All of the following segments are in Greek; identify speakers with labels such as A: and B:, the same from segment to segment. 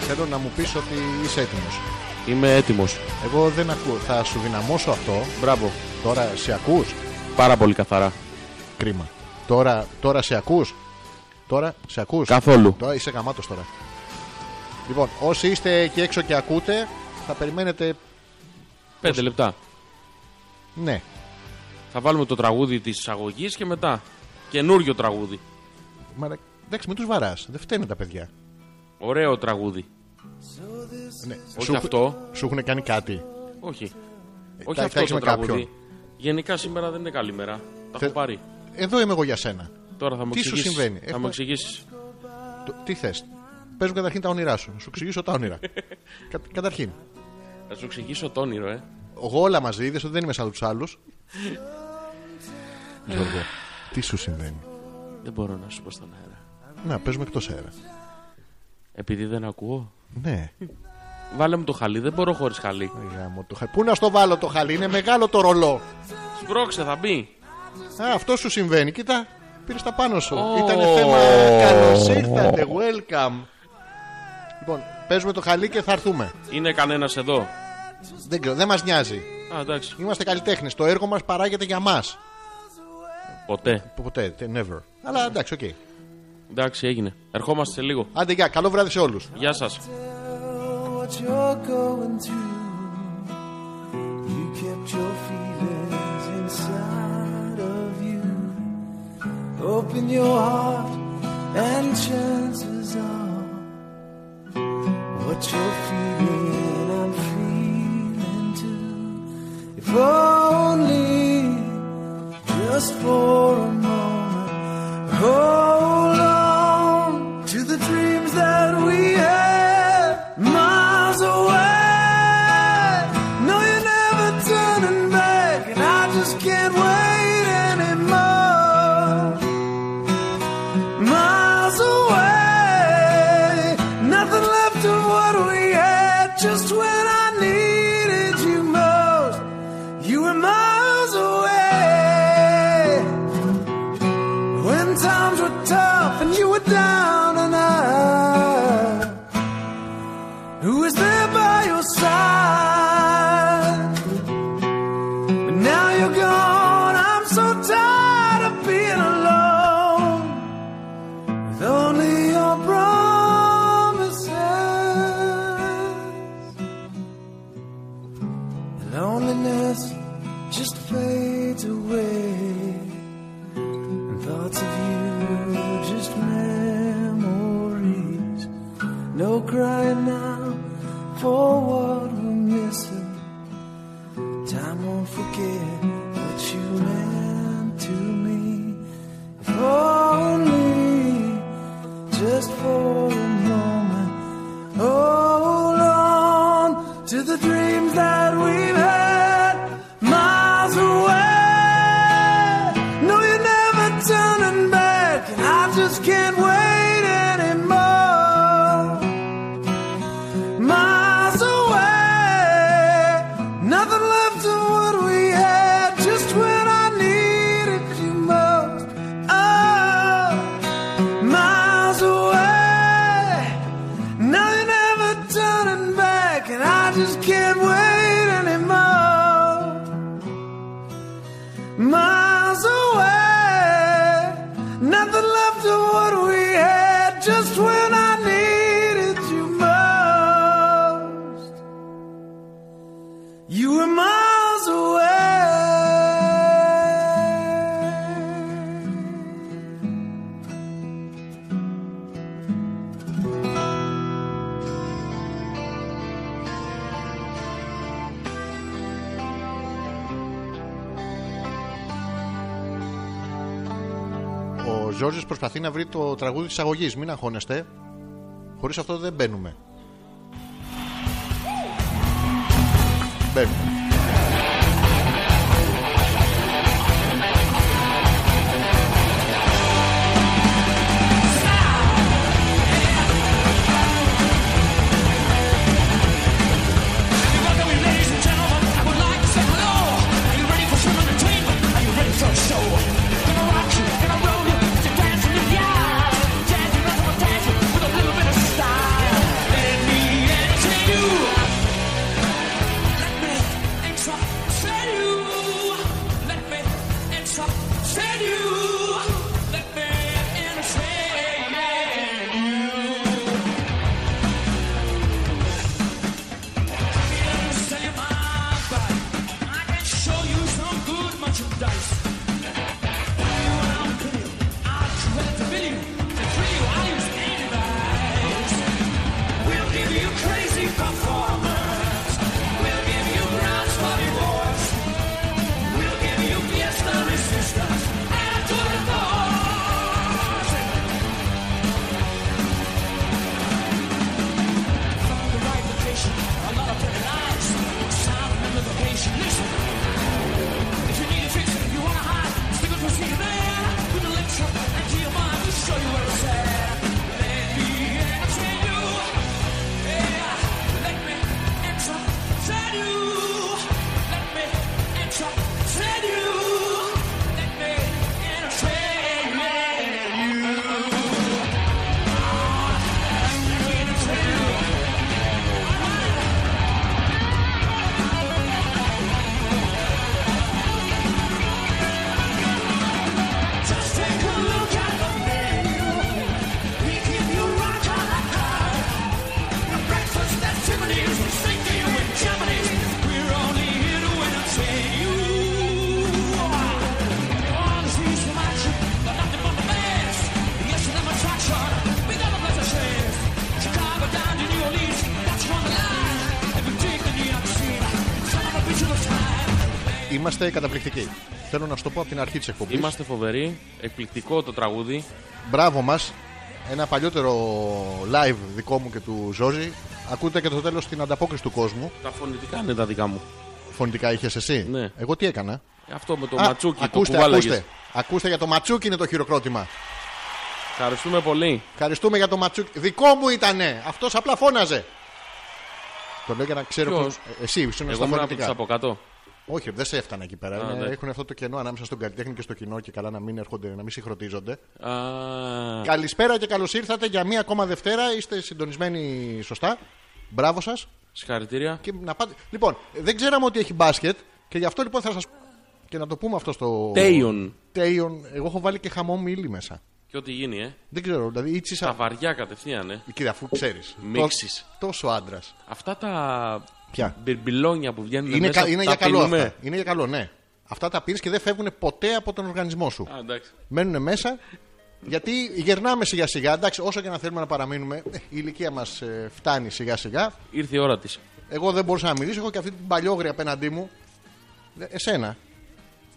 A: θέλω να μου πεις ότι είσαι έτοιμος.
B: Είμαι έτοιμος.
A: Εγώ δεν ακούω. Θα σου δυναμώσω αυτό.
B: Μπράβο.
A: Τώρα σε ακούς.
B: Πάρα πολύ καθαρά.
A: Κρίμα. Τώρα, τώρα σε ακούς. Τώρα σε ακούς.
B: Καθόλου.
A: Τώρα είσαι γαμάτος τώρα. Λοιπόν, όσοι είστε εκεί έξω και ακούτε, θα περιμένετε...
B: Πέντε λεπτά.
A: Ναι.
B: Θα βάλουμε το τραγούδι της εισαγωγή και μετά. Καινούριο τραγούδι.
A: Μα, εντάξει, μην τους βαράς. Δεν φταίνε τα παιδιά.
B: Ωραίο τραγούδι.
A: Ναι.
B: Όχι
A: Σου- Ε,
B: αυτό.
A: Σου έχουν κάνει κάτι.
B: Όχι. Όχι
A: τα- τα
B: αυτός
A: έχεις
B: το
A: με
B: τραγούδι.
A: κάποιον.
B: Γενικά σήμερα δεν είναι καλή μέρα. Τα
A: Θε-
B: έχω πάρει.
A: Εδώ είμαι εγώ για σένα.
B: Τώρα θα μου
A: Τι σου
B: εξηγήσεις.
A: συμβαίνει?
B: Θα
A: Έχω-
B: μου εξηγήσεις.
A: Το- Τι θες. Πες μου καταρχήν τα όνειρά σου. Σου εξηγήσω τα όνειρα. Κα, καταρχήν.
B: Θα σου εξηγήσω το όνειρο, ε.
A: Εγώ όλα μαζί είδες ότι δεν είμαι σαν τους άλλους. Γιώργο, τι σου συμβαίνει.
B: Δεν μπορώ να σου πω στον αέρα.
A: Να, παίζουμε εκτός αέρα.
B: Επειδή δεν ακούω.
A: Ναι.
B: Βάλε μου το χαλί, δεν μπορώ χωρίς χαλί.
A: Ρε γάμο το χα- Πού να στο βάλω το χαλί, είναι μεγάλο το ρολό.
B: Σπρώξε, θα μπει.
A: Α, αυτό σου συμβαίνει, κοίτα. Πήρες τα πάνω σου.
B: Ω.
A: Ήταν θέμα. Καλώς ήρθατε, welcome. Λοιπόν, παίζουμε το χαλί και θα έρθουμε.
B: Είναι κανένας εδώ.
A: Δεν ξέρω, δεν μας νοιάζει.
B: Α, εντάξει.
A: Είμαστε καλλιτέχνες. Το έργο μας παράγεται για μας.
B: Ποτέ.
A: Ποτέ, τε- never. Αλλά εντάξει, οκ.
B: Εντάξει, έγινε. Ερχόμαστε σε λίγο.
A: Άντε, γεια, καλό βράδυ σε όλους.
B: Γεια σας.
C: what you're going through. You kept your feelings inside of you. Open your heart, and chances are what you're feeling, I'm feeling too. If only just for a moment, hold on to the dreams that we had miles away. No, you're never turning back, and I just can't wait anymore miles away. Nothing left of what we had just when I needed you most. You were miles away. When times were tough and you were down and out, who was there by your side? But now you're gone, I'm so tired of being alone with only your promises. The loneliness just fades away, and thoughts of you are just memories. No crying now for what we're missing. Time won't forget what you meant to me. If only just for a moment. Hold on to the dreams that we've had miles away. No, you're never turning back, and I just can't wait anymore miles away. Nothing left of what we had just when I needed you most. Oh, miles away. Now you're never turning back, and I just can't wait anymore miles away. Nothing left of what we had just when I needed you most. You were miles away.
A: Ο Ζόρζη προσπαθεί να βρει το τραγούδι της αγωγής. Μην αγχώνεστε. Χωρίς αυτό δεν μπαίνουμε. Μπαίνουμε.
D: Ladies and gentlemen, I would like to say hello. Are you ready for some entertainment? Are you ready for a show? Gonna rock you, gonna roll you, to dance in the yard. Jazz, you know, dancing with a little bit of style. Let it be.
A: Είμαστε καταπληκτικοί. Θέλω να σου το πω από την αρχή της εκπομπής.
B: Είμαστε φοβεροί. Εκπληκτικό το τραγούδι.
A: Μπράβο μας. Ένα παλιότερο live δικό μου και του Ζόζη. Ακούτε και το τέλος την ανταπόκριση του κόσμου.
B: Τα φωνητικά είναι τα δικά μου.
A: Φωνητικά είχες εσύ.
B: Ναι.
A: Εγώ τι έκανα.
B: Αυτό με το
A: Α,
B: ματσούκι
A: ακούστε,
B: το κουβάλαγες.
A: ακούστε. Ακούστε για το ματσούκι είναι το χειροκρότημα.
B: Ευχαριστούμε πολύ.
A: Ευχαριστούμε για το ματσούκι. Δικό μου ήτανε. Αυτός απλά φώναζε. Το λέω για να ξέρω.
B: Ποιος?
A: Πώς... Ε, Εσύ ήσουν
B: Εγώ
A: στα
B: ήμουν από τους
A: φωνητικά.
B: από κάτω.
A: Όχι, δεν σε έφτανα εκεί πέρα.
B: Α,
A: Είναι-
B: ναι.
A: Έχουν αυτό το κενό ανάμεσα στον καλλιτέχνη και στο κοινό και καλά να μην έρχονται, να μην συγχρονίζονται.
B: Α,
A: Καλησπέρα και καλώς ήρθατε για μία ακόμα Δευτέρα. Είστε συντονισμένοι σωστά. Μπράβο σας.
B: συγχαρητήρια.
A: Και να πάτε... Λοιπόν, δεν ξέραμε ότι έχει μπάσκετ και γι' αυτό λοιπόν θα σας. και να το πούμε αυτό στο.
B: Τέιον.
A: Τέιον. Εγώ έχω βάλει και χαμό μήλι μέσα.
B: Και ό,τι γίνει, ε.
A: Δεν ξέρω, δηλαδή η τσίσα.
B: Τα βαριά κατευθείαν, ε.
A: Κύριε, αφού ξέρεις.
B: Μίξεις.
A: Τόσο άντρας.
B: Αυτά τα
A: Ποια?
B: μπιρμπιλόνια που βγαίνουν
A: Είναι,
B: μέσα,
A: κα- είναι
B: Ναι, τα
A: για καλό
B: πίνουμε.
A: αυτά. Είναι για καλό, ναι. Αυτά τα πίνεις και δεν φεύγουν ποτέ από τον οργανισμό σου.
B: Α, εντάξει.
A: Μένουν μέσα. Γιατί γερνάμε σιγά σιγά. Εντάξει, όσο και να θέλουμε να παραμείνουμε, ε, η ηλικία μας φτάνει σιγά σιγά.
B: Ήρθε η ώρα της.
A: Εγώ δεν μπορούσα να μιλήσω. Έχω και αυτή την παλιόγρια απέναντί μου. Ε, Εσένα.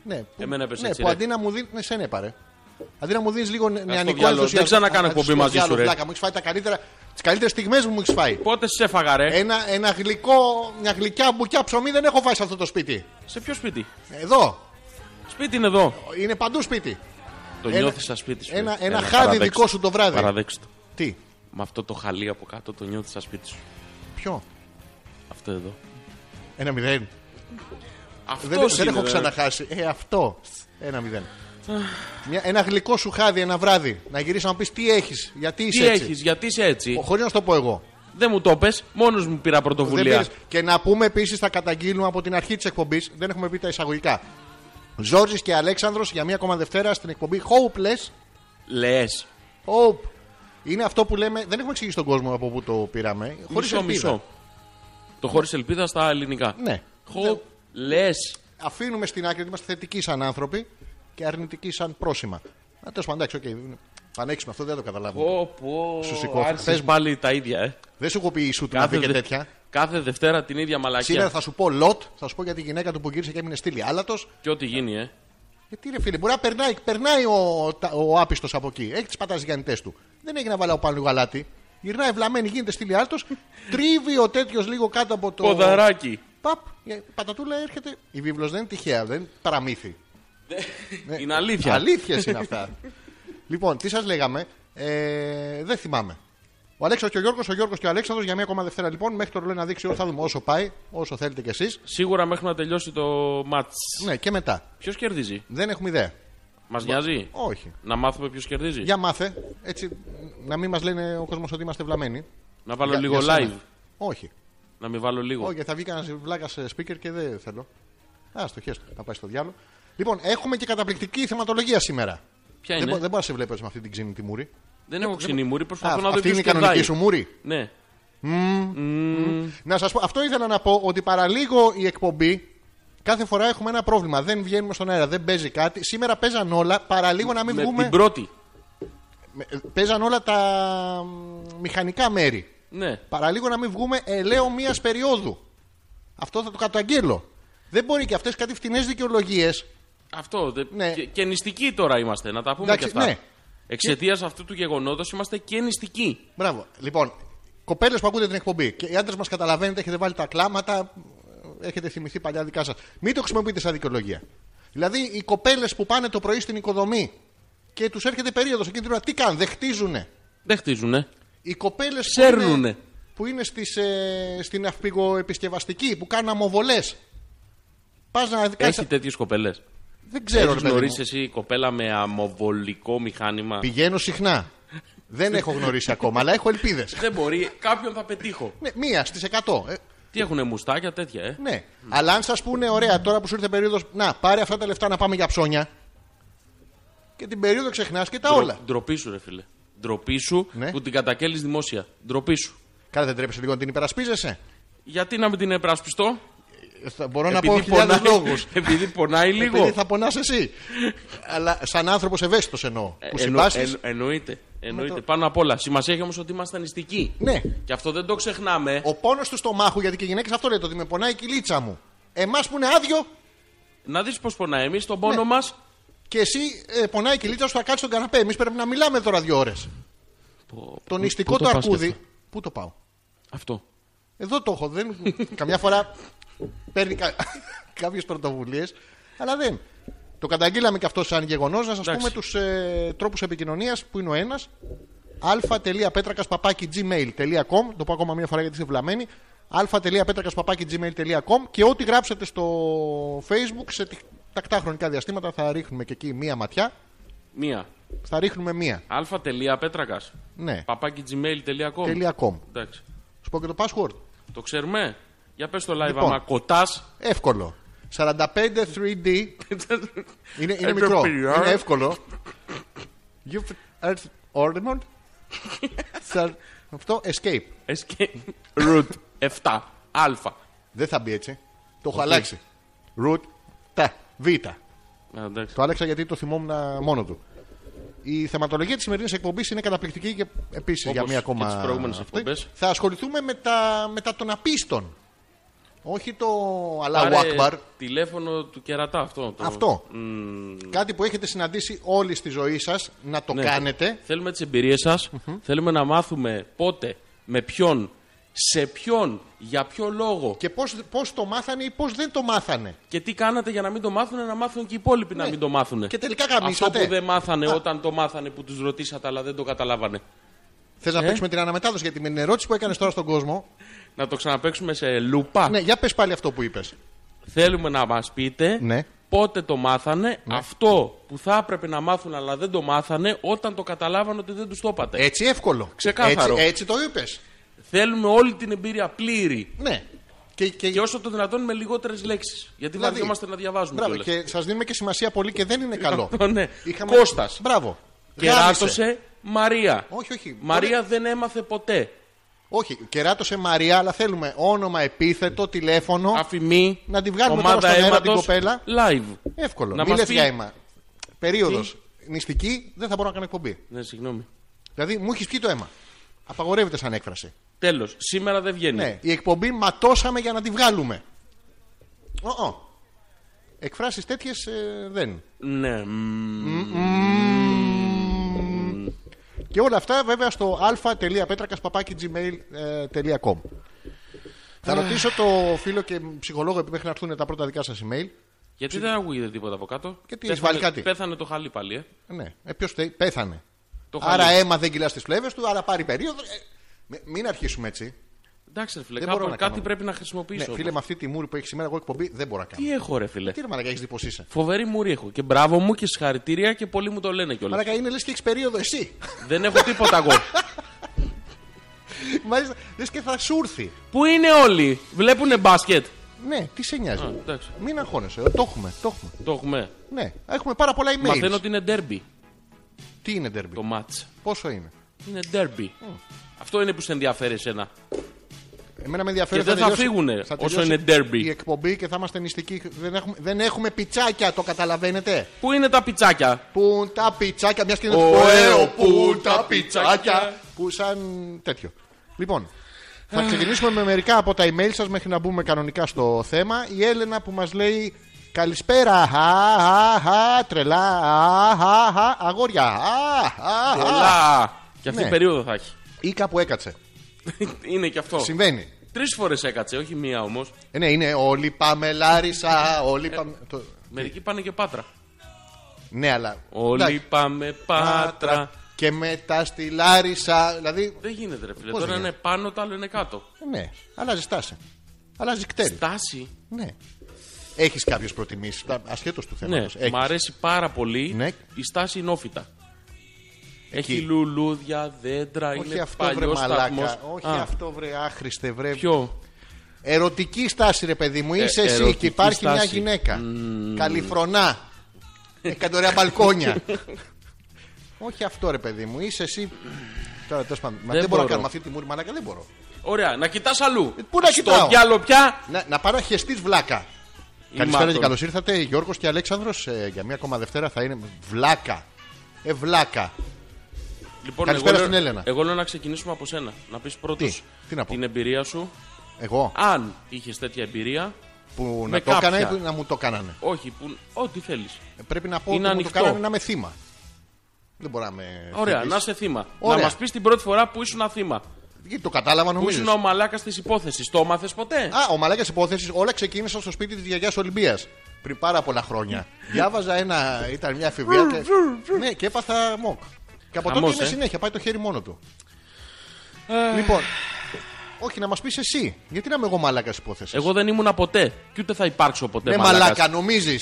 A: Ναι, που,
B: Εμένα έπεσε
A: ναι,
B: έτσι,
A: που
B: ρε.
A: αντί να μου δίνει. Εσένα έπαρε. Αντί να μου δίνεις λίγο νε- νεανικό
B: διάλογο.
A: ενθουσιασμό.
B: Δεν ξανακάνω
A: Α,
B: εκπομπή
A: στο
B: μαζί σου,
A: διάλογο,
B: ρε.
A: πλάκα Μου έχεις φάει τα καλύτερα. Τις καλύτερες στιγμές μου μου έχεις φάει.
B: Πότε σε έφαγα, ρε.
A: Ένα, ένα γλυκό, μια γλυκιά μπουκιά ψωμί δεν έχω φάει σε αυτό το σπίτι.
B: Σε ποιο σπίτι.
A: Εδώ.
B: Σπίτι είναι εδώ.
A: Είναι παντού σπίτι.
B: Το
A: Ένα-
B: νιώθεις σαν σπίτι σου. ε.
A: ένα-
B: Έλα,
A: ένα χάδι
B: παραδέξου.
A: δικό σου το βράδυ.
B: Παραδέξου το.
A: Τι,
B: Με αυτό το χαλί από κάτω το νιώθεις σαν σπίτι σου.
A: ποιο.
B: Αυτό εδώ.
A: Ένα μηδέν.
B: Αυτός
A: Δεν, δεν έχω ξαναχάσει. Ε, αυτό. Ένα μηδέν. Μια, ένα γλυκό σου χάδι ένα βράδυ. Να γυρίσει να πεις τι έχεις, γιατί είσαι
B: Τι
A: έτσι.
B: έχεις, γιατί είσαι έτσι.
A: Χωρίς να σου το πω εγώ.
B: Δεν μου το πες, μόνος μου πήρα
A: Δεν
B: πρωτοβουλία.
A: πήρες. Και να πούμε επίσης, θα καταγγείλουμε από την αρχή της εκπομπής, δεν έχουμε πει τα εισαγωγικά. Ζόρζης και Αλέξανδρος για μία ακόμα Δευτέρα στην εκπομπή Hopeless.
B: Λες.
A: Hope. Είναι αυτό που λέμε, δεν έχουμε εξηγήσει τον κόσμο από πού το πήραμε. Χωρίς
B: Μισό, μισό. Το χωρίς ελπίδα στα ελληνικά.
A: Ναι.
B: Χω. Λες.
A: αφήνουμε στην άκρη ότι είμαστε θετικοί σαν άνθρωποι και αρνητικοί σαν πρόσημα. Να τέλος πάντων, εντάξει, οκ, είναι- πανέξυπνο αυτό δεν το καταλάβω.
B: Πω, πω.
A: Σου σηκώθηκα.
B: Άρχισες
A: Θες-
B: πάλι τα ίδια, ε.
A: Δεν σου έχω πει η σου να πει και
B: δε-
A: τέτοια.
B: κάθε Δευτέρα την ίδια
A: Σήμερα
B: μαλακία.
A: θα σου πω λοτ, θα σου πω για τη γυναίκα του που γύρισε και έμεινε στήλη άλατος.
B: Και ό,τι γίνει, ε.
A: Ε, τι ρε φίλε, μπορεί να περνάει, περνάει ο, τα- ο άπιστος από εκεί. Έχει τις παταζιανιτέ του. Δεν έγινε να βάλαω πάνω λίγο αλάτι. Γυρνάει βλαμμένη, γίνεται στήλη άλατος. Τρίβει ο τέτοιος λίγο κάτω από το.
B: Ποδαράκι.
A: Παπ, η πατατούλα έρχεται. Η βίβλος δεν είναι τυχαία, δεν είναι παραμύθι. Ναι.
B: Είναι αλήθεια.
A: Αλήθειες είναι αυτά. λοιπόν, τι σας λέγαμε. Ε, δεν θυμάμαι. Ο Αλέξανδρος και ο Γιώργος, ο Γιώργος και ο Αλέξανδρος για μία ακόμα Δευτέρα λοιπόν. Μέχρι το ρολόι να δείξει όσο θα δούμε όσο πάει, όσο θέλετε κι εσείς.
B: Σίγουρα μέχρι να τελειώσει το μάτ.
A: Ναι, και μετά.
B: Ποιος κερδίζει,
A: Δεν έχουμε ιδέα.
B: μας νοιάζει.
A: Όχι.
B: Να μάθουμε ποιος κερδίζει.
A: Για μάθε, έτσι, να μην μας λένε ο κόσμος ότι είμαστε βλαμμένοι.
B: Να βάλω
A: Για-
B: λίγο
A: για
B: live.
A: σένα. Όχι.
B: Να μην βάλω λίγο.
A: Όχι, γιατί θα βγει κανένας βλάκας speaker και δεν θέλω. Α, το χέστο, θα πάει στο διάλογο. Λοιπόν, έχουμε και καταπληκτική θεματολογία σήμερα.
B: Ποια
A: Δεν,
B: είναι.
A: μπο-
B: Δεν,
A: δεν μπορώ να σε βλέπω έτσι με αυτή την ξύνη τη μούρη.
B: έχω ξινή μούρη,
A: Α,
B: προσπαθώ να δω
A: αυτή είναι
B: ποιο
A: η κανονική
B: κερδάει.
A: σου μούρη.
B: Ναι.
A: Να σας πω, αυτό ήθελα να πω ότι παραλίγο η εκπομπή κάθε φορά έχουμε ένα πρόβλημα. Δεν βγαίνουμε στον αέρα, δεν παίζει κάτι. Σήμερα παίζαν όλα, παραλίγο να μην
B: Με
A: βγούμε.
B: την πρώτη.
A: με- Παίζαν όλα τα μ, μηχανικά μέρη.
B: Ναι.
A: Παραλίγο να μην βγούμε ελαίο μίας περίοδου. Αυτό θα το καταγγείλω. Δεν μπορεί και αυτές κάτι φτηνές δικαιολογίες.
B: Αυτό. δε-
A: Ναι.
B: Και, και νηστικοί τώρα είμαστε, να τα πούμε
A: Εντάξει,
B: και αυτά.
A: ναι.
B: Εξαιτίας αυτού του γεγονότος είμαστε και νηστικοί.
A: Μπράβο. Λοιπόν, κοπέλες που ακούτε την εκπομπή και οι άντρες μας καταλαβαίνετε, έχετε βάλει τα κλάματα, έχετε θυμηθεί παλιά δικά σας. Μην το χρησιμοποιείτε σαν δικαιολογία. Δηλαδή, οι κοπέλες που πάνε το πρωί στην οικοδομή και τους έρχεται περίοδος εκείνη την ώρα, τι κάνουν, δεν χτίζουνε.
B: Δεν χτίζουνε.
A: Οι κοπέλες που
B: Σέρνουνε.
A: είναι, που είναι στις, ε, στην αυπηγοεπισκευαστική, που κάνουν αμοβολές. Πας να δεις
B: Έχει τέτοιες κοπέλες.
A: Δεν ξέρω,
B: Έχεις
A: ρε παιδί μου.
B: γνωρίσει εσύ κοπέλα με αμοβολικό μηχάνημα.
A: Πηγαίνω συχνά. δεν έχω γνωρίσει ακόμα, αλλά έχω ελπίδες.
B: Δεν μπορεί, κάποιον θα πετύχω.
A: Ναι, μία στις 100. Ε,
B: Τι έχουνε μουστάκια τέτοια, ε.
A: Ναι. Αλλά αν σας πούνε, ωραία, τώρα που σου ήρθε περίοδος, να πάρε αυτά τα λεφτά να πάμε για ψώνια. Και την περίοδο ξεχνάς και τα
B: Ντρο-
A: όλα.
B: Ντροπή σου, ρε φίλε. Ντροπή σου
A: Ναι.
B: που την κατακέλεις δημόσια. Ντροπή σου.
A: Καλά, δεν τρέπεσαι λίγο να την υπερασπίζεσαι.
B: Γιατί να μην την επρασπιστώ,
A: Ε, θα μπορώ να πω χιλιάδε λόγους.
B: επειδή πονάει λίγο.
A: θα πονάς εσύ. Αλλά σαν άνθρωπος ευαίσθητος εννοώ. Που
B: Ε, εννο-
A: συμπάσχεις.
B: εν- εννοείται. εννοείται.
A: το-
B: Πάνω απ' όλα. Σημασία έχει όμως ότι είμαστε νηστικοί.
A: Ναι.
B: Και αυτό δεν το ξεχνάμε.
A: Ο πόνος του στομάχου, γιατί και οι γυναίκες αυτό λέτε, ότι με πονάει η κυλίτσα μου. Εμάς που είναι άδειο,
B: Να δεις πώς πονάει. Εμείς τον
A: Ναι.
B: πόνο μας.
A: Και εσύ ε, πονάει η κυλίτσα σου, θα κάτσεις στον καναπέ. Εμείς πρέπει να μιλάμε τώρα δύο ώρες. Το νηστικό
B: πού
A: το,
B: το πας και
A: αρκούδι.
B: αυτό?
A: Πού το πάω.
B: Αυτό.
A: Εδώ το έχω. Δεν... Καμιά φορά παίρνει κα... κάποιες πρωτοβουλίες, αλλά δεν. Το καταγγείλαμε και αυτό σαν γεγονός. Να σας
B: Εντάξει.
A: πούμε τους ε, τρόπους επικοινωνίας που είναι ο ένας. α.πέτρακα.gmail.com Το πω ακόμα μία φορά γιατί είστε βλαμμένοι. α.πέτρακα.gmail.com και ό,τι γράψετε στο facebook σε τυ- τακτά χρονικά διαστήματα θα ρίχνουμε και εκεί μία ματιά.
B: Μία.
A: Θα ρίχνουμε μία.
B: α.πέτρακα.
A: Ναι.
B: Παπάκι gmail.com.
A: Τελεία com.
B: Εντάξει.
A: Σου πω και το password.
B: Το ξέρουμε. Για πες το live
A: Λοιπόν.
B: άμα κοτάς.
A: Εύκολο. 45 3D Είναι, είναι μικρό. Είναι εύκολο. You earth ornament. Σα- Αυτό escape.
B: Root 7. Α.
A: Δεν θα μπει έτσι. Το έχω αλλάξει. Root τα β.
B: Α, εντάξει.
A: Το άλλαξα γιατί το θυμόμουν μόνο του. Η θεματολογία της σημερινής εκπομπής είναι καταπληκτική και επίσης για
B: Όπως
A: μία
B: και
A: ακόμα.
B: τις προηγούμενες
A: αυτή.
B: εκπομπές.
A: Θα ασχοληθούμε με τα, με τα των απίστων. Όχι το αλλά
B: Πάρε
A: Ακμπαρ.
B: τηλέφωνο του κερατά αυτό. Το...
A: Αυτό.
B: Μμμ,
A: Κάτι που έχετε συναντήσει όλοι στη ζωή σας να το
B: ναι.
A: κάνετε.
B: Θέλουμε τις εμπειρίες σας. Θέλουμε να μάθουμε πότε, με ποιον, σε ποιον, για ποιο λόγο και...
A: και πώς, πώς το μάθανε ή πώς δεν το μάθανε.
B: τι κάνατε για να μην το μάθουν, να μάθουν και οι υπόλοιποι να
A: Ναι.
B: μην το μάθουν.
A: Και τελικά
B: Αυτό
A: γαμίσατε.
B: που δεν μάθανε
A: Α.
B: όταν το μάθανε που τους ρωτήσατε αλλά δεν το καταλάβανε.
A: Θες
B: Ε?
A: να παίξουμε την αναμετάδοση γιατί με την ερώτηση που έκανες τώρα στον κόσμο.
B: Να το ξαναπέξουμε σε λούπα.
A: Ναι, για πες πάλι αυτό που είπες.
B: Θέλουμε να μας πείτε
A: Ναι.
B: πότε το μάθανε αυτό που θα έπρεπε να μάθουν αλλά δεν το μάθανε όταν το καταλάβανε ότι δεν τους το είπατε.
A: Έτσι εύκολο.
B: Ξεκάθαρο.
A: Έτσι, έτσι το είπες.
B: Θέλουμε όλη την εμπειρία πλήρη.
A: Ναι. Και, και,
B: Και όσο το δυνατόν με λιγότερες λέξεις. Γιατί
A: Δηλαδή.
B: βαριόμαστε να διαβάζουμε
A: Μπράβο,
B: κιόλας.
A: και σας δίνουμε και σημασία πολύ και δεν είναι καλό.
B: Αυτό, ναι.
A: Είχαμε-
B: Κώστας.
A: Μπράβο. Γάμισε.
B: Κεράτωσε Μαρία.
A: Όχι, όχι.
B: Μαρία δεν έμαθε ποτέ.
A: Όχι, κεράτωσε Μαρία, αλλά θέλουμε όνομα,
B: Ε.
A: επίθετο, τηλέφωνο.
B: Αφημί.
A: Να τη βγάλουμε
B: ομάδα
A: τώρα στον αέρα την
B: αίματος,
A: κοπέλα.
B: Live.
A: Εύκολο.
B: Να
A: Μην
B: μας
A: λες
B: πει-
A: για αίμα. Περίοδος. Νηστική, δεν θα μπορώ να κάνω εκπομπή.
B: Ναι, συγγνώμη.
A: Δηλαδή, μου έχεις βγει το αίμα. Απαγορεύεται σαν έκφραση.
B: Τέλος. Σήμερα δεν βγαίνει.
A: Ναι, η εκπομπή ματώσαμε για να τη βγάλουμε. Ω, ω. Εκφράσεις τέτοιες δεν.
B: Ναι, μμμ.
A: Και όλα αυτά βέβαια στο α.πέτρακα.gmail.com. ε, Θα ρωτήσω το φίλο και ψυχολόγο επειδή να έρθουν τα πρώτα δικά σας email.
B: Γιατί δεν ακούγεται τίποτα από κάτω.
A: Γιατί έχεις βάλει κάτι.
B: Πέθανε το χαλί πάλι. Ε.
A: Ναι, ε, ποιος πέθανε.
B: Το χαλί.
A: άρα αίμα δεν κυλά στις φλέβε του, άρα πάρει περίοδο. Ε, μ- μην αρχίσουμε έτσι.
B: Εντάξει, ρε φίλε,
A: Δεν
B: κάπου-
A: μπορώ να
B: κάτι
A: κάνω.
B: πρέπει να
A: Ναι,
B: χρησιμοποιήσω.
A: φίλε, με αυτή τη μούρη που έχεις σήμερα, εγώ εκπομπή δεν μπορώ να κάνω.
B: Τι έχω, ρε φίλε.
A: Τι ρε μαλακά, έχεις δει πώς είσαι.
B: Φοβερή μουρή έχω. Και μπράβο μου και συγχαρητήρια και πολλοί μου το λένε κιόλας.
A: Μαλακά είναι λες και έχεις περίοδο εσύ.
B: Δεν έχω τίποτα εγώ.
A: Μάλιστα, λες και θα σου έρθει.
B: Πού είναι όλοι, βλέπουνε μπάσκετ.
A: Ναι, τι σε νοιάζει.
B: Α, εντάξει.
A: Μην αγχώνεσαι. Το έχουμε, το έχουμε.
B: Το έχουμε.
A: Ναι, έχουμε πάρα πολλά email.
B: Μαθαίνω ότι είναι derby
A: Τι είναι derby,
B: το match.
A: πόσο είναι.
B: Είναι derby. Αυτό είναι που σε ενδιαφέρει εσένα.
A: Εμένα με ενδιαφέρει.
B: Και δεν θα φύγουνε όσο είναι derby.
A: Η εκπομπή και θα είμαστε νηστικοί. Δεν έχουμε, δεν έχουμε πιτσάκια, το καταλαβαίνετε.
B: Πού είναι τα πιτσάκια.
A: Πουν τα πιτσάκια, μιας και είναι
B: Ο,
A: το
B: ε,
A: «Ε,
B: ο,
A: ο,
B: πουν τα πιτσάκια.
A: Που σαν τέτοιο. Λοιπόν, θα ξεκινήσουμε με μερικά από τα email σας μέχρι να μπούμε κανονικά στο θέμα. Η Έλενα που μας λέει Καλησπέρα, χα, χα, χα, τρελά, χα, χα, χα, αγόρια, χα, χα, χα».
B: Ελά. Και αυτή
A: Ναι.
B: η περίοδο θα έχει.
A: Ή κάπου έκατσε.
B: είναι κι αυτό.
A: Συμβαίνει.
B: Τρεις φορές έκατσε, όχι μία όμως.
A: Ε, ναι, είναι όλοι πάμε Λάρισα, όλοι
B: Ε.
A: πάμε... το-
B: Μερικοί πάνε και πάτρα.
A: Ναι, αλλά...
B: Όλοι
A: εντάξει.
B: πάμε πάτρα.
A: Και μετά στη Λάρισα, δηλαδή...
B: Δεν γίνεται, ρε φίλε.
A: Πώς
B: Τώρα
A: δεν
B: είναι πάνω, το άλλο είναι κάτω.
A: Ναι, αλλάζει στάση. Αλλάζει κτέλη.
B: Στάση.
A: Ναι. Έχεις κάποιες προτιμήσεις, ασχέτως του
B: Ναι,
A: θέματος.
B: μ' αρέσει πάρα πολύ
A: Ναι.
B: η στάση νόφιτα. Έχει
A: Εκεί.
B: λουλούδια, δέντρα,
A: Όχι
B: είναι
A: αυτό βρε
B: παλιός
A: μαλάκα.
B: σταθμός.
A: Όχι
B: Α,
A: αυτό βρε άχρηστε βρε.
B: Ποιο.
A: Ερωτική στάση ρε παιδί μου. Είσαι εσύ
B: Ε, ερωτική
A: και υπάρχει μια
B: στάση.
A: γυναίκα. Καλυφρονά. Εκατορία μπαλκόνια. Όχι αυτό ρε παιδί μου. Είσαι εσύ. Τώρα τέλος πάντων. Μα
B: Δεν
A: Δεν, μπορώ να
B: μπορώ.
A: κάνω αυτή τη μούρη μαλάκα. Δεν μπορώ.
B: Ωραία, να κοιτάς αλλού.
A: Ε, πού να
B: Στο
A: κοιτάω?
B: διάλο πια.
A: Να, να πάρω χεστής βλάκα. Καλησπέρα και καλώς ήρθατε. Γιώργος και Αλέξανδρος για μια ακόμα Δευτέρα θα είναι βλάκα. Ε, βλάκα.
B: Λοιπόν,
A: Καλησπέρα
B: εγώ,
A: στην
B: λέω-
A: Έλενα.
B: Εγώ λέω να ξεκινήσουμε από σένα. Να πεις πρώτος
A: Τι να πω.
B: την εμπειρία σου.
A: Εγώ.
B: Αν είχες τέτοια εμπειρία,
A: Που
B: Με
A: να το έκανε ή
B: κάποια.
A: που να μου το κάνανε.
B: Όχι, που... ό,τι θέλεις.
A: Ε, Πρέπει να πω
B: Είναι
A: ότι μου το
B: ανοιχτό.
A: κάνανε να είμαι θύμα. Δεν μπορεί να με.
B: Ωραία,
A: θίγεις.
B: να είσαι θύμα.
A: Ωραία.
B: Να μας πεις την πρώτη φορά που ήσουν θύμα.
A: Γιατί το κατάλαβα
B: Που
A: νομίζω.
B: ήσουν ο μαλάκας της υπόθεσης. Το μάθε ποτέ.
A: Α, ο μαλάκας υπόθεσης, όλα ξεκίνησαν στο σπίτι της γιαγιάς Ολυμπίας. Πριν πάρα πολλά χρόνια. Διάβαζα ένα. ήταν μια εφηβεία και. ναι, και έπαθα μοκ. Και από τότε
B: Χαμός,
A: είναι
B: ε.
A: συνέχεια, πάει το χέρι μόνο του. λοιπόν, όχι να μας πεις εσύ, γιατί να είμαι εγώ μαλάκας υπόθεσης.
B: Εγώ δεν ήμουνα ποτέ. Και ούτε θα υπάρξω ποτέ.
A: Ναι,
B: μαλάκας.
A: μαλάκα, νομίζεις.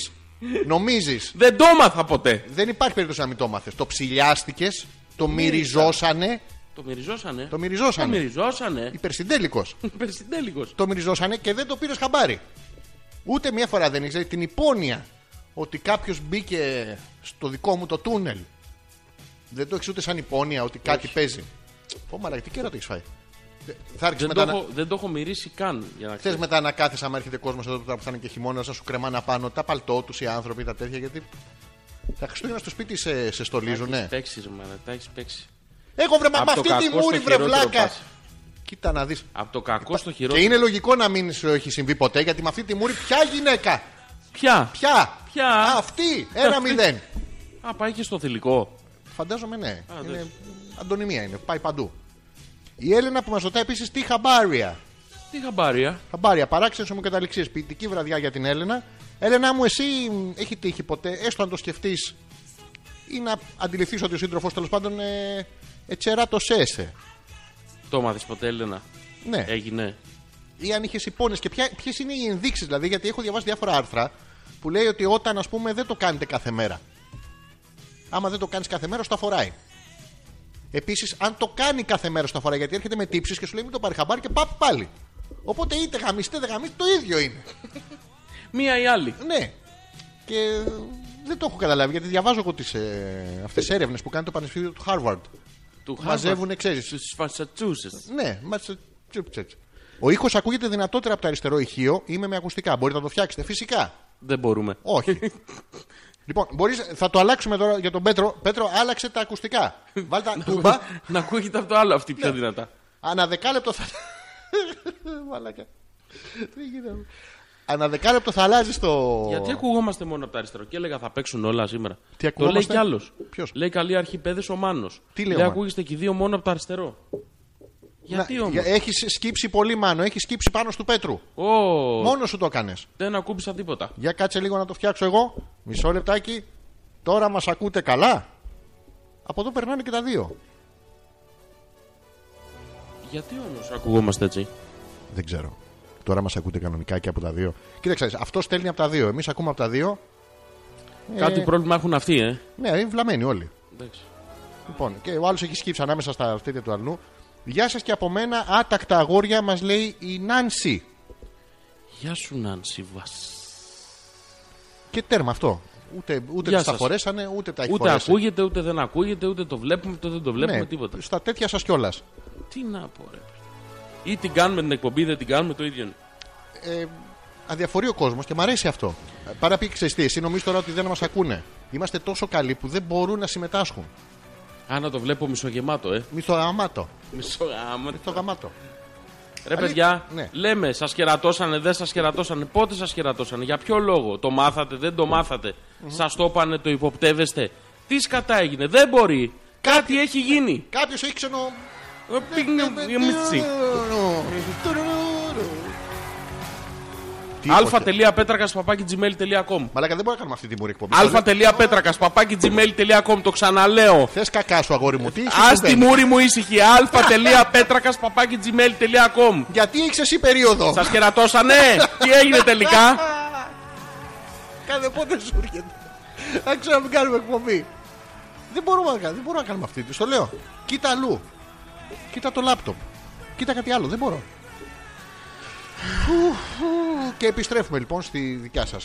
A: νομίζει.
B: Δεν το μάθα ποτέ.
A: Δεν υπάρχει περίπτωση να μην το μάθε. Το ψηλιάστηκες, το μυριζώσανε.
B: Το μυριζώσανε.
A: Το μυριζώσανε.
B: Το μυριζώσανε.
A: Υπερσυντέλικος.
B: Υπερσυντέλικος.
A: το μυριζώσανε και δεν το πήρε χαμπάρι. Ούτε μία φορά δεν ήξερε την υπόνοια ότι κάποιος μπήκε στο δικό μου το τούνελ. Δεν το έχεις ούτε σαν υπόνοια ότι κάτι παίζει. Πω μαλακ, τι κέρα το έχεις φάει. Δε- Θα άρχισες
B: Δεν,
A: μετά,
B: το
A: να...
B: έχω, δεν το έχω μυρίσει καν για να
A: θες
B: ξέρεις.
A: μετά να κάθεσαι άμα έρχεται κόσμος εδώ τώρα που θα είναι και χειμώνας να σου κρεμάνε απάνω τα παλτό τους οι άνθρωποι, τα τέτοια. Γιατί τα Χριστούγεννα στο σπίτι σε, σε στολίζουνε.
B: Παίξει, ρε μάνα, τα έχεις παίξεις.
A: Έχω βρε μα
B: Απ'
A: με
B: το
A: αυτή τη
B: κακό στο
A: μούρη βρε
B: χειρότερο
A: βλάκα.
B: πας.
A: Κοίτα να δεις.
B: Από το κακό στο
A: Ε, Και
B: χειρότερο.
A: είναι λογικό να μην σου έχει συμβεί ποτέ γιατί με αυτή τη μούρη ποια γυναίκα
B: Ποια.
A: Ποια!
B: Ποια?
A: Α, αυτή! Ένα
B: Αυτή.
A: μηδέν.
B: Α, πάει και στο θηλυκό.
A: Φαντάζομαι ναι. είναι...
B: εντάξει.
A: Αντωνυμία είναι, πάει παντού. Η Έλενα που μας ρωτάει επίσης τι χαμπάρια.
B: Τι χαμπάρια.
A: Χαμπάρια, παράξενες ομοκαταληξίε. Ποιητική βραδιά για την Έλενα. Έλενα μου, εσύ μ, έχει τύχει ποτέ, έστω αν το σκεφτείς ή να αντιληφθείς ότι ο σύντροφος τέλος πάντων ε, ετσεράτο έσε.
B: Το μάθε ποτέ, Έλενα.
A: Ναι.
B: Έγινε.
A: ή αν είχες υπόνοιε και ποιες είναι οι ενδείξεις. Δηλαδή, γιατί έχω διαβάσει διάφορα άρθρα που λέει ότι όταν ας πούμε δεν το κάνετε κάθε μέρα. Άμα δεν το κάνεις κάθε μέρα, σου τα φοράει. Επίσης, αν το κάνει κάθε μέρα, σου τα φοράει γιατί έρχεται με τύψεις και σου λέει μην το πάρει χαμπάρι και πάπ πάλι. Οπότε είτε γαμίστε, δεν γαμίστε, το ίδιο είναι.
B: Μία ή άλλη.
A: Ναι. Και ε, δεν το έχω καταλάβει γιατί διαβάζω εγώ τις, ε, αυτές τις έρευνες που κάνει το Πανεπιστήμιο του Χάρβαρντ.
B: Του
A: Μαζεύουν, ξέρει.
B: Του Φανσατσούσε.
A: Ναι, μάτσε. τσουπ, τσουπ. Ο ήχος ακούγεται δυνατότερα από το αριστερό ηχείο. Είμαι με ακουστικά. Μπορείτε να το φτιάξετε. Φυσικά.
B: Δεν μπορούμε.
A: Όχι. λοιπόν, μπορείς, θα το αλλάξουμε τώρα για τον Πέτρο. Πέτρο, άλλαξε τα ακουστικά. Βάλτε τα τούμπα. Ναι.
B: να ακούγεται από το άλλο αυτή πιο δυνατά.
A: Ανά δεκάλεπτο θα. Μαλάκα. Τι γίνεται. Ανά δεκάλεπτο θα αλλάζει το.
B: Γιατί ακουγόμαστε μόνο από τα αριστερό. Και έλεγα θα παίξουν όλα σήμερα.
A: Τι
B: το λέει
A: ακουγόμαστε?
B: κι άλλος.
A: Ποιος?
B: Λέει καλή αρχή παιδες ο Μάνος.
A: Τι λέει ο Μάνος?
B: ακούγεστε και οι δύο μόνο από το αριστερό. Γιατί όμω.
A: Έχεις σκύψει πολύ μάνο. Έχεις σκύψει πάνω του Πέτρου. Μόνος σου το έκανες.
B: Δεν ακούμπησα τίποτα.
A: Για κάτσε λίγο να το φτιάξω εγώ. Μισό λεπτάκι. Τώρα μας ακούτε καλά. Από εδώ περνάνε και τα δύο.
B: Γιατί όμως ακουγόμαστε έτσι.
A: Δεν ξέρω. Τώρα μας ακούτε κανονικά και από τα δύο. Κοίταξε, αυτό στέλνει από τα δύο. Εμείς ακούμε από τα δύο. Ε.
B: Κάτι πρόβλημα έχουν αυτοί, ε.
A: Ναι, είναι βλαμμένοι όλοι.
B: Εντάξει.
A: Λοιπόν, και ο άλλος έχει σκύψει ανάμεσα στα φτύτια του αλλού. Γεια σας και από μένα, άτακτα αγόρια, μας λέει η Νάνση.
B: Γεια σου, Νάνση Βασ.
A: Και τέρμα αυτό. Ούτε, ούτε
B: Γεια
A: τις τα
B: σας.
A: φορέσανε, ούτε τα έχει
B: Ούτε
A: φορέσει.
B: ακούγεται, ούτε δεν ακούγεται, ούτε το βλέπουμε, ούτε δεν το βλέπουμε,
A: ναι,
B: τίποτα.
A: Στα τέτοια σας κιόλας.
B: Τι να πω, ρε. Ή την κάνουμε την εκπομπή, δεν την κάνουμε το ίδιο. είναι.
A: αδιαφορεί ο κόσμος και μου αρέσει αυτό. Ε, Παρά πει ξέρεις τι, εσύ νομίζεις τώρα ότι δεν μας ακούνε. Είμαστε τόσο καλοί που δεν μπορούν να συμμετάσχουν.
B: Α, να το βλέπω μισογεμάτο, ε.
A: Μη στο γαμάτο.
B: Μισογεμάτο.
A: Το γαμάτο.
B: Ρε
A: Αλήθεια,
B: παιδιά,
A: ναι.
B: λέμε, σας κερατώσανε, δεν σας κερατώσανε. Πότε σας κερατώσανε, για ποιο λόγο. Το μάθατε, δεν το μάθατε. Σας το είπανε, το υποπτεύεστε. Τι σκατά έγινε, δεν μπορεί. Κάτι, έχει γίνει. Ε,
A: Κάποιος έχει ξενο. Ε,
B: Μίτσι. αλφα.πέτρακα.gmail.com
A: Μαλάκα δεν μπορούμε να κάνουμε αυτή τη μουρή εκπομπή.
B: αλφα.πέτρακα.gmail.com Το ξαναλέω.
A: Θες κακά σου, αγόρι μου. Τι σου
B: Ας τη
A: συμβαίνει?
B: μούρη μου ήσυχη. αλφα.πέτρακα.gmail.com
A: Γιατί έχει εσύ περίοδο.
B: Σας κερατώσανε. Τι έγινε τελικά.
A: Κάθε πότε σου έρχεται. Δεν ξέρω να μην κάνουμε εκπομπή. Δεν μπορούμε να, κα- δεν μπορούμε να κάνουμε αυτή. Στο λέω. Κοίτα αλλού. Κοίτα το λάπτοπ. Κοίτα κάτι άλλο. Δεν μπορώ. Φου, φου. Και επιστρέφουμε λοιπόν στη δικιά σας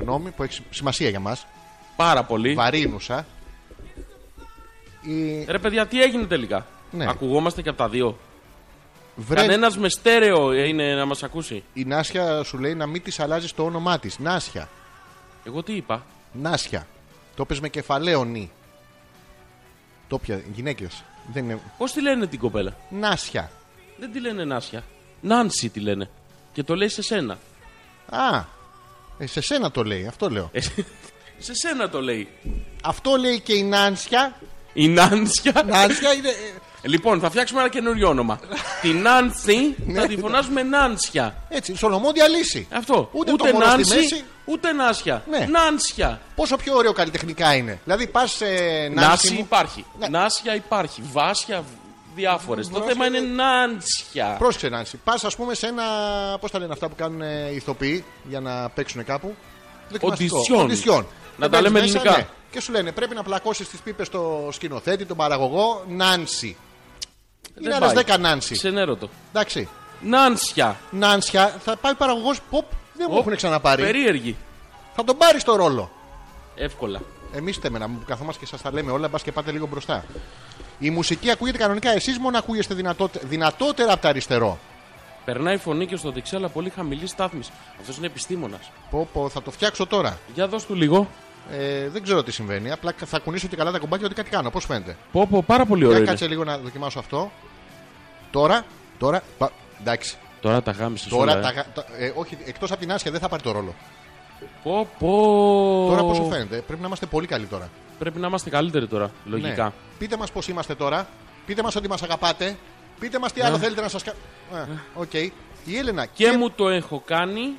A: γνώμη που έχει σημασία για μας.
B: Πάρα πολύ.
A: Βαρύνουσα. Η...
B: Ρε παιδιά, τι έγινε τελικά.
A: Ναι.
B: Ακουγόμαστε και από τα δύο.
A: Βρε,
B: Κανένας με στέρεο ε, είναι να μας ακούσει.
A: η Νάσια σου λέει να μην της αλλάζει το όνομά της. Νάσια.
B: Εγώ τι είπα.
A: Νάσια. Το πες με κεφαλαίο νη. Το πια γυναίκες. Δεν είναι.
B: Πώς τη λένε την κοπέλα.
A: Νάσια.
B: Δεν τη λένε Νάσια. Νάνση τη λένε. Και το λέει σε σένα.
A: Α, ε, σε σένα το λέει, αυτό λέω.
B: Ε, Σε σένα το λέει.
A: Αυτό λέει και η Νάνσια.
B: Η Νάνσια.
A: Νάνσια είναι. ε,
B: λοιπόν, θα φτιάξουμε ένα καινούριο όνομα. Την Νάνση
A: Ναι,
B: θα τη φωνάζουμε Νάνσια.
A: Έτσι, σολομόντια λύση.
B: Αυτό.
A: Ούτε, ούτε το μόνο στη μέση.
B: ούτε Νάσια.
A: Ναι.
B: Νάνσια.
A: Πόσο πιο ωραίο καλλιτεχνικά είναι. Δηλαδή πας σε Νάνση.
B: Νάση
A: μου-
B: υπάρχει.
A: Ναι.
B: Νάσια υπάρχει. Βάσια διάφορες. Το
A: Βάσια
B: θέμα είναι
A: είναι-
B: Νάνσια.
A: Πρόσεξε, Νάνση. Πας, ας πούμε, σε ένα. Πώς τα λένε αυτά που κάνουν ε, οι ηθοποιοί για να παίξουν κάπου. Δοκιμαστικό.
B: Οντισιόν.
A: Οντισιόν.
B: Να
A: Και
B: τα λέμε
A: μπαίνεις
B: ελληνικά.
A: ναι. Και σου λένε πρέπει να πλακώσεις τις πίπες στο σκηνοθέτη, τον παραγωγό, Νάνση. Είναι
B: Δεν
A: άλλε
B: πάει.
A: 10 Νάνση.
B: Ξενέρω το.
A: Εντάξει.
B: Νάνσια.
A: Νάνσια θα πάει παραγωγός pop. Δεν μου
B: Ω,
A: έχουν ξαναπάρει.
B: Περίεργη.
A: Θα τον πάρει στο ρόλο.
B: Εύκολα.
A: Εμείς θέμε να μου καθόμαστε και σας τα λέμε όλα, μπας και πάτε λίγο μπροστά. Η μουσική ακούγεται κανονικά, εσείς μόνο ακούγεστε δυνατότε- δυνατότερα από τα αριστερό.
B: Περνάει η φωνή και στο δεξί, αλλά πολύ χαμηλή στάθμη. Αυτός είναι επιστήμονας.
A: Πω, πω, θα το φτιάξω τώρα.
B: Για δώσ' του λίγο.
A: Ε, δεν ξέρω τι συμβαίνει. Απλά θα κουνήσω και καλά τα κουμπάκια ότι κάτι κάνω. Πώς φαίνεται.
B: Πω, πω, πάρα πολύ ωραίο.
A: Για
B: είναι.
A: κάτσε λίγο να δοκιμάσω αυτό. Τώρα, τώρα. πα- εντάξει.
B: Τώρα τα γάμισε.
A: Τώρα
B: όλα,
A: τα,
B: ε.
A: γα- τα- ε, όχι, εκτός από την άσχεια δεν θα πάρει το ρόλο.
B: Πω, πω.
A: Τώρα πόσο φαίνεται. Πρέπει να είμαστε πολύ καλοί τώρα.
B: Πρέπει να είμαστε καλύτεροι τώρα, λογικά.
A: Ναι. Πείτε μας πώς είμαστε τώρα. Πείτε μας ότι μας αγαπάτε. Πείτε μας τι άλλο θέλετε να σας κάνω. Οκ. Η Έλενα.
B: Ναι. Και μου το έχω κάνει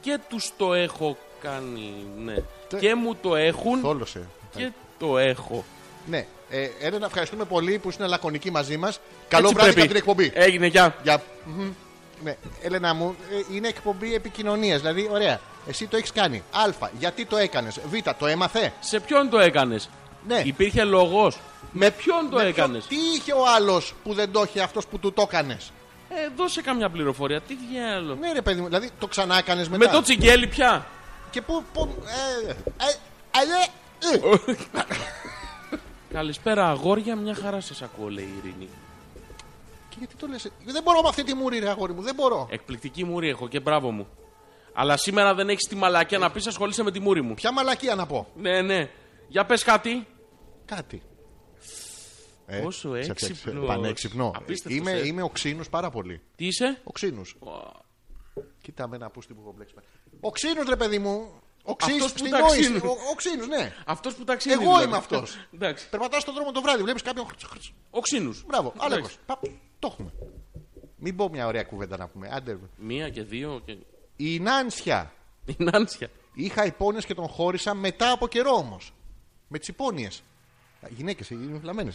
B: και τους το έχω κάνει. Ναι.
A: Τε-
B: Και μου το έχουν
A: Θόλωσε.
B: και το έχω.
A: Ναι. Ε, Έλενα, ευχαριστούμε πολύ που ήσουν λακωνική μαζί μας. Καλό βράδυ
B: πρέπει. Ε.
A: από την εκπομπή.
B: Έγινε, γεια.
A: Για... Μμμ. Ναι, Έλενα μου, ε, είναι εκπομπή επικοινωνίας. Δηλαδή, ωραία. Εσύ το έχεις κάνει. Α. Γιατί το έκανες. Β. Το έμαθε.
B: Σε ποιον το έκανες.
A: Ναι.
B: Υπήρχε λόγος. Με ποιον το έκανες.
A: Τι είχε ο άλλος που δεν το είχε αυτός που του το έκανες.
B: Ε, δώσε καμιά πληροφορία. Τι διάλογο.
A: Ναι, ρε παιδί μου, δηλαδή το ξανά έκανες μετά.
B: Με το τσιγκέλι πια.
A: Και πού. πού ε, ε, αλλά, ε.
B: Καλησπέρα, αγόρια. Μια χαρά σας ακούω, λέει η Ειρήνη.
A: Και γιατί το λες, ε, Δεν μπορώ με αυτή τη μούρη, ρε αγόρι μου, δεν μπορώ.
B: Ε. Εκπληκτική μούρη έχω και μπράβο μου. Αλλά σήμερα δεν έχεις τη μαλακία να πεις ασχολείσαι με τη μούρη μου.
A: Ποια μαλακία να πω.
B: Ναι, ναι. Για πες κάτι.
A: Κάτι. Ε,
B: Πόσο
A: σε έφτιαξε.
B: έξυπνος.
A: Πανέξυπνο.
B: Απίστευτος,
A: Είμαι,
B: ε.
A: είμαι οξύνος πάρα πολύ.
B: Τι είσαι.
A: Οξύνου. Κοίτα με να πού την που έχω μπλέξει. Οξύνου, ρε παιδί μου. Οξύνου.
B: Αυτός που
A: Στην
B: τα
A: νόηση.
B: ξύνει.
A: Οξύνου, ναι.
B: Αυτός που ταξίδι. δηλαδή.
A: Εγώ είμαι αυτός.
B: Εντάξει.
A: Περπατά στον δρόμο το βράδυ, βλέπεις κάποιον. χρτς, χρτς.
B: Οξύνου.
A: Μπράβο, άλεγο. Το έχουμε. Μην πω μια ωραία κουβέντα να πούμε. Άντε. ρε.
B: Μία και δύο και.
A: Η Νάνσια.
B: Είναι άνσια.
A: Είχα υπόνοιε και τον χώρισα μετά από καιρό όμως. Με τι υπόνοιε. Γυναίκε, ε, είναι βλαμμένε.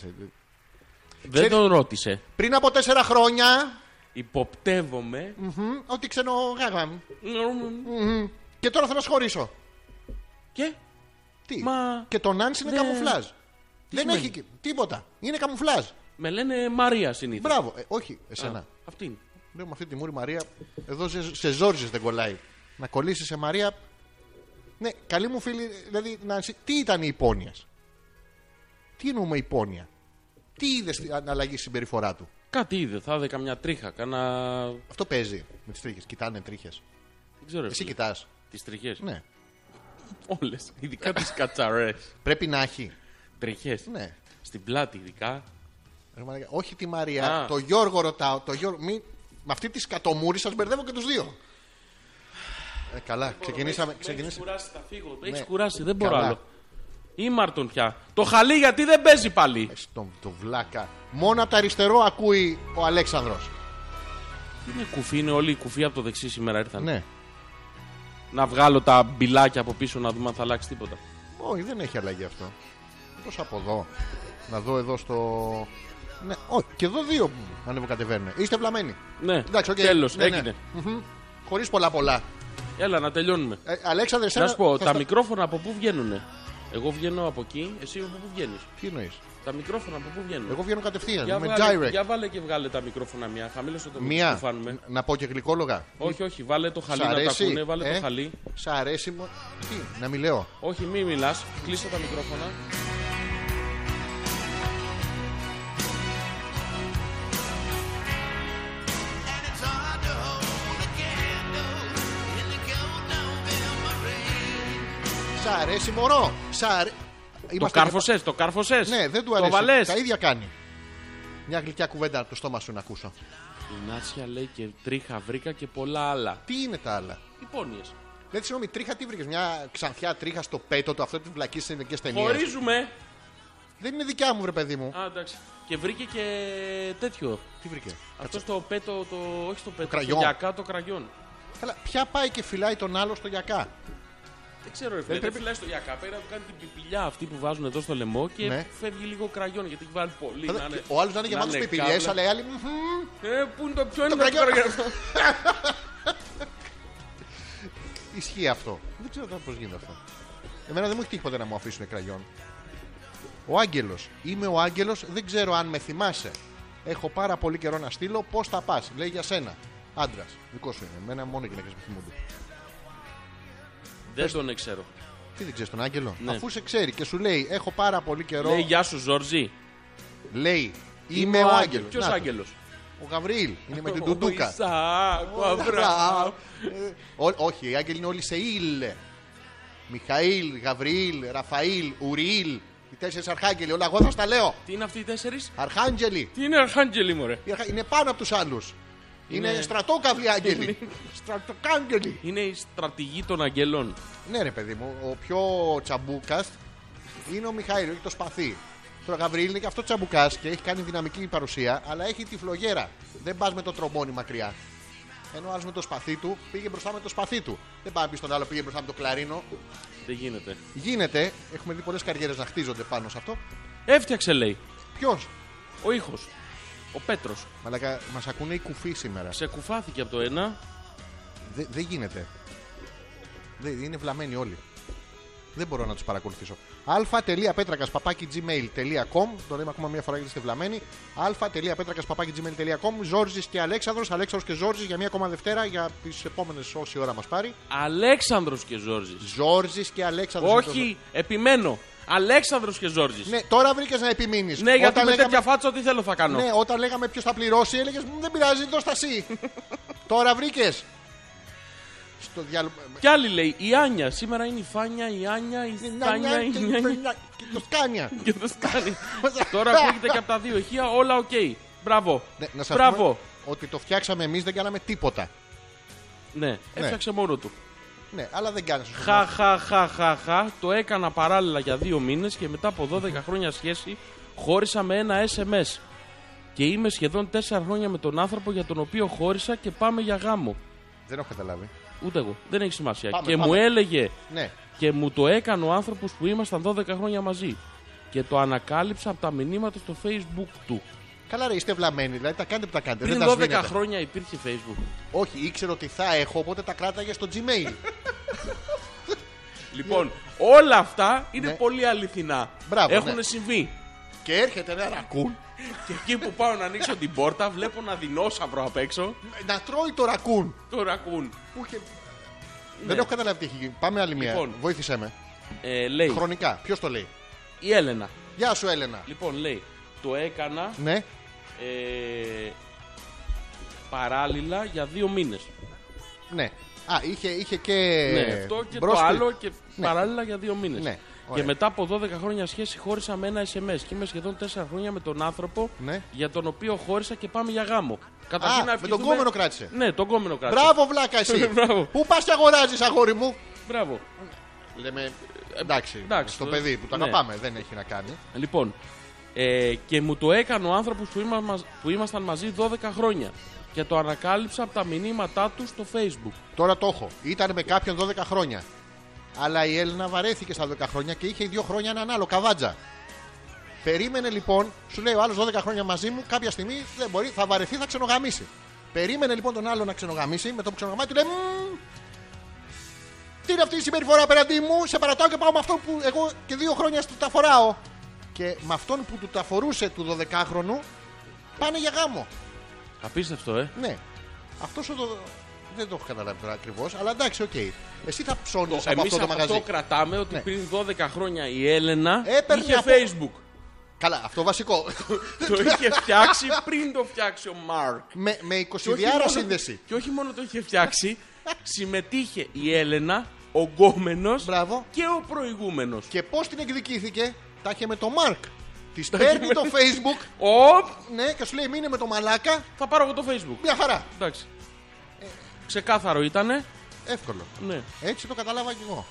B: Δεν τον ρώτησε.
A: Πριν από τέσσερα χρόνια,
B: Υποπτεύομαι.
A: μ, ότι ξενογάγαμε. Και τώρα θέλω να σχωρίσω.
B: Και.
A: Τι.
B: Μα-
A: Και το Νάνση είναι
B: Δε-
A: καμουφλάζ. Δεν
B: σημαίνει?
A: έχει και- τίποτα. Είναι καμουφλάζ.
B: Με λένε Μαρία συνήθως.
A: Μπράβο. Ε, όχι, εσένα.
B: Αυτή είναι.
A: Λέω με αυτή τη μούρη Μαρία, εδώ σε, σε Ζόρζης δεν κολλάει. Να κολλήσει σε Μαρία. Ναι, καλή μου φίλη, δηλαδή, να, συ- τι ήταν η υπόνοια. Τι εννοούμε υπόνοια. Τι είδες στην αλλαγή στη συμπεριφορά του.
B: Κάτι είδε. Θα είδε καμιά τρίχα. Κάνα.
A: Αυτό παίζει με τις τρίχες. Κοιτάνε τρίχες.
B: Δεν ξέρω.
A: Εσύ κοιτάς.
B: Τις τριχέ.
A: Ναι.
B: Όλες. Ειδικά τις κατσαρές.
A: Πρέπει να έχει.
B: Τριχέ.
A: Ναι.
B: Στην πλάτη ειδικά.
A: Ρε μαλάκα, Όχι τη Μαρία.
B: Α.
A: Το Γιώργο ρωτάω. Το Γιώργο, μη... Με αυτή τη σκατομούρη σας μπερδεύω και τους δύο. Ε, καλά, ξεκινήσαμε.
B: Έχεις
A: ξεκινήσαμε.
B: κουράσει, θα φύγω. Έχεις
A: Ναι.
B: κουράσει, δεν μπορώ
A: Καλά.
B: άλλο. Ήμαρτον πια. Το χαλί γιατί δεν παίζει πάλι.
A: Στον το βλάκα. Μόνο από τα αριστερό ακούει ο Αλέξανδρος.
B: Τι είναι κουφί, είναι όλοι οι κουφοί από το δεξί σήμερα ήρθαν.
A: Ναι.
B: Να βγάλω τα μπιλάκια από πίσω να δούμε αν θα αλλάξει τίποτα.
A: Όχι, δεν έχει αλλαγή αυτό. Πώς από εδώ. Να δω εδώ στο. Ναι, όχι, και εδώ δύο ανεβοκατεβαίνουν. Είστε βλαμμένοι.
B: Ναι,
A: Εντάξει, οκ.
B: τέλος,
A: Ναι, ναι.
B: έγινε.
A: Χωρίς πολλά πολλά.
B: Έλα να τελειώνουμε.
A: Ε, Αλέξανδρε,
B: Να
A: εσένα
B: σου πω,
A: θα
B: τα
A: στα-
B: μικρόφωνα από πού βγαίνουνε. Εγώ βγαίνω από εκεί, εσύ από πού βγαίνεις.
A: Τι εννοείς.
B: Τα μικρόφωνα από πού βγαίνουν.
A: Εγώ βγαίνω κατευθείαν.
B: για,
A: Με
B: βάλε,
A: direct.
B: για βάλε και βγάλε τα μικρόφωνα μία. Χαμήλωσε το μικρόφωνο
A: Μία.
B: που φάνουμε.
A: Να πω και γλυκόλογα.
B: Όχι, όχι, βάλε το χαλί
A: Σ'
B: να τα
A: αρέσει,
B: ακούνε, βάλε
A: ε?
B: το χαλί.
A: Σ' αρέσει. μο- Τι, να μην λέω.
B: Όχι, μη μιλάς, κλείσε τα μικρόφωνα.
A: Σ' αρέσει, μωρό. Σ' αρέ...
B: Το
A: Είμαστε-
B: κάρφωσες, το κάρφωσες.
A: Ναι, δεν του
B: Το
A: αρέσει.
B: βαλέ.
A: Τα ίδια κάνει. Μια γλυκιά κουβέντα από το στόμα σου να ακούσω.
B: Η Νάσια λέει και τρίχα βρήκα και πολλά άλλα.
A: Τι είναι τα άλλα.
B: υπόνοιες.
A: Δηλαδή, συγγνώμη, τρίχα τι βρήκες. Μια ξανθιά τρίχα στο πέτο του αυτό της βλακής στι ελληνικέ ταινίε.
B: Χωρίζουμε.
A: Δεν είναι δικιά μου, βρε παιδί μου.
B: Α, εντάξει. Και βρήκε και τέτοιο.
A: Τι βρήκε.
B: Αυτό στο πέτο, το... όχι στο πέτο, το
A: κραγιόν.
B: γιακά το κραγιόν.
A: Καλά, ποια πάει και φυλάει τον άλλο στο γιακά.
B: Δεν ξέρω, ρε φίλε. Δεν
A: πρέπει-
B: φυλάει στο γιακά. Πέρα του κάνει την πιπηλιά αυτή που βάζουν εδώ στο λαιμό και
A: Ναι.
B: φεύγει λίγο κραγιόν γιατί έχει βάλει πολύ. να είναι-
A: Ο άλλος να είναι γεμάτο
B: να είναι
A: πιπηλιές,
B: κάβλα.
A: αλλά οι άλλοι. μμμ,
B: Ε, πού είναι το πιο είναι το
A: κραγιόν.
B: κραγιόν.
A: Ισχύει αυτό. Δεν ξέρω τώρα πώς γίνεται αυτό. Εμένα δεν μου έχει τύχει ποτέ να μου αφήσουν κραγιόν. Ο Άγγελος. Είμαι ο Άγγελος, δεν ξέρω αν με θυμάσαι. Έχω πάρα πολύ καιρό να στείλω. Πώς θα πας, λέει για σένα. Άντρας, δικός σου είναι. Εμένα μόνο οι γυναίκες με θυμούνται.
B: Δεν τον ξέρω.
A: Τι δεν ξέρεις τον Άγγελο.
B: Ναι.
A: Αφού σε ξέρει και σου λέει: Έχω πάρα πολύ καιρό.
B: Λέει Ναι, γεια σου, Ζόρζι.
A: Λέει, Είμαι ο Άγγελο.
B: Ποιο Άγγελος.
A: Ο Γαβριήλ. Είναι με την Τουντούκα.
B: Αβραάμ.
A: Ε, ό- Όχι, οι Άγγελοι είναι όλοι σε Ιλ. Μιχαήλ, Γαβριήλ, Ραφαήλ, Ουριήλ. Οι τέσσερις Αρχάγγελοι. Όλα εγώ θα στα λέω.
B: Τι είναι αυτοί οι τέσσερις.
A: Αρχάγγελοι.
B: Τι είναι Αρχάγγελοι, μωρέ.
A: Οι αρχα- Είναι πάνω από τους άλλους. Είναι,
B: Είναι-
A: στρατόκαυλοι Άγγελοι. Στρατοκάγγελοι.
B: Είναι η στρατηγή των Αγγελών.
A: Ναι, ρε παιδί μου, ο πιο τσαμπούκας είναι ο Μιχαήλ, όχι το σπαθί. Τώρα Γαβριήλ είναι και αυτό τσαμπουκάς και έχει κάνει δυναμική παρουσία, αλλά έχει τη φλογέρα. Δεν πας με το τρομπόνι μακριά. Ενώ άλλο με το σπαθί του πήγε μπροστά με το σπαθί του. Δεν πάει να πει στον άλλο πήγε μπροστά με το κλαρίνο.
B: Δεν γίνεται.
A: Γίνεται, έχουμε δει πολλές καριέρες να χτίζονται πάνω σε αυτό.
B: Έφτιαξε, λέει.
A: Ποιος,
B: Ο ήχος. Ο Πέτρος.
A: Μαλακά, μας ακούνε οι κουφοί σήμερα.
B: Ξεκουφάθηκε από το ένα.
A: Δε- Δεν γίνεται. Δε- είναι βλαμμένοι όλοι. Δεν μπορώ να τους παρακολουθήσω. αλφα.πέτρακα παπάκι gmail.com. Το λέμε ακόμα μια φορά γιατί είστε βλαμμένοι. αλφα.πέτρακα παπάκι gmail.com. Ζόρζης και Αλέξανδρος. Αλέξανδρος και Ζόρζη για μια ακόμα Δευτέρα για τις επόμενες όση ώρα μας πάρει.
B: Αλέξανδρος και Ζόρζης.
A: Ζόρζης και Αλέξανδρος.
B: Όχι, επιμένω. Αλέξανδρος και Ζόρζης.
A: Ναι, τώρα βρήκες να επιμείνεις.
B: Ναι, γιατί με τέτοια φάτσα τι θέλω θα κάνω.
A: Ναι, όταν λέγαμε ποιος θα πληρώσει, έλεγες δεν πειράζει, δώσ' τα εσύ. Τώρα βρήκες. Στο διάλογο.
B: Κι άλλη λέει, η Άνια. Σήμερα είναι η Φάνια, η Άνια, η
A: Ναι,
B: Στάνια, η Νιάνια
A: Και το σκάνια.
B: και το Σκάνι. Τώρα ακούγεται και από τα δύο ηχεία, όλα οκ. Μπράβο.
A: Ναι, να σας
B: Μπράβο.
A: πούμε ότι το φτιάξαμε εμείς, δεν κάναμε τίποτα.
B: Ναι, έφτιαξε μόνο του.
A: Ναι, αλλά δεν κάνεις.
B: Χα, χα, χα, χα, χα. Το έκανα παράλληλα για δύο μήνες και μετά από 12 χρόνια σχέση χώρισα με ένα SMS. Και είμαι σχεδόν 4 χρόνια με τον άνθρωπο για τον οποίο χώρισα και πάμε για γάμο.
A: Δεν έχω καταλάβει.
B: Ούτε εγώ. Δεν έχει σημασία.
A: Πάμε,
B: και
A: πάμε.
B: μου έλεγε
A: Ναι.
B: και μου το έκανε ο άνθρωπος που ήμασταν 12 χρόνια μαζί. Και το ανακάλυψα από τα μηνύματα στο facebook του.
A: Καλά, ρε, είστε βλαμμένοι, δηλαδή τα κάνετε που τα κάνετε.
B: Πριν
A: Ε, δεν τα
B: 12
A: σβήνετε. Ναι.
B: χρόνια υπήρχε facebook.
A: Όχι, ήξερε ότι θα έχω, οπότε τα κράταγε στο Gmail.
B: Λοιπόν, όλα αυτά είναι
A: Ναι.
B: πολύ αληθινά.
A: Μπράβο,
B: Έχουν
A: ναι.
B: συμβεί.
A: και έρχεται ένα ρακούν
B: Και εκεί που πάω να ανοίξω την πόρτα, βλέπω ένα δεινόσαυρο απ' έξω.
A: να τρώει το ρακούν.
B: Το ρακούν.
A: Που είχε... Δεν έχω καταλάβει τι έχει γίνει. Πάμε άλλη μία.
B: Ναι. Λοιπόν.
A: Βοήθησέ με.
B: Ε, λέει
A: Χρονικά. Ποιος το λέει.
B: η Έλενα.
A: Γεια σου, Έλενα.
B: Λοιπόν, λέει το έκανα
A: Ναι.
B: ε, παράλληλα για δύο μήνες.
A: Ναι. Α, είχε, είχε και.
B: Ναι, αυτό και
A: μπρος-
B: το άλλο και
A: Ναι.
B: παράλληλα για δύο μήνες.
A: Ναι,
B: Και
A: ωραία.
B: μετά από 12 χρόνια σχέση χώρισα με ένα SMS και είμαι σχεδόν 4 χρόνια με τον άνθρωπο
A: Ναι.
B: για τον οποίο χώρισα και πάμε για γάμο.
A: Α, με τον
B: ευχηθούμε-
A: κόμενο κράτησε.
B: Ναι, τον κόμενο κράτησε.
A: Μπράβο, βλάκα εσύ.
B: Μπράβο.
A: Πού πας και αγοράζεις, αγόρι μου.
B: Μπράβο.
A: Λέμε. Εντάξει,
B: εντάξει,
A: στο
B: το-
A: παιδί που το
B: ναι.
A: αγαπάμε δεν έχει να κάνει.
B: Λοιπόν, ε, και μου το έκανε ο άνθρωπος που, είμα- μας- που ήμασταν μαζί 12 χρόνια και το ανακάλυψα από τα μηνύματά του στο Facebook.
A: Τώρα το έχω. Ήταν με κάποιον 12 χρόνια. Αλλά η Έλληνα βαρέθηκε στα 12 χρόνια και είχε 2 χρόνια έναν άλλο καβάτζα. Περίμενε λοιπόν, σου λέει ο άλλος 12 χρόνια μαζί μου, κάποια στιγμή δεν μπορεί, θα βαρεθεί, θα ξενογαμίσει. Περίμενε λοιπόν τον άλλο να ξενογαμίσει, με το που ξενογαμάει του λέει «Μμμ, Τι είναι αυτή η συμπεριφορά απέναντί μου, σε παρατάω και πάω με αυτόν που εγώ και δύο χρόνια του τα φοράω. Και με αυτόν που του τα φορούσε του 12χρονου, πάνε για γάμο.
B: Απίστευτο, ε.
A: Ναι. Αυτός το. Δεν το έχω καταλάβει τώρα ακριβώς, αλλά εντάξει, οκ. Εσύ θα ψώνεις από
B: Εμείς
A: αυτό το
B: από
A: μαγαζί.
B: αυτό κρατάμε ότι
A: Ναι.
B: πριν 12 χρόνια η Έλενα
A: Έπαιρνε
B: είχε
A: από-
B: Facebook.
A: Καλά, αυτό βασικό.
B: το είχε φτιάξει πριν το φτιάξει ο Μάρκ.
A: με, με
B: Και
A: 20
B: όχι
A: διάρα
B: μόνο-
A: σύνδεση.
B: Και όχι μόνο το είχε φτιάξει, συμμετείχε η Έλενα, ο γκόμενος
A: Μπράβο.
B: και ο προηγούμενος.
A: Και πώς την εκδικήθηκε, τα είχε με το Μαρκ. Τη παίρνει το Facebook,
B: Οπ,
A: ναι, και σου λέει μείνε με το μαλάκα,
B: θα πάρω εγώ το Facebook.
A: μια χαρά.
B: Εντάξει. Ξεκάθαρο ήτανε.
A: Εύκολο.
B: Ναι.
A: Έτσι το κατάλαβα κι εγώ.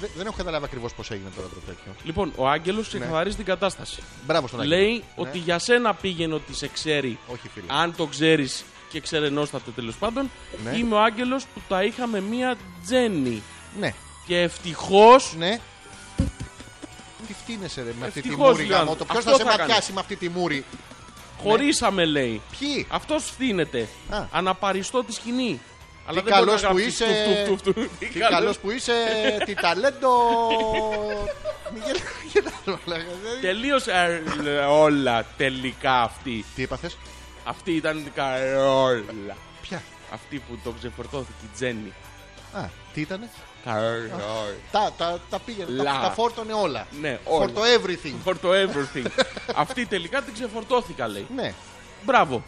A: Δε- δεν έχω καταλάβει ακριβώς πώς έγινε τώρα το τέτοιο.
B: Λοιπόν, ο Άγγελος ξεκαθαρίζει την κατάσταση.
A: Ναι. Μπράβο στον Άγγελο.
B: Λέει
A: Ναι.
B: ότι για σένα πήγαινε ότι σε ξέρει.
A: Όχι, φίλε.
B: Αν το ξέρεις και ξερενόστατε τέλος πάντων.
A: Ναι.
B: Είμαι ο Άγγελος που τα είχα με μία Τζέννη.
A: Ναι.
B: Και ευτυχώς.
A: Ναι. Τι φτύνεσαι ρε, με αυτή τη
B: Ευτυχώς,
A: μούρη
B: Γιάννη.
A: γάμο. Το ποιος
B: Αυτό
A: θα σε
B: θα κάνει.
A: ματιάσει με αυτή τη μούρη.
B: Χωρίσαμε, λέει.
A: Ποιοι.
B: Αυτός φθήνεται.
A: Α.
B: Αναπαριστώ τη σκηνή. Αλλά
A: Τι
B: δεν μπορείς
A: καλός
B: να
A: που
B: γράψεις
A: είσαι.
B: τουφ, τουφ, τουφ, τουφ.
A: Τι καλός που είσαι, τι ταλέντο. Μη γελά- γελάω, μαλάκα. Δεν-
B: Τελείωσε ε, όλα τελικά αυτή.
A: Τι έπαθε,
B: Αυτή ήταν η καρόλα.
A: Ποια.
B: Αυτή που το ξεφορτώθηκε η Τζέννη.
A: Α, τι ήτανε.
B: Καρόλα.
A: Τα, τα, τα πήγαινε, τα,
B: Λα.
A: τα φόρτωνε όλα.
B: Ναι, όλα.
A: For to everything.
B: For to everything. Αυτή τελικά την ξεφορτώθηκα, λέει.
A: Ναι,
B: Μπράβο.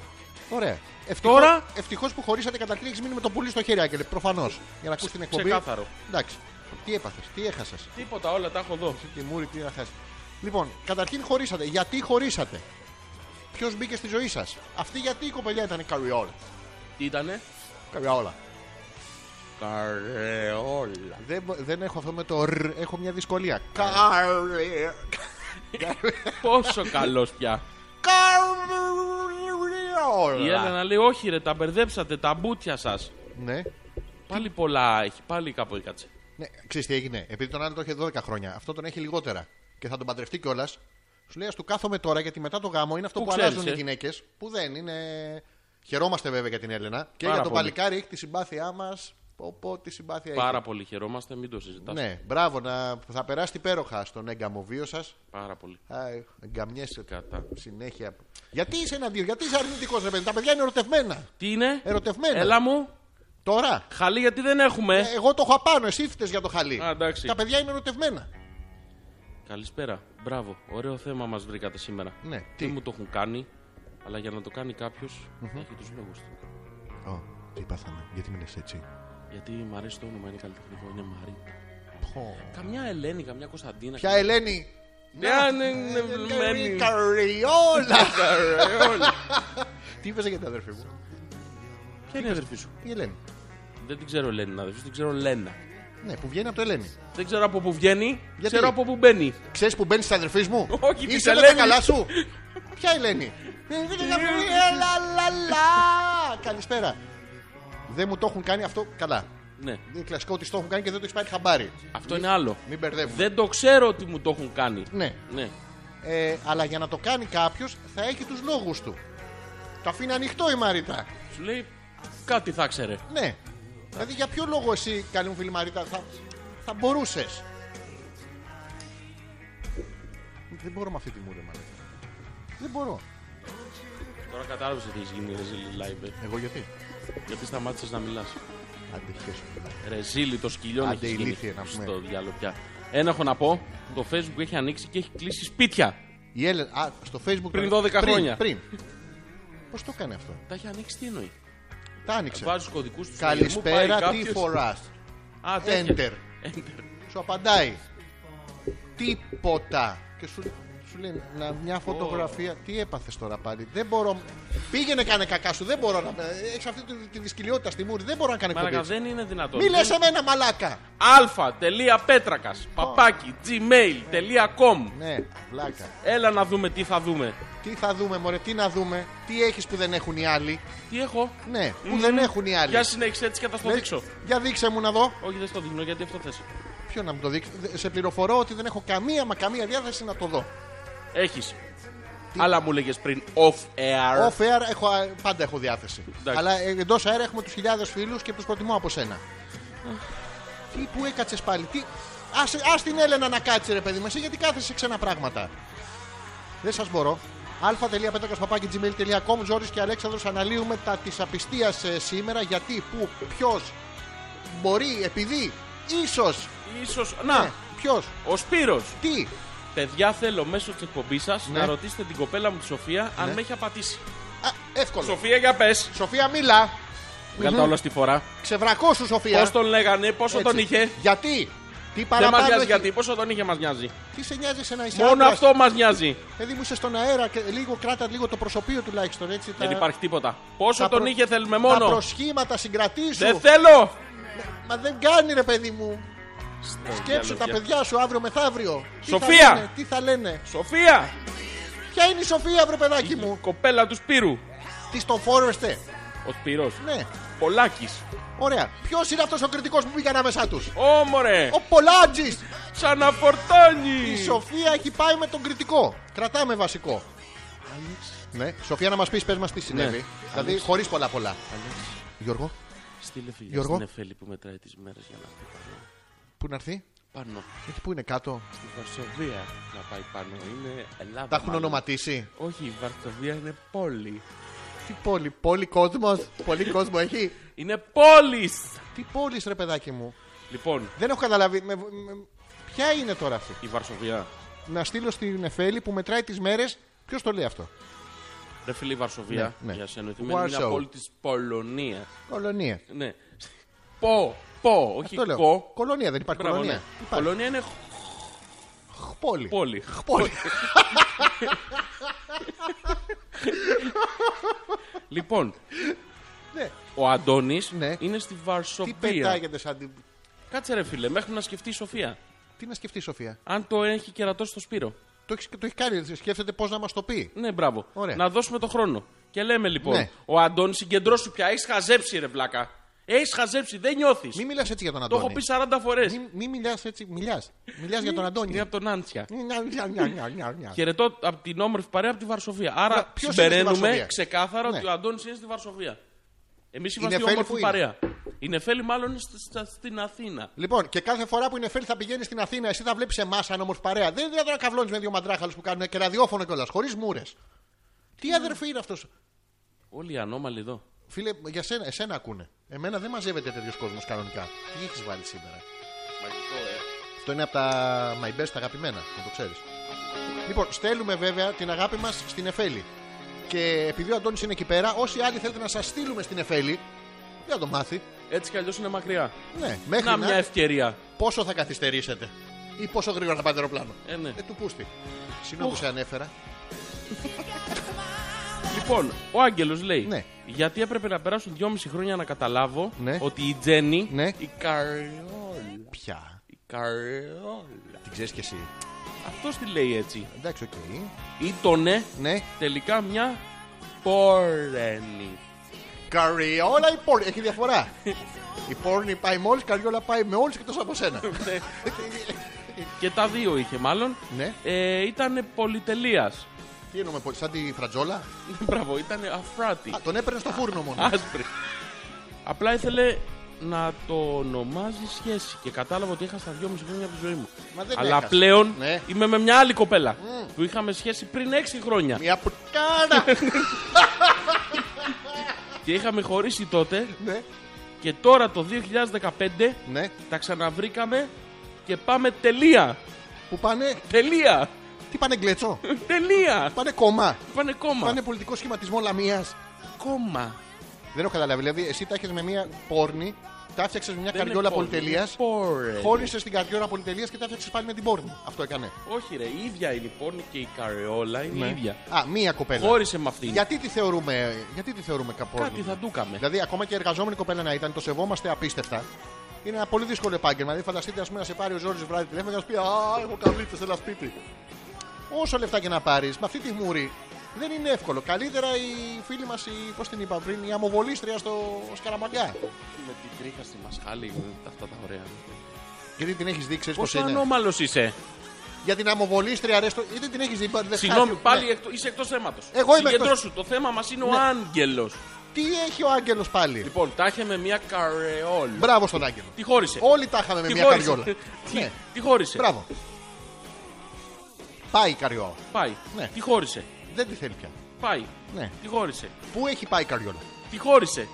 A: ωραία.
B: Τώρα-
A: Ευτυχώς που χωρίσατε καταρχήν έχει μείνει με το πουλί στο χέρι, Άγγελε. Προφανώς. Για να ακούσει την εκπομπή.
B: Ξεκάθαρο.
A: Εντάξει. Τι έπαθες, τι έχασες.
B: Τίποτα, όλα τα έχω εδώ.
A: Τι μούρη, τι να χάσεις. Λοιπόν, καταρχήν χωρίσατε. Γιατί χωρίσατε. Ποιος μπήκε στη ζωή σας. Αυτή γιατί η κοπελιά ήταν καριόλα.
B: Τι ήτανε.
A: Καριόλα.
B: Καρεόλα.
A: Δεν, μπο- δεν έχω αυτό με το ρ, έχω μια δυσκολία. Καρ-
B: Πόσο καλός πια. Η
A: Καριόλα.
B: Έλενα λέει: Όχι, ρε, τα μπερδέψατε, τα μπουτια σας.
A: Ναι.
B: Πάλι πολλά έχει, πάλι κάπου έκατσε.
A: ναι. Ξέρεις τι έγινε. Επειδή τον άλλο το είχε 12 χρόνια, αυτό τον έχει λιγότερα και θα τον παντρευτεί κιόλας. Σου λέει, ας του κάθομαι τώρα γιατί μετά το γάμο είναι αυτό
B: Πού
A: που,
B: ξέρεις,
A: αλλάζουν
B: ε?
A: οι γυναίκες. Που δεν είναι. Χαιρόμαστε βέβαια για την Έλενα και
B: Πάρα
A: για τον
B: πολύ.
A: παλικάρι έχει τη συμπάθειά μας. Πω, πω, τη συμπάθεια έχει.
B: Πάρα πολύ χαιρόμαστε, μην το συζητάς.
A: Ναι, μπράβο, να, θα περάσετε υπέροχα στον έγκαμο βίο σας.
B: Πάρα πολύ.
A: Εγκαμιέσαι
B: Κατά.
A: συνέχεια. Γιατί είσαι εναντίον, γιατί είσαι αρνητικός, ρε παιδί. Τα παιδιά είναι ερωτευμένα.
B: Τι είναι,
A: Ερωτευμένα.
B: Έλα μου,
A: Τώρα.
B: χαλή γιατί δεν έχουμε.
A: Ε, Εγώ το έχω απάνω, εσύ φταίεις για το χαλί.
B: Α, εντάξει.
A: Τα παιδιά είναι ερωτευμένα.
B: Καλησπέρα. Μπράβο. Ωραίο θέμα μας βρήκατε σήμερα.
A: Ναι, τι?
B: Δεν μου το έχουν κάνει, αλλά για να το κάνει κάποιος έχει τους λόγους του.
A: Ω, τι πάθαμε, γιατί μιλες έτσι.
B: Γιατί μου αρέσει το όνομα, είναι καλλιτεχνικό, είναι Μαρίτα. Καμιά Ελένη, καμιά Κωνσταντίνα.
A: Ποια Ελένη. ε,
B: Μια ναι, ναι, βλεμμένη.
A: Καριόλα.
B: Καρεόλα.
A: Τι είπες για την αδερφή μου,
B: Ποια είναι η αδερφή σου.
A: η Ελένη.
B: Δεν την ξέρω Ελένη, να αδερφή, την ξέρω Λένα.
A: Ναι, που βγαίνει από το Ελένη.
B: Δεν ξέρω από πού βγαίνει,
A: Γιατί?
B: ξέρω από πού μπαίνει.
A: Ξέρεις που μπαίνεις της αδερφής μου.
B: Όχι, της
A: Είσαι με τα
B: Ελένης.
A: καλά σου. Ποια Ελένη. Ε, δεν είναι αυτή. Έλα, λα, λα. Καλησπέρα. Δεν μου το έχουν κάνει αυτό. Καλά.
B: Ναι,
A: Είναι κλασικό ότι το έχουν κάνει και δεν το έχει πάρει χαμπάρι.
B: αυτό είναι άλλο.
A: Μην μπερδεύουμε.
B: Δεν το ξέρω ότι μου το έχουν κάνει.
A: Ναι.
B: Ναι.
A: Ε, αλλά για να το κάνει κάποιος θα έχει τους λόγους του. Το αφήνει ανοιχτό η Μαρίτα.
B: Σου λέει κάτι θα ξέρε.
A: Ναι. Δηλαδή για ποιο λόγο εσύ, καλή μου φίλη Μαρίτα, θα, θα μπορούσες. Δεν μπορώ με αυτή τη μούρη, Μαρίτα. Δεν μπορώ.
B: Τώρα κατάλαβες ότι έχεις γίνει ρεζίλι live. ε.
A: Εγώ γιατί.
B: Γιατί σταμάτησες να μιλάς.
A: Αντεχέσου.
B: Ρεζίλι το σκυλιό
A: Άντε,
B: έχει γίνει.
A: ηλίθιε να πούμε.
B: Στο διάλογο πια. Ένα έχω να πω. Το Facebook έχει ανοίξει και έχει κλείσει σπίτια.
A: Η Έλενα, α, στο facebook
B: Πριν 12
A: πριν,
B: χρόνια.
A: Πριν. Πώς το έκανε αυτό.
B: Τα έχει ανοίξει τι εννοεί.
A: Τα άνοιξε.
B: Βάζεις κωδικούς του
A: Καλησπέρα, τι φορά.
B: Α, τέτοια.
A: Enter.
B: Enter.
A: Σου απαντάει. Τίποτα. Και σου, σου λέει να, μια φωτογραφία. Τι έπαθες τώρα πάλι. Δεν μπορώ. Πήγαινε κάνε κακά σου. Δεν μπορώ να. Έχεις αυτή τη, τη δυσκολιότητα στη μούρη. Δεν μπορώ να κάνω
B: Μαλάκα
A: εκπομπή.
B: δεν είναι δυνατόν.
A: Μη ε- λε εμένα μαλάκα.
B: αλφα.πέτρακα παπάκι gmail.com
A: Ναι, βλάκα.
B: Έλα να δούμε τι θα δούμε.
A: Τι θα δούμε, Μωρέ, τι να δούμε. Τι έχεις που δεν έχουν οι άλλοι.
B: Τι έχω.
A: Ναι, που
B: Μμμ.
A: δεν έχουν οι άλλοι.
B: Για συνέχισε έτσι και θα στο
A: Λες,
B: δείξω.
A: Για δείξε μου να δω.
B: Όχι, δεν στο δείχνω γιατί αυτό θες.
A: Ποιο να μου το δείξει. Δε- Σε πληροφορώ ότι δεν έχω καμία μα καμία διάθεση να το δω.
B: Έχεις. Αλλά μου λέγες πριν off air.
A: Off air έχω, α, πάντα έχω διάθεση.
B: Εντάξει.
A: Αλλά εντός air έχουμε τους χιλιάδες φίλους και τους προτιμώ από σένα. τι που έκατσες πάλι, τι. Ας, ας την Έλενα να κάτσει ρε παιδί μου, εσύ γιατί κάθεσαι σε ξένα πράγματα. Δεν σας μπορώ. α.πέτρακα.gmail.com Ζόρις και Αλέξανδρος αναλύουμε τα της απιστίας σήμερα. Γιατί, που, ποιος, μπορεί, επειδή, ίσως.
B: Ίσως...
A: Ναι.
B: Να,
A: ποιος,
B: ο Σπύρος.
A: τι.
B: Παιδιά, θέλω μέσω της εκπομπής σας
A: Ναι.
B: να ρωτήσετε την κοπέλα μου τη Σοφία αν με έχει απατήσει.
A: Α, εύκολο.
B: Σοφία, για πες.
A: Σοφία, μίλα.
B: Κατά όλα στη φορά.
A: Ξεβρακώσου, Σοφία.
B: Πώς τον λέγανε, πόσο
A: Έτσι.
B: τον είχε.
A: Γιατί, τι Τι
B: Δεν μας
A: παραπάνω
B: νοιάζει
A: έχει.
B: γιατί. Πόσο τον είχε μας νοιάζει.
A: Τι σε νοιάζει σε ένα είσαι
B: Μόνο
A: άντρας.
B: αυτό μας νοιάζει.
A: Παιδί μου είσαι στον αέρα και λίγο κράτα λίγο το προσωπείο τουλάχιστον έτσι.
B: Δεν
A: τα...
B: υπάρχει τίποτα. Πόσο
A: τα
B: τον
A: προ-
B: είχε θέλουμε
A: Τα
B: μόνο.
A: προσχήματα συγκρατήσου.
B: Δεν θέλω.
A: Μα δεν κάνει ρε παιδί μου. Σκέψου τα
B: διάλογια.
A: παιδιά σου αύριο μεθαύριο. Τι θα
B: Σοφία!
A: λένε, Τι θα λένε.
B: Σοφία!
A: Ποια είναι η Σοφία, βρε παιδάκι μου.
B: Κοπέλα του Σπύρου.
A: Τι στον φόρεστε.
B: Ο Σπύρος.
A: Ναι.
B: Πολάκης.
A: Ωραία. Ποιος είναι αυτός ο κριτικός που πήγαν ανάμεσά τους.
B: Όμορε!
A: Ο Πολάτζης.
B: Ξαναφορτώνει!
A: Η Σοφία έχει πάει με τον κριτικό. Κρατάμε βασικό. Ναι. Σοφία να μας πεις, πες μας τι συνέβη. Δηλαδή, χωρίς πολλά πολλά. Γιώργο,
B: Στείλε φιλιά
A: Γιώργο.
B: στην Εφέλη που μετράει τις μέρες για να έρθει πάνω.
A: πού να έρθει.
B: Πάνω.
A: Εκεί που είναι κάτω.
B: Στη Βαρσοβία να πάει πάνω. Είναι Ελλάδα.
A: Τα έχουν
B: μάλλον.
A: ονοματίσει.
B: Όχι, η Βαρσοβία είναι πόλη.
A: Τι πόλη, πόλη κόσμος. Πολύ κόσμο έχει.
B: Είναι πόλης!
A: Τι πόλης, ρε παιδάκι μου.
B: Λοιπόν,
A: Δεν έχω καταλάβει. με- με- Ποια είναι τώρα αυτή.
B: η Βαρσοβία.
A: Να στείλω στην Εφέλη που μετράει τις μέρες. Ποιος το λέει αυτό.
B: Ρε φίλε, η Βαρσοβία
A: Ναι, ναι.
B: για σένα είναι μια
A: Warsaw.
B: πόλη της Πολωνίας.
A: Κολονία.
B: Ναι. Πο, πο, όχι
A: Αυτό λέω.
B: κο.
A: Κολονία, δεν υπάρχει
B: Μπράβο,
A: κολονία.
B: ναι.
A: Υπάρχει.
B: Πολωνία είναι
A: Πόλη.
B: πόλη.
A: Πόλη.
B: Λοιπόν,
A: Ναι.
B: ο Αντώνης
A: Ναι.
B: είναι στη
A: Τι
B: Βαρσοβία.
A: πετάγεται σαν. την-
B: Κάτσε ρε φίλε, μέχρι να σκεφτεί η Σοφία.
A: Τι να σκεφτεί, Σοφία.
B: Αν το έχει κερατώσει το Σπύρο.
A: Το έχεις, το έχει κάνει. δηλαδή, Σκέφτεται πώς να μας το πει.
B: Ναι, μπράβο.
A: Ωραία.
B: Να δώσουμε το χρόνο. Και λέμε λοιπόν,
A: Ναι.
B: ο Αντώνης, συγκεντρώσου πια. Έχεις χαζέψει, ρε βλάκα. Έχεις χαζέψει, δεν νιώθεις.
A: Μην μιλάς έτσι για τον
B: Το
A: Αντώνη.
B: έχω πει 40 φορέ.
A: Μην μη μιλάς έτσι. Μιλάς. Μιλάς για τον Αντώνη.
B: Είναι από τον Άντσια.
A: Νια, νια, νια, νια, νια, νια.
B: Χαιρετώ από την όμορφη παρέα από τη Βαρσοβία. Άρα
A: Μα ποιος είναι στη
B: συμπεραίνουμε
A: Βαρσοβία?
B: ξεκάθαρα
A: Ναι.
B: ότι ο Αντώνης είναι στη Βαρσοβία. Εμείς
A: Η
B: είμαστε η
A: Νεφέλη που
B: όμορφη
A: είναι?
B: παρέα. Η Νεφέλη μάλλον είναι στη- στα- στην Αθήνα.
A: Λοιπόν, και κάθε φορά που η Νεφέλη θα πηγαίνει στην Αθήνα, εσύ θα βλέπεις εμάς σαν όμορφη παρέα. Δεν είναι να καβλώνεις με δύο μαντράχαλους που κάνουν και ραδιόφωνο κιόλας, χωρίς μούρες.
B: Ναι.
A: Τι αδερφή είναι αυτός.
B: Όλοι οι ανώμαλοι εδώ.
A: Φίλε, για σένα, εσένα ακούνε. Εμένα δεν μαζεύεται τέτοιος κόσμος κανονικά. Τι έχεις βάλει σήμερα.
B: Μαγικό, ε.
A: Αυτό είναι από τα my best τα αγαπημένα, να το ξέρεις. Λοιπόν, στέλνουμε βέβαια την αγάπη μας στην Εφέλη. Και επειδή ο Αντώνης είναι εκεί πέρα, όσοι άλλοι θέλετε να σας στείλουμε στην Εφέλη, για το μάθει.
B: Έτσι κι αλλιώς είναι μακριά.
A: Ναι, μέχρι
B: Να
A: να,
B: μια ευκαιρία.
A: πόσο θα καθυστερήσετε ή πόσο γρήγορα θα πάτε αεροπλάνο.
B: Ε, ναι.
A: Ε, του πούστη. Συγγνώμη που σε ανέφερα.
B: Λοιπόν, ο Άγγελος λέει:
A: Ναι.
B: Γιατί έπρεπε να περάσουν δυόμιση χρόνια να καταλάβω
A: Ναι.
B: ότι η Τζέννη.
A: Ναι.
B: Η Καριόλα.
A: Πια.
B: Η Καριόλα.
A: Την ξέρεις κι εσύ.
B: Αυτός τη λέει έτσι.
A: Εντάξει, οκ.
B: Ήτονε
A: Ναι.
B: τελικά μια πόρενη.
A: Καριόλα ή πόρνη. Έχει διαφορά. Η πόρνη πάει με όλου, η καριόλα πάει με όλου εκτός από σένα.
B: Και τα δύο είχε μάλλον.
A: Ναι.
B: Ε, ήταν πολυτελεία.
A: Τι εννοούμε, πολύ, σαν τη φρατζόλα.
B: Μπράβο, ήταν αφράτη.
A: Α, τον έπαιρνε στο φούρνο μόνο.
B: Άσπρη. Απλά ήθελε να το ονομάζει σχέση και κατάλαβα ότι έχασα δυόμιση χρόνια από τη ζωή μου.
A: Μα δεν
B: Αλλά
A: έχασες.
B: πλέον
A: Ναι. Mm.
B: είμαι με μια άλλη κοπέλα που είχαμε σχέση πριν έξι χρόνια.
A: Μια πουτάρα!
B: Και είχαμε χωρίσει τότε
A: ναι,
B: και τώρα το 2015
A: ναι.
B: τα ξαναβρήκαμε και πάμε τελεία.
A: Που πάνε.
B: Τελεία.
A: Τι πάνε γκλέτσο.
B: τελεία.
A: πάνε κόμμα.
B: Πάνε κόμμα.
A: Πάνε πολιτικό σχηματισμό λαμίας.
B: κόμμα.
A: Δεν έχω καταλάβει. Δηλαδή, εσύ τα έχεις με μια πόρνη, τα έφτιαξες με μια
B: Δεν είναι
A: καριόλα
B: πόλη,
A: πολυτελεία.
B: είναι πόρε.
A: Χώρισε την καριόλα πολυτελείας και τα έφτιαξες πάλι με την πόρνη. Αυτό έκανε.
B: Όχι ρε, η ίδια είναι η πόρνη και η καρεόλα
A: Ναι.
B: είναι η ίδια.
A: Α, μία κοπέλα.
B: Χώρισε με αυτήν.
A: Γιατί τη θεωρούμε, γιατί τη θεωρούμε καπόρνη.
B: Κάτι θα ντούκαμε.
A: Δηλαδή, ακόμα και εργαζόμενη κοπέλα να ήταν, το σεβόμαστε απίστευτα. Είναι ένα πολύ δύσκολο επάγγελμα. Δηλαδή, φανταστείτε, ας πούμε, να σε πάρει ο Ζόρι βράδυ τηλέφωνο και να σου πει Α, έχω καβλίτσε, ένα σπίτι. Όσο λεφτά και να πάρεις, με αυτή τη μούρη δεν είναι εύκολο. Καλύτερα η φίλη μα, η, πώς την είπα πριν, η αμοβολίστρια στο Σκαραμαγκά.
B: Με την τρίχα στη μασχάλη είναι αυτά τα ωραία.
A: Γιατί την έχεις δει, ξέρεις πώ
B: Πόσο
A: είναι.
B: ανώμαλος είσαι.
A: Για την αμοβολίστρια, ρε, στο... γιατί την έχεις δει, μπα- δεν
B: Συγγνώμη,
A: χάθει.
B: πάλι
A: Ναι.
B: εκτο- είσαι εκτός θέματος.
A: Εγώ είμαι Ναι.
B: Συγκεντρώσου, το θέμα μας είναι ο Άγγελος.
A: Τι έχει ο Άγγελος πάλι.
B: Λοιπόν, τα είχε με μια καρεόλα.
A: Μπράβο στον Άγγελο.
B: Τη χώρισε.
A: Όλοι τα είχαμε με
B: Τη
A: μια
B: χώρισε.
A: καριόλα.
B: Τι-
A: Ναι.
B: Τη χώρισε.
A: Μπράβο. Πάει η καριόλα.
B: Πάει.
A: Ναι.
B: Τη χώρισε.
A: Δεν τη θέλει πια.
B: Πάει.
A: Ναι.
B: Τη χώρισε.
A: Πού έχει πάει η καριόλα.
B: Τη χώρισε.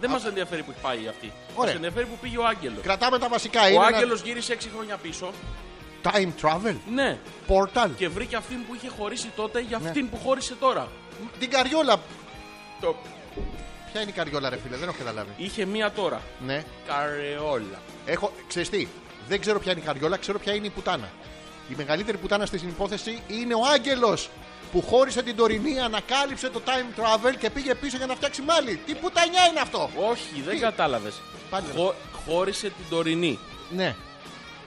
B: Δεν μας ενδιαφέρει που έχει πάει αυτή. Μας
A: Ωραία.
B: ενδιαφέρει που πήγε ο Άγγελος.
A: Κρατάμε τα βασικά.
B: Ο
A: είναι ένα
B: Άγγελος γύρισε 6 χρόνια πίσω.
A: Time travel.
B: Ναι.
A: Portal.
B: Και βρήκε αυτήν που είχε χωρίσει τότε για
A: Ναι.
B: αυτήν που χώρισε τώρα.
A: Την καριόλα.
B: Το...
A: Ποια είναι η καριόλα, ρε φίλε, δεν έχω καταλάβει.
B: Είχε μία τώρα.
A: Ναι.
B: Καρεόλα.
A: Έχω. Ξέρεις τι. Δεν ξέρω ποια είναι η Χαριόλα, ξέρω ποια είναι η πουτάνα. Η μεγαλύτερη πουτάνα στη υπόθεση είναι ο Άγγελος που χώρισε την τωρινή, ανακάλυψε το time travel και πήγε πίσω για να φτιάξει μάλι. Τι πουτανιά είναι αυτό!
B: Όχι, δεν
A: Τι?
B: κατάλαβες.
A: Πάλι δεν
B: Χώρισε την τωρινή.
A: Ναι.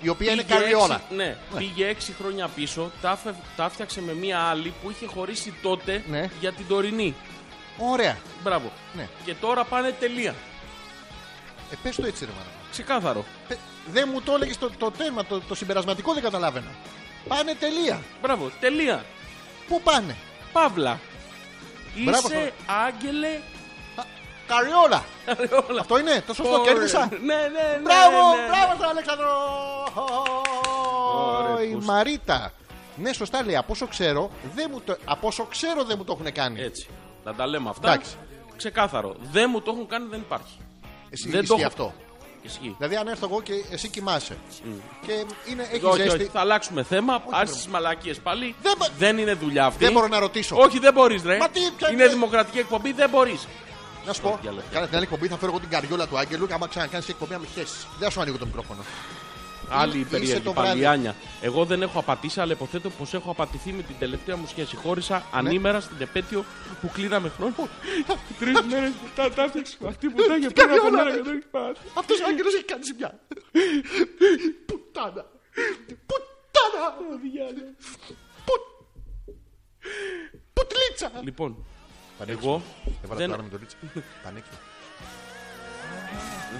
A: Η οποία είναι
B: Πήγε
A: Καριόλα.
B: έξι- ναι, πήγε έξι χρόνια πίσω, τα, φε- τα φτιάξε με μία άλλη που είχε χωρίσει τότε
A: Ναι.
B: για την τωρινή.
A: Ωραία.
B: Μπράβο.
A: Ναι.
B: Και τώρα πάνε τελεία.
A: Ε, πες το έτσι, ρε μάνα.
B: Ξεκάθαρο.
A: Πε- Δεν μου το έλεγες το, το θέμα, το, το συμπερασματικό δεν καταλάβαινα. Πάνε τελεία.
B: Μπράβο. Τελεία.
A: Πού πάνε.
B: Παύλα.
A: Μπράβο,
B: Είσαι άγγελε
A: Α, Καριόλα.
B: Καριόλα.
A: Αυτό είναι, το σωστό κέρδισα.
B: Ναι, ναι, ναι.
A: Μπράβο,
B: ναι.
A: μπράβο στον Αλέξανδρο!
B: Ωραία,
A: Η
B: πούς.
A: Μαρίτα. Ναι, σωστά λέει. Από όσο ξέρω, δεν μου το, από όσο ξέρω δεν μου το έχουν κάνει.
B: Έτσι. Να τα λέμε αυτά.
A: Εντάξει.
B: Ξεκάθαρο. Δεν μου το έχουν κάνει, δεν υπάρχει.
A: Εσύ
B: δεν το
A: ισχύει
B: έχω.
A: αυτό.
B: Ισχύει.
A: Δηλαδή, αν έρθω εγώ και εσύ κοιμάσαι. Και είναι, έχει
B: Όχι,
A: ζέστη.
B: όχι, θα αλλάξουμε θέμα. Άρχισε
A: ρε.
B: τις μαλακίες πάλι.
A: Δεν μπο-
B: είναι δουλειά αυτή.
A: Δεν μπορώ να ρωτήσω.
B: Όχι, δεν μπορείς, ρε.
A: Μα τι, ποια
B: είναι
A: είναι-
B: δημοκρατική εκπομπή, δεν μπορείς.
A: Να σου πω,
B: Για λέω.
A: κάνε την άλλη εκπομπή, θα φέρω εγώ την καριόλα του Άγγελου και άμα ξανακάνεις εκπομπή, να με χέσεις. Δεν θα σου ανοίγω το μικρόφωνο.
B: Άλλη
A: είσαι το
B: περίεργη
A: βράδυ.
B: παλιάνια. Εγώ δεν έχω απατήσει, αλλά υποθέτω πως έχω απατηθεί με την τελευταία μου σχέση.
A: Ναι.
B: Χώρισα ανήμερα στην επέτειο που κλείδαμε χρόνο. Τρεις μέρες μετά τα έφτιαξε αυτή που ήταν για πέρα από
A: Καριόλα,
B: μένα
A: ρε.
B: και δεν έχει πάρει.
A: Αυτός ο Άγγελος έχει κάνει ζημιά. Πουτάνα. Πουτάνα. Που- Πουτλίτσα.
B: Λοιπόν,
A: Πανέξυπνο.
B: εγώ
A: Έβαλα
B: δεν-
A: το άλλο με το λίτσα. Πανέξυπνο.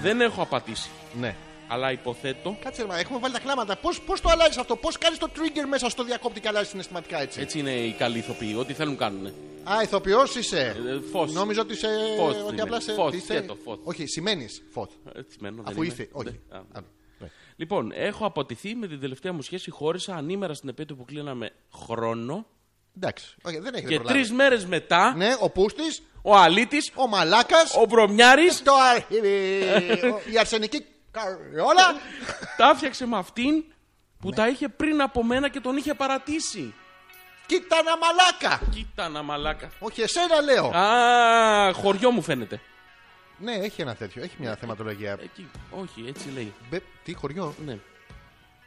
B: δεν έχω απατήσει.
A: Ναι.
B: Αλλά υποθέτω
A: Κάτσε ρε, μα, έχουμε βάλει τα κλάματα. Πώς πώς το αλλάζεις αυτό, πώς κάνεις το trigger μέσα στο διακόπτη και αλλάζεις συναισθηματικά έτσι.
B: έτσι είναι οι καλοί ηθοποιοί, ό,τι θέλουν κάνουν.
A: Α, ηθοποιός είσαι.
B: Ε, φως.
A: Νόμιζα ότι είσαι.
B: Φως
A: ότι
B: σημαίνει.
A: απλά σε.
B: Φως,
A: τι είσαι?
B: σκέτο, φως.
A: Όχι, σημαίνεις φωτ.
B: Ε,
A: Αφού ήρθε. Όχι. Α, ναι.
B: Λοιπόν, έχω αποτηθεί με την τελευταία μου σχέση. Χώρισα ανήμερα στην επέτειο που κλείναμε χρόνο.
A: Εντάξει. Όχι, δεν έχετε
B: Και
A: προλάβει.
B: τρεις μέρες μετά,
A: Ναι, ο Πούστης,
B: ο Αλήτης,
A: ο Μαλάκας,
B: ο Βρωμιάρης
A: το αρχίδι, ο- η αρσενική καριόλα.
B: τα έφτιαξε με αυτήν που
A: Ναι.
B: τα είχε πριν από μένα και τον είχε παρατήσει.
A: Κοίτα να μαλάκα.
B: Κοίτα να μαλάκα.
A: Όχι, εσένα λέω.
B: Α, χωριό μου φαίνεται.
A: Ναι, έχει ένα τέτοιο. Έχει μια θεματολογία.
B: Εκεί, όχι, έτσι λέει.
A: Μπε- Τι χωριό.
B: Ναι,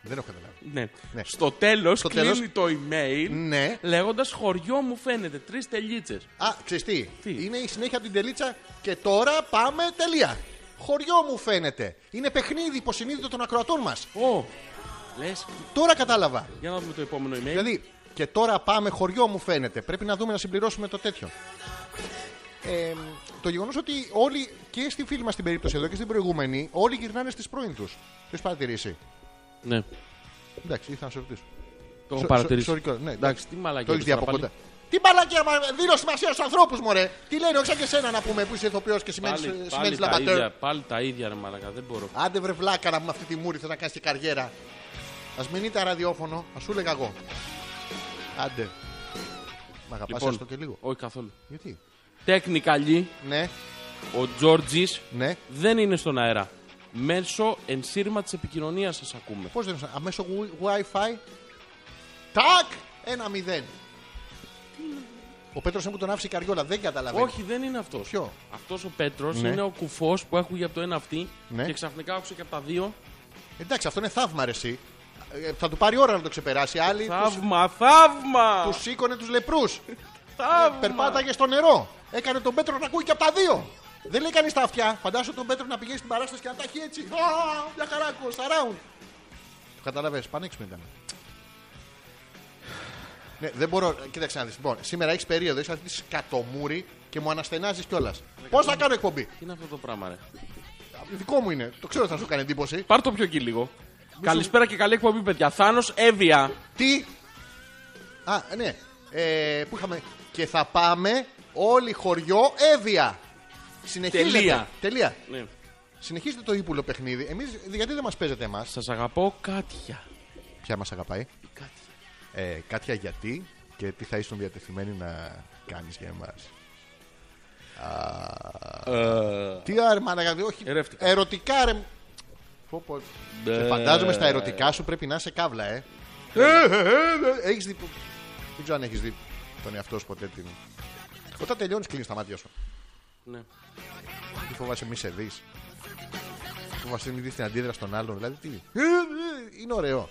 A: Δεν έχω καταλάβει.
B: ναι.
A: Ναι.
B: Στο τέλος
A: Στο
B: κλείνει το email
A: Ναι.
B: λέγοντας χωριό μου φαίνεται. Τρεις τελίτσες.
A: Α, ξέρεις τι.
B: Τι?
A: Είναι η συνέχεια από την τελίτσα και τώρα πάμε τελεία. Χωριό μου φαίνεται. Είναι παιχνίδι υποσυνείδητο των ακροατών μας.
B: Ω, λες,
A: Τώρα κατάλαβα.
B: για να δούμε το επόμενο email.
A: Δηλαδή, και τώρα πάμε χωριό μου φαίνεται. Πρέπει να δούμε να συμπληρώσουμε το τέτοιο. Ε, το γεγονός ότι όλοι και στη φίλη μας την περίπτωση εδώ και στην προηγούμενη, όλοι γυρνάνε στις πρώην τους. Το έχει παρατηρήσει.
B: Ναι,
A: Εντάξει, ήθελα να σε ρωτήσω. Σο-
B: το έχω παρατηρήσει.
A: σο- sorry κιόλας. Ναι,
B: Εντάξει, τι μαλακία
A: Το έχεις δει
B: τώρα
A: από
B: πάλι.
A: κοντά. Τι μαλακία, μα δίνω σημασία στους ανθρώπους, μωρέ. Τι λένε, όχι σαν και σένα να πούμε που είσαι ηθοποιός και
B: Πάλι,
A: σημαίνει
B: πάλι, τα
A: λαμπατέρ.
B: ίδια, πάλι τα ίδια, ρε Μαλακά, δεν μπορώ.
A: Άντε βρε βλάκα να με αυτή τη μούρη θες να κάνεις και καριέρα. Ας μην τα ραδιόφωνο, ας σου έλεγα εγώ. Άντε. Μ' αγαπάς
B: Λοιπόν.
A: έστω και λίγο.
B: όχι καθόλου.
A: Γιατί.
B: Τέκνικαλι,
A: Ναι,
B: ο Τζόρτζης
A: ναι.
B: δεν είναι στον αέρα. Μέσω ενσύρμα της επικοινωνίας σας ακούμε.
A: Πώς δεν αμέσω Wi-Fi. Τάκ! Ένα μηδέν. Ο Πέτρος μου τον άφησε η καριόλα, δεν καταλαβαίνει.
B: Όχι, δεν είναι αυτός.
A: Ποιο?
B: Αυτός ο Πέτρος
A: Ναι.
B: είναι ο κουφός που ακούγε από το ένα αυτή
A: Ναι. Ε,
B: και ξαφνικά άκουσε και από τα δύο.
A: Εντάξει, αυτό είναι θαύμα, ρε, εσύ. Ε, Θα του πάρει ώρα να το ξεπεράσει. Άλλοι τους-
B: Θαύμα, θαύμα!
A: τους σήκωνε τους λεπρούς. ε,
B: θαύμα!
A: Περπάταγε στο νερό. Έκανε τον Πέτρο να ακούει και από τα δύο. Δεν λέει κανείς τα αυτιά. Φαντάζω τον Πέτρο να πηγαίνει στην παράσταση και να τα έχει έτσι. Α, μια χαρά ακούω, στα ράουν. Το καταλαβέ, πανέξιμο ήταν. Ναι, δεν μπορώ. Κοίταξε να δεις. Λοιπόν, σήμερα έχεις περίοδο, είσαι αυτή τη σκατομούρη και μου αναστενάζεις κιόλας. Πώς θα κάνω εκπομπή.
B: Τι είναι αυτό το πράγμα, ρε.
A: Δικό μου είναι. Το ξέρω, θα σου κάνει εντύπωση.
B: Πάρ το πιο εκεί λίγο. Καλησπέρα και καλή εκπομπή, παιδιά. Θάνος Εύβοια.
A: Τι. Α, ναι. Ε, που είχαμε. Και θα πάμε όλοι χωριό έβια. Συνεχίζεται.
B: Τελεία.
A: Τελεία.
B: Ναι.
A: Συνεχίζεται το ύπουλο παιχνίδι. Εμείς, γιατί δεν μας παίζετε εμάς.
B: Σας αγαπώ, Κάτια.
A: Ποια μας αγαπάει.
B: Η Κάτια.
A: Ε, κάτια γιατί και τι θα ήσουν διατεθειμένοι να κάνεις για εμάς. Τι άρε μάνα, όχι.
B: Ερεύτηκα.
A: Ερωτικά ρε. Πω, πω.
B: Ναι.
A: Και φαντάζομαι στα ερωτικά σου πρέπει να είσαι καύλα, ε. Έχεις δει. που- Δεν ξέρω αν έχεις δει τον εαυτό σου ποτέ την. Όταν τελειώνεις κλείνεις τα μάτια σου.
B: Ναι.
A: Τι φοβάσαι μη σε δεις. Φοβάσαι μη δεις την αντίδραση των άλλων. Δηλαδή τι. είναι ωραίο.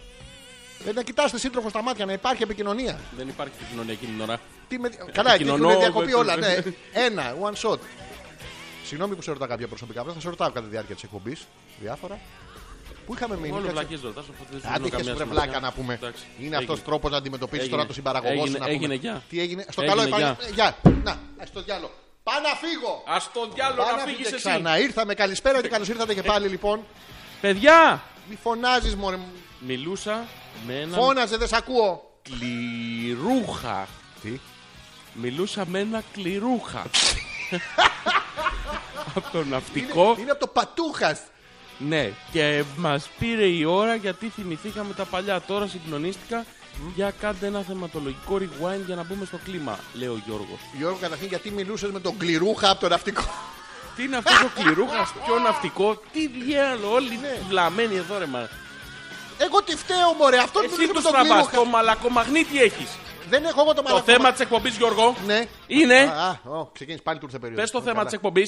A: Δηλαδή να κοιτάς τη σύντροφο στα μάτια, να υπάρχει επικοινωνία.
B: Δεν υπάρχει επικοινωνία εκείνη την ώρα.
A: Τι με... Καλά, εκεί
B: επικοινωνώ,
A: έχουν διακοπεί
B: δεν-
A: όλα. ναι. Ένα, one shot. Συγγνώμη που σε ρωτάω κάποια προσωπικά πράγματα, θα σε ρωτάω κατά τη διάρκεια της εκπομπής διάφορα. Πού είχαμε μείνει.
B: Μόνο
A: κάτσε.
B: βλακίες ρωτάς, οπότε δεν σου δίνω
A: Αντίχε
B: καμία
A: βρε
B: σημασία.
A: βλάκα να πούμε.
B: Εντάξει,
A: Είναι
B: έγινε.
A: αυτό τρόπος να αντιμετωπίσεις
B: Έγινε.
A: τώρα τον συμπαραγωγό σου.
B: Έγινε,
A: να πούμε.
B: έγινε, γεια.
A: Τι έγινε. Στο
B: Έγινε,
A: καλό επάγγελμα.
B: γεια.
A: Γεια. Να, στο διάλογο. Πάω να φύγω.
B: Α τον διάλογο
A: Πάω
B: να φύγει εσύ.
A: Ξανά ήρθαμε. Καλησπέρα και καλώς ήρθατε και πάλι λοιπόν.
B: Παιδιά!
A: Μη φωνάζεις, Μωρέ. μου.
B: Μιλούσα με έναν
A: Φώναζε, δεν σε ακούω.
B: κληρούχα.
A: Τι.
B: Μιλούσα με ένα κληρούχα. από το
A: Είναι,
B: ναυτικό.
A: είναι από το πατούχας.
B: Ναι, και μας πήρε η ώρα γιατί θυμηθήκαμε τα παλιά. Τώρα συγκοινωνίστηκα. Για κάντε ένα θεματολογικό rewind για να μπούμε στο κλίμα, λέει ο Γιώργος.
A: Γιώργο, καταρχήν γιατί μιλούσες με τον κληρούχα από το ναυτικό.
B: Τι είναι αυτός ο κληρούχας, ποιο ναυτικό, τι διάλογο, όλοι είναι βλαμμένοι εδώ ρε μα.
A: Εγώ τι φταίω, Μωρέ. Αυτό που
B: Εσύ
A: μιλούσε
B: του
A: με τον
B: τραβά, το
A: κληρούχα.
B: μαλακομαγνήτη έχεις.
A: Δεν έχω εγώ το
B: Το
A: μαλακό.
B: θέμα της εκπομπής, Γιώργο,
A: Ναι.
B: είναι.
A: Α, α, ω, ξεκίνησε πάλι του ήρθε περίοδο.
B: Πες το
A: Ε,
B: θέμα
A: καλά.
B: της εκπομπής.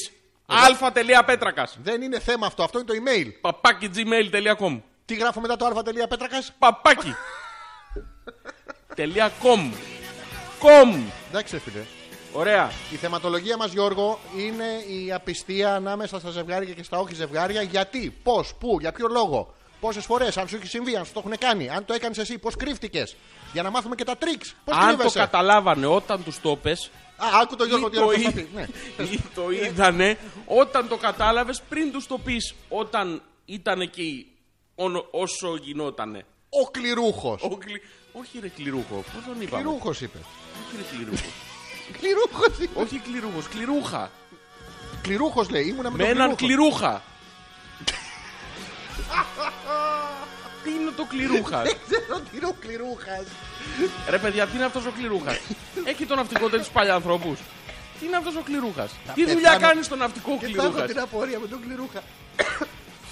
B: αλφα.πέτρακα.
A: Δεν είναι θέμα αυτό. Αυτό είναι το email.
B: Παπάκι gmail.com.
A: Τι γράφω μετά το α.πέτρακα.
B: Παπάκι. Τελεία com. Com.
A: Εντάξει, ρε φίλε.
B: Ωραία.
A: Η θεματολογία μας, Γιώργο, είναι η απιστία ανάμεσα στα ζευγάρια και στα όχι ζευγάρια. Γιατί, πώς, πού, για ποιο λόγο, πόσες φορές, αν σου έχει συμβεί, αν σου το έχουν κάνει, αν το έκανες εσύ, πώς κρύφτηκες. Για να μάθουμε και τα τρίξ. Πώς
B: Αν το
A: κρύβεσαι.
B: καταλάβανε όταν τους το πες,
A: Α, άκου το Γιώργο
B: ή
A: τι
B: το,
A: ωραία θα
B: ή...
A: πει. Ναι.
B: ή το είδανε όταν το κατάλαβες πριν τους το πεις όταν ήταν εκεί όνο- όσο γινότανε.
A: Ο κληρούχο.
B: Ο κλει- Όχι ρε κληρούχο, πώς τον είπαμε.
A: Κληρούχος είπε.
B: Όχι ρε κληρούχο.
A: Κληρούχος είπε.
B: Όχι κληρούχος, κληρούχα.
A: Κληρούχος λέει, ήμουνα με,
B: Με
A: τον
B: έναν
A: κληρούχο.
B: κληρούχα. Τι είναι το κληρούχας.
A: Δεν ξέρω τι είναι ο κληρούχας.
B: Ρε παιδιά, τι είναι αυτός ο κληρούχας. Έχει τον ναυτικό τέτοιου παλιά ανθρώπους. Τι είναι αυτός ο κληρούχας. Τι
A: πεθάνω.
B: δουλειά κάνει στο ναυτικό
A: Και θα έχω
B: κληρούχας.
A: την απορία με τον κληρούχα.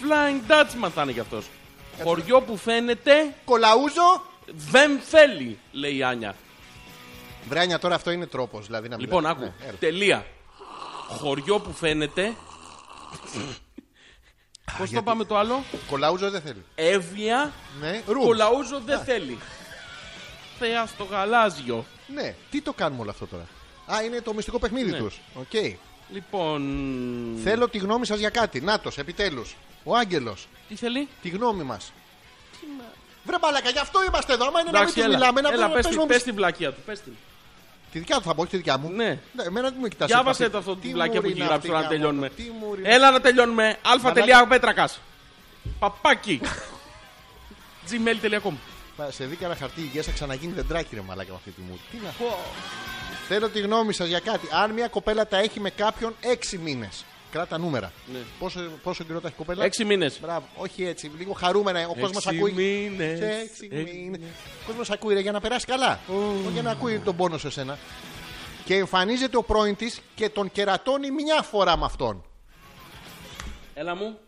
B: Flying Dutchman θα είναι κι αυτός. Χωριό που φαίνεται
A: Κολαούζο.
B: δεν θέλει, λέει η Άνια.
A: Βράνια, τώρα αυτό είναι τρόπος. Δηλαδή, να μην
B: Λοιπόν,
A: λέτε.
B: άκου.
A: Ναι, έλα.
B: Τελεία. Χωριό που φαίνεται. Πώς το πάμε το άλλο.
A: Κολαούζο δεν θέλει.
B: Εύβοια.
A: Ναι, ρούμ.
B: Ο λαούζο δεν θέλει. Θεά στο γαλάζιο.
A: Ναι, τι το κάνουμε όλο αυτό τώρα. Α, είναι το μυστικό παιχνίδι
B: Ναι.
A: τους. Okay.
B: Λοιπόν.
A: Θέλω τη γνώμη σας για κάτι. Νάτος, επιτέλους. Ο Άγγελος,
B: Τι θέλει.
A: τη γνώμη μας. Βρε μπαλάκα, γι' αυτό είμαστε εδώ. Άμα είναι
B: Εντάξει,
A: να μην τους
B: έλα,
A: μιλάμε, να
B: έλα
A: πούμε
B: πες,
A: πες
B: την,
A: μου-
B: πες την βλακεία του, πες την.
A: Τη δικιά του θα πω, όχι τη δικιά μου.
B: Ναι.
A: εμένα τι με κοιτάς.
B: Διάβασε
A: έτσι,
B: το αυτό
A: τι
B: την βλακεία που
A: μουρή
B: έχει
A: είναι
B: γράψει
A: αυτή,
B: τώρα να
A: γάμο,
B: τελειώνουμε.
A: Τι μουρή είναι.
B: Έλα να τελειώνουμε.
A: Μαλάκα.
B: α.πέτρακας. Παπάκι. gmail.com
A: Θα σε δει κανένα χαρτί υγείας, θα ξαναγίνει δεντράκι ρε μαλάκα με αυτή τη μούρη. Τι να Θέλω τη γνώμη σας για κάτι. Αν μια κοπέλα τα έχει με κάποιον 6 μήνες. Κράτα νούμερα. Πόσο, πόσο καιρό τα έχει η κοπέλα.
B: Ναι. Έξι μήνες.
A: Μπράβο, όχι έτσι, λίγο χαρούμενα. Ο κόσμο
B: Έξι
A: ακούει.
B: μήνες.
A: Σε έξι
B: Έξι
A: μήνες. Ο κόσμος ακούει ρε, για να περάσει καλά. Όχι για να ακούει τον πόνο σε σένα. Και εμφανίζεται ο πρώην της και τον κερατώνει μια φορά με αυτόν.
B: Έλα μου.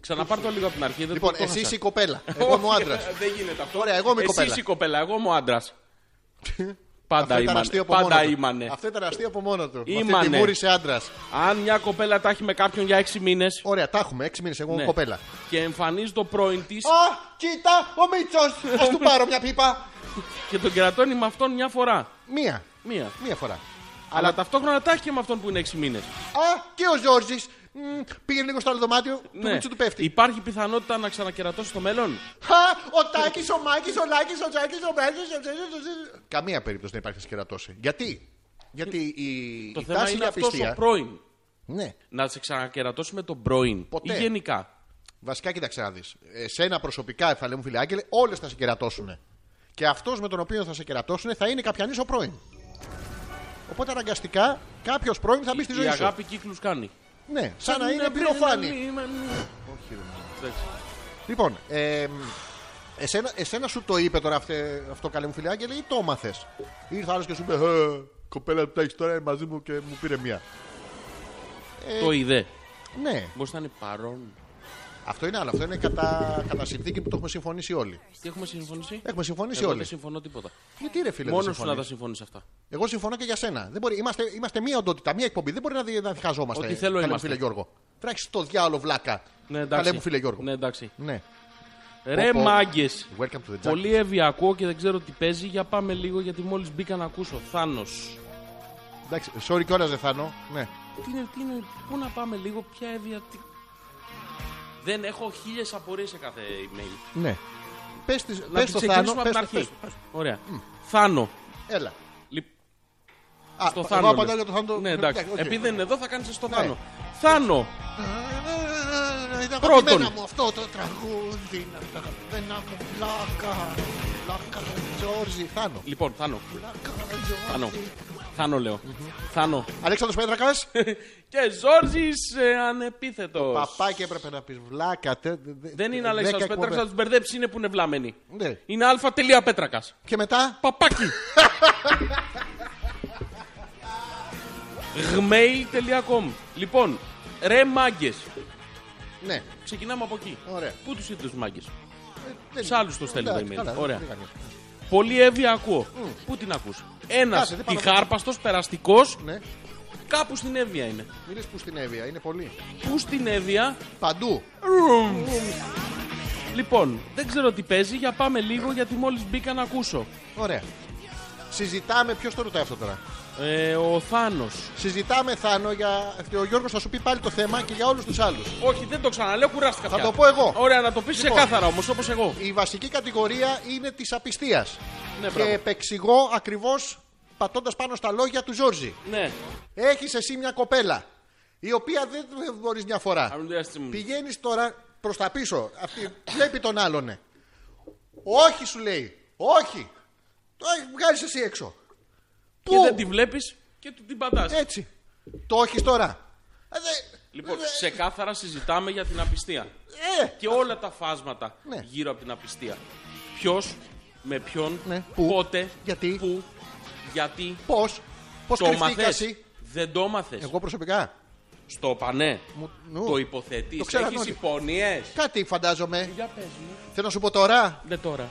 B: Ξαναπάρ το λίγο από την αρχή. δεν
A: Λοιπόν,
B: το
A: εσύ
B: έχασα.
A: είσαι η κοπέλα. Εγώ είμαι ο
B: Όχι,
A: άντρας.
B: Δεν γίνεται αυτό.
A: Ωραία, εγώ είμαι η
B: Εσύ
A: κοπέλα.
B: είσαι η κοπέλα, εγώ είμαι ο άντρας. Πάντα ήμανε. Πάντα ήμανε.
A: Αυτό ήταν αστείο από μόνο του. Με Αυτή τη
B: Ήμανε.
A: μούρη σε άντρας.
B: Αν μια κοπέλα τα έχει με κάποιον για έξι μήνες
A: Ωραία, τα έχουμε. Έξι μήνες, εγώ είμαι
B: ναι,
A: κοπέλα.
B: Και εμφανίζεται ο πρώην της
A: Α, κοίτα, ο Μίτσος. Ας του πάρω μια πίπα.
B: και τον κερατώνει με αυτόν μια φορά.
A: Μία.
B: Μία.
A: Μία φορά.
B: Αλλά ταυτόχρονα τα έχει και με αυτόν που είναι 6 μήνες.
A: Α, και ο Ζόρζη. Πήγε λίγο στο άλλο δωμάτιο, του μίτσου του πέφτει.
B: Ναι. Υπάρχει πιθανότητα να ξανακερατώσει στο μέλλον.
A: Χα, ο Τάκης, ο Μάκης, ο Λάκης, ο Τζάκης, ο Μπράκη, ο Τζάκης, ο Τζάκης. Καμία περίπτωση δεν υπάρχει να σε κερατώσει. Γιατί? Γιατί η,
B: Το
A: η
B: θέμα
A: τάση
B: είναι
A: για
B: αυτός ο
A: απιστία.
B: πρώην.
A: Ναι.
B: Να σε ξανακερατώσει με τον πρώην.
A: Ποτέ.
B: Ή γενικά.
A: Βασικά, κοίταξε να δεις. Εσένα προσωπικά, θα λέμε φίλε Άγγελε, όλες θα σε κερατώσουν. Και αυτός με τον οποίο θα σε κερατώσουν θα είναι καπιανής ο πρώην. Οπότε αναγκαστικά κάποιος πρώην θα μπει στη ζωή
B: η
A: σου.
B: αγάπη κύκλους κάνει.
A: Ναι, σαν να είναι
B: πριν
A: πυροφάνη.
B: να μην-
A: Λοιπόν, ε, εσένα, εσένα σου το είπε τώρα αυτέ, αυτό καλέ μου φίλε Άγγελε ή το μάθε. Ήρθε άλλος και σου είπε «Ε, κοπέλα που τα έχεις τώρα είναι μαζί μου και μου πήρε μία. Ε.
B: Το είδε.
A: Ναι,
B: Μπορεί να είναι παρόν.
A: αυτό είναι άλλο. Αυτό είναι κατά, κατά συνθήκη που το έχουμε συμφωνήσει όλοι.
B: Τι έχουμε συμφωνήσει.
A: Έχουμε συμφωνήσει
B: Εγώ
A: όλοι.
B: δεν συμφωνώ τίποτα.
A: Γιατί ρε φίλε,
B: Μόνο
A: δεν
B: σου να τα
A: συμφωνείς.
B: συμφωνεί αυτά.
A: Εγώ συμφωνώ και για σένα. Δεν μπορεί, είμαστε, είμαστε μία οντότητα, μία εκπομπή. Δεν μπορεί να, δι, να διχαζόμαστε.
B: Ό,τι θέλω
A: καλέ μου
B: είμαστε.
A: φίλε Γιώργο. Τράξει το διάολο βλάκα.
B: Ναι, εντάξει.
A: καλέ μου φίλε Γιώργο.
B: Ναι, εντάξει.
A: Ναι.
B: Ρε
A: Πω, πω.
B: μάγκες.
A: Welcome to the jungle.
B: Πολύ ευιακό και δεν ξέρω τι παίζει. Για πάμε λίγο γιατί μόλις μπήκα να ακούσω. Θάνος.
A: Εντάξει, sorry κιόλας δεν θάνω. Ναι.
B: Τι είναι, τι είναι, πού να πάμε λίγο, ποια έβια. Τι... Δεν έχω χίλιες απορίες σε κάθε email.
A: ναι. Πες, τις,
B: Να
A: πες
B: τις
A: το
B: ξεκινήσουμε
A: θάνο. πες
B: από
A: το-
B: την αρχή.
A: πες το- πες
B: Ωραία. Θάνο.
A: το. Έλα.
B: Λοιπόν,
A: Α,
B: στο
A: εγώ
B: Θάνο.
A: απαντάω για
B: λες.
A: το θάνο.
B: Ναι, εντάξει.
A: οκ.
B: Επειδή δεν είναι εδώ, θα κάνεις στο
A: Ναι.
B: Θάνο. Θάνο.
A: Ε, Ήταν
B: Πρώτον.
A: αγαπημένα μου αυτό το τραγούδι. είναι τα αγαπημένα μου πλάκα. Πλάκα Τζόρζι. Θάνο.
B: Λοιπόν, Θάνο.
A: Πλάκα
B: Θάνο.
A: Τζόρζι.
B: Θάνο λέω. Θάνο.
A: Αλέξανδρος Πέτρακας.
B: Ε, Και Ζόρζης ε, ανεπίθετος.
A: Παπάκι έπρεπε να πεις βλάκα. τε- δε- δε-
B: Δεν είναι
A: ε, δέκα
B: Αλέξανδρος
A: εκπομπές.
B: Πέτρακας, θα τους μπερδέψει, είναι που είναι βλαμμένοι.
A: Ναι.
B: Είναι α.πέτρακας.
A: Και μετά.
B: Παπάκι. Gmail.com Λοιπόν, ρε μάγκες.
A: Ναι.
B: Ξεκινάμε από εκεί.
A: Ωραία. Ε,
B: Πού τους είδες τους μάγκες.
A: Δεν-
B: Σ' άλλους το στέλνει το
A: Εντάξει,
B: email.
A: καλά, δεν
B: Ωραία.
A: κάνει κανένα.
B: Πολύ έβια ακούω. Πού την ακούς. Ένας
A: Κάτσε, δεν πάμε
B: τυχάρπαστος, περαστικός,
A: Ναι.
B: κάπου στην έβια είναι.
A: Μίλες που στην Εύβοια, είναι πολύ.
B: Πού στην έβια
A: Παντού.
B: Λοιπόν, δεν ξέρω τι παίζει, για πάμε λίγο γιατί μόλις μπήκα να ακούσω.
A: Ωραία. Συζητάμε, ποιος το ρωτάει αυτό τώρα.
B: Ε, ο Θάνος.
A: Συζητάμε, Θάνο, για. Ο Γιώργος θα σου πει πάλι το θέμα και για όλους τους άλλους.
B: Όχι, δεν το ξαναλέω, κουράστηκα
A: Θα
B: πια.
A: το πω εγώ.
B: Ωραία, να το πεις
A: Λοιπόν.
B: ξεκάθαρα όμως, όπως εγώ.
A: Η βασική κατηγορία είναι της απιστίας.
B: Ναι,
A: και
B: μπράβο.
A: επεξηγώ ακριβώς πατώντας πάνω στα λόγια του Ζόρζη.
B: Ναι.
A: Έχεις εσύ μια κοπέλα, η οποία δεν μπορείς μια φορά. Πηγαίνεις τώρα προς τα πίσω. Αυτή βλέπει τον άλλον. ναι. Όχι, σου λέει. Όχι. Το βγάλεις εσύ έξω.
B: Και δεν τη βλέπεις και του την παντάς.
A: Έτσι. Το έχεις τώρα. Ε, δε-
B: Λοιπόν,
A: δε-
B: ξεκάθαρα συζητάμε για την απιστία.
A: Ε,
B: Και όλα τα φάσματα
A: Ναι.
B: γύρω από την απιστία. Ποιος, με ποιον,
A: Ναι, πού,
B: πότε,
A: γιατί.
B: πού, γιατί,
A: πώς. Πώς
B: το
A: κρυφτήκα
B: μαθες.
A: εσύ.
B: Δεν το μαθες.
A: Εγώ προσωπικά.
B: Στο πανέ.
A: Μου- νου.
B: Το υποθετείς.
A: Το ξέραν
B: Έχει
A: όλοι.
B: υπονοιέ.
A: Κάτι φαντάζομαι.
B: Για πες μου.
A: Θέλω να σου πω τώρα.
B: Δεν τώρα.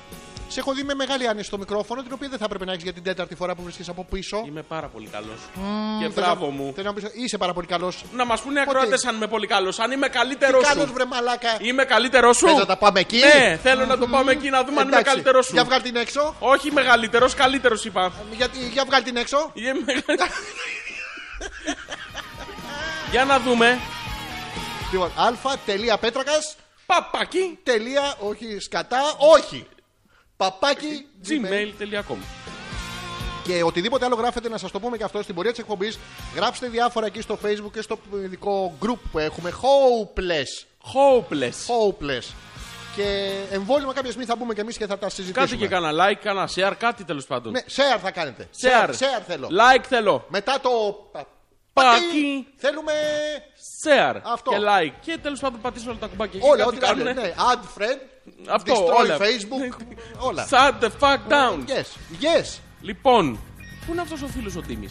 A: Σε έχω δει με μεγάλη άνεση στο μικρόφωνο, την οποία δεν θα έπρεπε να έχεις για την τέταρτη φορά που βρίσκεσαι από πίσω.
B: Είμαι πάρα πολύ καλός. και
A: Θέλω να-
B: μπράβο μου.
A: Θέλω να πεις, είσαι πάρα πολύ καλός.
B: Να μας πούνε οι
A: Πότε?
B: ακροατές αν είμαι πολύ καλός. Αν είμαι καλύτερο
A: Καλό
B: σου.
A: βρε μαλάκα.
B: Είμαι καλύτερο σου.
A: Θες να τα πάμε εκεί?
B: Ναι, θέλω να το πάμε εκεί να δούμε αν είμαι
A: Εντάξει.
B: καλύτερο σου.
A: Για βγάλ την έξω.
B: Όχι μεγαλύτερος, καλύτερος είπα.
A: Για, για βγάλ την έξω.
B: Είμαι μεγαλύτερος. Για να δούμε.
A: Λοιπόν, α.πέτρακα.
B: Παπάκι
A: Τελεία, όχι σκατά, όχι. Παπάκι gmail.
B: gmail.com
A: Και οτιδήποτε άλλο γράφετε, να σας το πούμε και αυτό στην πορεία της εκπομπής. Γράψτε διάφορα εκεί στο facebook και στο ειδικό group που έχουμε. Hopeless.
B: Hopeless.
A: Hopeless. Και εμβόλυμα κάποια στιγμή θα μπούμε και εμείς και θα τα συζητήσουμε.
B: Κάτι και κάνα like, κάνα share, κάτι τέλος πάντων.
A: Ναι, share θα κάνετε.
B: Share.
A: share θέλω.
B: Like θέλω.
A: Μετά το. πα-
B: Πάκι.
A: Θέλουμε.
B: Share.
A: Αυτό.
B: Και like. Και τέλος πάντων πατήσω όλα τα κουμπάκια. εκεί,
A: Όλα,
B: κάτι
A: ό,τι κάνουν.
B: κάνουνε.
A: Ναι, add friend.
B: Αυτό,
A: destroy
B: όλα.
A: Facebook. ναι. όλα.
B: Shut the fuck down.
A: Yes. Yes.
B: Λοιπόν, πού είναι αυτός ο φίλος ο Τίμης.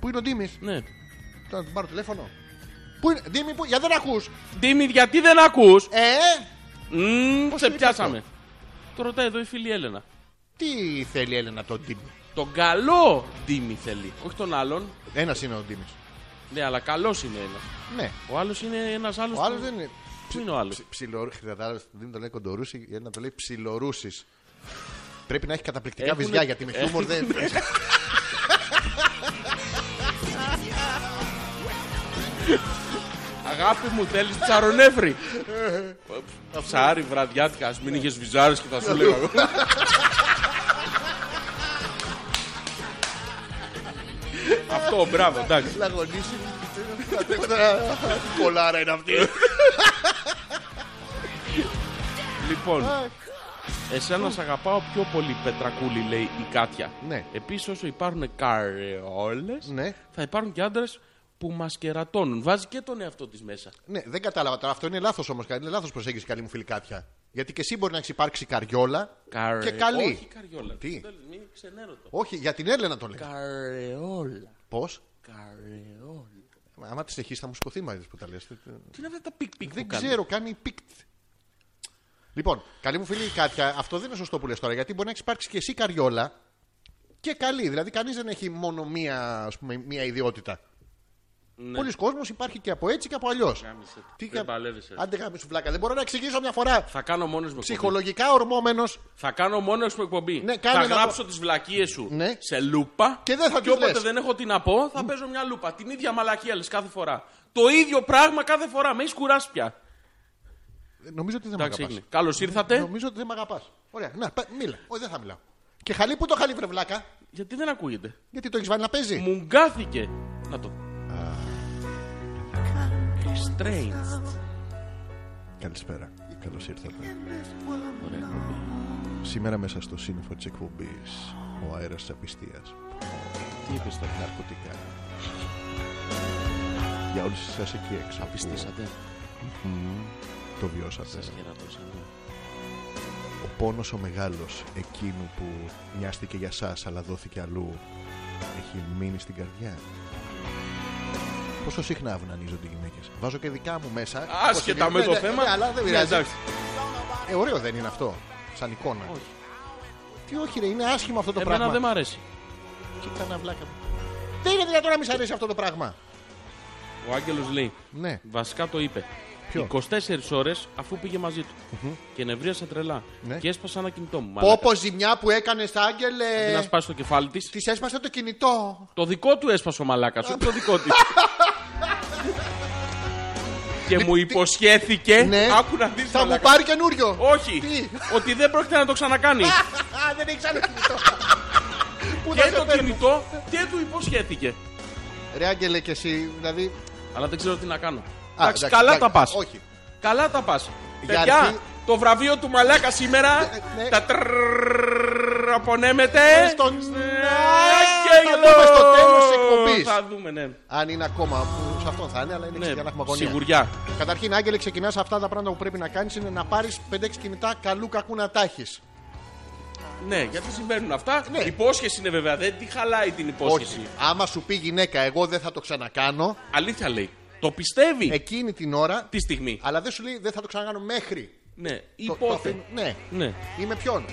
A: Πού είναι ο Ντίμη.
B: Ναι.
A: Τώρα να του πάρω τηλέφωνο. Πού είναι. Ντίμη, που... για δεν ακούς.
B: Τίμη, γιατί δεν ακούς.
A: Ε,
B: Μμμ,
A: Πώς
B: σε
A: το είπες
B: πιάσαμε. Το ρωτάει εδώ η φίλη Έλενα.
A: τι θέλει η Έλενα από τον Ντίμη.
B: Τον καλό Τίμη θέλει. Όχι τον άλλον.
A: Ένας είναι ο Ντίμη.
B: Ναι, αλλά καλός είναι ένας.
A: Ναι.
B: Ο άλλος είναι ένας άλλος.
A: Ο άλλος δεν είναι.
B: Πού είναι ο άλλος.
A: Ψιλορούση. Δεν το λέει κοντορούση, γιατί να το λέει ψιλορούσης. Πρέπει να έχει καταπληκτικά
B: Έχουνε-
A: βυζιά γιατί με χιούμορ δεν.
B: Αγάπη μου, θέλεις ψαρονέφρι.
A: Ε,
B: Ψάρι, βραδιάτικα. Ας μην
A: Ναι.
B: είχες βυζάρες και θα σου λέω εγώ. Αυτό, μπράβο, εντάξει.
A: Λαγωνίσει. Κολάρα είναι αυτή.
B: Λοιπόν, εσένα σ' αγαπάω πιο πολύ, Πετρακούλη, λέει η Κάτια.
A: Ναι.
B: Επίσης, όσο υπάρχουν καρεόλες,
A: Ναι.
B: θα υπάρχουν και άντρες που μας κερατώνουν. Βάζει και τον εαυτό της μέσα.
A: Ναι, δεν κατάλαβα τώρα. Αυτό είναι λάθος όμως. Είναι λάθος προσέγγιση, καλή μου φίλη κάποια. Γιατί και εσύ μπορεί να έχεις υπάρξει καριόλα
B: Καρε-
A: και καλή.
B: Όχι καριόλα.
A: Τι?
B: Δεν- Μην ξενέρωτο.
A: Όχι, για την Έλενα το λέει.
B: Καρεόλα.
A: Πώς.
B: Καρεόλα.
A: Άμα τι έχει, θα μου σηκωθεί μαζί που τα λες.
B: Τι είναι αυτά τα πικ πικ
A: Δεν ξέρω, κάνει πικτ. Λοιπόν, καλή μου φίλη Κάτια, αυτό δεν είναι σωστό που λες τώρα, γιατί μπορεί να έχεις υπάρξει και εσύ καριόλα και καλή. Δηλαδή, κανείς δεν έχει μόνο μία, ας πούμε, μία ιδιότητα. Ναι. Πολλοί κόσμοι υπάρχει και από έτσι και από αλλιώς.
B: Γάμισε το. Δεν παλεύεις έτσι.
A: Άντε γάμι σου βλάκα. Δεν μπορώ να εξηγήσω μια φορά.
B: Θα κάνω μόνος μου. εκπομπή.
A: Ψυχολογικά ορμόμενος
B: Θα κάνω μόνος μου εκπομπή.
A: Ναι, κάνε
B: θα
A: ένα-
B: γράψω τις τι βλακίες σου
A: Ναι.
B: σε λούπα.
A: Και δεν θα τις
B: όποτε
A: λες.
B: δεν έχω τι να πω, θα παίζω μια λούπα. Την ίδια μαλακία λες κάθε φορά. Το ίδιο πράγμα κάθε φορά. Με έχεις κουράσει πια.
A: Ε, Νομίζω ότι δεν με αγαπά.
B: Εντάξει, καλώ ήρθατε.
A: Νομίζω ότι δεν με αγαπάς. Ωραία, να, πα- μίλα. Όχι, δεν θα μιλάω. Και χαλί, πού το χαλί, βρε βλάκα.
B: Γιατί δεν ακούγεται.
A: Γιατί το έχεις βάλει να παίζει.
B: Μου γκάθηκε. Να το. Strange.
A: Καλησπέρα. Καλώς ήρθατε. Σήμερα μέσα στο σύννεφο της εκπομπής ο αέρας της απιστίας.
B: Τι είπες τώρα.
A: Ναρκωτικά. Για όλους εσάς εκεί έξω.
B: Πιστήσατε.
A: που Το βιώσατε.
B: Σας χαιρετώ.
A: Ο πόνος ο μεγάλος εκείνου που μοιάστηκε για εσά αλλά δόθηκε αλλού έχει μείνει στην καρδιά. Πόσο συχνά αυνανίζονται οι γυναίκες. Βάζω και δικά μου μέσα.
B: Άσχετα με
A: Ναι,
B: το
A: ναι,
B: θέμα.
A: ναι, αλλά δεν
B: Ναι,
A: πειράζει.
B: εντάξει.
A: Ε, ωραίο δεν είναι αυτό. Σαν εικόνα.
B: Όχι.
A: Τι όχι, ρε, είναι άσχημο αυτό το
B: Εμένα
A: πράγμα.
B: δεν μ' αρέσει.
A: Κοίτα να βλάκα μου. Δεν είναι δυνατόν να μη σ' αρέσει αυτό το πράγμα.
B: Ο Άγγελος λέει.
A: Ναι.
B: Βασικά το είπε.
A: Ποιο?
B: 24 ώρες αφού πήγε μαζί του. Και νευρίασα τρελά.
A: Ναι.
B: Και έσπασα ένα κινητό μου. μαλάκα.
A: Πόπο ζημιά που έκανε,
B: Αντί να
A: Άγγελε.
B: σπάσει το κεφάλι της.
A: Της έσπασε το κινητό.
B: Το δικό του έσπασε ο μαλάκας, όχι το δικό της. και μου υποσχέθηκε.
A: Ναι.
B: Άκου να δεις
A: Θα μου πάρει καινούριο.
B: Όχι.
A: Τι?
B: Ότι δεν πρόκειται να το ξανακάνει.
A: Α, δεν έχει άλλο κινητό. Πού θα
B: και
A: σε
B: το
A: παίρνω.
B: κινητό και του υποσχέθηκε.
A: Ρε Άγγελε και εσύ, δηλαδή.
B: Αλλά δεν ξέρω τι να κάνω.
A: Α,
B: Εντάξει, καλά
A: εντάξει,
B: τα πας.
A: Όχι.
B: Καλά τα πας.
A: Για αρχή-
B: Παιδιά, το βραβείο του μαλάκα σήμερα
A: ναι.
B: τα τρρρρρρρ απονέμεται.
A: Στον-
B: Στον
A: Θα δούμε στο τέλος της εκπομπής.
B: Θα δούμε, ναι.
A: Αν είναι ακόμα. που Σε αυτόν θα είναι, αλλά είναι
B: Ναι,
A: για να έχουμε αγωνία.
B: Σιγουριά.
A: Καταρχήν, Άγγελε, ξεκινάς αυτά τα πράγματα που πρέπει να κάνεις είναι να πάρεις 5-6 κινητά καλού κακού να τα έχεις.
B: Ναι, γιατί συμβαίνουν αυτά.
A: Ναι.
B: Η υπόσχεση είναι βέβαια. Δεν τη χαλάει την υπόσχεση.
A: Όχι. Άμα σου πει γυναίκα, εγώ δεν θα το ξανακάνω
B: Αλήθεια λέει. Το πιστεύει
A: εκείνη την ώρα,
B: τη στιγμή.
A: αλλά δεν σου λέει δεν θα το ξανακάνω μέχρι.
B: Ναι,
A: Το-
B: υπόθε.
A: το αφήνω. Ναι.
B: Ναι.
A: Είμαι ποιον.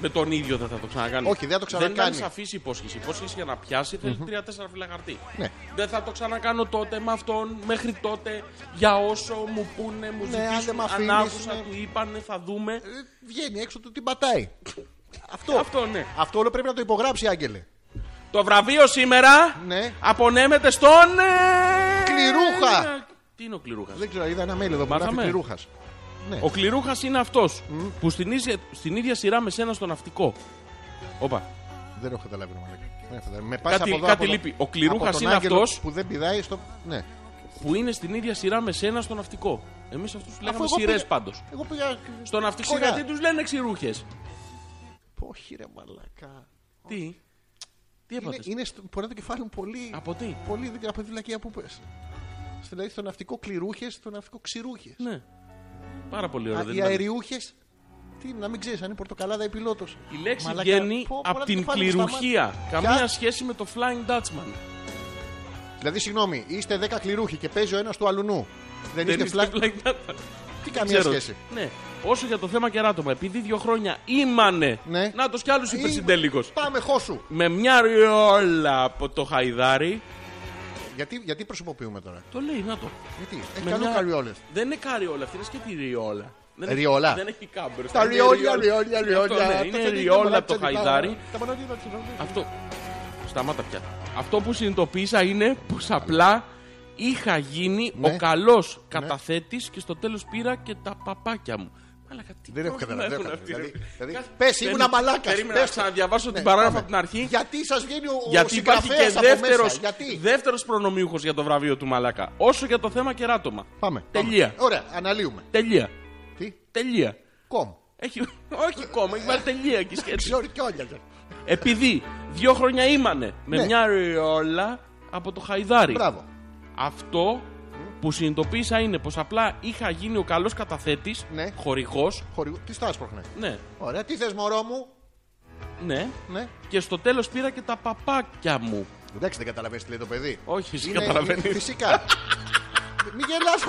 B: Με τον ίδιο δεν θα το ξανακάνει.
A: Όχι, δεν θα το ξανακάνει.
B: Δεν κάνει αφήσει υπόσχεση. Υπόσχεση για να πιάσει θέλει τρία-τέσσερα φύλλα χαρτί.
A: Ναι.
B: Δεν θα το ξανακάνω τότε με αυτόν, μέχρι τότε, για όσο μου πούνε, μου
A: αν δεν
B: ζητήσουν,
A: Ναι, μ' αφήνεις,
B: αν άκουσα,
A: ναι.
B: του είπανε, θα δούμε.
A: Ε, Βγαίνει έξω του την πατάει. Αυτό.
B: Αυτό ναι.
A: Αυτό όλο πρέπει να το υπογράψει, Άγγελε.
B: Το βραβείο σήμερα
A: Ναι.
B: απονέμεται στον... ε,
A: Κληρούχα.
B: Τι είναι ο κληρούχας.
A: Δεν ξέρω, είδα ένα mail εδώ που
B: Μάθαμε.
A: γράφει κληρούχας.
B: Ο κληρούχας είναι αυτός που στην ίδια, στην ίδια σειρά με σένα στο ναυτικό. Όπα.
A: Δεν έχω καταλάβει όνομα. Δεν έχω καταλάβει. Με πας
B: Κάτι-
A: από εδώ,
B: κάτι
A: από εδώ.
B: λείπει. Ο κληρούχας
A: Από τον
B: είναι
A: Άγγελο
B: αυτός-
A: που δεν πηδάει στο. Ναι.
B: Που είναι στην ίδια σειρά με σένα στο ναυτικό. Εμείς αυτούς τους λέγαμε
A: εγώ
B: σειρές
A: πήγα-
B: πάντως.
A: Εγώ πήγα.
B: Στο ναυτικό
A: Ξηρά.
B: γιατί τους λένε ξηρούχες.
A: Όχι, ρε μαλακά.
B: Τι. Τι
A: Είναι,
B: έπατε.
A: είναι στο... πονάει το κεφάλι μου πολύ.
B: Από τι.
A: Πολύ δεν- από τη βλακεία που πες. Στο- Δηλαδή στο ναυτικό κληρούχες, στο ναυτικό ξηρούχες.
B: Ναι. Πάρα πολύ ωραίο. δεν
A: Οι
B: ήταν.
A: αεριούχες. Τι είναι, να μην ξέρεις αν είναι πορτοκαλάδα ή πιλότος.
B: Η λέξη βγαίνει από την κληρουχία. Καμία σχέση με το Flying Dutchman.
A: Δηλαδή, συγγνώμη, είστε 10 κληρούχοι και παίζει ο ένας του αλουνού. Δεν,
B: Δεν
A: είστε
B: είστε
A: φλακ.
B: Flying Dutchman.
A: Τι καμία
B: Ξέρω.
A: σχέση.
B: Ναι. Όσο για το θέμα κεράτομα, επειδή δύο χρόνια ήμανε.
A: Ναι.
B: Να το κι άλλου είπε
A: Ή-
B: συντέλικο.
A: Πάμε, χώσου.
B: με μια ριόλα από το χαϊδάρι.
A: Γιατί, γιατί προσωποποιούμε τώρα.
B: Το λέει, να το.
A: Γιατί έχει
B: Με
A: καλού
B: μια- Ε,
A: καριόλες.
B: Δεν είναι καριόλα, αυτή είναι σκέτη ριόλα. Δεν έχει-
A: Ριόλα.
B: Δεν έχει κάμπερ.
A: Τα
B: Είναι
A: ριόλια, ριόλια,
B: ναι, Αυτό,
A: ριόλια.
B: ναι,
A: Αυτό
B: Είναι
A: δεν
B: ριόλα από το
A: μαλάτσια,
B: χαϊδάρι.
A: Τα μανάδια τα τσιρόλια.
B: Αυτό. Σταμάτα πια. Αυτό που συνειδητοποίησα είναι πως απλά είχα γίνει
A: Ναι.
B: ο καλός καταθέτης και στο τέλος πήρα και τα παπάκια μου. Μαλάκα, τι
A: Δεν έχω
B: πρόβλημα
A: καταλάβει, δεν
B: έχουν
A: έχω
B: αυτοί,
A: καταλάβει.
B: ρε.
A: Δηλαδή,
B: Κάθε-
A: πες, ήμουν
B: Περίμενα-
A: μαλάκας,
B: Περίμενα να
A: πες το.
B: ξαναδιαβάσω την
A: Ναι,
B: παράγραφο
A: πάμε.
B: από την αρχή.
A: Γιατί σας βγαίνει ο
B: Γιατί υπάρχει και
A: συγγραφέας από
B: δεύτερο
A: μέσα. Γιατί.
B: δεύτερος προνομιούχος για το βραβείο του Μαλάκα. Όσο για το θέμα κεράτομα.
A: Πάμε.
B: Τελεία.
A: Πάμε. Ωραία, αναλύουμε.
B: Τελεία.
A: Τι.
B: Τελεία.
A: Κομ.
B: Έχει... Όχι ακόμα, έχει βάλει τελεία και σχέση.
A: Ξέρω κιόλια.
B: Επειδή δύο χρόνια ήμανε με
A: Ναι.
B: μια ριόλα από το χαϊδάρι.
A: Μπράβο.
B: Αυτό που συνειδητοποίησα είναι πως απλά είχα γίνει ο καλός καταθέτης,
A: Ναι.
B: χορηγός,
A: Χορηγού. Τι στάσπροχνε.
B: ναι,
A: Ωραία, τι θες, μωρό μου.
B: ναι,
A: Ναι.
B: και στο τέλος πήρα και τα παπάκια μου.
A: Εντάξει, δεν καταλαβαίνεις τι λέει το παιδί.
B: Όχι, εσύ
A: Είναι-
B: καταλαβαίνεις.
A: είναι- Φυσικά. Μην γελάς.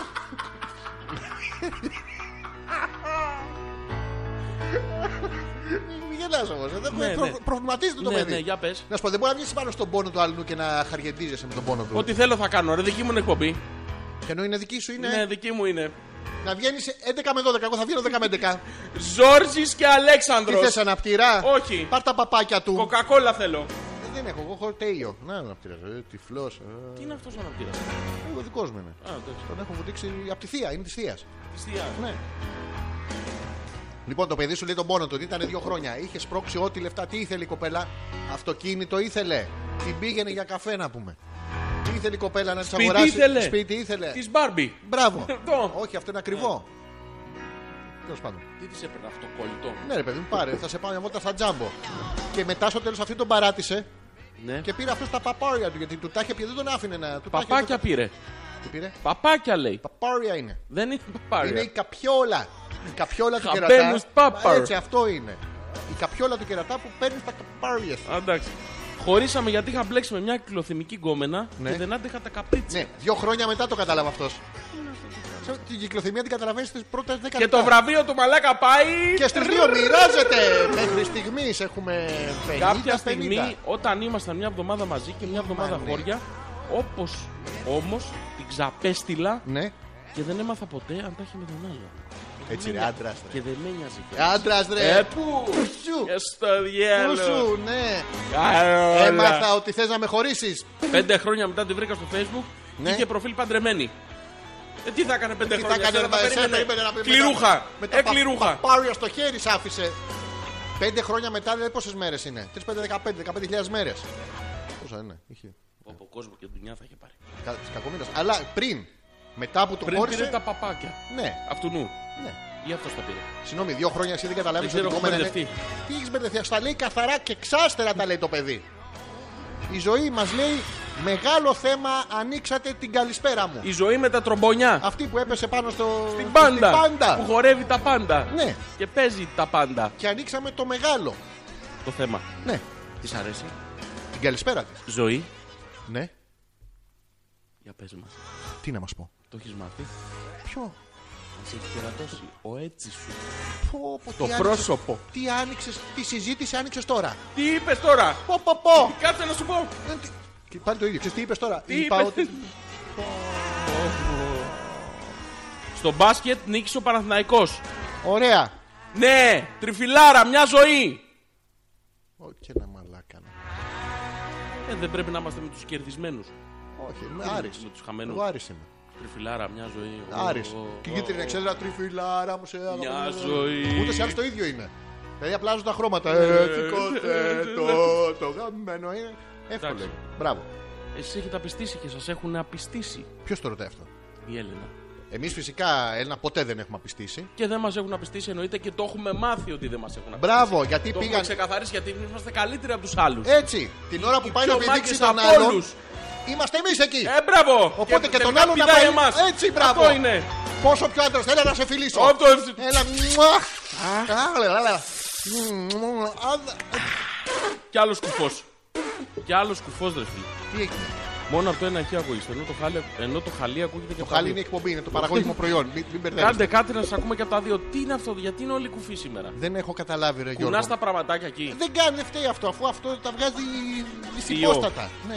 A: Μην μιλά όμω. Δεν
B: Ναι,
A: προ-
B: ναι.
A: προβληματίζεται το
B: Ναι,
A: παιδί.
B: ναι, για πες.
A: Να σου πω, δεν μπορεί να βγει πάνω στον πόνο του άλλου και να χαριεντίζεσαι με τον πόνο του.
B: Ό,τι θέλω θα κάνω, ρε. Δική μου είναι εκπομπή.
A: Ναι. Και ενώ είναι δική σου είναι
B: Ναι, δική μου είναι.
A: να βγαίνεις 11 με 12. Εγώ θα βγαίνω 10 με 11.
B: Ζόρζης και
A: Τι
B: Αλέξανδρο.
A: θες, αναπτυρά.
B: Όχι.
A: Πάρ τα παπάκια του.
B: Κοκακόλα θέλω.
A: Ε, Δεν έχω, εγώ έχω τέλειο. Να, αναπτυρά. Ε, Τυφλός.
B: Τι είναι αυτός ο αναπτήρα.
A: Εγώ δικός μου είναι.
B: Α, εντάξει.
A: Τον έχω βουτήξει από τη θεία, είναι της θεία.
B: Της θείας.
A: Ναι. Λοιπόν, το παιδί σου λέει τον πόνο του ότι ήταν δύο χρόνια. Είχε σπρώξει ό,τι λεφτά. Τι ήθελε η κοπέλα. Αυτοκίνητο ήθελε. Την πήγαινε για καφέ να πούμε. Ήθελε η κοπέλα να της
B: Σπίτι
A: αγοράσει.
B: ήθελε. Ε,
A: Σπίτι ήθελε.
B: Της Μπάρμπι.
A: Μπράβο.
B: Αυτό.
A: Όχι, αυτό είναι ακριβό.
B: Ε.
A: Τέλος πάντων.
B: Τι της έπαιρνε αυτό, κολλητό.
A: Ναι, ρε παιδί μου, πάρε. Θα σε πάω μια βόλτα στα τζάμπο. Και μετά στο τέλος αυτή τον παράτησε
B: Ναι.
A: και πήρε αυτό τα παπάρια του. Γιατί του τα είχε πει, δεν τον άφηνε να. Του τα είχε-
B: Παπάκια πήρε.
A: Τι πήρε.
B: Παπάκια λέει.
A: Παπάρια είναι.
B: Δεν είναι
A: Είναι η
B: παπάρια.
A: καπιόλα. Η καπιόλα του
B: Χαμένους
A: κερατά.
B: πάπαρ.
A: Μα Έτσι, αυτό είναι. Η καπιόλα του κερατά που παίρνει τα καπάρια σου.
B: Α, Εντάξει. Χωρίσαμε γιατί είχα μπλέξει με μια κυκλοθυμική γκόμενα
A: Ναι.
B: και δεν άντεχα τα καπρίτσια.
A: Ναι, δύο χρόνια μετά το κατάλαβα αυτός. Την κυκλοθυμία την καταλαβαίνεις στις πρώτες 10
B: Και το βραβείο του μαλάκα πάει.
A: Και στις δύο μοιράζεται. Μέχρι στιγμής έχουμε 50.
B: Κάποια
A: 50.
B: στιγμή όταν ήμασταν μια εβδομάδα μαζί και μια εβδομάδα
A: Μανί.
B: χώρια, όπως όμως την ξαπέστειλα
A: Ναι,
B: και δεν έμαθα ποτέ αν τα είχε με τον άλλο.
A: έτσι ρε άντρα.
B: Και δεν με νοιάζει.
A: Άντρα ρε.
B: Ε, πού!
A: Σου.
B: Και στο
A: Πού
B: διάλογο.
A: σου, ναι.
B: Καρόλα.
A: Έμαθα ότι θες να με χωρίσεις.
B: Πέντε χρόνια μετά τη βρήκα στο facebook
A: Ναι.
B: Είχε προφίλ παντρεμένη. Ε, τι θα έκανε πέντε
A: Τι θα
B: χρόνια.
A: έκανε
B: τώρα, τα
A: με εσένα,
B: περίμενε.
A: περίμενε να πει
B: Κληρούχα.
A: Με τα
B: Ε, κληρούχα.
A: παπάρια στο χέρι σ' άφησε. Πέντε χρόνια μετά, δηλαδή πόσες μέρες είναι. 3, 5, 15, 15.000 μέρες. Πόσα είναι, είχε.
B: Από κόσμο και δουλειά θα είχε πάρει.
A: Κα, της κακομοίρας. Αλλά πριν, μετά που το
B: Πριν πήρε
A: χώρισε.
B: τα παπάκια.
A: Ναι,
B: Αυτού νου.
A: ναι.
B: Ή αυτό τα πήρε.
A: Συγγνώμη, δύο χρόνια εσύ δεν καταλάβεις
B: Δεν
A: ότι
B: ξέρω,
A: η κόμενα
B: έχω
A: είναι. Τι έχεις μπερδευτεί, αυτά λέει καθαρά και ξάστερα τα λέει το παιδί. Η ζωή μας λέει μεγάλο θέμα, ανοίξατε την καλησπέρα μου.
B: Η ζωή με τα τρομπονιά.
A: Αυτή που έπεσε πάνω στο...
B: Την πάντα.
A: στην πάντα.
B: Που χορεύει τα πάντα.
A: Ναι.
B: Και παίζει τα πάντα.
A: Και ανοίξαμε το μεγάλο.
B: Το θέμα.
A: Ναι.
B: Της αρέσει.
A: Την καλησπέρα της.
B: Ζωή.
A: Ναι.
B: Για πες μας.
A: Τι να μας πω.
B: Το έχεις μάθει.
A: Ποιο.
B: Μα έχει κερατώσει. Ο έτσι σου.
A: Πω, πω,
B: Το
A: τι άνοιξες-
B: πρόσωπο.
A: Τι άνοιξες, τι συζήτηση άνοιξες τώρα.
B: Τι είπες τώρα.
A: Πω, πω, πω.
B: Κάτσε να σου πω.
A: Ε, τι- Και πάλι το ίδιο. Ξέρεις τι είπες τώρα.
B: Τι
A: Είπα
B: είπες?
A: ότι.
B: Στο μπάσκετ νίκησε ο Παναθηναϊκός.
A: Ωραία.
B: Ναι, τριφυλάρα, μια ζωή.
A: Όχι ένα μαλάκα. ναι.
B: Ε, δεν πρέπει να είμαστε με τους κερδισμένους.
A: Όχι, είμαι Άρης.
B: με τους χαμένους.
A: Εγώ Άρης είμαι.
B: Τριφυλάρα, μια ζωή. Ω,
A: Άρης.
B: ω,
A: Και
B: ω,
A: κίτρινη
B: ω.
A: εξέδρα τριφυλάρα μου σε αγαπώ.
B: ζωή. Ναι.
A: Ούτε σε άλλο το ίδιο είναι. Δηλαδή απλά αλλάζουν τα χρώματα. Έτσι κοτέτο. Το γαμμένο είναι. Εύκολο.
B: Εντάξει.
A: είναι. Μπράβο.
B: Εσείς έχετε απιστήσει και σας έχουν απιστήσει
A: Ποιος το ρωτάει αυτό.
B: η Έλενα.
A: Εμείς φυσικά Έλληνα ποτέ δεν έχουμε απιστήσει.
B: Και δεν μας έχουν απιστήσει εννοείται και το έχουμε μάθει ότι δεν μας έχουν απιστήσει.
A: Μπράβο, γιατί
B: Το έχουμε
A: πήγαν.
B: ξεκαθαρίσει γιατί εμείς είμαστε καλύτεροι από τους άλλους.
A: Έτσι, την ώρα που πάει να
B: πιο
A: επιδείξει
B: μάγκες
A: τον
B: από
A: άλλον,
B: όλους.
A: είμαστε εμείς εκεί.
B: Ε, μπράβο!
A: Οπότε και, τον
B: τελικά
A: άλλον να
B: πηδάει
A: πάει.
B: εμάς.
A: Έτσι, μπράβο.
B: Αυτό είναι.
A: Πόσο πιο άντρας, έλα να σε φιλήσω.
B: Αυτό είναι.
A: Έλα, μουα. Έλα, έλα, έλα. Μουα, α, δα-
B: Κι άλλος κουφός. Κι άλλος κουφός, ρε φίλε.
A: Τι έγινε.
B: Μόνο από το ένα ηχείο ακούγεται. Ενώ το χάλι, ενώ το χαλί ακούγεται και
A: Το
B: από τα
A: χάλι
B: δύο.
A: είναι η εκπομπή, είναι το παραγωγικό προϊόν. Μην, μην μπερδεύεστε.
B: Κάντε κάτι να σας ακούμε και από τα δύο. Τι είναι αυτό, γιατί είναι όλοι κουφοί σήμερα.
A: Δεν έχω καταλάβει, ρε Γιώργο.
B: Κουνά τα πραγματάκια εκεί.
A: Δεν κάνει, δεν φταίει αυτό, αφού αυτό τα βγάζει η- η
B: Θείο.
A: συμπόστατα. Ναι.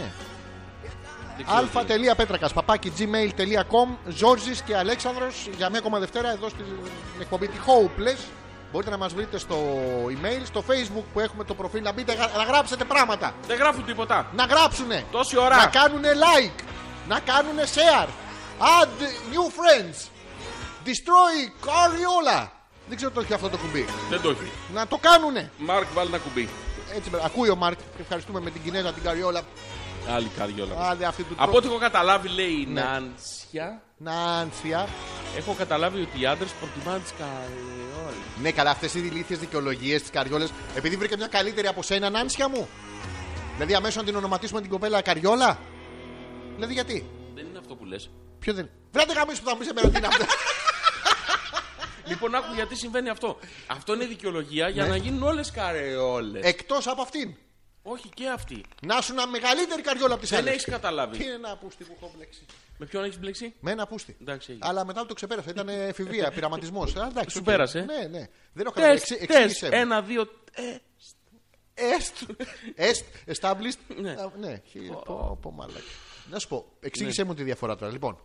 B: Δεν ξέρω τι είναι.
A: αλφα.πέτρακα παπάκι gmail.com Ζόρζης και Αλέξανδρος για μία ακόμα Δευτέρα εδώ στην εκπομπή τη Hopeless. Μπορείτε να μας βρείτε στο email, στο facebook που έχουμε το προφίλ να μπείτε να γράψετε πράγματα.
B: Δεν γράφουν τίποτα.
A: Να γράψουνε.
B: Τόση ώρα.
A: Να κάνουνε like. Να κάνουνε share. Add new friends. Destroy Cariola. Δεν ξέρω το έχει αυτό το κουμπί.
B: Δεν το έχει.
A: Να το κάνουνε.
B: Μάρκ, βάλει ένα κουμπί.
A: Έτσι, με- ακούει ο Μάρκ. Ευχαριστούμε με την Κινέζα την Καριόλα.
B: Άλλη καριόλα.
A: Άντε αυτή του
B: Από ό,τι έχω καταλάβει, λέει
A: Ναι.
B: η Νάνσια,
A: Νάνσια.
B: έχω καταλάβει ότι οι άντρες προτιμάνε τις καριόλες.
A: Ναι, καλά, αυτές οι ηλίθιες δικαιολογίες τη Καριόλα. Επειδή βρήκα μια καλύτερη από σένα, Νάνσια μου. Δηλαδή, αμέσως να την ονοματίσουμε την κοπέλα Καριόλα. Δηλαδή, γιατί.
B: Δεν είναι αυτό που λες.
A: Ποιο δεν. Βρέτε γαμίσου που θα μου πεις εμένα τι είναι αυτό.
B: Λοιπόν, άκου
A: Ναι. Ε.
B: γιατί συμβαίνει αυτό. Αυτό είναι η δικαιολογία για να γίνουν όλες καριόλες.
A: Εκτός από αυτήν.
B: Όχι και αυτή.
A: Να σου να μεγαλύτερη καριόλα από τι
B: Δεν
A: άλλε.
B: έχει
A: Ε, Τι
B: καταλάβει.
A: είναι ένα πούστη που έχω μπλέξει.
B: Με ποιον έχεις μπλεξεί.
A: Με ένα πούστη.
B: Εντάξει, έγινε.
A: Αλλά μετά το ξεπέρασα. Ήταν εφηβεία, πειραματισμός.
B: Σου πέρασε.
A: Ναι, ναι. Δεν έχω
B: Τεστ,
A: καταλάβει.
B: τεστ.
A: Εξήγησε.
B: Ένα, δύο. ε,
A: Est, est, established.
B: Ναι.
A: Α, Ναι, χι- πω, πω, μαλάκα. Να σου πω, εξήγησέ
B: Ναι.
A: μου τη διαφορά τώρα. Λοιπόν,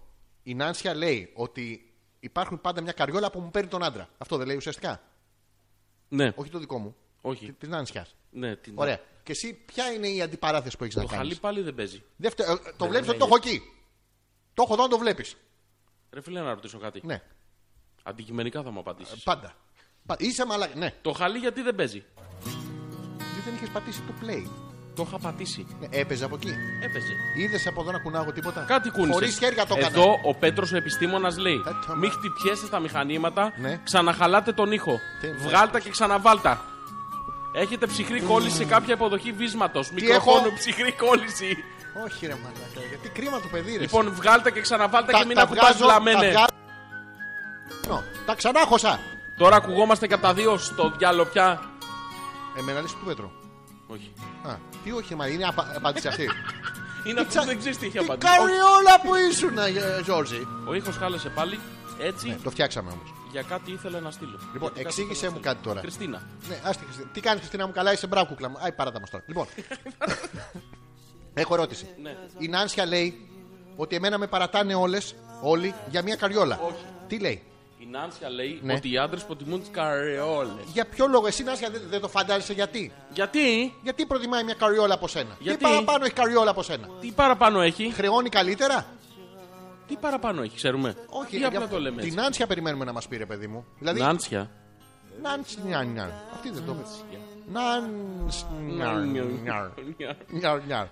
A: η Νάνσια λέει ότι υπάρχουν πάντα μια καριόλα που μου παίρνει τον άντρα. Αυτό δεν λέει ουσιαστικά.
B: Ναι,
A: Όχι το δικό μου.
B: Όχι.
A: Τη Νάνσια.
B: ναι, την...
A: Ωραία. Και εσύ, ποια είναι η αντιπαράθεση που έχεις να
B: Το χαλί
A: κάνει.
B: πάλι δεν παίζει.
A: Το βλέπεις ότι
B: λέγεται.
A: το έχω εκεί. Το έχω εδώ να το βλέπεις.
B: Ρε φίλε, να ρωτήσω κάτι.
A: Ναι,
B: Αντικειμενικά θα μου απαντήσεις.
A: πάντα. Πα- Είσαι μαλάκα. Ναι,
B: Το χαλί γιατί δεν παίζει.
A: γιατί δεν είχες πατήσει το play.
B: Το είχα πατήσει.
A: Ναι, έπαιζε από εκεί.
B: Έπαιζε.
A: Είδες από εδώ να κουνάγω τίποτα.
B: Κάτι κούνησες.
A: Χωρίς χέρια το έκανα.
B: Εδώ ο Πέτρος ο επιστήμονας λέει:
A: Ε, το-
B: Μην χτυπιέστε στα μηχανήματα,
A: Ναι.
B: ξαναχαλάτε τον ήχο.
A: Τι είναι
B: Βγάλτα και ξαναβάλτα. Έχετε ψυχρή κόλληση σε κάποια υποδοχή βίσματος. Μικρόφωνο,
A: έχω?
B: ψυχρή κόλληση.
A: Όχι, ρε μαλάκα. Γιατί κρίμα το παιδί, ρε.
B: Λοιπόν, βγάλτα και ξαναβάλτα και μην
A: βγάζω,
B: ακουτάς
A: τα
B: βλαμμένε.
A: βγάζω. Νο, Τα ξανά χωσα.
B: Τώρα ακουγόμαστε και από τα δύο στο διάλογο πια.
A: Εμένα λες του Πέτρου.
B: Όχι.
A: Α, τι όχι, μα είναι απα- απάντηση αυτή.
B: Είναι αυτό
A: τσα-
B: που δεν ξέρεις τι έχει
A: Τι
B: απαντήσει.
A: κάνει όλα που ήσουν, ε, Ζόρζι.
B: Ο- Ο ήχο χάλεσε πάλι. Έτσι,
A: Το φτιάξαμε όμως.
B: για κάτι ήθελα να στείλω.
A: Ναι. Λοιπόν,
B: Γιατί κάτι
A: εξήγησέ
B: ήθελα να
A: μου
B: στείλω.
A: κάτι τώρα.
B: Χριστίνα.
A: Ναι, άστη, Χριστίνα. Τι κάνεις, Χριστίνα μου, καλά είσαι μπράβο, κούκλα μου. Άι, παράτα μας τώρα. Λοιπόν, έχω ερώτηση.
B: Ναι.
A: Η Νάνσια λέει ότι εμένα με παρατάνε όλες, όλοι, για μια καριόλα. Τι λέει.
B: Η Νάνσια λέει
A: Ναι.
B: ότι οι άντρες προτιμούν τις καρεόλες.
A: Για ποιο λόγο εσύ, Νάνσια, δεν, δεν το φαντάζεσαι γιατί.
B: Γιατί,
A: Γιατί προτιμάει μια καριόλα από σένα.
B: Γιατί?
A: Τι παραπάνω έχει καριόλα από σένα.
B: τι παραπάνω έχει.
A: Χρεώνει καλύτερα.
B: Τι παραπάνω έχει, ξέρουμε.
A: Όχι,
B: Ή
A: για
B: απλά
A: αυτό.
B: το λέμε
A: Την
B: έτσι.
A: Νάντσια περιμένουμε να μας πει, ρε παιδί μου. Δηλαδή.
B: Νάντσια.
A: Νάντσια. νιάρ, νιάρ. Αυτή δεν το πει. Νάντσια.
B: Νιάρ.
A: Νιάρ, νιάρ.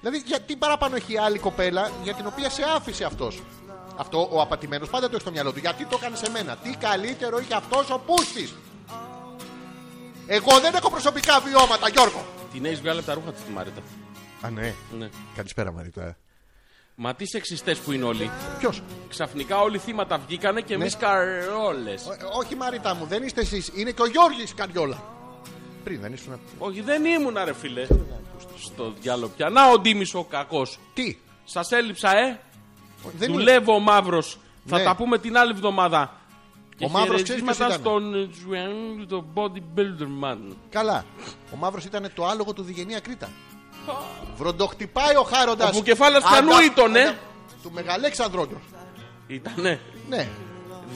A: Δηλαδή, γιατί παραπάνω έχει άλλη κοπέλα για την οποία σε άφησε αυτός. Αυτό ο απατημένος πάντα το έχει στο μυαλό του. Γιατί το έκανε σε μένα. Τι καλύτερο είχε αυτός ο πούστης. Εγώ δεν έχω προσωπικά βιώματα, Γιώργο.
B: Την έχεις βγάλει από τα ρούχα της τη Μαρίτα.
A: Α, ναι.
B: Ναι.
A: Καλησπέρα, Μαρίτα.
B: Μα τι σεξιστές που είναι όλοι.
A: Ποιος.
B: Ξαφνικά όλοι θύματα βγήκανε και εμεί καρεόλε.
A: Ε, Όχι, Μαρίτα μου, δεν είστε εσείς. Είναι και ο Γιώργης Καριόλα. Πριν δεν ήσουν.
B: Όχι, δεν ήμουν ρε φίλε. Στο διάλογο πια. Να ο Ντίμης ο κακός.
A: Τι.
B: Σας έλειψα, ε.
A: Δεν είναι.
B: Δουλεύω ο μαύρος. Θα
A: Ναι.
B: τα πούμε την άλλη εβδομάδα. Και
A: Μαύρος ξέρεις ποιος
B: χαιρετίσματα
A: ήταν.
B: στον ε, Τζουέν, τον bodybuilder man.
A: Καλά. Ο μαύρος ήταν το άλογο του Διγενεία Κρήτα. Βροντοχτυπάει ο Χάροντας.
B: Ο Μπουκεφάλας Κανού ήταν, ε.
A: Του Μεγαλέξανδρόντο.
B: Ήτανε
A: Ναι.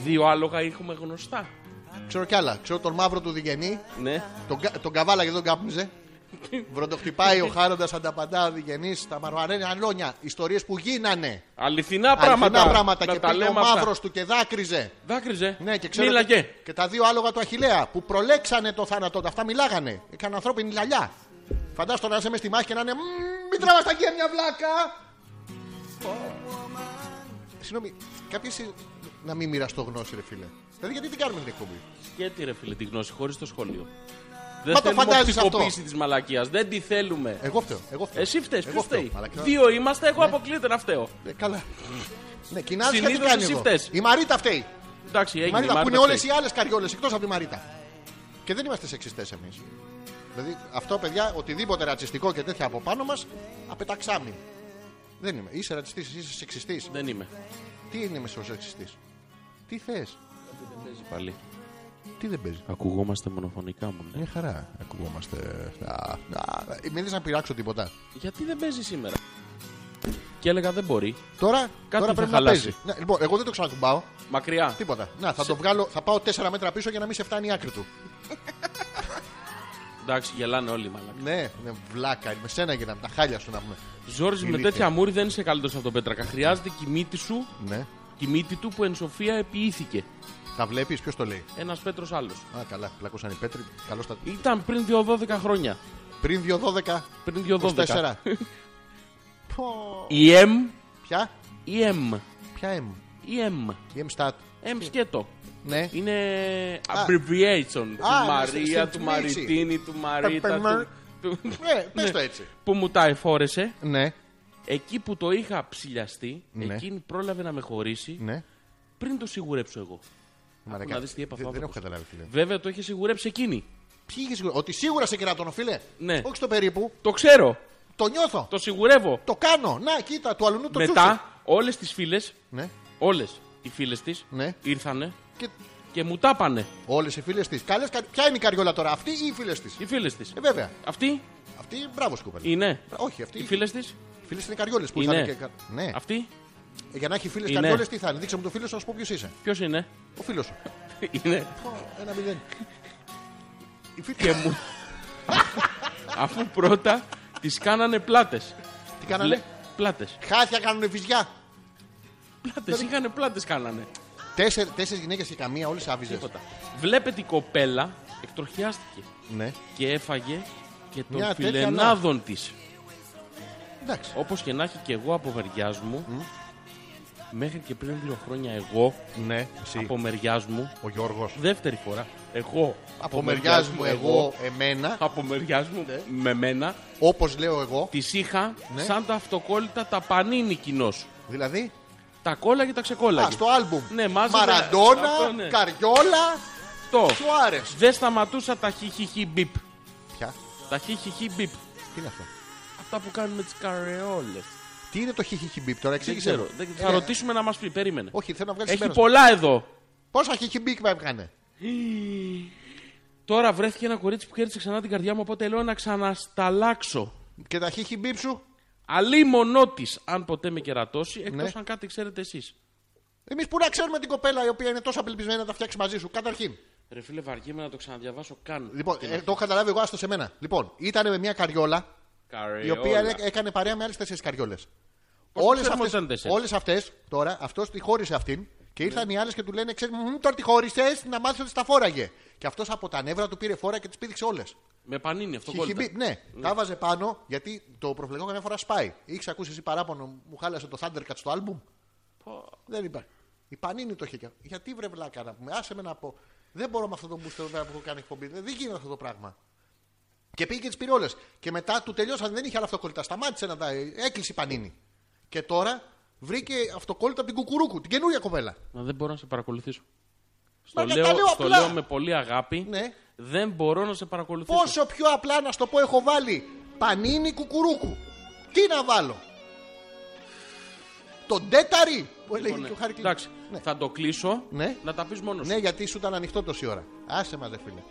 B: δύο άλογα έχουμε γνωστά.
A: Ξέρω κι άλλα. Ξέρω τον μαύρο του Διγενή.
B: Ναι.
A: Τον, κα- τον καβάλα και τον κάπνιζε. Βροντοχτυπάει ο Χάροντας ανταπαντά ο Διγενή στα μαρμαρένια αλόνια. Ιστορίες που γίνανε.
B: Αληθινά πράγματα.
A: Αληθινά πράγματα
B: Να
A: και
B: τα
A: πήγε ο
B: λέμε αυτά.
A: μαύρος του και δάκρυζε.
B: Δάκρυζε.
A: Ναι, και ξέρω.
B: Μίλαγε.
A: Και τα δύο άλογα του Αχηλέα που προλέξανε το θάνατό του. Αυτά μιλάγανε. Έκαναν ανθρώπινη λαλιά. Φαντάστο να είσαι μες στη μάχη και να είναι. «Μμμ, Μην τραβάς τα γένια, βλάκα! Συγγνώμη, κάποιοι συ- να μην μοιραστώ γνώση, ρε φίλε. Δηλαδή, γιατί την κάνουμε την εκπομπή.
B: Σκέτη ρε φίλε τη γνώση χωρίς το σχολείο. Δεν
A: Μα το
B: θέλουμε
A: φαντάζεσαι αυτό.
B: οπτικοποίηση της μαλακίας. Δεν τη θέλουμε.
A: Εγώ φταίω. Εγώ φταίω.
B: Εσύ φταίς.
A: Εγώ
B: Ποιος
A: φταίω, Ναι.
B: φταίει.
A: μαλακιά.
B: Δύο είμαστε. Εγώ αποκλείται να φταίω.
A: Ε, καλά. ναι, κοινάζει τι
B: Συνήθως
A: κάνει
B: εσύ
A: εδώ.
B: φταίς.
A: Η Μαρίτα φταίει.
B: Εντάξει,
A: Η
B: έγινε. η
A: Μαρίτα που
B: Μάρτα
A: είναι όλε
B: φταίει.
A: οι άλλες καριόλες εκτός από τη Μαρίτα. Και δεν είμαστε σεξιστές εμείς. Δηλαδή αυτό παιδιά, οτιδήποτε ρατσιστικό και τέτοια από πάνω μας, απεταξάμι. Δεν είμαι. Είσαι ρατσιστής, είσαι σεξιστής.
B: Δεν είμαι.
A: Τι είναι μεσό σεξιστής. Τι θες.
B: Παίζει πάλι.
A: Τι δεν παίζει.
B: Ακουγόμαστε μονοφωνικά μου. Ναι.
A: Μια χαρά. Ακουγόμαστε. Α, α, ε, Μην δεις να πειράξω τίποτα.
B: Γιατί δεν παίζει σήμερα. Και έλεγα δεν μπορεί.
A: Τώρα, τώρα
B: θα
A: πρέπει να
B: χαλάσει.
A: παίζει. Ναι, λοιπόν, εγώ δεν το ξανακουμπάω.
B: Μακριά.
A: Τίποτα. Να, θα το βγάλω. Θα πάω 4 μέτρα πίσω για να μην σε φτάνει η άκρη του.
B: Εντάξει, γελάνε όλοι οι μαλακά.
A: Ναι, ναι, βλάκα. Με σένα γίναμε τα χάλια σου να πούμε.
B: Ζόρι με
A: Ηλίθεια.
B: τέτοια αμούρη δεν είσαι καλύτερος από τον Πέτρακα. Χρειάζεται η μύτη σου,
A: Ναι.
B: η μύτη του που εν σοφία επιήθηκε.
A: Θα βλέπεις ποιος το λέει.
B: Ένας Πέτρος άλλος.
A: Α, καλά, πλακώσαν οι Πέτροι. Καλώς τα.
B: Ήταν πριν 2-12 χρόνια.
A: Πριν 2-12.
B: Πριν 2-12.
A: 24. Πω.
B: Η M,
A: Ποια?
B: η M,
A: Ποια M.
B: η M.
A: Η M-Stat.
B: M σκέτο.
A: Ναι.
B: Είναι abbreviation. Του
A: Α,
B: Μαρία,
A: στην
B: του
A: τύχη.
B: Μαριτίνη, του Μαρίτα.
A: Πεπερμερ.
B: του- του-
A: Ναι, πες το έτσι.
B: Που μου τα εφόρεσε.
A: Ναι.
B: Εκεί που το είχα ψηλιαστεί,
A: Ναι.
B: εκείνη πρόλαβε να με χωρίσει
A: Ναι.
B: πριν το σιγουρέψω εγώ.
A: Μαλάκα.
B: να δεις τι έπαθε ο
A: Δεν- Δεν έχω
B: άνθρωπος.
A: καταλάβει τι λέει.
B: Βέβαια το είχε σιγουρέψει εκείνη.
A: Ποιοι είχε σίγουρα. Ότι σίγουρα σε κερατώνω, φίλε.
B: Ναι.
A: Όχι στο περίπου.
B: Το ξέρω.
A: Το νιώθω. Το,
B: Το σιγουρεύω.
A: κάνω. Να, κοίτα, του αλουνού το τσούσι.
B: Μετά όλες τις φίλες,
A: Ναι.
B: όλες οι φίλες της
A: Ναι.
B: ήρθανε
A: Και
B: και μου τάπανε
A: όλες οι φίλες της. Καλές, κα- ποια είναι η καριόλα τώρα, αυτή ή οι φίλες της.
B: οι φίλες της.
A: Ε, βέβαια.
B: Αυτή
A: Αυτή, μπράβο σκούπερ.
B: είναι.
A: Όχι, αυτή.
B: Οι φίλες της.
A: φίλες είναι καριόλες που
B: Είναι.
A: ήρθαν και. κα- Ναι.
B: Αυτή.
A: Ε, Για να έχει φίλες
B: Είναι.
A: καριόλες, τι θα είναι. Δείξε μου το φίλο σου, να σου πω ποιος είσαι.
B: Ποιος είναι.
A: Ο φίλος σου.
B: είναι.
A: Ω, Ένα μηδέν. Η φίλη-
B: Και μου. Αφού πρώτα τις κάνανε πλάτες.
A: Τι κάνανε.
B: Πλάτες.
A: Χάθια κάνουν βυζιά.
B: Πλάτε. Είχανε πλάτες κάνανε.
A: Τέσσερις γυναίκες και καμία, όλες άβυζες.
B: Τίποτα. Βλέπετε η κοπέλα εκτροχιάστηκε
A: Ναι.
B: και έφαγε και των
A: Μια τέτοια, ναι.
B: φιλενάδων της.
A: Εντάξει.
B: Όπως και να έχει και εγώ από μεριά μου, μέχρι και πριν δύο χρόνια εγώ,
A: Ναι, εσύ.
B: από μεριάς μου,
A: Ο Γιώργος.
B: δεύτερη φορά, εγώ.
A: Από μεριά μου, εγώ, εμένα,
B: από μεριάς μου, με μένα,
A: όπως λέω εγώ.
B: τι είχα
A: Ναι.
B: σαν τα αυτοκόλλητα τα πανίνι κοινό.
A: Δηλαδή.
B: Τα κόλλαγε, τα ξεκόλλαγε.
A: Α, στο άλμπουμ.
B: Ναι, μάζευε- αυτό,
A: Μαραντόνα,
B: ναι.
A: Καριόλα,
B: Το.
A: Σουάρες.
B: Δεν σταματούσα τα χιχιχι μπιπ.
A: Ποια.
B: Τα χιχιχι μπιπ.
A: Τι είναι αυτό.
B: Αυτά που κάνουμε τις καρεόλες.
A: Τι είναι το χιχιμπίπ τώρα,
B: Δεν
A: εξήγησε.
B: ξέρω.
A: μου.
B: Δεν-
A: Ε,
B: Θα ρωτήσουμε να μας πει, περίμενε.
A: Όχι, θέλω να βγάλεις
B: Έχει
A: πέρα.
B: πολλά εδώ.
A: Πόσα χιχιμπίπ με έκανε.
B: Τώρα βρέθηκε ένα κορίτσι που κέρδισε ξανά την καρδιά μου, οπότε λέω να ξανασταλάξω.
A: Και τα χιχιμπίπ σου.
B: Αλή μονό της, αν ποτέ με κερατώσει, εκτό
A: Ναι.
B: αν κάτι ξέρετε εσείς.
A: Εμείς που να ξέρουμε την κοπέλα η οποία είναι τόσο απελπισμένη να τα φτιάξει μαζί σου. Καταρχήν.
B: Ρε φίλε, βαριέμαι να το ξαναδιαβάσω καν.
A: Λοιπόν,
B: Την
A: ε, το έχω καταλάβει εγώ, άστος σε μένα. Λοιπόν, ήταν με μια καριόλα
B: καριόλα.
A: η οποία έ- έκανε παρέα με άλλες τέσσερις καριόλες.
B: Ε, Πώς
A: Όλες
B: ξέρουμε ότι ήταν
A: αυτέ
B: τέσσερις?
A: όλες αυτές, τώρα, αυτός τη χώρισε αυτήν και ήρθαν οι άλλες και του λένε: Ξέρεις, μου τώρα τη χώρισες να μάθεις ότι τα φόραγε. Και αυτός από τα νεύρα του πήρε φόρα και τις πήδηξε όλες.
B: Με πανίνη αυτό
A: Χιχιμπίπ, ναι, τα βάζε πάνω γιατί το προφυλακό καμιά φορά σπάει. Είχε ακούσει εσύ παράπονο, μου χάλασε το Thundercat στο album. Δεν υπάρχει. Η Πανίνη το είχε και- Γιατί βρε βλάκα να πούμε, άσε με να πω. Δεν μπορώ με αυτό το μπούστερ βέβαια που έχω κάνει εκπομπή. Δεν δεν γίνεται αυτό το πράγμα. Και πήγε και τις πήρε όλες. Και μετά του τελειώσαν, δεν είχε άλλα αυτοκόλλητα. Σταμάτησε να τα. Έκλεισε η Πανίνη. Και τώρα βρήκε αυτοκόλλητα από την Κουκουρούκου, την καινούρια κοπέλα.
B: Να δεν μπορώ να σε παρακολουθήσω. Στο,
A: τα
B: λέω,
A: λέω
B: στο
A: απλά.
B: λέω με πολύ αγάπη.
A: Ναι.
B: Δεν μπορώ να σε παρακολουθήσω.
A: Πόσο πιο απλά να στο πω, έχω βάλει Πανίνη Κουκουρούκου. Τι να βάλω. Τον τέταρη που έλεγε
B: Λοιπόν,
A: και ο
B: ναι.
A: Χάρη Κλίν.
B: Εντάξει,
A: Ναι.
B: θα το κλείσω.
A: Ναι.
B: Να τα πεις μόνος
A: Ναι, γιατί σου ήταν ανοιχτό τόση ώρα. Άσε μας, ρε φίλε.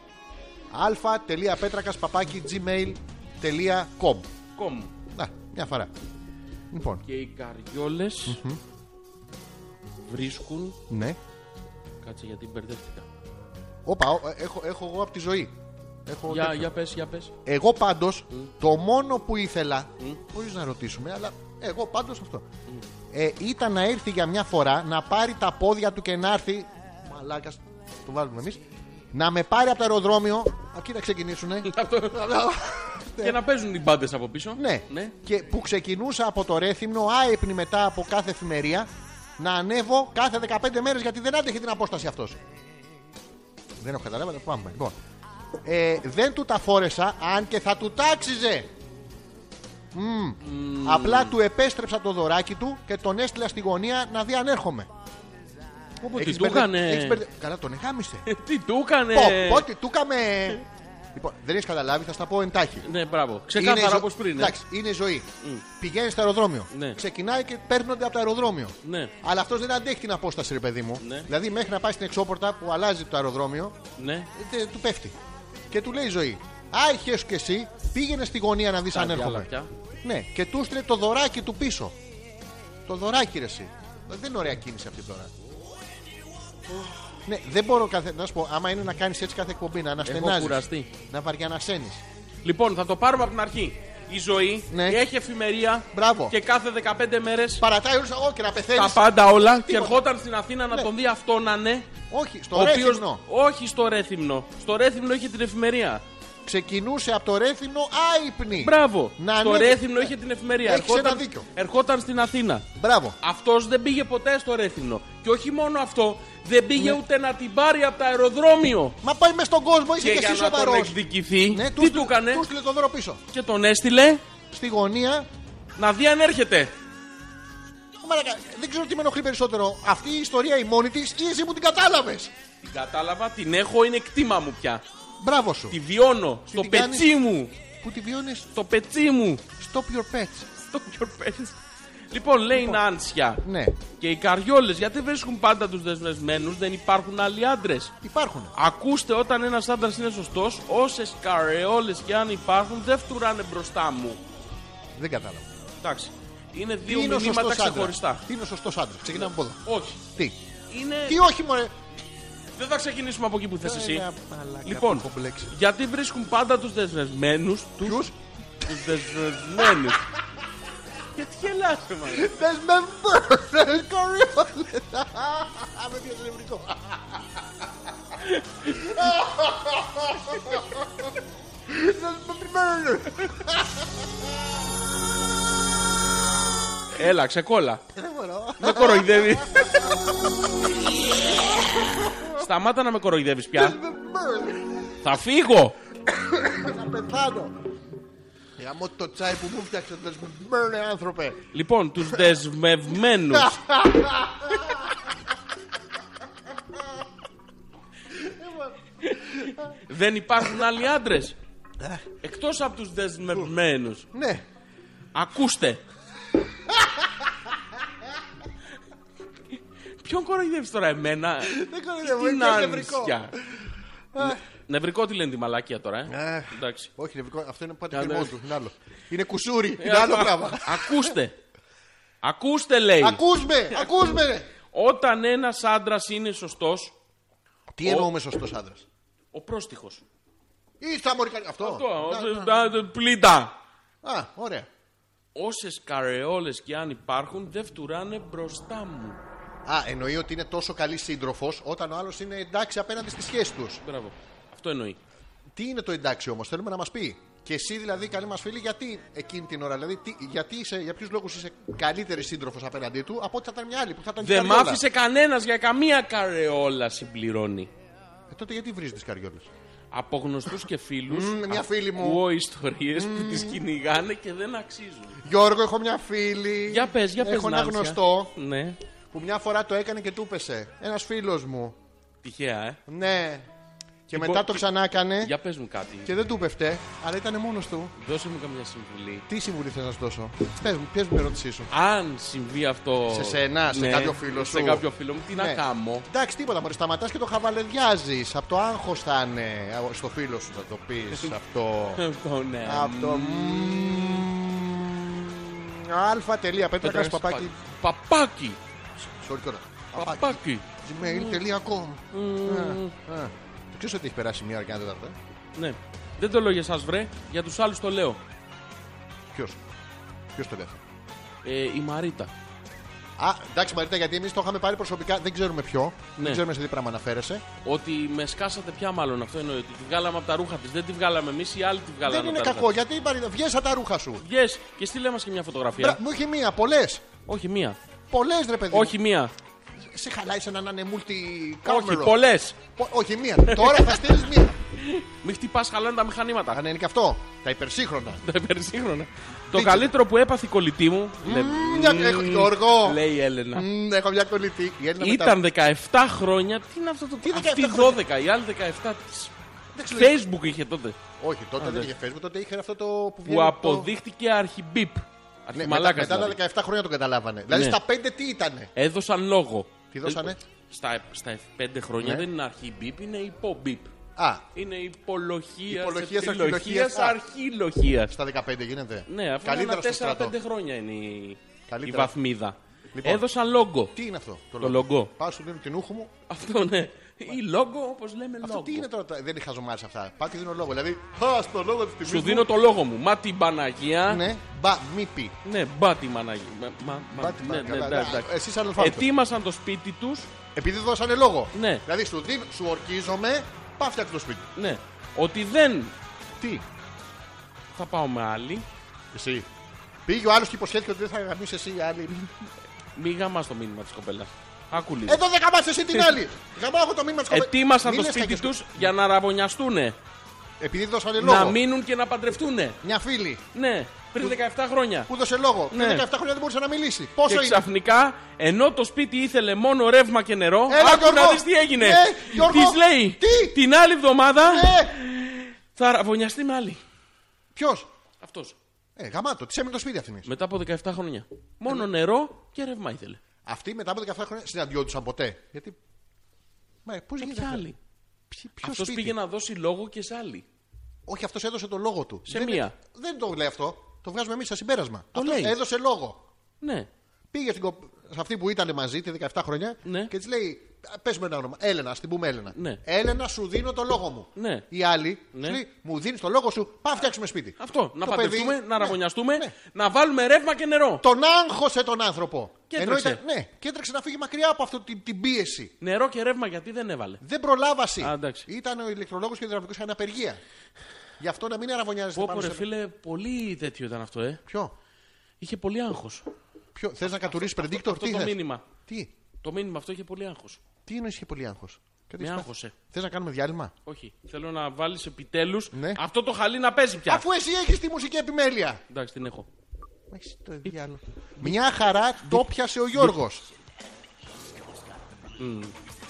A: αλφα.πέτρακας παπάκι gmail.com Να, μια φορά. Λοιπόν,
B: Και οι καριόλες βρίσκουν.
A: ναι.
B: Κάτσε γιατί μπερδεύτηκα.
A: Όπα, ο- ε, έχω, έχω εγώ από τη ζωή. Έχω
B: Για,
A: τέτοιο.
B: για πες, για πες.
A: Εγώ πάντως, το μόνο που ήθελα, χωρίς να ρωτήσουμε, αλλά εγώ πάντως αυτό, ε, ήταν να έρθει για μια φορά, να πάρει τα πόδια του και να έρθει, μαλάκας, το βάλουμε εμείς, να με πάρει από το αεροδρόμιο, εκεί να ξεκινήσουνε,
B: και να παίζουν οι μπάντες από πίσω.
A: Ναι. Και που ξεκινούσα από το Ρέθυμνο, άϊπνη μετά από κάθε εφημερία, να ανέβω κάθε 15 μέρες γιατί δεν άντεχε την απόσταση αυτός. Δεν έχω καταλάβει, αλλά πάμε. Λοιπόν. Ε, δεν του τα φόρεσα, αν και θα του τάξιζε. Μμμ. Απλά του επέστρεψα το δωράκι του και τον έστειλα στη γωνία να δει αν έρχομαι.
B: Οπότε
A: Έχεις
B: τι του
A: μπερδε-
B: έκανε.
A: έχεις μπερδε- Καλά, τον εχάμισε.
B: Τι του έκανε.
A: Πω, πω, τι του κάμε. Λοιπόν, δεν έχεις καταλάβει, θα στα πω εντάχει.
B: Ναι, μπράβο.
A: Είναι η
B: Ξεκάθαρα
A: ζω-
B: όπως πριν. ε.
A: Εντάξει, είναι η ζωή. Πηγαίνεις στο αεροδρόμιο.
B: Ναι.
A: Ξεκινάει και παίρνονται από το αεροδρόμιο.
B: Ναι.
A: Αλλά αυτός δεν αντέχει την απόσταση, ρε παιδί μου.
B: Ναι.
A: Δηλαδή, μέχρι να πάει στην εξώπορτα που αλλάζει το αεροδρόμιο,
B: Ναι.
A: ε, τε- του πέφτει. Και του λέει η ζωή. Άιχε σου κι εσύ, πήγαινε στη γωνία να δεις αν
B: Τα
A: έρχομαι.
B: διάλα πια.
A: Ναι, και του στείλε το δωράκι του πίσω. Το δωράκι, ρε εσύ. Δηλαδή, Δεν είναι ωραία κίνηση αυτή τώρα. Ναι, δεν μπορώ κάθε, να σου πω, άμα είναι να κάνεις έτσι κάθε εκπομπή, να αναστενάζει.
B: κουραστεί.
A: Να βαριανασένει.
B: Λοιπόν, θα το πάρουμε από την αρχή. Η ζωή
A: Ναι.
B: έχει εφημερία
A: Μπράβο.
B: και κάθε 15 μέρες
A: Παρατάει όλους εγώ και να πεθαίνεις.
B: τα πάντα όλα. Και
A: Τίποτα.
B: ερχόταν στην Αθήνα να
A: Ναι.
B: τον δει αυτό να είναι.
A: Όχι, στο
B: ο οποίος-
A: Ρέθυμνο.
B: Όχι στο Ρέθυμνο. Στο Ρέθυμνο είχε την εφημερία.
A: Ξεκινούσε από το Ρέθυμνο άϊπνη.
B: Μπράβο.
A: Να
B: στο
A: ανέβει.
B: Ρέθυμνο είχε την εφημερία.
A: Έχεις ένα δίκιο.
B: ερχόταν στην Αθήνα.
A: Μπράβο.
B: Αυτός δεν πήγε ποτέ στο Ρέθυμνο. Και όχι μόνο αυτό, δεν
A: Ναι.
B: πήγε ούτε να την πάρει από το αεροδρόμιο.
A: Μα πάει μέσα στον κόσμο, είσαι
B: Και
A: και
B: για
A: εσύ
B: να τον
A: σοβαρός.
B: εκδικηθεί,
A: Ναι,
B: τι του
A: στείλε-
B: έκανε,
A: Του στείλε το δώρο πίσω.
B: και τον έστειλε
A: Στη γωνία.
B: να δει αν έρχεται.
A: Μαρακα, δεν ξέρω τι με ενοχλεί περισσότερο. Αυτή η ιστορία η μόνη της ή εσύ που την κατάλαβες.
B: Την κατάλαβα, την έχω, είναι κτήμα μου πια.
A: Μπράβο σου.
B: Τη βιώνω στο
A: την
B: πετσί μου.
A: Που τη βιώνεις.
B: Στο πετσί μου.
A: Stop your pets.
B: Στο your face. Λοιπόν, λέει είναι άνσια.
A: Ναι.
B: Και οι καριόλες γιατί βρίσκουν πάντα τους δεσμευμένους, δεν υπάρχουν άλλοι άντρες.
A: Υπάρχουν.
B: Ακούστε, όταν ένας άντρας είναι σωστός, όσες καριόλε και αν υπάρχουν, δεν φτουράνε μπροστά μου.
A: Δεν κατάλαβα.
B: Εντάξει. Είναι
A: Τι
B: δύο
A: είναι ο
B: μηνύματα
A: σωστός άντρας?
B: ξεχωριστά.
A: Τι είναι ο σωστός άντρας. Ξεκινάμε από εδώ.
B: Όχι.
A: Τι.
B: Είναι...
A: Τι Ε, όχι, μωρέ.
B: Δεν θα ξεκινήσουμε από εκεί που θες εσύ.
A: Έλα, μαλάκα,
B: Λοιπόν,
A: που έχω μπλέξει.
B: γιατί βρίσκουν πάντα τους δεσμευμένους τους...
A: Ποιους?
B: Τους δεσμευμένους. Γιατί γελάς, ρε μαλάκα.
A: Δεσμευμένες κορίτσες. Α, Με πιάσε νευρικό. Δεσμευμένες.
B: Έλα, ξεκόλα.
A: Δεν μπορώ.
B: Με κοροϊδεύει. Σταμάτα να με κοροϊδεύεις πια.
A: Δεσμευμένες.
B: Θα φύγω.
A: Θα πεθάνω. Γαμώ το τσάι που μου φτιάξε δεσμευμένε Ναι, άνθρωπε.
B: Λοιπόν, τους δεσμευμένους. Δεν υπάρχουν άλλοι άντρες. Εκτός από τους δεσμευμένους.
A: Ναι.
B: Ακούστε. Ποιον κοροϊδεύεις τώρα εμένα.
A: Δεν κοροϊδεύω,
B: Την
A: είναι Ναι, νευρικό.
B: άνσια.
A: Α.
B: Ναι, Νευρικό τι λένε τη μαλάκια τώρα. Ε.
A: Ε.
B: Εντάξει.
A: Όχι, νευρικό. Αυτό είναι
B: Α,
A: πάντα κρυμό
B: ναι.
A: του. Είναι άλλο. Είναι κουσούρι. Είναι άλλο πράγμα.
B: Ακούστε. Ακούστε λέει.
A: Ακούς με, ακούς με. ρε.
B: Όταν ένας άντρας είναι σωστός,
A: Τι εννοούμε σωστός άντρας.
B: ο πρόστιχος.
A: Ή στα μορικά. Αυτό.
B: Αυτό,
A: Να, να.
B: τα- τα- Πλήτα.
A: Α, ωραία.
B: Όσες καρεόλες και αν υπάρχουν δεν φτουράνε μπροστά μου.
A: Α, εννοεί ότι είναι τόσο καλή σύντροφος όταν ο άλλος είναι εντάξει απέναντι στη σχέση τους.
B: Μπράβο. Αυτό εννοεί.
A: Τι είναι το εντάξει όμως, θέλουμε να μας πει. Και εσύ δηλαδή, καλή μας φίλη, γιατί εκείνη την ώρα, δηλαδή, τι, γιατί είσαι, για ποιους λόγους είσαι καλύτερη σύντροφος απέναντί του από ότι θα ήταν μια άλλη που θα ήταν και
B: Δεν μ'
A: καριόλα.
B: άφησε κανένας για καμία καρεόλα συμπληρώνει.
A: Ε, τότε γιατί βρει τις καριόλες.
B: Από γνωστούς και φίλους.
A: Μμμ, μια φίλη μου.
B: Ακούω ιστορίες που τις κυνηγάνε και δεν αξίζουν.
A: Γιώργο, έχω μια φίλη.
B: Για πες, για πες.
A: Έχω ένα γνωστό
B: Ναι.
A: που μια φορά το έκανε και του πέσε. Ένας φίλος μου.
B: Τυχαία, ε.
A: Ναι. Και
B: Λοιπόν,
A: μετά το
B: και-
A: ξανά έκανε
B: Για πες μου κάτι.
A: Ε. και δεν του πέφτε, αλλά ήταν μόνος του.
B: Δώσε μου καμιά συμβουλή.
A: Τι συμβουλή θες να σου δώσω. Πε μου, ποιε μου την ερώτησή σου.
B: Αν συμβεί αυτό. ναι,
A: Σε σένα, σε κάποιο φίλο
B: Σε
A: σου.
B: κάποιο φίλο μου, τι να
A: Ναι.
B: κάνω.
A: Εντάξει, τίποτα μόλι σταματάς και το χαβαλεδιάζεις. Από το άγχος θα είναι. Α, Στο φίλο σου θα το πεις. Αυτό.
B: Αυτό, ναι.
A: Από το. Αλφα τελεία πέτρακα παπάκι.
B: Παπάκι.
A: Sorry τώρα.
B: Παπάκι.
A: Gmail.com. Ναι. Α, α. Το ξέρεις ότι έχει περάσει μία ώρα και ε? ένα τέταρτο.
B: Ναι. Δεν το λέω για εσάς, βρε. Για τους άλλους το λέω.
A: Ποιος. Ποιος το λέει. αυτό?
B: Ε, η Μαρίτα.
A: Α, εντάξει Μαρίτα, γιατί εμείς το είχαμε πάρει προσωπικά, δεν ξέρουμε ποιο.
B: Ναι.
A: Δεν ξέρουμε σε τι πράγμα αναφέρεσαι.
B: Ότι με σκάσατε πια, μάλλον αυτό εννοεί. Ότι τη βγάλαμε από τα ρούχα της. Δεν τη βγάλαμε εμείς, οι άλλοι τη βγάλαμε
A: δεν
B: από
A: είναι
B: τα ρούχα
A: κακό, γιατί Μαρίτα, βγες από τα ρούχα σου.
B: Yes, και στείλε μας και μια φωτογραφία.
A: Μπρα- Μου είχε μία, πολλές.
B: Όχι μία.
A: Πολλές ρε παιδί. μου.
B: Όχι μία.
A: Σε χαλάει σε έναν είναι
B: Όχι,
A: multi-camera.
B: πολλές.
A: Πο- Όχι, μία. Τώρα θα στείλεις μία.
B: Μην χτυπά, χαλάνε τα μηχανήματα.
A: Αν είναι και αυτό. Τα υπερσύγχρονα.
B: Τα υπερσύγχρονα. Το
A: Δίκιο.
B: καλύτερο που έπαθε η κολλητή μου. λέ-
A: μια-
B: Μμμ,
A: έχω- ε, Γιώργο.
B: Λέει η Έλενα.
A: Μμμ, έχω μια κολλητή. Η Έλληνα μετά-
B: Ναι. Ήταν 17 χρόνια. Τι είναι αυτό το
A: Τι 17
B: Αυτή
A: χρόνια?
B: 12, η άλλη 17 της.
A: Δεν ξέρω.
B: Facebook είχε τότε.
A: Όχι, τότε δεν
B: δεν.
A: είχε Facebook, τότε είχε αυτό Ναι, το που
B: Που
A: βγαίνει. το-
B: αποδείχτηκε αρχιμπίπ.
A: Ναι, μετά,
B: Αρχιμαλάκα.
A: μετά τα 17 χρόνια τον καταλάβανε. Δηλαδή
B: δηλαδή. Ναι.
A: στα 5 τι ήταν.
B: Έδωσαν λόγο.
A: Τι δώσανε?
B: Ε, Στα, στα 5 χρόνια
A: Ναι.
B: δεν είναι αρχιμπίπ, είναι υπόμπίπ.
A: Α,
B: Είναι υπολοχία.
A: Υπολοχίας, αρχιλοχίας, α.
B: αρχιλοχία.
A: στα 15 γίνεται.
B: Ναι, αυτό είναι
A: Καλύτερα στο
B: ένα
A: στρατό.
B: 4-5 χρόνια είναι η, η
A: Καλύτερα.
B: βαθμίδα.
A: Λοιπόν.
B: Έδωσαν λόγο.
A: Τι είναι αυτό
B: Το λόγο.
A: Πάω σου δίνω την ούχο μου.
B: Αυτό ναι. Ή λόγο όπως λέμε
A: Αυτό
B: λόγο.
A: τι είναι τώρα, τα- δεν είναι χαζομάρες αυτά. Πάω και δίνω λόγο. Δηλαδή, χα στο λόγο της τιμής.
B: Σου δίνω το λόγο μου. Μα την Παναγία.
A: Ναι, μπα, μη πει.
B: Ναι, μπα τη Παναγία. Μα, μα, μα-
A: Πάτη,
B: ναι,
A: μα,
B: ναι,
A: καλά,
B: ναι,
A: ναι.
B: εντάξει. Ε,
A: Εσείς αλφάβητος.
B: Ετοίμασαν το σπίτι τους.
A: Επειδή δώσανε λόγο.
B: Ναι.
A: Δηλαδή σου, δίνω- σου ορκίζομαι, πά φτιάξτε το σπίτι.
B: Ναι. Ότι δεν
A: Τι,
B: θα πάω με άλλη.
A: εσύ. Πήγε ο άλλος και υποσχέθηκε ότι δεν θα γαμίσει εσύ η άλλη.
B: Μη γαμάς το μήνυμα της κοπέλας. Άκου λίγο.
A: Εδώ δεν γαμάς εσύ την άλλη. Γαμάω εγώ το μήνυμα της κοπέλα.
B: Ετοίμασαν το σπίτι του για να ραβωνιαστούν.
A: Επειδή δώσανε Ε, λόγο.
B: Να μείνουν και να παντρευτούν.
A: Μια φίλη
B: Ναι, πριν 17 χρόνια.
A: που δώσε λόγο.
B: Ναι.
A: Πριν 17 χρόνια δεν μπορούσε να μιλήσει.
B: Και
A: Πόσο είναι.
B: ξαφνικά, ενώ το σπίτι ήθελε μόνο ρεύμα και νερό,
A: Έλα,
B: άκου να
A: Γιώργο.
B: δεις τι έγινε.
A: Ναι, Γιώργο.
B: Της λέει,
A: Τι?
B: την άλλη εβδομάδα
A: Ε,
B: θα ραβωνιαστεί με άλλη.
A: Ποιος.
B: Αυτός.
A: Ε, γαμάτο, τη έμεινε το σπίτι αυτήν.
B: Μετά από 17 χρόνια. Μόνο νερό και ρεύμα ήθελε.
A: Αυτοί μετά από 17 χρόνια συναντιόντουσαν ποτέ. Γιατί. Μα πώς γίνεται.
B: Ε, Ποια
A: αυτό?
B: άλλη.
A: Ποιος
B: Αυτός
A: σπίτι?
B: πήγε να δώσει λόγο και σε άλλη.
A: Όχι, αυτός έδωσε το λόγο του.
B: Σε
A: δεν,
B: μία.
A: δεν το λέει αυτό. Το βγάζουμε εμείς σαν συμπέρασμα.
B: Το
A: Αυτός
B: λέει.
A: έδωσε λόγο.
B: Ναι.
A: Πήγε στην κοπ- σε αυτή που ήταν μαζί, τη 17 χρονιά,
B: Ναι.
A: και της λέει: Πε με ένα όνομα. Έλενα, ας την πούμε Έλενα.
B: Ναι.
A: Έλενα, σου δίνω το λόγο μου.
B: Ναι.
A: Η άλλη
B: Ναι.
A: της λέει: Μου δίνεις το λόγο σου, πάμε φτιάξουμε σπίτι.
B: Αυτό. Να
A: Το
B: παντρευτούμε,
A: παιδί-
B: να
A: Ναι.
B: ραβωνιαστούμε,
A: Ναι.
B: να βάλουμε ρεύμα και νερό.
A: Τον άγχωσε τον άνθρωπο.
B: Και
A: Ενώ
B: έτρεξε.
A: ήταν- ναι, και έτρεξε να φύγει μακριά από αυτή την, την πίεση.
B: Νερό και ρεύμα γιατί δεν έβαλε.
A: Δεν προλάβαση.
B: Α, εντάξει.
A: Ήταν ο ηλεκτρολόγος και ο υδραυλικός είχαν απεργία. Γι' αυτό να μην αραβωνιάζεστε
B: Πω,
A: πάνω
B: πω, ρε
A: σε-
B: φίλε, πολύ τέτοιο ήταν αυτό, ε.
A: Ποιο,
B: Είχε πολύ άγχος.
A: ποιο, θες να κατουρίσει predictor,
B: Αυτό
A: τι
B: το
A: θες?
B: μήνυμα.
A: Τι,
B: Το μήνυμα αυτό είχε πολύ άγχος.
A: τι εννοεί είχε πολύ άγχος.
B: Με ε. άγχωσε.
A: Θες να κάνουμε διάλειμμα.
B: Όχι. Θέλω να βάλεις επιτέλους
A: Ναι.
B: αυτό το χαλί να παίζει πια.
A: Αφού εσύ έχεις τη μουσική επιμέλεια.
B: Εντάξει, την έχω.
A: Έχεις το διάλογο. Μια χαρά το πιάσε ο Γιώργος.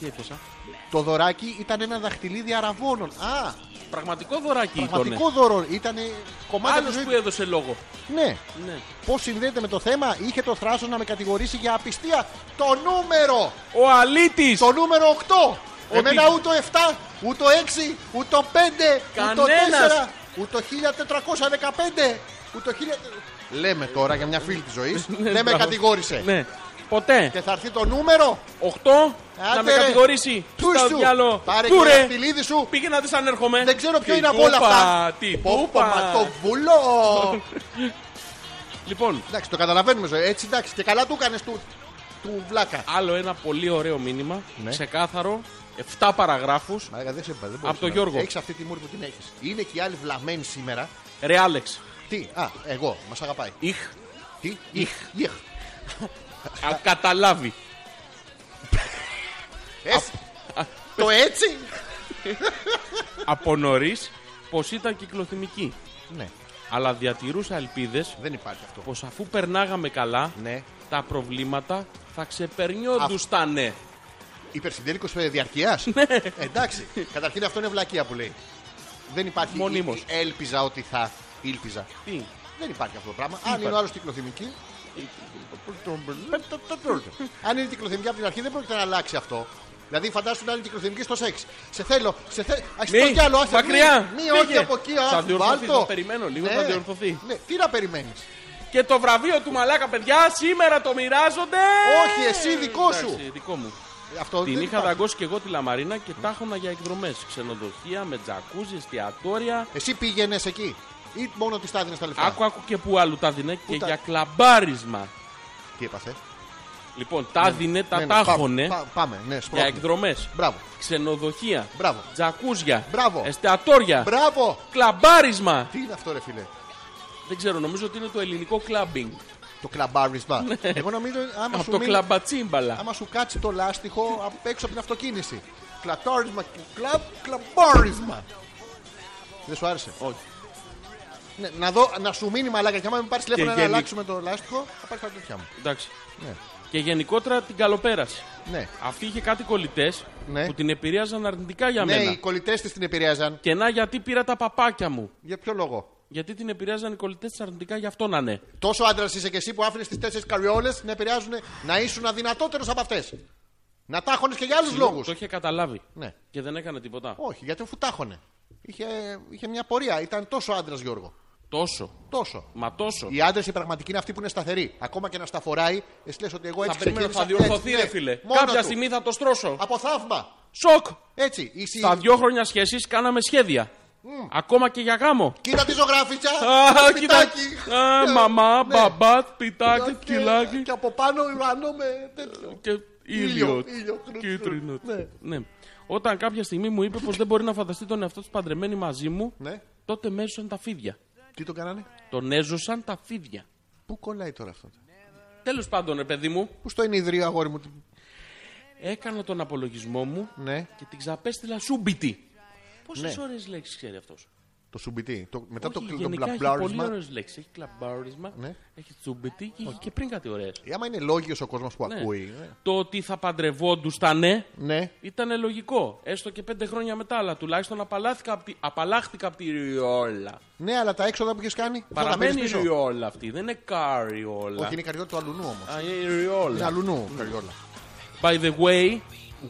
B: Τι έπιασα.
A: Το δωράκι ήταν ένα δαχτυλίδι αραβώνων. Α,
B: Πραγματικό δωράκι ήταν.
A: πραγματικό δώρο. Ήταν κομμάτι τη
B: Άλλο που
A: ζωή.
B: έδωσε λόγο.
A: Ναι.
B: Ναι.
A: Πώς συνδέεται με το θέμα, είχε το θράσος να με κατηγορήσει για απιστία. Το νούμερο!
B: Ο Αλήτης!
A: Το νούμερο 8!
B: Ότι-
A: Εμένα ούτε 7, ούτε 6, ούτε 5, ούτε
B: Κανένας.
A: 4, ούτε 1415, ούτε 1000. Λέμε τώρα για μια φίλη της ζωής. Δεν με κατηγόρησε.
B: Ναι. Ποτέ.
A: Και θα έρθει το νούμερο.
B: 8 να
A: Άντε,
B: με
A: ρε.
B: κατηγορήσει.
A: Πού
B: Στο
A: σου.
B: διάλο.
A: Πάρε
B: Πού
A: και
B: ρε.
A: το δαχτυλίδι σου.
B: Πήγε να δεις αν έρχομαι.
A: Δεν ξέρω ποιο
B: Τι
A: είναι από όλα
B: τούπα,
A: αυτά.
B: Τι
A: Πω, πω, μα το
B: τούπα.
A: βουλό.
B: Λοιπόν,
A: Εντάξει, το καταλαβαίνουμε. ζωή. Έτσι, εντάξει. Και καλά του έκανε του, του βλάκα.
B: άλλο ένα πολύ ωραίο μήνυμα.
A: Ναι.
B: Ξεκάθαρο. 7 παραγράφου.
A: Μαλάκα, δεν σε είπα, δεν
B: Από τον Γιώργο.
A: Έχεις αυτή τη μούρη που την έχεις. Είναι και οι άλλοι βλαμμένοι σήμερα.
B: Ρε Άλεξ.
A: Τι, α, εγώ, μας αγαπάει.
B: Ιχ.
A: Τι, Ιχ, Ιχ.
B: Α, Καταλάβει.
A: Έτσι. Το έτσι.
B: Από νωρίς πως ήταν κυκλοθυμική.
A: Ναι,
B: Αλλά διατηρούσα ελπίδες
A: δεν υπάρχει αυτό.
B: πως αφού περνάγαμε καλά,
A: Ναι.
B: τα προβλήματα θα ναι. ξεπερνιόντουστανε.
A: Υπερσυντέλικος διαρκείας.
B: Ναι.
A: Εντάξει. Καταρχήν αυτό είναι βλακεία που λέει. Δεν υπάρχει.
B: Μονίμως.
A: Ε, Έλπιζα ότι θα. Ήλπιζα.
B: Τι.
A: Δεν υπάρχει αυτό το πράγμα. Αν είναι ο άλλος κυκλοθυμική. Αν είναι κυκλοθυμική από την αρχή, δεν πρόκειται να αλλάξει αυτό. Δηλαδή, φαντάσου να είναι κυκλοθυμική στο σεξ. Σε θέλω, σε θέλω. Ας
B: Μη,
A: το κι άλλο, άσε, μη,
B: μακριά,
A: Μη,
B: φύγε.
A: όχι από εκεί,
B: Θα
A: άσε,
B: διορθωθείς,
A: βάλτο.
B: θα περιμένω λίγο, θα διορθωθεί.
A: Ναι, τι να περιμένεις.
B: Και το βραβείο του Μαλάκα, παιδιά, σήμερα το μοιράζονται! Ε,
A: Όχι, εσύ, δικό σου.
B: Εντάξει, δικό μου.
A: Αυτό
B: Την
A: δεν
B: είχα
A: υπάρχει.
B: δαγκώσει και εγώ τη Λαμαρίνα και τάχωνα για εκδρομές. Ξενοδοχεία, με τζακούζι, εστιατόρια.
A: Εσύ πήγαινες εκεί. Ή μόνο τη τάδινε τα λεφτά.
B: Άκου, άκου και που άλλου τα δίνε και
A: τα-
B: για κλαμπάρισμα.
A: Τι έπαθε.
B: Λοιπόν, τα δίνε,
A: Ναι,
B: τα
A: ναι, πάμε,
B: τάχωνε
A: πά- Πάμε, ναι,
B: για
A: σπρώχνουμε.
B: εκδρομές.
A: Μπράβο.
B: Ξενοδοχεία,
A: Μπράβο.
B: τζακούζια,
A: Μπράβο.
B: εστιατόρια,
A: Μπράβο.
B: κλαμπάρισμα.
A: Τι είναι αυτό, ρε φίλε.
B: Δεν ξέρω, νομίζω ότι είναι το ελληνικό κλαμπινγκ.
A: Το κλαμπάρισμα. Εγώ νομίζω άμα
B: Ναι. Από
A: σου
B: το
A: μείνει
B: κλαμπατσίμπαλα.
A: άμα σου κάτσει το λάστιχο απ' έξω από την αυτοκίνηση. Κλατόρισμα, κλαμπ, κλαμπόρισμα. Δεν σου άρεσε.
B: Όχι.
A: Ναι, να, δω, να σου μείνει μαλάκα και άμα με πάρει τηλέφωνο να
B: γενικ-
A: αλλάξουμε το λάστιχο, θα πάρεις τα τέτοια μου.
B: Εντάξει.
A: Ναι.
B: Και γενικότερα την καλοπέραση.
A: Ναι.
B: Αυτή είχε κάτι κολλητές
A: Ναι.
B: που την επηρέαζαν αρνητικά για
A: Ναι,
B: μένα.
A: οι κολλητές της την επηρέαζαν.
B: Και να γιατί πήρα τα παπάκια μου.
A: Για ποιο λόγο.
B: Γιατί την επηρέαζαν οι κολλητές της αρνητικά για αυτό να ναι.
A: Τόσο άντρας είσαι και εσύ που άφηνες τις τέσσερις καριόλες να επηρεάζουν να ήσουν αδυνατότερος από αυτές. Να τάχωνε και για άλλους λόγους.
B: Το είχε καταλάβει.
A: Ναι.
B: Και δεν έκανε τίποτα.
A: Όχι, γιατί αφού τάχωνε. Είχε, είχε μια πορεία. Ήταν τόσο άντρας, Γιώργο.
B: Τόσο.
A: Τόσο.
B: Μα τόσο.
A: Οι άντρες οι πραγματικοί είναι αυτοί που είναι σταθεροί. Ακόμα και να στα φοράει, εσύ λες ότι εγώ
B: Θα
A: έτσι
B: περιμένω,
A: ξεκίνησα,
B: θα διορθωθεί,
A: έτσι, ναι.
B: ρε φίλε.
A: Μόνο
B: Κάποια
A: του.
B: στιγμή θα το στρώσω.
A: Από θαύμα.
B: Σοκ!
A: Έτσι. Η συ-
B: Τα δύο χρόνια σχέσης κάναμε σχέδια. Ακόμα και για γάμο.
A: Κοίτα τη ζωγράφιτσα.
B: Α,
A: το
B: κοίτα.
A: σπιτάκι.
B: Α,
A: Ναι.
B: Μαμά,
A: Ναι.
B: μπαμπά, πιτάκι,
A: Και-
B: κυλάκι.
A: Και από πάνω ουρανό με τέτοιο.
B: και
A: Ήλιο,
B: ήλιο.
A: ήλιο, κρου,
B: Κίτρινο.
A: κρου. Ναι.
B: Ναι. Όταν κάποια στιγμή μου είπε πως δεν μπορεί να φανταστεί τον εαυτό της παντρεμένη μαζί μου,
A: Ναι.
B: τότε με έζωσαν τα φίδια.
A: Τι τον κάνανε.
B: Τον έζωσαν τα φίδια.
A: Πού κολλάει τώρα αυτό.
B: Τέλος πάντων, ρε παιδί μου,
A: Πού στο ενιδρίο, αγόρι μου.
B: έκανα τον απολογισμό μου
A: Ναι.
B: και την ξαπέστειλα σούμπιτη. Πόσες ναι. ώρες λέξεις ξέρει αυτός.
A: Το σουμπιτί. Το, μετά το,
B: Όχι,
A: το
B: γενικά έχει πολύ
A: μπλαμπλάρισμα.
B: ωραίες λέξεις. Έχει κλαμπάρισμα,
A: Ναι.
B: έχει τσουμπιτή και έχει και πριν κάτι ωραίες.
A: Ε, Άμα είναι λόγιος ο κόσμος που
B: Ναι.
A: ακούει. ε,
B: Το ότι θα ε, παντρευόντουσανε
A: Ναι.
B: ήταν λογικό. Έστω και πέντε χρόνια μετά, αλλά τουλάχιστον απαλλάχθηκα από τη, απαλλάχθηκα απ τη ριόλα.
A: ναι, αλλά τα έξοδα που έχει κάνει. θα τα παίρνει
B: Παραμένει η
A: πίσω.
B: ριόλα αυτή, δεν είναι καριόλα.
A: Όχι, Ναι. είναι η καριόλα του αλουνού όμως.
B: Α, ναι. είναι η
A: Είναι
B: ριόλα.
A: αλουνού η καριόλα.
B: By the way,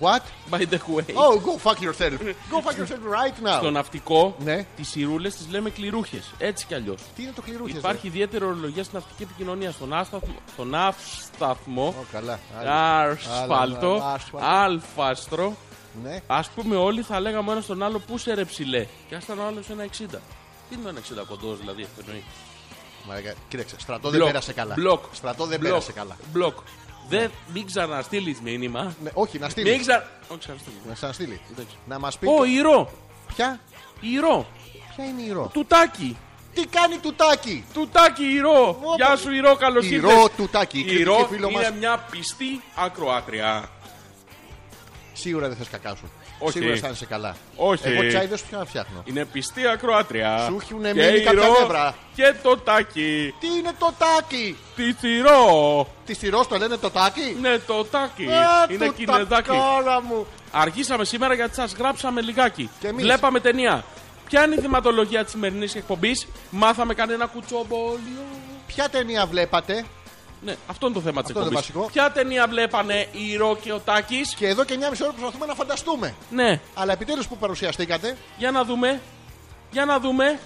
A: What?
B: by the way.
A: Oh, go fuck yourself. Go fuck yourself right
B: Στο
A: now.
B: ναυτικό,
A: Ναι.
B: τις σιρούλες τις λέμε κληρούχες. Έτσι κι αλλιώς.
A: Τι είναι το κληρούχες.
B: Υπάρχει ιδιαίτερη ορολογία στην ναυτική επικοινωνία. Στον, άσταθμο, στον αύσταθμο,
A: Καλά. Άλλη.
B: ασφάλτο,
A: Άλλο, άσφαλτο.
B: αλφάστρο.
A: Ναι.
B: Ας πούμε, όλοι θα λέγαμε ένας τον άλλο πού σε ρε ψηλέ. Και ας ήταν ο άλλος ένα 60. Τι είναι το 1,60 κοντός δηλαδή αυτό εννοείς.
A: Μαλάκα, ε, Κοίταξε, στρατό δεν
B: Block,
A: πέρασε καλά.
B: block,
A: Στρατό δεν
B: block,
A: πέρασε καλά.
B: Μπλοκ. Δεν, μην ξαναστείλεις μήνυμα.
A: Ναι, όχι, να
B: Μην
A: στείλεις.
B: ξα... Όχι, ξαναστείλει.
A: Να σαν στείλει.
B: Εντάξει.
A: Να μας πει.
B: Ω, ηρώ.
A: Ποια,
B: Ηρώ.
A: ποια είναι η ρο.
B: Τουτάκι.
A: Τι κάνει τουτάκι.
B: Τουτάκι Ηρώ!
A: Ω,
B: Γεια σου Ηρώ, καλώς ήρθες!
A: Ηρώ, Τουτάκι, η
B: Ηρώ
A: κριτική φίλο
B: είναι
A: μας.
B: μια πιστή ακροάτρια.
A: Σίγουρα δεν θες κακά σου.
B: Όχι.
A: Σίγουρα αισθάνεσαι καλά.
B: Όχι.
A: Εγώ τσάι δεν σου πια να φτιάχνω.
B: Είναι πιστή ακροάτρια.
A: Σου έχουνε
B: Και
A: μείνει κάποια
B: Ηρώ
A: νεύρα.
B: Και το τάκι.
A: Τι είναι το τάκι.
B: Τη Ηρώ.
A: Τη σειρό το λένε το τάκι.
B: Ναι, το τάκι.
A: Α,
B: είναι
A: του
B: κινεδάκι.
A: τακάρα μου.
B: Αργήσαμε σήμερα γιατί σας γράψαμε λιγάκι.
A: Και εμείς.
B: Βλέπαμε ταινία. Ποια είναι η θυματολογία της σημερινής εκπομπής, μάθαμε κανένα κουτσόμπολιο.
A: Ποια ταινία βλέπατε
B: Ναι, αυτό είναι το θέμα της
A: Αυτό είναι το
B: εκπομπής.
A: βασικό.
B: Ποια ταινία βλέπανε η Ηρώ και ο Τάκης.
A: και εδώ και 9,5 ώρα προσπαθούμε να φανταστούμε.
B: Ναι,
A: Αλλά επιτέλους που παρουσιαστήκατε,
B: για να δούμε. Για να δούμε.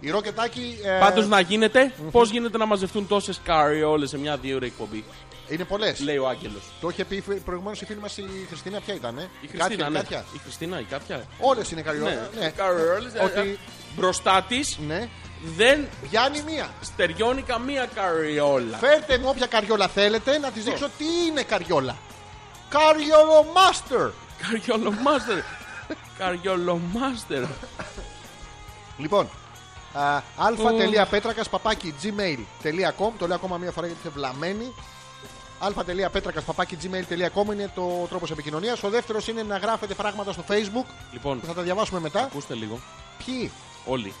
A: η Ροκετάκι ε,
B: Πάντως να γίνεται. Πώς γίνεται να μαζευτούν τόσες καριόλε σε μια δύο ώρα εκπομπή,
A: είναι πολλές.
B: λέει ο Άγγελος.
A: Το είχε πει προηγουμένως η φίλη μας η Χριστίνα, ποια ήταν. Ε?
B: Η Χριστίνα, ναι.
A: Κάτια.
B: Η Χριστίνα, η κάποια.
A: Όλες είναι καριόλα.
B: Ναι,
A: Ναι.
B: καριόλες, ε,
A: Ότι-
B: ε, Μπροστά της
A: ναι.
B: δεν
A: Πιάνει μία.
B: στεριώνει καμία καριόλα.
A: Φέρτε μου όποια καριόλα θέλετε να της δείξω
B: Ναι.
A: τι είναι καριόλα. Καριόλο Master.
B: Καριολομάστερ. Καριολομάστερ.
A: Λοιπόν, αλφα.πέτρακα παπάκι gmail.com. Το λέω ακόμα μία φορά γιατί είστε βλαμμένοι. αλφα.πέτρακα παπάκι gmail.com είναι το τρόπος επικοινωνίας. Ο δεύτερος είναι να γράφετε πράγματα στο facebook
B: Λοιπόν,
A: που θα τα διαβάσουμε μετά.
B: ακούστε λίγο.
A: Ποιοι.
B: Όλοι.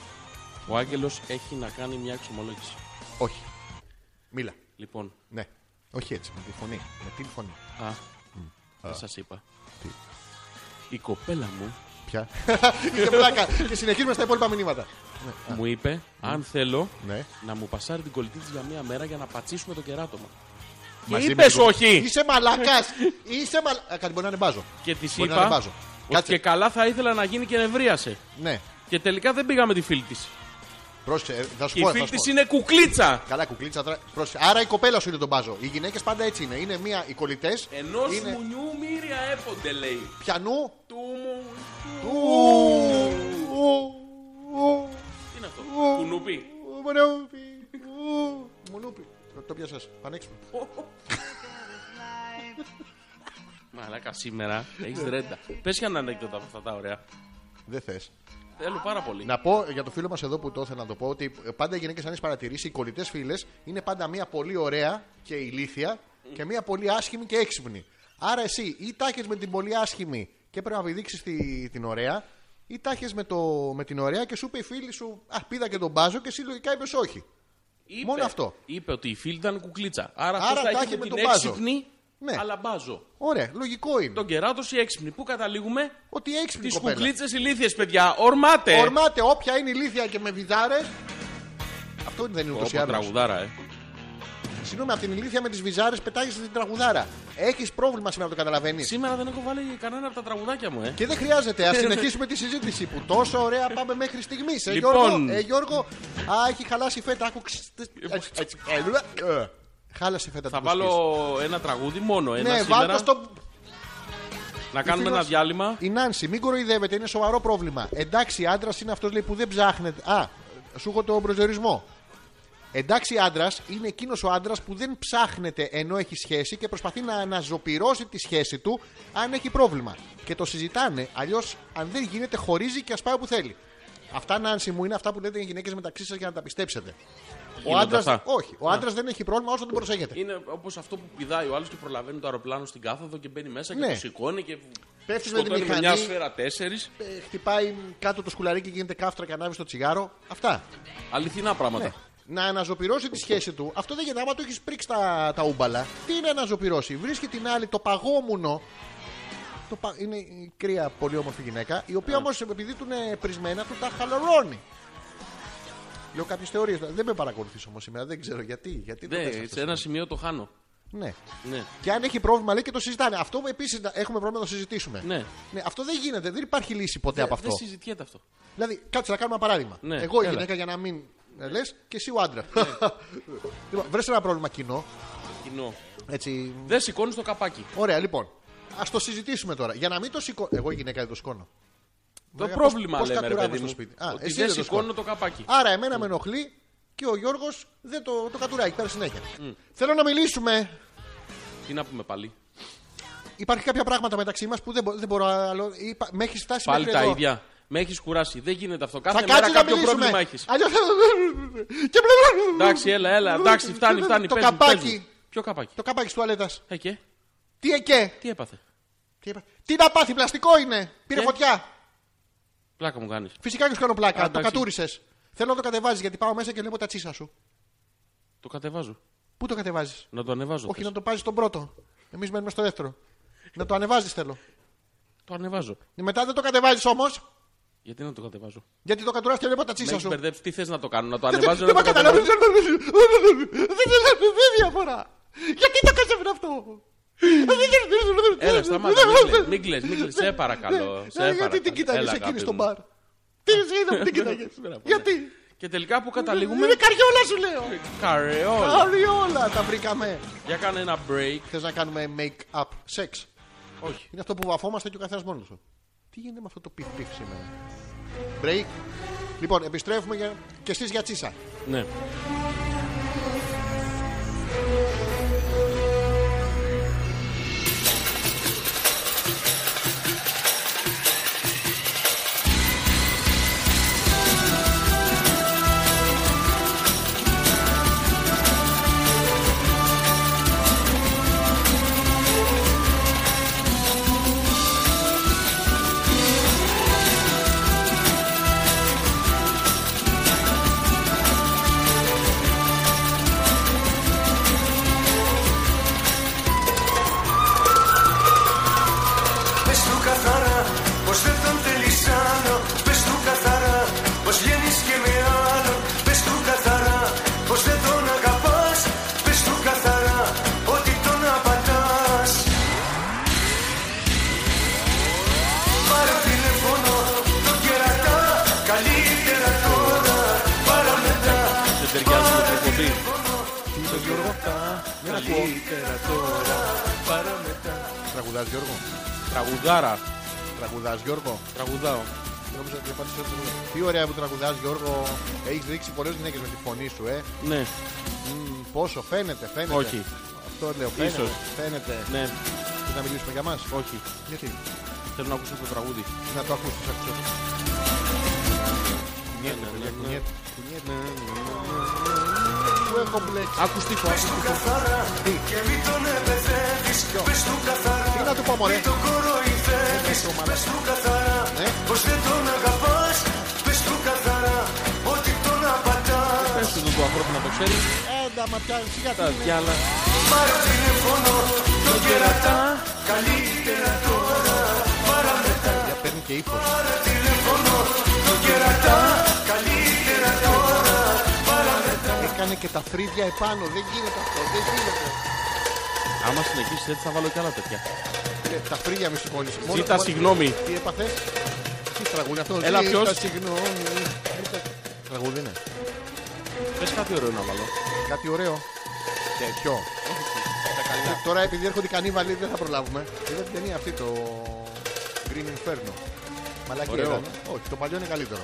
B: Ο Άγγελος έχει να κάνει μια εξομολόγηση.
A: Όχι. Μίλα.
B: Λοιπόν,
A: Ναι. Όχι έτσι, με τη φωνή. Με την φωνή.
B: α, δεν σας είπα. Η κοπέλα μου
A: Πια. Είναι πλάκα. Και συνεχίζουμε στα υπόλοιπα μηνύματα.
B: μου είπε αν θέλω
A: Ναι.
B: να μου πασάρει την κολλητή της για μία μέρα για να πατσίσουμε το κεράτομα. Και
A: Μαζί με
B: είπε
A: την κοπέλα.
B: όχι!
A: Είσαι μαλακά! Είσαι μαλακά! Κάτι μπορεί να είναι μπάζο.
B: Και της
A: Μπορεί να
B: είπα
A: ανεβάζω.
B: ότι
A: Κάτσε.
B: και καλά θα ήθελα να γίνει και νευρίασε.
A: Ναι.
B: Και τελικά δεν πήγα με τη φίλη της.
A: Πρόσεχε, ε, θα σου
B: Και η
A: πω.
B: φίλη
A: θα σου πω.
B: τη είναι κουκλίτσα!
A: Καλά, κουκλίτσα. τρα- Πρόσεχε. Άρα η κοπέλα σου είναι τον μπάζο. Οι γυναίκες πάντα έτσι είναι. Είναι μία οι κολλητές.
B: Ενός
A: είναι
B: μουνιού μύρια έπονται, λέει.
A: πιανού.
B: Του μου.
A: Ου, ου, ου,
B: Τι είναι αυτό, κουνούπι.
A: ου, μονούπι, ου, μονούπι. Το πιάσα. Πανέξυπνο.
B: Μαλάκα σήμερα
A: Ναι.
B: έχεις ρέντα. Πες και ένα ανέκδοτα από αυτά τα ωραία.
A: Δεν θες.
B: Θέλω πάρα πολύ.
A: Να πω για το φίλο μας εδώ που το ήθελα να το πω ότι πάντα οι γυναίκες, αν έχεις παρατηρήσει, οι κολλητές φίλες είναι πάντα μία πολύ ωραία και ηλίθια και μία πολύ άσχημη και έξυπνη. Άρα εσύ ή τάχε με την πολύ άσχημη και πρέπει να επιδείξεις τη, την ωραία, ή τάχε με, το- με την ωραία και σου είπε η φίλη σου Α, πήδα και τον μπάζο και εσύ λογικά είπες όχι.
B: Είπε-
A: μόνο αυτό.
B: Είπε ότι η φίλη ήταν κουκλίτσα. Άρα,
A: Άρα
B: αυτός
A: τα
B: θα έχει
A: είχε
B: με
A: με
B: την
A: τον μπάζο.
B: έξυπνη,
A: Ναι.
B: αλλά μπάζο.
A: Ωραία, λογικό είναι.
B: Τον κεράτο ή έξυπνη. Πού καταλήγουμε,
A: Ότι η έξυπνη
B: τις
A: κοπέλα.
B: κουκλίτσες ηλίθιες, παιδιά. Ορμάτε!
A: Ορμάτε όποια είναι ηλίθια και με βυζάρες. Αυτό δεν είναι ούτως ή
B: Όπα,
A: άλλως.
B: τραγουδάρα, ε.
A: Συγγνώμη, από την ηλίθια με τις βυζάρες πετάγει την τραγουδάρα. Έχεις πρόβλημα σήμερα να το καταλαβαίνεις.
B: Σήμερα δεν έχω βάλει κανένα από τα τραγουδάκια μου, ε.
A: Και δεν χρειάζεται. Ας συνεχίσουμε τη συζήτηση που τόσο ωραία πάμε μέχρι στιγμής. Ε,
B: Λοιπόν. Λοιπόν,
A: Γιώργο, ε, Γιώργο, α, έχει χαλάσει η φέτα. Άκου, ξ, τ, έτσι, έτσι, ε, ε, ε. Χάλασε η φέτα.
B: Θα
A: του κουστής.
B: βάλω ένα τραγούδι μόνο. Ένα
A: Ναι,
B: σήμερα.
A: βάλτε στο.
B: Να κάνουμε ένα
A: φίλος-
B: διάλειμμα.
A: Η Νάνση, μην κοροϊδεύετε, είναι σοβαρό πρόβλημα. Εντάξει, άντρας είναι αυτός που δεν ψάχνεται. Α, σου έχω τον προσδιορισμό. Εντάξει, άντρας είναι εκείνος ο άντρας που δεν ψάχνεται ενώ έχει σχέση και προσπαθεί να αναζωπυρώσει τη σχέση του αν έχει πρόβλημα. Και το συζητάνε. Αλλιώς, αν δεν γίνεται, χωρίζει και α πάει όπου θέλει. Αυτά, Νάνση μου, είναι αυτά που λέτε οι γυναίκες μεταξύ σας για να τα πιστέψετε. Ο
B: Γίνονται
A: άντρας,
B: αυτά.
A: όχι, ο άντρας δεν έχει πρόβλημα όσο τον προσέχετε.
B: Είναι όπως αυτό που πηδάει ο άλλος και προλαβαίνει το αεροπλάνο στην κάθοδο και μπαίνει μέσα και
A: Ναι.
B: το σηκώνει και
A: Πέφτεις με τη
B: Σκοτώνει με μια
A: μηχανή,
B: σφαίρα τέσσερις.
A: ε, χτυπάει κάτω το σκουλαρίκι, γίνεται κάφτρα και ανάβει το τσιγάρο. Αυτά.
B: Αληθινά
A: Ναι.
B: πράγματα.
A: να αναζωπυρώσει τη σχέση του. Αυτό δεν γίνεται. Άμα το έχεις πρίξει τα, τα ούμπαλα, τι είναι αναζωπυρώσει. Βρίσκει την άλλη, το παγόμουνο. Το πα... Είναι η κρύα, πολύ όμορφη γυναίκα, η
B: Ε.
A: οποία όμως επειδή του είναι πρισμένα, του τα χαλαρώνει. Λέω κάποιες θεωρίες. Δεν με παρακολουθείς όμως σήμερα, δεν ξέρω γιατί. γιατί το θες
B: Ναι,
A: αυτό.
B: σε ένα σημείο το χάνω.
A: Ναι.
B: Ναι.
A: Και αν έχει πρόβλημα, λέει και το συζητάνε. Αυτό επίσης έχουμε πρόβλημα να το συζητήσουμε.
B: Ναι.
A: αυτό δεν γίνεται. Δεν υπάρχει λύση ποτέ από αυτό.
B: Δεν συζητιέται αυτό.
A: Δηλαδή, κάτσε να κάνουμε ένα παράδειγμα.
B: Ναι,
A: Εγώ η
B: έλα. Ναι.
A: γυναίκα για να μην λες και εσύ ο άντρας. λοιπόν, βρες ένα πρόβλημα κοινό.
B: Κοινό.
A: Έτσι.
B: Δεν σηκώνεις το καπάκι.
A: Ωραία, λοιπόν. Ας το συζητήσουμε τώρα. Για να μην το σηκώνω. Εγώ η γυναίκα δεν το σηκώνω.
B: Το
A: Μαλάκα, πώς-
B: πρόβλημα
A: πώς
B: λέμε, ρε
A: κατουράμε
B: παιδί
A: στο
B: μου.
A: σπίτι. Α,
B: ότι
A: εσύ
B: δεν
A: δεν το
B: σηκώνω
A: σκο-
B: το καπάκι.
A: Άρα, εμένα
B: Mm.
A: με ενοχλεί και ο Γιώργος δεν το, το κατουράει. Πέρα συνέχεια.
B: Mm.
A: Θέλω να μιλήσουμε.
B: Τι να πούμε πάλι.
A: Υπάρχει κάποια πράγματα μεταξύ μας που δεν, μπο- δεν μπορώ άλλο. Είπα- Με έχεις φτάσει
B: Πάλι
A: μέχρι
B: τα
A: εδώ.
B: ίδια. Με έχεις κουράσει. Δεν γίνεται αυτό.
A: Θα
B: Κάθε μέρα
A: κάτσει να
B: κάποιο
A: μιλήσουμε.
B: πρόβλημα έχεις.
A: Αλλιώς θα- Και
B: Εντάξει, έλα, έλα. Εντάξει, φτάνει, φτάνει.
A: Το
B: Πες μου, πες μου.
A: καπάκι.
B: Ποιο καπάκι.
A: Το καπάκι της τουαλέτας.
B: Ε, και.
A: Τι εκέ.
B: Τι έπαθε.
A: Τι, είπα. Τι να πάθει, πλαστικό είναι. Πήρε
B: Ε.
A: φωτιά.
B: Πλάκα μου κάνεις.
A: Φυσικά και σου κάνω πλάκα.
B: Α,
A: το
B: εντάξει.
A: κατούρισες. Θέλω να το κατεβάζεις γιατί πάω μέσα και βλέπω τα τσίσα σου.
B: Το κατεβάζω.
A: Πού το κατεβάζεις.
B: Να το ανεβάζω.
A: Όχι,
B: θες.
A: να το πάρει τον πρώτο. Εμείς μένουμε στο δεύτερο. Να το ανεβάζεις θέλω.
B: Το ανεβάζω.
A: Μετά δεν το κατεβάζεις όμως
B: Γιατί να το κατεβάζω.
A: γιατί το κατουράς και βλέπω τα τσίσα
B: Με
A: σου.
B: έχει μπερδέψει. Τι θες να το κάνω. Να το
A: Δεν-
B: ανεβάζω.
A: Δεν
B: να
A: με
B: το κατεβάζω.
A: καταλαβαίνει. Δεν δεν διαφορά. Γιατί το έκανε αυτό.
B: Έλα, σταμάτα. μην κλαις, Μην κλε, μην κλαις. Σε παρακαλώ. σε
A: Γιατί
B: παρακαλώ.
A: την κοίταγε
B: Έλα,
A: εκείνη
B: αγάπη
A: στο
B: μου.
A: μπαρ. Τι είδα που την κοίταγε.
B: Πέρα από
A: Γιατί.
B: Και τελικά που καταλήγουμε.
A: Είναι καριόλα σου λέω.
B: Καρεόλ.
A: Καριόλα τα βρήκαμε.
B: Για κάνε ένα break.
A: Θε να κάνουμε make-up sex.
B: Όχι.
A: Είναι αυτό που βαφόμαστε και ο καθένα μόνο του. Τι γίνεται με αυτό το πιφ πιφ σήμερα. Break. Λοιπόν, επιστρέφουμε για... και εσεί για τσίσα.
B: Ναι.
E: Πες του καθαρά πως δεν τον θέλεις άλλο Πες του καθαρά πως βγαίνεις και με άλλο Πες του καθαρά πως δεν τον αγαπάς Πες του καθαρά ότι τον απατάς Πάρε τηλέφωνο τον κερατά Καλύτερα τώρα παρά μετά
B: Δεν ταιριάζει με την εκπομπή.
A: Δεν ακούω. Τραγουδά Γιώργο.
B: Τραγουδάρα.
A: Τραγουδά Γιώργο.
B: Τραγουδάω.
A: Νόμιζα ότι απάντησε αυτό. Τι ωραία που τραγουδάς Γιώργο. Έχεις δείξει πολλές γυναίκες με τη φωνή σου, ε.
B: Ναι,
A: Μμμ, πόσο φαίνεται, φαίνεται.
B: Όχι.
A: Αυτό λέω. Φαίνεται.
B: Ίσως.
A: Φαίνεται.
B: ναι,
A: Θες να μιλήσουμε για μας.
B: όχι.
A: Γιατί.
B: Θέλω να ακούσω το τραγούδι.
A: Να το ακούσει, ακούσω. Ναι, Κουνιέται, παιδιά, κουνιέται. Κουνιέται. Του έχω μπλέξει.
B: Άκου τύχο,
E: Πες του καθαρά και μην τον εμπεδεύεις Πες του καθαρά
A: Τι να του πω, μωρέ.
E: μην τον κοροϊδεύεις Πες του καθαρά
A: Ε.
E: πως δεν τον αγαπάς Πες του καθαρά ότι τον απατάς
B: πες του του ανθρώπου να το ξέρεις.
A: Έντα ματιά, σιγά
B: Τα
A: τα
B: διάλα.
E: Πάρε τηλέφωνο τον κερατά Καλύτερα τώρα παρά μετά
A: Για παίρνει και ύφος.
E: Πάρε τηλέφωνο τον κερατά Καλύτερα τώρα παρά μετά
A: Έκανε και τα φρύδια επάνω. Δεν γίνεται αυτό. Δεν γίνεται.
B: Άμα συνεχίσεις έτσι θα βάλω κι άλλα τέτοια.
A: Ε, τα φρύδια με συγχώνησε.
B: Ζήτα συγγνώμη.
A: Τι έπαθες. Τι τραγούδι αυτό.
B: Έλα,
A: Ζήτα
B: ποιος?
A: Συγγνώμη. Ζήτα- Τραγούδι είναι.
B: Πες κάτι ωραίο να βάλω.
A: Κάτι ωραίο. Τέτοιο. Ε, Τώρα επειδή έρχονται οι κανίβαλοι δεν θα προλάβουμε. Είδα την ταινία αυτή το Green Inferno. Μαλάκι
B: Ωραίο.
A: ήταν. ε? Όχι, το παλιό είναι καλύτερο.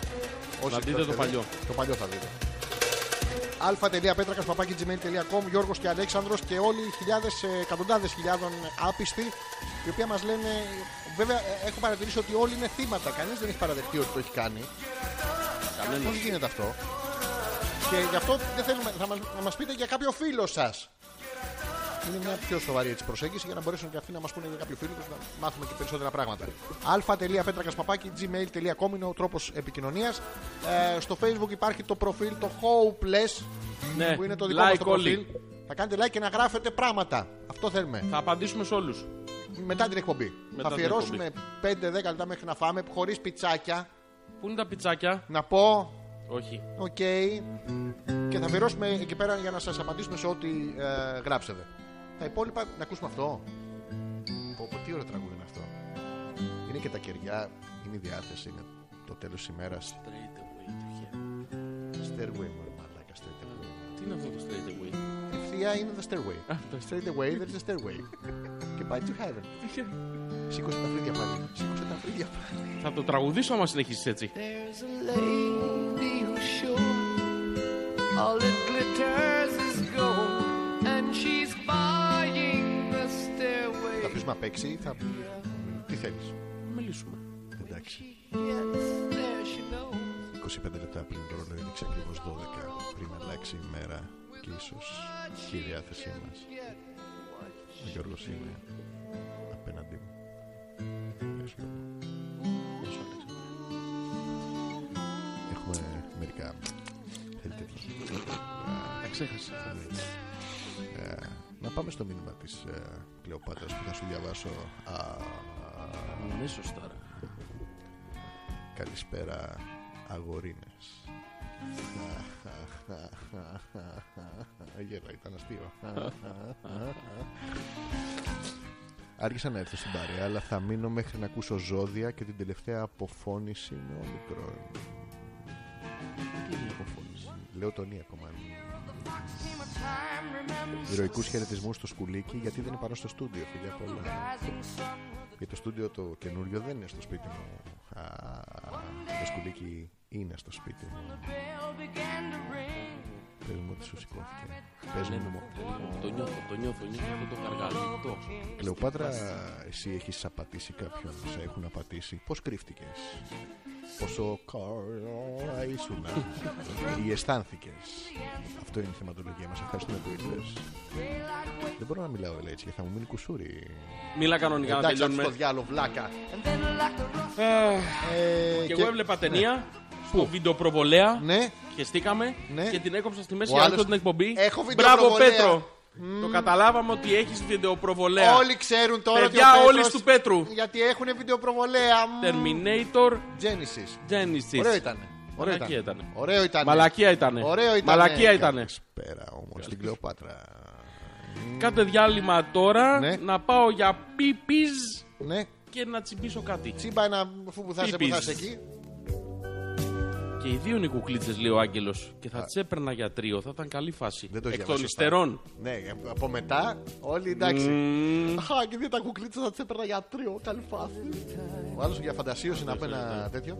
A: Όσοι
B: Να δείτε
A: το
B: το
A: έχετε
B: παλιό.
A: δει, Το παλιό θα δείτε. α.πέτρακα.gmail.com Γιώργος και Αλέξανδρος και όλοι οι χιλιάδες, ε, εκατοντάδες χιλιάδων άπιστοι οι οποίοι μας λένε, βέβαια ε, έχω παρατηρήσει ότι όλοι είναι θύματα, κανείς δεν έχει παραδεχτεί ότι το έχει κάνει. Πώς γίνεται αυτό. Και γι' αυτό δεν θέλουμε, θα μας, να μας πείτε για κάποιο φίλο σας. είναι μια πιο σοβαρή έτσι, προσέγγιση για να μπορέσουν και αυτοί να μας πούνε για κάποιο φίλο τους, να μάθουμε και περισσότερα πράγματα. α.πέτρακα.gmail.com είναι ο τρόπος επικοινωνίας. Ε, στο facebook υπάρχει το προφίλ το Hopeless
B: Ναι,
A: που είναι το δικό
B: like
A: μας το προφίλ.
B: όλοι.
A: Θα κάνετε like και να γράφετε πράγματα. Αυτό θέλουμε.
B: Θα απαντήσουμε σε όλους.
A: Μετά την εκπομπή.
B: την
A: θα αφιερώσουμε 5-10 λεπτά μέχρι να φάμε χωρίς πιτσάκια.
B: Πού είναι τα πιτσάκια.
A: Να πω
B: Όχι.
A: Οκ. Και θα αφιερώσουμε εκεί πέρα για να σας απαντήσουμε σε ό,τι ε, γράψετε. Τα υπόλοιπα να ακούσουμε αυτό. Πω, πω, τι ωραίο τραγούδι είναι αυτό. Είναι και τα κεριά, είναι η διάθεση, είναι το τέλος της ημέρας.
B: Straight away to hell.
A: Stairway, μωρέ μαλάκα, straight away.
B: Τι είναι αυτό το straight away.
A: Η φθιά είναι the stairway.
B: Αυτό.
A: Straight away, there's a stairway. και πάει to heaven. Σήκωσε τα φρύδια πάλι. Σήκωσε τα φρύδια πάλι.
B: Θα το τραγουδήσω άμα συνεχίσεις έτσι.
F: There's a lady who's sure all that glitters is gold, and she's buying the stairway.
A: θα αφήσουμε απ' έξι, θα. τι θέλεις.
B: Μιλήσουμε.
A: Εντάξει.
F: Yes, there she knows.
A: 25 λεπτά πριν το ρολόι είναι ακριβώ 12 πριν αλλάξει η μέρα και ίσως και η διάθεσή μας. Ο Γιώργος είναι απέναντί μου. Γεια σου, Γιώργο. Γεια σου, Αλέξανδρε. Έχουμε μερικά. Θέλετε τι.
B: Τα ξέχασα.
A: Ε, Να πάμε στο μήνυμα της Κλεοπάτρας που θα σου διαβάσω. Α,
B: Ναι, σωστά. ρε.
A: Καλησπέρα αγορίνες Γέλα ήταν αστείο Άρχισα να έρθω στην παρέα Αλλά θα μείνω μέχρι να ακούσω ζώδια Και την τελευταία αποφώνηση με όμικρον Τι είναι η αποφώνηση Λέω τον Ή ακόμα Ηρωικούς χαιρετισμούς στο σκουλίκι Γιατί δεν είναι πάνω στο στούντιο Φιλιά πολλά για το στούντιο το καινούριο δεν είναι στο σπίτι μου. Α, το σκουλίκι είναι στο σπίτι μου. Πες μου ότι σου σηκώθηκε. Πες μου.
B: Το νιώθω, το νιώθω, νιώθω αυτό το καργάλι. Το.
A: Κλεοπάτρα, εσύ έχεις απατήσει κάποιον, σε έχουν απατήσει. Πώς κρύφτηκες. Πόσο καλά ήσουν. Ή αισθάνθηκες. Αυτό είναι η θεματολογία μας. Ευχαριστούμε που ήρθες. Δεν μπορώ να μιλάω έλα, έτσι γιατί θα μου μείνει κουσούρι.
B: Μίλα κανονικά να
A: Εντάξει, αυτό το
B: τελειώνουμε. Ε,
A: διάλογο, βλάκα. Ε,
B: Και εγώ έβλεπα ταινία στο βιντεοπροβολέα.
A: Ναι,
B: Και στήκαμε
A: Ναι.
B: και την έκοψα στη μέση
A: Ο
B: για
A: άλλος-
B: άλλος... την εκπομπή.
A: Έχω
B: Μπράβο,
A: βιντεοπροβολέα.
B: Πέτρο. Το καταλάβαμε ότι έχεις βιντεοπροβολέα.
A: Όλοι ξέρουν τώρα
B: Παιδιά,
A: ότι ο
B: όλοι
A: Πέτρος-
B: του Πέτρου.
A: Γιατί έχουν βιντεοπροβολέα. Μμμ.
B: Terminator
A: Genesis.
B: Genesis.
A: Ωραίο ήταν. Ωραίο
B: Μαλακία
A: ήταν.
B: ήτανε.
A: Ωραίο ήταν.
B: Μαλακία ήταν.
A: Ωραίο ναι. ήταν.
B: Ναι. Μαλακία ήταν.
A: Καλησπέρα όμως στην Κλεοπάτρα.
B: Κάντε διάλειμμα τώρα
A: Ναι.
B: να πάω για πίπιζ
A: Ναι,
B: και να τσιμπήσω κάτι.
A: τσίμπα ένα αφού που θα είσαι που θα
B: Πίπης.
A: είσαι εκεί.
B: Και οι δύο είναι κουκλίτσες, λέει ο Άγγελος. Και θα τις έπαιρνα για τρίο, θα ήταν καλή φάση.
A: Δεν το
B: Εκ των
A: διάβασα,
B: υστερών.
A: Ναι, από μετά όλοι εντάξει. Αχα, και δύο τα κουκλίτσα θα τις έπαιρνα για τρίο. Καλή φάση. Ο άλλος για φαντασίωση να πει ένα τέτοιο.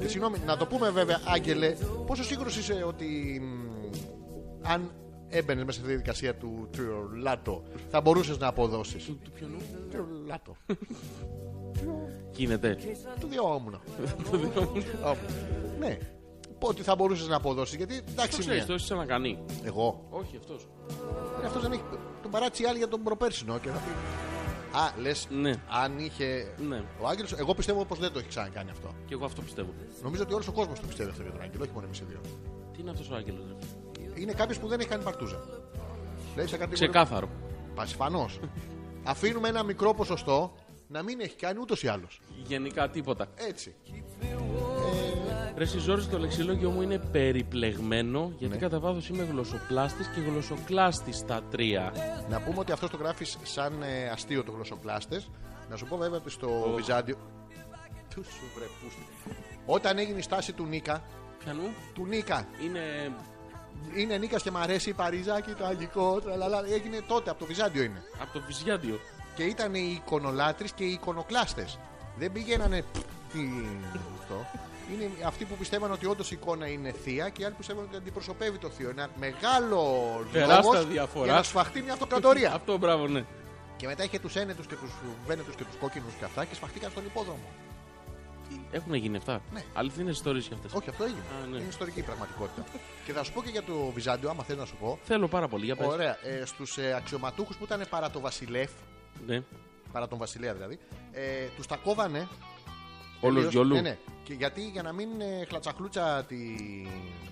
A: Και συγγνώμη, να το πούμε βέβαια, Άγγελε, πόσο σίγουρος είσαι ότι μ, αν έμπαινες μέσα στη διαδικασία του τριολάτο, θα μπορούσες να αποδώσεις.
B: Του ποιονού.
A: Τριολάτο.
B: Γίνεται.
A: του διόμουν. Ναι. Πω Ότι θα μπορούσες να αποδώσεις. Γιατί
B: Το
A: εντάξει,
B: ξέρει,
A: μία.
B: το έχεις κάνει.
A: Εγώ.
B: Όχι αυτός.
A: Αυτός δεν έχει. Τον παράτησε η άλλη για τον προπέρσινο. Και θα πει. Α, λες.
B: Ναι.
A: Αν είχε.
B: Ναι.
A: Ο Άγγελος, εγώ πιστεύω πως δεν το έχει ξανακάνει αυτό.
B: Και εγώ αυτό πιστεύω.
A: Νομίζω ότι όλος ο κόσμος το πιστεύει αυτό για τον Άγγελο, όχι μόνο εμείς οι δύο.
B: Τι είναι αυτός ο Άγγελος.
A: Είναι κάποιος που δεν έχει κάνει παρτούζα. Δηλαδή σε κάτι
B: Ξεκάθαρο.
A: Πασφανώ. Αφήνουμε ένα μικρό ποσοστό να μην έχει κάνει ούτως ή άλλως.
B: Γενικά τίποτα.
A: Έτσι.
B: Ρε Σιζόρη, το λεξιλόγιο μου είναι περιπλεγμένο γιατί
A: Ναι.
B: κατά βάθος είμαι γλωσσοπλάστης και γλωσσοκλάστης στα τρία.
A: Να πούμε ότι αυτός το γράφεις σαν ε, αστείο το γλωσσοπλάστες. Να σου πω βέβαια ότι στο Βυζάντιο. Του σου βρε πούστη. Όταν έγινε η στάση του Νίκα,
B: Πιανού
A: του Νίκα
B: είναι.
A: είναι Νίκας και μ' αρέσει η Παριζάκη, το αγγικό, τραλαλα. Έγινε τότε, από το Βυζάντιο είναι.
B: από το Βυζιάντιο.
A: Και ήταν οι εικονολάτρε και οι εικονοκλάστες. Δεν πηγαίνανε. πφ, Τι. αυτό. Είναι αυτοί που πιστεύαν ότι όντως η εικόνα είναι θεία και οι άλλοι που πιστεύαν ότι αντιπροσωπεύει το θείο. Ένα μεγάλο
B: Τεράστια
A: λόγος
B: διαφορά.
A: για να σφαχτεί μια αυτοκρατορία.
B: Αυτό μπράβο, ναι.
A: Και μετά είχε τους Ένετους και τους Βένετους και τους Κόκκινους και αυτά και σφαχτήκαν στον υπόδρομο.
B: Έχουν γίνει αυτά.
A: Ναι.
B: Αληθινέ ιστορίε και αυτές.
A: Όχι, αυτό έγινε.
B: Α, ναι.
A: Είναι ιστορική η πραγματικότητα. και θα σου πω και για το Βυζάντιο, άμα θέλει να σου πω.
B: Θέλω πάρα πολύ. Για πες.
A: Ωραία. Ε, Στους ε, αξιωματούχους που ήταν παρά το βασιλεύ,
B: Ναι.
A: παρά τον βασιλέα δηλαδή, ε, τους τα κόβανε.
B: Όλο
A: τελείως.
B: γιολού.
A: Ναι, ναι. Και γιατί για να μην ε, χλατσαχλούτσα τη,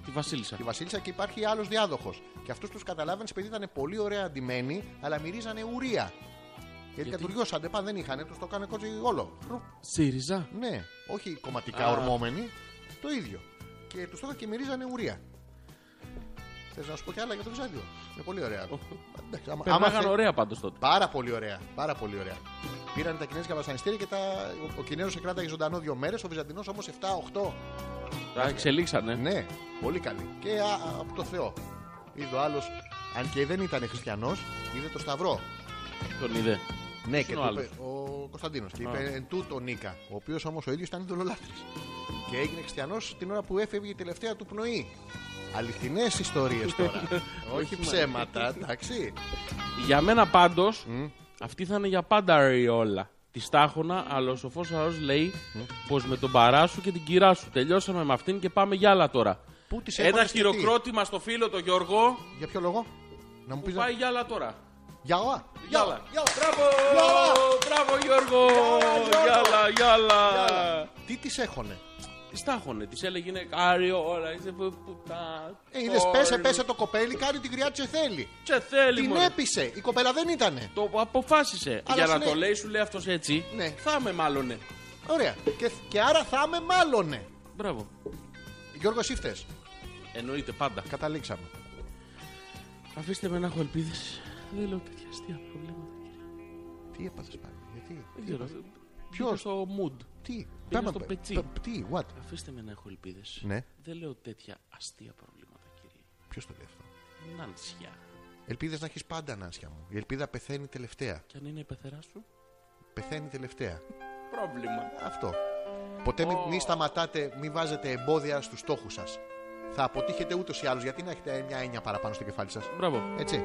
B: Τη Βασίλισσα.
A: τη Βασίλισσα και υπάρχει άλλος διάδοχος. Και αυτούς τους καταλάβαινες επειδή ήταν πολύ ωραία αντιμένοι, αλλά μυρίζανε ουρία. Γιατί,
B: Γιατί?
A: κατουργιώσαν, δεν πάνε, δεν είχαν, τους το έκανε κότσι όλο.
B: ΣΥΡΙΖΑ.
A: Ναι, όχι κομματικά
B: Α.
A: ορμόμενοι, το ίδιο. Και τους τώρα και μυρίζανε ουρία. Θες να σου πω κι άλλα για το Βυζάντιο. Είναι πολύ ωραία. Εντάξει, άμα- άμα
B: Περμάγαν
A: θε-
B: ωραία πάντως τότε.
A: Πάρα πολύ ωραία. Πάρα πολύ ωραία. Πήραν τα κινέζικα βασανιστήρια και τα... ο, ο Κινέζος σε κράταγε ζωντανό δύο μέρες, ο Βυζαντινός όμως 7-8.
B: Τα εξελίξανε.
A: Ναι, πολύ καλή. Και α, α, από το Θεό. Είδε ο άλλος, αν και δεν ήταν χριστιανός, είδε το Σταυρό.
B: Τον είδε.
A: Ναι,
B: Ποιος
A: και
B: είναι ο
A: του
B: άλλος?
A: είπε ο Κωνσταντίνος. Και είπε εν τούτο Νίκα, ο οποίος όμως ο ίδιος ήταν ειδωλολάτρη. Και έγινε χριστιανός την ώρα που έφευγε η τελευταία του πνοή. Αληθινές ιστορίες τώρα. Όχι ψέματα, εντάξει.
B: Για μένα πάντως, αυτή θα είναι για πάντα αριόλα. Τη στάχωνα, αλλά ο σοφός αρρώ λέει πως πως με τον παρά σου και την κυρά σου. Τελειώσαμε με αυτήν και πάμε για άλλα τώρα.
A: Πού τις
B: Ένα
A: έβαλες και τι?
B: χειροκρότημα στο φίλο το Γιώργο
A: Για ποιο λόγο, να μου
B: που
A: πεις.
B: πάει για άλλα τώρα.
A: Για όλα.
B: Για άλλα. Μπράβο!
A: Γιάλα.
B: Μπράβο Γιώργο! Για άλλα, για άλλα.
A: Τι τις έχωνε.
B: Τη στάχωνε, της έλεγε είναι αριόλα, είσαι που- πουτά.
A: Ε, είδες, πέσε, πέσε το κοπέλι, κάνει την κρυά τη θέλει.
B: Και θέλει
A: Την
B: μωρέ.
A: έπεισε. Η κοπέλα δεν ήτανε.
B: Το αποφάσισε.
A: Αλλά
B: για
A: σου
B: να
A: λέει-
B: το λέει, σου λέει αυτός έτσι.
A: Ναι.
B: Θα με μάλλονε.
A: Ωραία. Και, και άρα θα με μάλλονε.
B: Μπράβο.
A: Γιώργος, εσύ φταίς.
B: Εννοείται πάντα.
A: Καταλήξαμε.
B: Αφήστε με να έχω ελπίδες. Δεν λέω τέτοια αστεία προβλήματα.
A: Τι έπαθες πάλι, γιατί.
B: Δεν ξέρω.
A: Ποιος?
B: Μπήκα στο mood.
A: Τι,
B: Πήγα
A: πάμε
B: στο
A: πε-
B: πετσί.
A: πε- Τι, what.
B: Αφήστε με να έχω ελπίδες.
A: Ναι.
B: Δεν λέω τέτοια αστεία προβλήματα, κύριε.
A: Ποιος το λέει αυτό.
B: Νάνσια.
A: Ελπίδες να έχεις πάντα ανάσια μου. Η ελπίδα πεθαίνει τελευταία.
B: Κι αν είναι η πεθερά σου,
A: Πεθαίνει τελευταία.
B: πρόβλημα.
A: Αυτό. Ποτέ μην, μην σταματάτε, μην βάζετε εμπόδια στους στόχους σας. Θα αποτύχετε ούτως ή άλλως. Γιατί να έχετε μια έννοια παραπάνω στο κεφάλι σας.
B: Μπράβο.
A: Έτσι.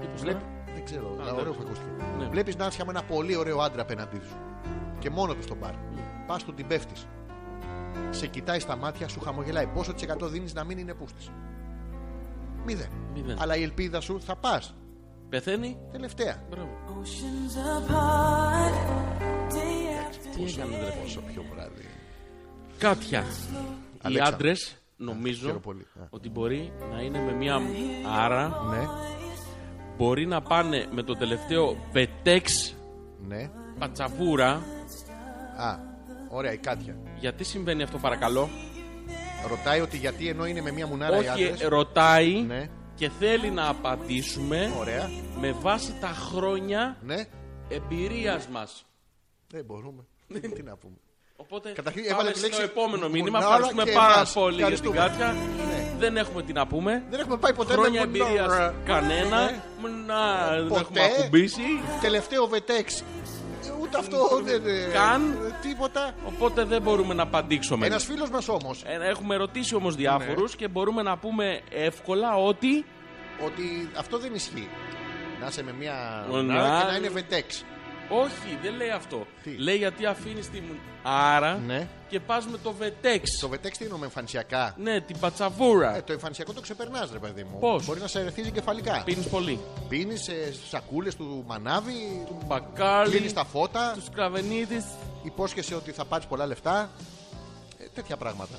B: Τι τους
A: Βλέπει...
B: λέω.
A: Δεν ξέρω, αλλά
B: εντάξει.
A: ωραίο που ακούστηκε.
B: Ναι.
A: Βλέπεις να με ένα πολύ ωραίο άντρα απέναντί σου. Και μόνο του στον μπαρ.
B: Ναι.
A: Πας του την πέφτεις. Σε κοιτάει στα μάτια, σου χαμογελάει. Πόσο τη εκατό δίνεις να μην είναι πούστης. Μηδέν.
B: Μηδέν.
A: Αλλά η ελπίδα σου θα πας.
B: Πεθαίνει.
A: Τελευταία.
B: Μπράβο.
G: Oceans apart, day after
B: Τι έκανε ρε πόσο.
A: Πιο βράδυ.
B: Κάτια. Οι
A: Αλέξανδρε.
B: άντρε
A: Χαίρομαι
B: νομίζω
A: πολύ. Α.
B: ότι μπορεί να είναι με μία. Άρα
A: Ναι,
B: μπορεί να πάνε με το τελευταίο πετέξ
A: ναι.
B: πατσαβούρα.
A: Α, ωραία, η Κάτια.
B: Γιατί συμβαίνει αυτό, παρακαλώ.
A: Ρωτάει ότι γιατί ενώ είναι με μία μουνάρα οι
B: Όχι, ε,
A: άντρες.
B: ρωτάει
A: Ναι.
B: και θέλει να απαντήσουμε
A: Ωραία.
B: με βάση τα χρόνια
A: Ναι,
B: εμπειρίας μας.
A: δεν μπορούμε.
B: Ναι.
A: Τι να πούμε.
B: Οπότε
A: Καταρχήν
B: πάμε
A: έβαλε τη
B: στο
A: λέξη
B: επόμενο μήνυμα.
A: μουνάρα
B: Ευχαριστούμε
A: και
B: πάρα
A: εμάς.
B: πολύ για την
A: Ευχαριστούμε.
B: κάτια.
A: Ναι.
B: Δεν έχουμε τι να πούμε.
A: Δεν έχουμε πάει ποτέ
B: Χρόνια
A: με μουνάρα.
B: εμπειρίας κανένα.
A: Ναι.
B: Να, δεν
A: Ποτέ.
B: έχουμε ακουμπήσει.
A: Τελευταίο βετέξ. Ούτε αυτό δεν. ε,
B: Καν.
A: ε, Τίποτα.
B: Οπότε δεν μπορούμε να απαντήσουμε.
A: Ένας φίλος μας όμως.
B: Ε, Έχουμε ρωτήσει
A: Ναι.
B: όμως διάφορους και μπορούμε να πούμε εύκολα ότι.
A: Ότι αυτό δεν ισχύει. Να είσαι με μία.
B: Ο
A: μουνάρα και
B: Νάρ-
A: να είναι βετέξ.
B: Όχι, δεν λέει αυτό.
A: Τι?
B: Λέει γιατί αφήνει τη μου. Άρα
A: Ναι.
B: και πας με το βετέξ.
A: Το βετέξ τι εννοούμε εμφανισιακά.
B: Ναι, την πατσαβούρα.
A: Ε, το εμφανισιακό το ξεπερνάς, ρε παιδί μου.
B: Πώς?
A: Μπορεί να σε ερεθίζει κεφαλικά.
B: Πίνεις πολύ.
A: Πίνεις σε σακούλες του μανάβη,
B: Μπακάλι,
A: κλείνεις τα φώτα,
B: τους κραβενίδη.
A: υπόσχεσαι ότι θα πάρεις πολλά λεφτά. Ε, τέτοια πράγματα.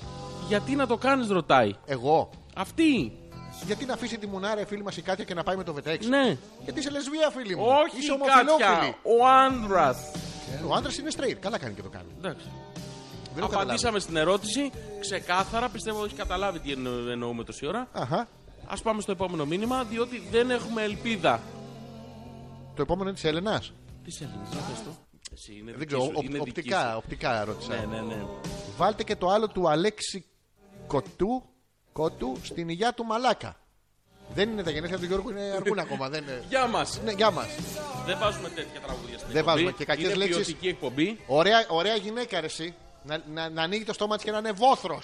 B: Γιατί να το κάνεις, ρωτάει.
A: Εγώ.
B: Αυτή.
A: Γιατί να αφήσει τη μουνάρα, ε, φίλη μας η Κάτια, και να πάει με το βετέξ.
B: Ναι.
A: Γιατί είσαι λεσβία, φίλη μου.
B: Όχι,
A: είσαι
B: η Κάτια.
A: ομοφυλόφιλη.
B: Ο άνδρα.
A: Ο άντρας είναι straight. Καλά κάνει και το κάνει.
B: Εντάξει.
A: Δεν έχω καταλάβει.
B: Απαντήσαμε στην ερώτηση. Ξεκάθαρα, πιστεύω ότι έχεις καταλάβει τι εννο- εννοούμε τόση ώρα.
A: Αχα.
B: Ας πάμε στο επόμενο μήνυμα, διότι δεν έχουμε ελπίδα.
A: Το επόμενο είναι της Έλενας.
B: Τι έλεγε, να πες το. Εσύ είναι
A: Δεν
B: δική
A: ξέρω.
B: σου,
A: οπ-
B: είναι δική
A: οπτικά,
B: σου.
A: οπτικά ρώτησα.
B: Ναι, ναι, ναι.
A: Βάλτε και το άλλο του Αλέξη Κοτού, Κότου στην υγειά του Μαλάκα. Δεν είναι τα γενέθλια του Γιώργου, είναι αργούν ακόμα. Δεν είναι...
B: Γεια μας.
A: Ναι, γεια μας.
B: Δεν βάζουμε τέτοια τραγούδια στην
A: Δεν
B: εκπομπή.
A: βάζουμε και κακές
B: Είναι
A: λέξεις.
B: ποιοτική εκπομπή.
A: Ωραία, ωραία γυναίκα, ρε, εσύ. Να, να, να ανοίγει το στόμα της και να είναι βόθρος.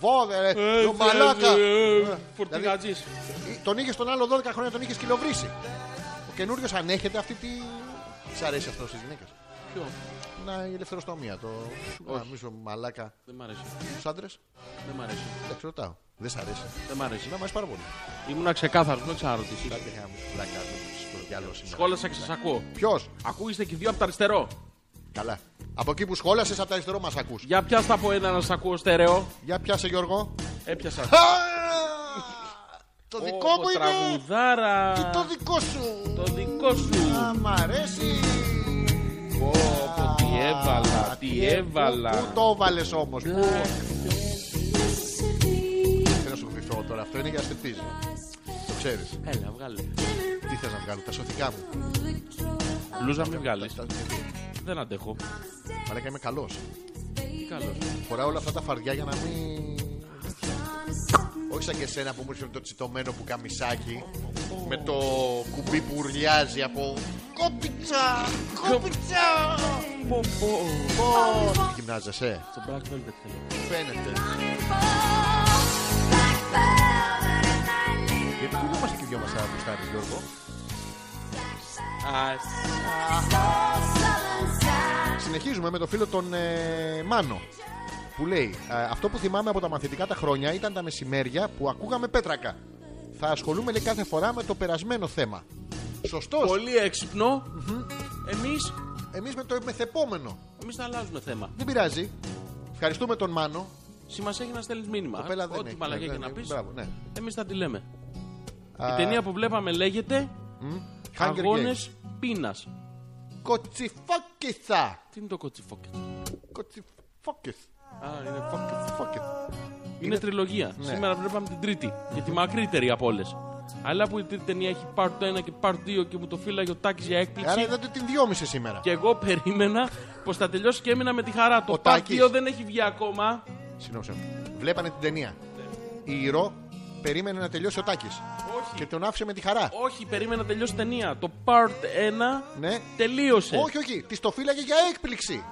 A: Βόδερε,
B: Ε,
A: το μαλάκα.
B: ε, ε,
A: Ε,
B: Φορτηγατζής.
A: δηλαδή, τον είχε τον άλλο 12 χρόνια, τον είχες κυλοβρίσει. Ο καινούριο ανέχεται αυτή τη. Σ' αρέσει αυτό στις γυναίκες.
B: Ποιο?
A: Να η ελευθεροστομία. Το. Να μη σου μαλάκα.
B: Δεν μ' αρέσει.
A: Στου άντρες.
B: Δεν μ' αρέσει.
A: Εντάξει, ρωτάω. Δεν σ' αρέσει.
B: Δεν μ' αρέσει.
A: Να μας πάρα πολύ.
B: Ήμουνα ξεκάθαρος, δεν ξαναρωτήσει.
A: Κάτι είχα μου πλάκα. στο διάλογο σήμερα.
B: Σχόλασα και σας ακούω.
A: Ποιος.
B: Ακούγεστε και οι δύο από τα αριστερό.
A: Καλά. Από εκεί που σχόλασες από τα αριστερό μας ακούς.
B: Για ποια θα πω ένα να σας ακούω στερεό.
A: Για πιάσε Γιώργο.
B: Έπιασα.
A: Α! Ε, Το δικό
B: Ω,
A: μου είναι.
B: Τραγουδάρα.
A: Και το δικό σου.
B: Το δικό σου.
A: Α, Μ' αρέσει.
B: Πω, πω, τι έβαλα, τι
A: Πού
B: έβαλα.
A: το έβαλες όμως. Πού.
G: Mississippi.
A: Θέλω να σου κρυφτώ τώρα. Αυτό είναι για να στεφτίζει. Το ξέρεις.
B: Έλα, βγάλε.
A: Τι θες να βγάλω, τα σωθικά μου.
B: Μπλούζα μην βγάλεις.
A: Τα- γιατί.
B: Δεν αντέχω.
A: Μαλάκα είμαι καλός.
B: Καλώ.
A: Φοράω όλα αυτά τα φαρδιά για να μην. Όχι σαν και εσένα που μου ήρθε με το τσιτωμένο που καμισάκι. Με το κουμπί που ουρλιάζει από. Κόπιτσα! Κόπιτσα!
B: Πω, πω.
A: Πω! Γυμνάζεσαι,
B: Στο Black Velvet θέλω.
A: φαίνεται. Γιατί κουλιόμαστε και οι δυο μας σαν κουστάρι, Γιώργο.
B: Ας,
A: Συνεχίζουμε με το φίλο τον ε, Μάνο. Που λέει, «Ε, αυτό που θυμάμαι από τα μαθητικά τα χρόνια ήταν τα μεσημέρια που ακούγαμε πέτρακα. Θα ασχολούμαι λέει, κάθε φορά με το περασμένο θέμα. Σωστός.
B: Πολύ έξυπνο. Εμείς,
A: Εμείς με το μεθεπόμενο.
B: εμείς θα αλλάζουμε θέμα.
A: Δεν πειράζει. Ευχαριστούμε τον Μάνο.
B: Σημασία έχει να στέλνεις μήνυμα.
A: Κοπέλα δεν
B: Ό,τι
A: έχει,
B: μαλακιά
A: ναι,
B: και να
A: ναι,
B: πει,
A: μπράβο, ναι.
B: εμείς θα τη λέμε. Η ταινία που βλέπαμε λέγεται
A: Hunger
B: Αγώνες
A: Games.
B: πείνας.
A: Κοτσιφόκηθα.
B: Τι είναι το κοτσιφόκετ.
A: Κοτσιφόκηθ.
B: Α, είναι fuck.
A: Φόκηθ.
B: Είναι τριλογία.
A: Ναι.
B: Σήμερα βλέπαμε την τρίτη. Και τη μακρύτερη από όλες. Αλλά που η τρίτη ταινία έχει part 1 και part 2 και μου το φύλαγε ο Τάκης για έκπληξη.
A: Άρα είδατε την δυόμιση σήμερα.
B: Και εγώ περίμενα πως θα τελειώσει και έμεινα με τη χαρά.
A: Ο
B: Το part
A: Τάκης.
B: 2 δεν έχει βγει ακόμα.
A: Συνόψε μου. Βλέπανε την ταινία. Η Ηρώ περίμενε να τελειώσει ο Τάκης.
B: Όχι.
A: Και τον άφησε με τη χαρά.
B: Όχι, περίμενα να τελειώσει η ταινία. Το part 1
A: Ναι.
B: τελείωσε.
A: Όχι, όχι. Της το φύλαγε για έκπληξη.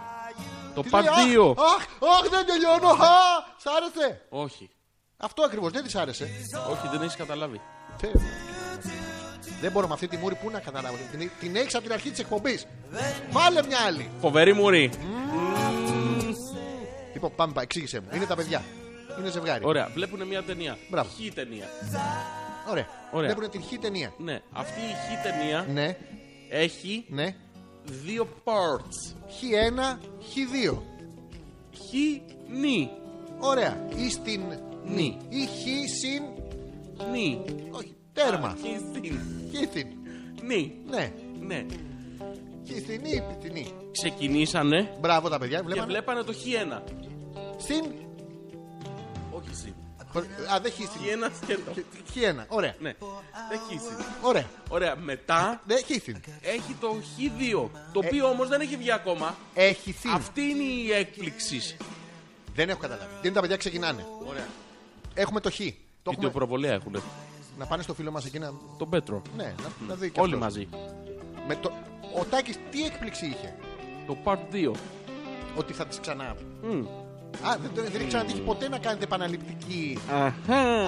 B: Το
A: Της λέει, «Αχ,
B: part 2.
A: Αχ, αχ, δεν τελειώνω. Α, σ' άρεσε.
B: Όχι.
A: Αυτό ακριβώς. Δεν της άρεσε.
B: Όχι, δεν έχεις καταλάβει.
A: Τε- Δεν μπορώ με αυτή τη μούρη που να καταλάβω. Την, την έχεις από την αρχή της εκπομπής. Βάλε μια άλλη.
B: Φοβερή μουρή.
A: Λοιπόν, πάμε, πάμε, εξήγησε μου. Είναι τα παιδιά. Είναι ζευγάρι.
B: Ωραία, βλέπουν μια ταινία.
A: Μπράβο.
B: Χ ταινία.
A: Ωραία.
B: Ωραία.
A: Βλέπουν την χη ταινία.
B: Ναι, αυτή η χ ταινία
A: Ναι,
B: έχει
A: ναι.
B: δύο parts.
A: Χ1, χ2.
B: Χ, νι.
A: Ωραία. Ή στην
B: Νι.
A: ή χ συν.
B: Νι.
A: Όχι, τέρμα.
B: Χ, στην.
A: Χ στην.
B: Νι.
A: Ναι.
B: Ναι.
A: Χ στην ή επί την ή.
B: Ξεκινήσανε
A: Μπράβο τα παιδιά.
B: και
A: Βλέπανε.
B: βλέπανε το χ1.
A: Συν.
B: Όχι συν.
A: Α, δεν χ στην.
B: Χ1 σκέτο.
A: Χ1. Ωραία.
B: Ναι. Δεν χ συν.
A: Ωραία.
B: Ωραία, μετά
A: Ναι, χ στην.
B: έχει το χ2. Το οποίο όμως δεν έχει βγει ακόμα.
A: Έχει συν.
B: Αυτή είναι η έκπληξης.
A: Δεν έχω καταλάβει. Δεν τα παιδιά ξεκινάνε.
B: Ωραία.
A: Έχουμε το χ. Το έχουμε.
B: Βιντεοπροβολέα έχουν.
A: Να πάνε στο φίλο μας εκεί να.
B: Τον Πέτρο.
A: Ναι, να, να δει και
B: Όλοι
A: αυτός.
B: μαζί.
A: Με το... Ο Τάκης τι έκπληξη είχε.
B: Το part 2.
A: Ότι θα τις ξανά. Α, δεν, δεν έχει ξανατύχει ποτέ να κάνετε επαναληπτική.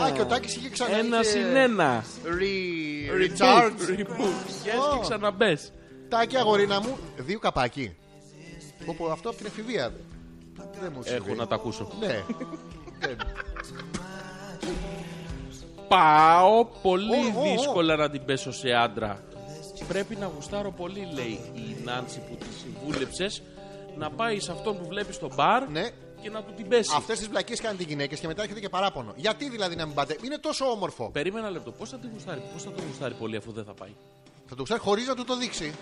A: Α, και ο Τάκης είχε ξανά.
B: Ένα
A: είχε-
B: συν
A: Re-
B: ένα. Reboot,
A: Recharge.
B: Reboot.
A: Oh.
B: Yes, και ξαναμπες.
A: Τάκη, αγορίνα μου, δύο καπάκι. Όπου αυτό από την εφηβεία. Δεν μου συμβεί.
B: Έχω να τα ακούσω.
A: Ναι. Δεν-
B: Πάω πολύ
A: Ω, ω, ω.
B: δύσκολα να την πέσω σε άντρα. Πρέπει να γουστάρω πολύ, λέει η Νάνση που τη συμβούλεψε, να πάει σε αυτόν που βλέπεις στο μπαρ
A: Ναι.
B: και να του την πέσει.
A: Αυτές τις βλακίες κάνετε γυναίκες και μετά έχετε και παράπονο. Γιατί δηλαδή να μην πάτε, είναι τόσο όμορφο.
B: Περίμενα ένα λεπτό. Πώς θα την γουστάρει, πώς θα τον γουστάρει πολύ αφού δεν θα πάει.
A: Θα το ξέρει χωρίς να του το δείξει.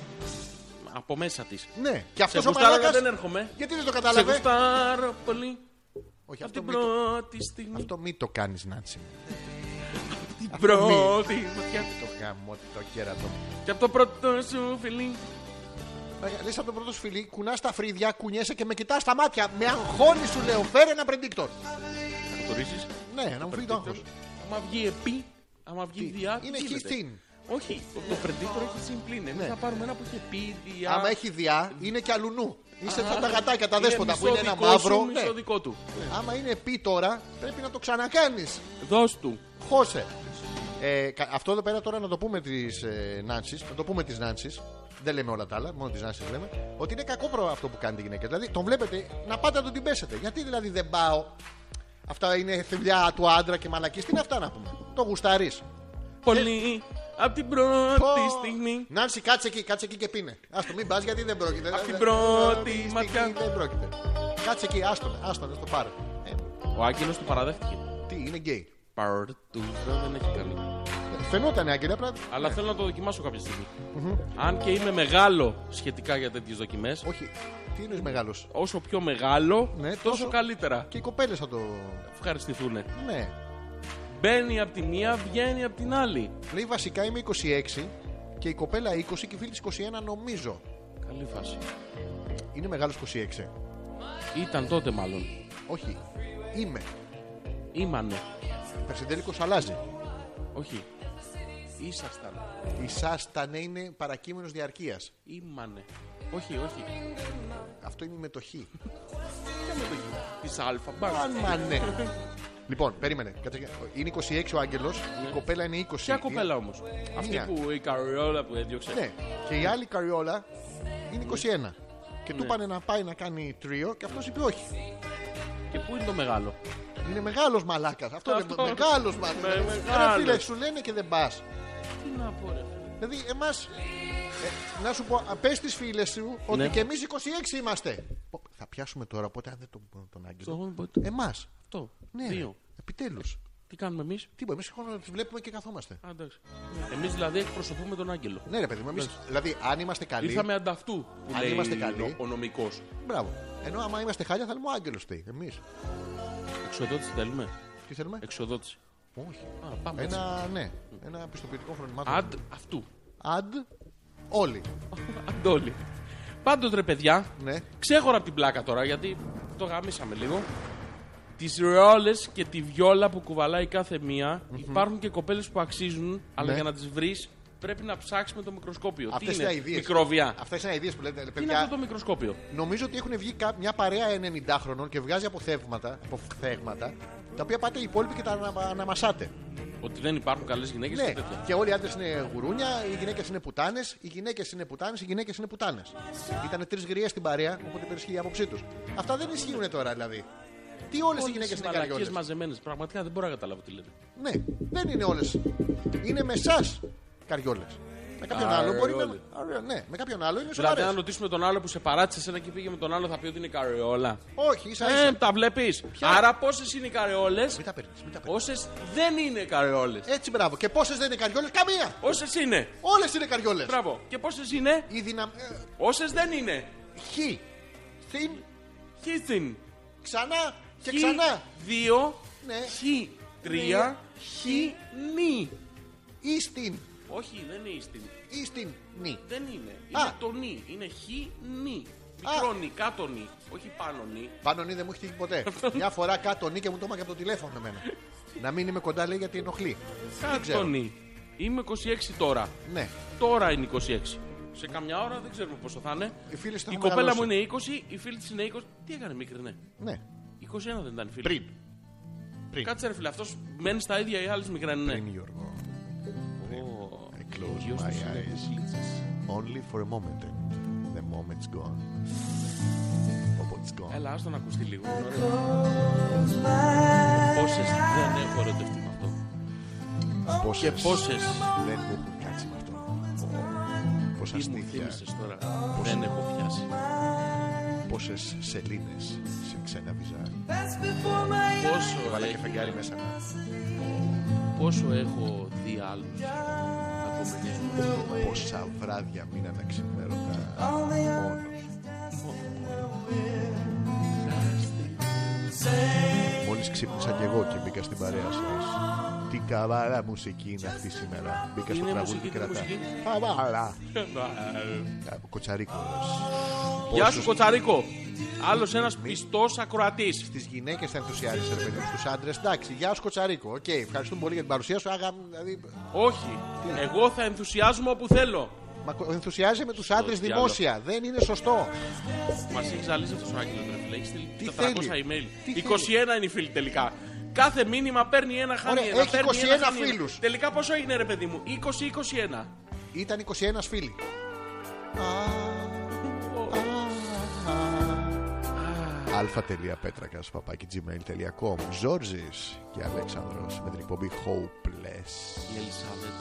B: Από μέσα της.
A: Ναι. Και
B: Σε
A: αυτός ο
B: γουστάρω
A: μαλάκας.
B: αλλά δεν έρχομαι.
A: Γιατί δεν το
B: Σε
A: κατάλαβε.
B: γουστάρω πολύ.
A: Όχι,
B: Από
A: αυτό
B: την
A: μην το,
B: πρώτη στιγμή.
A: αυτό μη το κάνεις, Νάντσι. μου.
B: Την πρώτη ματιά.
A: Το γαμό, το κέρατο.
B: Και από το πρώτο σου φιλί.
A: Λες από το πρώτο σου φιλί, κουνάς τα φρύδια, κουνιέσαι και με κοιτάς στα μάτια. Με αγχώνεις σου λέω, φέρε ένα predictor.
B: Καθορίζει.
A: Ναι, να μου φύγει το άγχος.
B: Άμα βγει επί, άμα βγει διά. τι
A: Είναι χι
B: γίνεται.
A: στην.
B: Όχι, το predictor έχει συμπλήν. Εμείς
A: Ναι.
B: θα πάρουμε ένα που έχει επί, διά.
A: Άμα έχει διά, είναι και αλλουνού. Είσαι σαν τα γατάκια, τα
B: Είναι
A: δέσποτα που
B: μισό
A: είναι ένα
B: δικό σου,
A: μαύρο.
B: Μισό
A: Ναι.
B: δικό του.
A: Άμα είναι πι τώρα, πρέπει να το ξανακάνεις.
B: Δώσ' του.
A: Χώσε. Ε, κα- αυτό εδώ πέρα τώρα να το πούμε τη ε, Νάνση. Να το πούμε τη Νάνση. δεν λέμε όλα τα άλλα, μόνο τις Νάνση λέμε, ότι είναι κακό προ αυτό που κάνετε γυναίκε. Δηλαδή τον βλέπετε να πάτε να τον την πέσετε. Γιατί δηλαδή δεν πάω. Αυτά είναι θηλιά του άντρα και μαλακής. Τι είναι αυτά να πούμε. Το γουστάρι.
B: Πολύ από την πρώτη στιγμή.
A: Νάνση, κάτσε εκεί, κάτσε εκεί και πίνε. Άστο, μην πας γιατί δεν πρόκειται.
B: Απ' την
A: Δεν-
B: πρώτη
A: στιγμή
B: ματιά.
A: Δεν πρόκειται. Κάτσε εκεί, άστο, άστο, το πάρε. Ε,
B: Ο Άγγελος το παραδέχτηκε.
A: τι, είναι γκέι.
B: Παρτούζα δεν έχει καλή.
A: Φαινόταν άγγελε, απλά.
B: Αλλά θέλω να το δοκιμάσω κάποια στιγμή. Αν και είμαι μεγάλο σχετικά για τέτοιες δοκιμές,
A: Όχι, τι είναι μεγάλος.
B: όσο πιο μεγάλο,
A: Ναι,
B: τόσο
A: τόσο-
B: καλύτερα.
A: Και οι κοπέλες θα το.
B: Ευχαριστηθούν.
A: Ναι.
B: Μπαίνει από τη μία, βγαίνει από την άλλη.
A: Λέει βασικά είμαι 26 και η κοπέλα 20 και η φίλη της 21 νομίζω.
B: Καλή φάση.
A: Είναι μεγάλος 26.
B: Ήταν τότε μάλλον.
A: Όχι. Είμαι.
B: Ήμανε.
A: Περσεντέλικος αλλάζει.
B: Όχι. Ήσασταν.
A: Η σάστανε είναι παρακείμενος διαρκείας.
B: Ήμανε. Όχι, όχι.
A: Αυτό είναι η μετοχή.
B: Τη Αλφα Μπάνκ.
A: Αν μα ναι. λοιπόν, περίμενε. Κάτσε, Είναι 26 ο Άγγελος, η κοπέλα είναι 20.
B: Ποια κοπέλα όμως. Αυτή
A: Μία.
B: που η καριόλα που έδιωξε.
A: Ναι. Και η άλλη καριόλα είναι 21. Και
B: Ναι.
A: του πάνε να πάει να κάνει τρίο και αυτός είπε όχι.
B: Και πού είναι το μεγάλο.
A: Είναι μεγάλος μαλάκας. Αυτό,
B: Αυτό.
A: είναι μεγάλος
B: Με-
A: μαλάκας. Ρε
B: μεγάλος.
A: φίλε, σου λένε και δεν πας.
B: Τι να πω, ρε. φίλε.
A: Δηλαδή, εμάς. να σου πω, α, πες στις φίλες σου ότι
B: Ναι.
A: και εμείς 26 είμαστε. Πω, Θα πιάσουμε τώρα, οπότε αν δεν τον, τον άγγιζα.
B: Το- το- το-
A: Εμάς.
B: Αυτό.
A: Ναι,
B: Δύο.
A: επιτέλους.
B: Τι κάνουμε εμείς.
A: Τι μπορεί, εμεί να τις βλέπουμε και καθόμαστε.
B: Εμείς δηλαδή εκπροσωπούμε τον Άγγελο.
A: Ναι, ρε παιδί μου, εμείς, δηλαδή, αν είμαστε καλοί.
B: Ήρθαμε ανταυτού που
A: Αν
B: λέει
A: είμαστε καλοί.
B: ο νομικός.
A: Μπράβο. Ενώ άμα είμαστε χάλια, θα λέμε ο Άγγελος τι. Εμείς.
B: Εξοδότηση θέλουμε.
A: Τι θέλουμε.
B: Εξοδότηση.
A: Όχι.
B: Α, πάμε. έτσι.
A: Ένα, ναι, ένα πιστοποιητικό φρονιμάτων.
B: Αντ αυτού.
A: Αντ. Όλοι.
B: Αντόλη. Πάντως ρε παιδιά,
A: Ναι.
B: ξέχωρα από την πλάκα τώρα γιατί το γαμίσαμε λίγο. Τις ρόλε και τη βιόλα που κουβαλάει κάθε μία, υπάρχουν και κοπέλες που αξίζουν, αλλά
A: Ναι.
B: για να τις βρεις πρέπει να ψάξεις με το μικροσκόπιο.
A: Αυτές
B: τι
A: είναι
B: είναι,
A: αηδίες.
B: μικρόβια.
A: Αυτές είναι ιδέε που λέτε, ρε
B: Τι είναι αυτό
A: παιδιά.
B: το μικροσκόπιο.
A: Νομίζω ότι έχουν βγει κα- μια παρέα 90 χρονών και βγάζει αποθέγματα, αποθέγματα τα οποία πάτε οι υπόλοιποι και τα ανα- αναμασάτε.
B: Ότι δεν υπάρχουν καλές γυναίκες
A: Ναι,
B: και τέτοια.
A: και όλοι οι άντρες είναι γουρούνια, οι γυναίκες είναι πουτάνες, οι γυναίκες είναι πουτάνες, οι γυναίκες είναι πουτάνες. Ήταν τρεις γριές στην παρέα, οπότε υπερισχύει η άποψή τους. Αυτά δεν ισχύουν τώρα δηλαδή. Τι όλες οι γυναίκες είναι
B: μαλακίε
A: καριόλες.
B: μαζεμένες. Πραγματικά δεν μπορώ να καταλάβω τι λέτε.
A: Ναι, δεν είναι όλες. Είναι με εσάς καριόλες. Με κάποιον άλλο μπορεί να.
B: Καριόλες.
A: Άρα, Ναι, με κάποιον άλλο είναι
B: Δηλαδή,
A: σοβαρές.
B: αν ρωτήσουμε τον άλλο που σε παράτησε εσένα και πήγε με τον άλλο, θα πει ότι είναι καριόλα.
A: Όχι, ίσα
B: Ε,
A: ίσα.
B: τα βλέπεις. Άρα, πόσες είναι οι καριόλες,
A: Μην τα Ε, παίρνεις, μην τα παίρνεις.
B: όσε δεν είναι καριόλες.
A: Έτσι, μπράβο. Και πόσες δεν είναι καριόλες, καμία!
B: Όσες είναι.
A: Όλες είναι καριόλες.
B: Μπράβο. Και πόσες είναι,
A: Η δυναμική.
B: όσες δεν είναι.
A: Χ. Θυν.
B: Χίθιν.
A: Ξανά και ξανά.
B: Δύο.
A: Ναι.
B: Χι. Τρία. Χι. Νι.
A: Ιστιν.
B: Όχι, δεν είναι στην.
A: Ιστιν. Νι.
B: Δεν είναι.
A: Α.
B: Είναι το νι. Είναι χι. Νι. Μικρό νι. Κάτω νι. Όχι πάνω νι.
A: Πάνω νι δεν μου έχει τύχει ποτέ. Μια φορά κάτω νι και μου το έμακα από το τηλέφωνο εμένα. να μην είμαι κοντά λέει γιατί ενοχλεί. ξέρω.
B: Κάτω νι. Είμαι 26 τώρα.
A: Ναι.
B: Τώρα είναι 26. Σε καμιά ώρα δεν ξέρουμε πόσο θα είναι.
A: Οι φίλες το
B: Η
A: έχουν
B: κοπέλα μου
A: μεγαλώσει.
B: είναι 20, η φίλη της είναι 20. Τι έκανε μικρή, ναι.
A: Ναι.
B: 21 δεν ήταν η φίλη.
A: Πριν. Πριν.
B: Κάτσε ρε φίλε, αυτός μένει στα ίδια, οι άλλε μικράνε. Ναι.
A: Πριν Γιώργο.
B: Ω,
A: I close
B: γιος
A: my
B: τους είναι
A: eyes.
B: κουκλίτσες.
A: Only for a moment. The moment's gone. Oh, it's gone.
B: Έλα, άστο να ακουστεί λίγο. Πόσες δεν έχω ερωτευτεί με αυτό. Και
A: Πόσες
B: πόσε
A: δεν μου έχουν κάτσει με αυτό. Πόσα
B: τι μου
A: στήθια,
B: θύμισες τώρα δεν έχω πιάσει.
A: πόσες σελήνες σε ξένα βυζά.
B: Πόσο
A: Βάλα και
B: έχει-
A: φεγγάρι μέσα μου.
B: Πόσο έχω δει άλλους να κομμενίζουν.
A: Πόσα βράδια μείναν αξιμέρωτα μόνος. Μόλις ξύπνησα κι εγώ και μπήκα στην παρέα σας. Τι καβάλα μουσική είναι αυτή σήμερα. Μπήκα στο
B: Είναι
A: τραγούδι
B: μουσική,
A: και
B: τι
A: κρατά.
B: μουσική?
A: Καβάλα. Κοτσαρίκος.
B: Γεια
A: Πόσους-
B: σου, Κοτσαρίκο. Άλλος ένας πιστός ακροατής.
A: Στις γυναίκες θα ενθουσιάρισε, ρε παιδί μου. Στους άντρες, εντάξει. Γεια σου, Κοτσαρίκο. Οκ, ευχαριστούμε πολύ για την παρουσία σου. Άγα, δηλαδή,
B: Όχι. Εγώ θα ενθουσιάζομαι όπου θέλω.
A: μα κο- ενθουσιάζει με τους άντρες
B: διάλογο.
A: δημόσια. Δεν είναι σωστό.
B: Μας έχει ζαλίσει αυτό ο Άγγελο, ρε φίλε. Έχεις
A: Τι
B: στείλει 400
A: θέλει?
B: email.
A: Τι
B: 21 είναι η φίλη τελικά. Κάθε μήνυμα παίρνει ένα χάνι.
A: Ωραία,
B: ένα,
A: έχει
B: παίρνει
A: 21
B: ένα, χάνει ένα.
A: φίλους.
B: Τελικά πόσο είναι, ρε παιδί μου, 20-21.
A: Ήταν 21 φίλοι. αλφα.πέτρακας παπάκι gmail.com Ζόρζης και Αλέξανδρος με την εκπομπή Hopeless
B: Η Ελισάβετ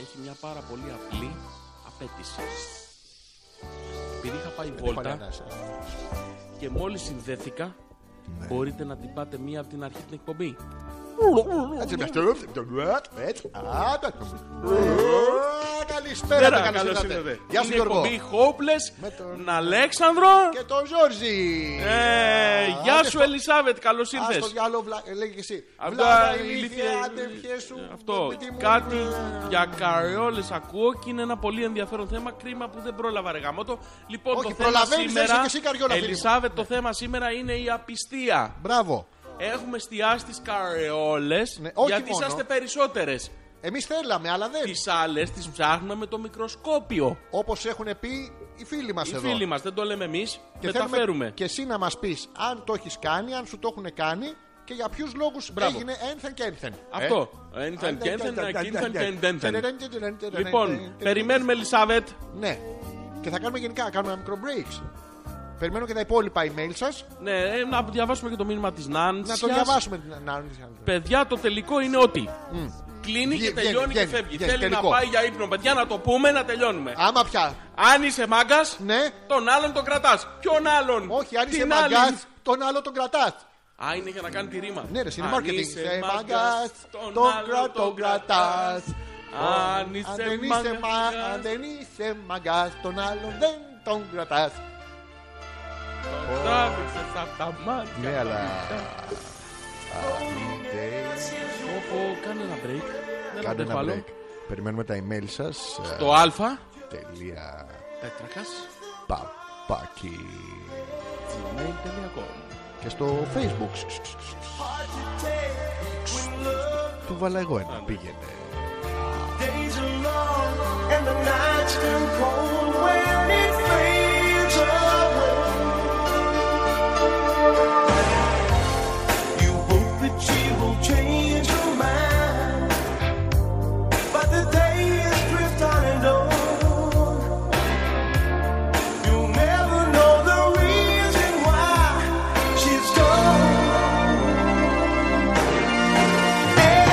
B: έχει μια πάρα πολύ απλή απέτηση. Επειδή είχα πάει βόλτα και μόλις συνδέθηκα,
A: Ναι.
B: μπορείτε να την πάτε μία από την αρχή την εκπομπή.
A: Έτσι με αυτό το γκουάτ, έτσι, α, το- Ω, Καλησπέρα,
B: Πέρα,
A: τα καλώς
B: καλώς
A: ήρθατε.
B: ήρθατε.
A: Γεια σου
B: Είναι
A: Γιώργο
B: εκπομπή Hopeless,
A: Με τον-
B: τον Αλέξανδρο.
A: και τον Ζόρζη
B: Ε,
A: Α,
B: γεια
A: άντε
B: σου
A: στο-
B: Ελισάβετ, καλώς
A: Α στο
B: ήρθες.
A: διάλογο, βλα- λέγε και εσύ.
B: Αυτά
A: Βλάτα,
B: η
A: ηλίθεια,
B: ηλίθεια-
A: άντε, ποιες σου.
B: Ε, Αυτό.
A: με τη μου- ναι.
B: Κάτι για καριόλες ακούω και είναι ένα πολύ ενδιαφέρον θέμα. Κρίμα που δεν πρόλαβα ρε γαμότο. Λοιπόν,
A: Όχι,
B: το θέμα
A: προλαβαίνεις,
B: σήμερα.
A: είσαι και εσύ καριόλα, φίλε μου.
B: Ελισάβετ, το θέμα σήμερα είναι η απιστία.
A: Μπράβο.
B: Έχουμε εστιάσει τις καρεόλες
A: Ναι, όχι
B: γιατί
A: μόνο.
B: είσαστε περισσότερες.
A: Εμείς θέλαμε, αλλά δεν.
B: Τις άλλες τις ψάχνουμε με το μικροσκόπιο.
A: Όπως έχουν πει οι φίλοι μας
B: Οι
A: εδώ.
B: φίλοι μας δεν το λέμε εμείς,
A: Και θέλουμε
B: μεταφέρουμε.
A: και εσύ να μας πεις αν το έχεις κάνει, αν σου το έχουν κάνει και για ποιους λόγους
B: Μπράβο.
A: έγινε ένθεν και ένθεν.
B: Αυτό. Ένθεν και ένθεν, ακίνθεν και εντένθεν. Λοιπόν, περιμένουμε Ελισάβετ.
A: Ναι. Και θα κάνουμε γενικά, κάνουμε ένα μικρό breaks. Περιμένω και τα υπόλοιπα email σας
B: Ναι, ε, να διαβάσουμε και το μήνυμα της Νάντσιας.
A: να το διαβάσουμε. την- να-
B: Παιδιά, το τελικό είναι ότι. Κλείνει
A: Βγαίνει,
B: και τελειώνει και
A: βγαίνει,
B: φεύγει.
A: βγαίνει,
B: Θέλει
A: τελικό.
B: να πάει για ύπνο, παιδιά, να το πούμε να τελειώνουμε.
A: Άμα πια.
B: Αν είσαι μάγκας,
A: Ναι.
B: τον άλλον τον κρατάς. Ποιον άλλον.
A: Όχι, αν είσαι
B: Την άλλη.
A: μαγκάς, τον άλλο τον κρατάς.
B: Α, είναι για να κάνει τη ρήμα.
A: Ναι, ρε, είναι
B: Αν
A: marketing.
B: είσαι
A: Είσαι
B: μάγκας,
A: μάγκας,
B: τον
A: τον
B: άλλον
A: κρα- τον κρατάς.
B: Αν είσαι
A: Αν δεν είσαι
B: μάγκας,
A: μα- αν δεν είσαι μαγκάς, τον άλλον δεν τον κρατάς.
B: τον τράβηξες απ' τα μάτια.
A: Ναι, αλλά.
B: Πω, πω, Κάνε ένα break. Δεν
A: Κάντε
B: αντέχω
A: ένα
B: άλλο.
A: break. Περιμένουμε τα email σας.
B: Το α.
A: Τελεία.
B: Πέτρακας.
A: Παπάκι.
B: gmail.com.
A: Και στο facebook. Του βάλα εγώ ένα. Πήγαινε.
E: Days are long and the nights turn cold when it fades away. You hope that she will change her mind, but the days drift on and on. You'll never know the reason why she's gone.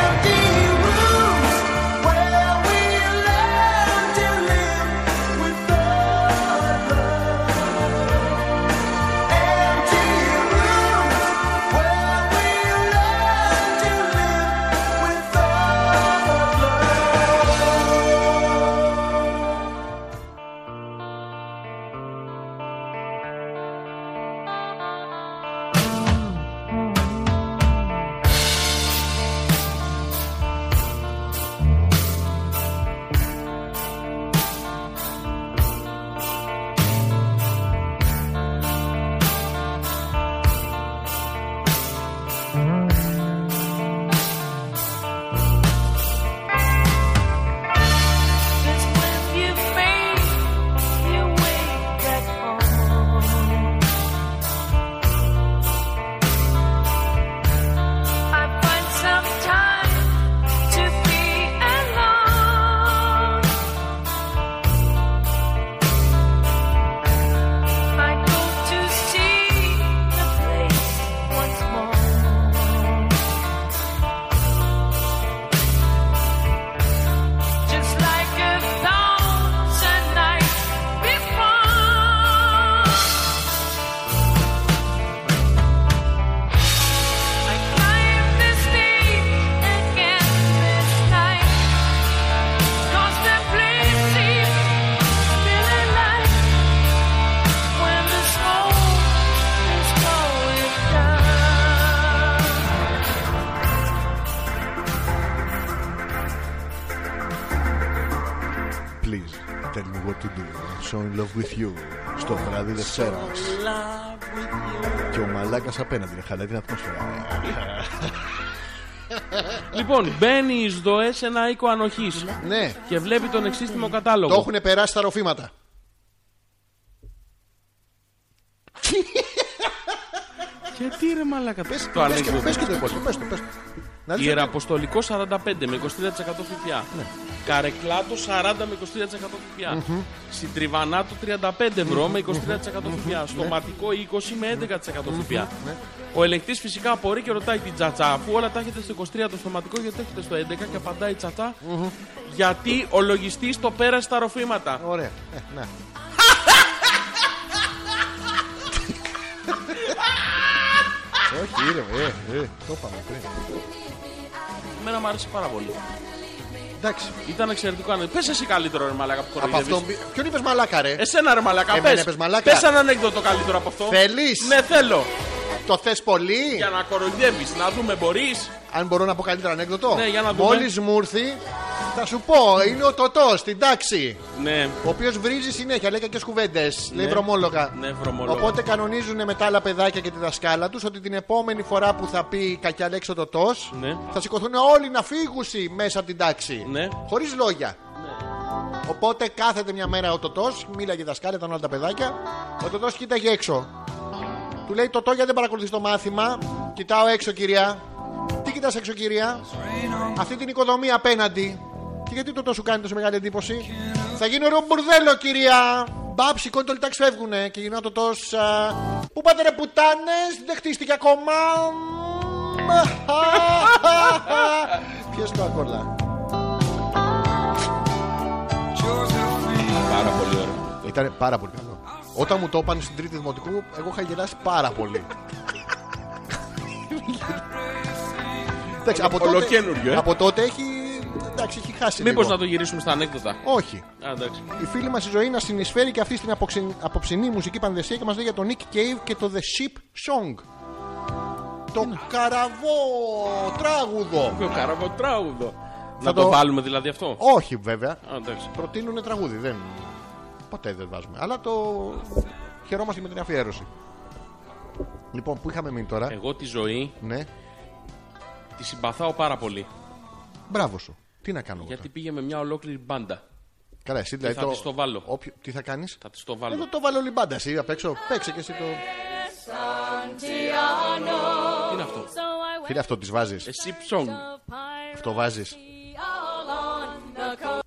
E: Empty rooms where we learn to live without love. Empty rooms where we learn to live without love.
G: It's when you fade, you wake at home. I find some time to be alone. I go to see the place once more. Just like a thousand nights before, I climb the stairs again this night. 'Cause the place seems still alive when the smoke is going down.
A: Please tell me what to do. I'm so in love with you. Στο βράδυ Δευτέρα. Και ο μαλάκας απέναντι είναι χαλάει την ατμόσφαιρα.
B: Λοιπόν, μπαίνει εις δοές ένα οίκο ανοχής
A: Ναι,
B: και βλέπει τον εξίστημο
A: το
B: κατάλογο.
A: έχουν περάσει τα ροφήματα.
B: Και τι ρε μαλάκα, πες το
A: Πες και,
B: ανοίγουμε.
A: πες και το υπόλοιπο. Πες το, πες το. Να δεις Ναι.
B: Ιεραποστολικό 45 με 23% ΦΠΑ. Καρεκλάτο 40 με 23% ΦΠΑ. Συντριβανάτο 35 ευρώ με 23% ΦΠΑ.
A: Ναι.
B: Στοματικό 20 με 11% ΦΠΑ. Ο ελεγκτής φυσικά απορεί και ρωτάει την τσατσά. Αφού όλα τα έχετε στο 23 το στοματικό, γιατί έχετε στο 11 και απαντάει η τσατσά. Γιατί ο λογιστής το πέρασε τα ροφήματα.
A: Ωραία. Ε, να. Όχι, ήρεμο, ε, ε, το είπαμε πριν.
B: Εμένα μου άρεσε πάρα πολύ.
A: Εντάξει.
B: Ήταν εξαιρετικό αν. Πες εσύ καλύτερο ρε μαλάκα που
A: Από αυτό,
B: χορηγεύει.
A: ποιον είπες μαλάκα ρε.
B: Εσένα ρε μαλάκα,
A: Εμένα
B: πες.
A: πες μαλάκα.
B: Πες ένα ανέκδοτο καλύτερο από αυτό.
A: Θέλεις?
B: Ναι, θέλω.
A: Το θες πολύ.
B: Για να κοροϊδεύεις, να δούμε μπορείς.
A: Αν μπορώ να πω καλύτερο ανέκδοτο.
B: Ναι, για να δούμε.
A: Μόλις μου ήρθει, θα σου πω, είναι ο Τωτός στην τάξη.
B: Ναι.
A: Ο οποίος βρίζει συνέχεια, λέει κακές κουβέντες, λέει βρωμόλογα.
B: Ναι, βρωμόλογα.
A: Οπότε κανονίζουν με τα άλλα παιδάκια και τη δασκάλα τους ότι την επόμενη φορά που θα πει κακιά λέξη ο τοτός,
B: Ναι.
A: θα σηκωθούν όλοι να φύγουσι μέσα από την τάξη.
B: Ναι.
A: Χωρίς λόγια. Οπότε κάθεται μια μέρα ο τοτός, μίλαγε η δασκάλα, ήταν όλα τα παιδάκια. Ο τοτός κοίταγε έξω. Του λέει τοτό γιατί δεν παρακολουθείς το μάθημα. Κοιτάω έξω, κυρία. Τι κοιτάς έξω, κυρία. Αυτή την οικοδομή απέναντι. Και γιατί το τόσο κάνει τόσο μεγάλη εντύπωση. Θα γίνω ρε μπουρδέλο, κυρία. Μπα, σηκώνει το λιτάξι, φεύγουνε. Και γυρνά το τόσο. Πού πάτε ρε πουτάνες, δεν χτίστηκε ακόμα. Ποιος το ακόλα.
B: Πάρα πολύ ωραία.
A: Ήταν πάρα πολύ καλό. Όταν μου το είπαν στην τρίτη δημοτικού, εγώ είχα γελάσει πάρα πολύ. Εντάξει, από τότε,
B: Ολοκένουργιο, ε.
A: από τότε έχει, εντάξει, έχει χάσει
B: Μήπως
A: λίγο.
B: να το γυρίσουμε στα ανέκδοτα.
A: Όχι.
B: Λοιπόν. Α, εντάξει.
A: Η φίλη μα η ζωή να συνεισφέρει και αυτή στην αποξεν- αποψινή μουσική πανδεσία και μας λέει για τον Nick Cave και το The Ship Song. Το καραβό τράγουδο.
B: Ποιο καραβοτράουδο.
A: Θα
B: Να το
A: το-
B: βάλουμε δηλαδή αυτό.
A: Όχι βέβαια.
B: Α, εντάξει.
A: Προτείνουν τραγούδι. Δεν... Ποτέ δεν βάζουμε. Αλλά το χαιρόμαστε με την αφιέρωση. Λοιπόν, που είχαμε μείνει τώρα.
B: Εγώ τη ζωή
A: Ναι.
B: τη συμπαθάω πάρα πολύ.
A: Μπράβο σου. Τι να κάνω εγώ
B: Γιατί
A: τώρα.
B: πήγε με μια ολόκληρη μπάντα.
A: Καλά, εσύ δηλαδή.
B: θα της το βάλω.
A: Όποιο- Τι θα κάνεις.
B: Θα της το
A: Εδώ
B: βάλω.
A: το βάλω λιμπάντα. Εσύ απ' έξω. Παίξε και εσύ το.
B: Τι είναι αυτό. Ε,
G: So I
A: Φίλε, αυτό τη βάζεις.
B: Εσύ ψόγκ.
A: Αυτό βάζεις.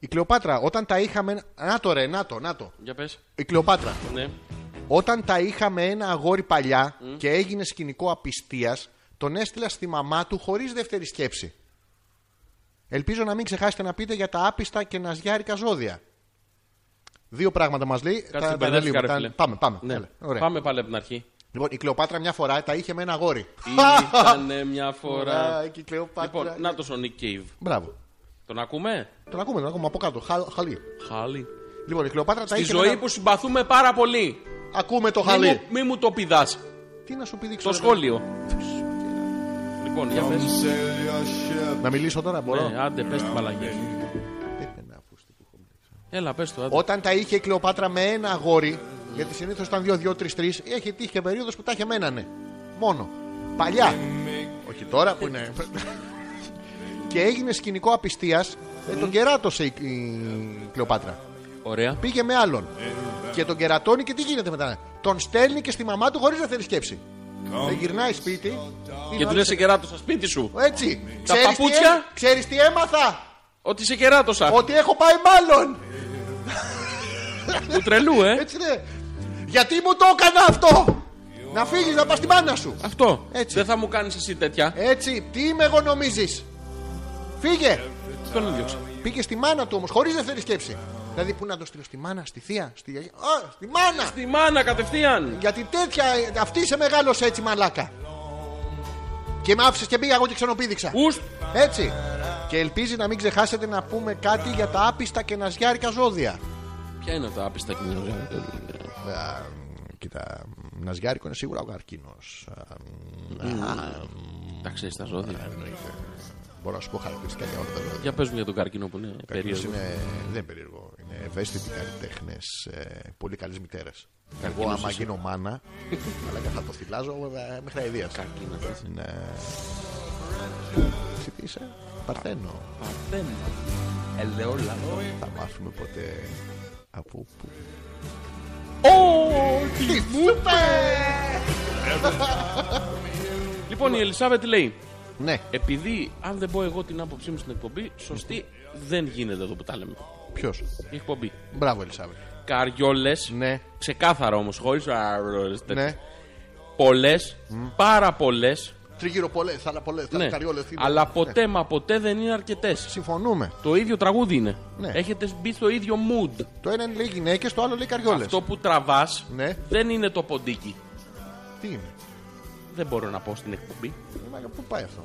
A: Η Κλεοπάτρα, όταν τα είχαμε. Να το ρε, να το, να το.
B: Για πες.
A: Η Κλεοπάτρα.
B: Ναι.
A: Όταν τα είχαμε ένα αγόρι παλιά και έγινε σκηνικό απιστίας, τον έστειλα στη μαμά του χωρίς δεύτερη σκέψη. Ελπίζω να μην ξεχάσετε να πείτε για τα άπιστα και ναζιάρικα ζώδια. Δύο πράγματα μας λέει.
B: Κάτσε την
A: τα
B: μπερδεύτηκα,
A: διαλύουμε,
B: ρε
A: τα-
B: φίλε.
A: Πάμε, πάμε.
B: Ναι.
A: Έλα, ωραία.
B: Πάμε πάλι από την αρχή.
A: Λοιπόν, η Κλεοπάτρα μια φορά τα είχε με ένα αγόρι.
B: Ήτανε μια φορά.
A: Ωραία, και η Κλεοπάτρα.
B: Λοιπόν, να το ο Nick Cave.
A: Μπράβο.
B: Τον ακούμε.
A: Τον ακούμε, τον ακούμε από κάτω. Χα- Χαλί.
B: Χάλι.
A: Λοιπόν, η Κλεοπάτρα τα
B: Τη
A: είχε. με
B: ζωή
A: ένα-
B: που συμπαθούμε πάρα πολύ.
A: Ακούμε το
B: Μη
A: χαλί.
B: μου, μη μου το πηδάς.
A: Τι να σου πει δείξω.
B: Το
A: ρε,
B: σχόλιο. Λοιπόν, για πες.
A: Να μιλήσω τώρα, μπορώ.
B: Ναι, άντε, πες τη μαλαγία.
A: Έπαιρνα ακουστικό.
B: Έλα, πες το, άντε.
A: Όταν τα είχε η Κλεοπάτρα με ένα αγόρι, γιατί συνήθως ήταν 2-2-3-3, έχει τύχει και περίοδος που τα είχε με έναν, ναι. Μόνο. Παλιά. Όχι τώρα που είναι. και έγινε σκηνικό απιστίας, τον κεράτωσε η, η Κλεοπάτρα.
B: Ωραία.
A: Πήγε με άλλον. και τον κερατώνει και τι γίνεται μετά. Τον στέλνει και στη μαμά του χωρίς δεύτερη σκέψη. Δεν γυρνάει σπίτι.
B: Και του λες σε κεράτωσα σπίτι σου.
A: Έτσι.
B: Τα
A: Ξέρεις τι
B: παπούτσια?
A: έ- Ξέρεις τι έμαθα.
B: Ότι σε κεράτωσα.
A: Ότι έχω πάει μάλλον.
B: Του τρελού, ε.
A: Έτσι ναι. Γιατί μου το έκανα αυτό. Να φύγεις να πας στη μάνα σου.
B: Αυτό.
A: Έτσι.
B: Δεν θα μου κάνεις εσύ τέτοια.
A: Έτσι. Τι είμαι εγώ νομίζεις. Φύγε.
B: Τον έδιωξα.
A: Πήγε στη μάνα του όμως χωρίς δεύτερη σκέψη. Δηλαδή που να το στείλω στη μάνα, στη θεία, στη γιαγιά. Α, στη μάνα.
B: Στη μάνα κατευθείαν.
A: Γιατί τέτοια, ε, αυτή σε μεγάλωσε έτσι μαλάκα. Και με άφησες και πήγα εγώ και ξενοπήδηξα.
B: Ουστ.
A: Έτσι. Και ελπίζει να μην ξεχάσετε να πούμε κάτι για τα άπιστα και ναζιάρικα ζώδια.
B: Ποια είναι τα άπιστα κοινωνία.
A: Α, Ε, Κοίτα, ναζιάρικο είναι σίγουρα ο καρκίνος.
B: Τα ξέρεις τα ζώδια.
A: Μπορώ να σου πω χαρακτηριστικά για όλα τα ζώδια.
B: Για πες μου για τον καρκίνο που είναι
A: Καρκίνος
B: περίεργος.
A: είναι- δεν είναι περίεργο. Είναι ευαίσθητοι καλλιτέχνες, πολύ καλές μητέρες. Εγώ,
B: Καρκίνος
A: άμα
B: είσαι.
A: γίνω μάνα, αλλά και θα το θυλάζω ε, μέχρι αηδίας. Είναι. Εσύ τι είσαι, Παρθένο.
B: Παρθένο. Ελαιόλαδο.
A: Θα μάθουμε ποτέ από πού.
B: Ω, τι
A: Τι μου είπες!
B: Λοιπόν, η Ελισάβετ λέει:
A: Ναι.
B: Επειδή αν δεν πω εγώ την άποψή μου στην εκπομπή, σωστή δεν γίνεται εδώ που τα λέμε.
A: Ποιος.
B: Η εκπομπή.
A: Μπράβο, Ελισάβετ.
B: Καριόλες.
A: Ναι.
B: Ξεκάθαρα όμως, χωρίς.
A: Ναι.
B: Πολλές. Πάρα πολλές.
A: Τριγύρω πολλές, αλλά πολλές.
B: Ναι. Αλλά ποτέ μα ποτέ δεν είναι αρκετές.
A: Συμφωνούμε.
B: Το ίδιο τραγούδι είναι.
A: Ναι.
B: Έχετε μπει στο ίδιο mood.
A: Το ένα λέει γυναίκες, το άλλο λέει καριόλες.
B: Αυτό που τραβάς
A: Ναι.
B: δεν είναι το ποντίκι.
A: Τι είναι.
B: Δεν μπορώ να πω στην εκπομπή.
A: Ε, μάγα, Πού πάει αυτό.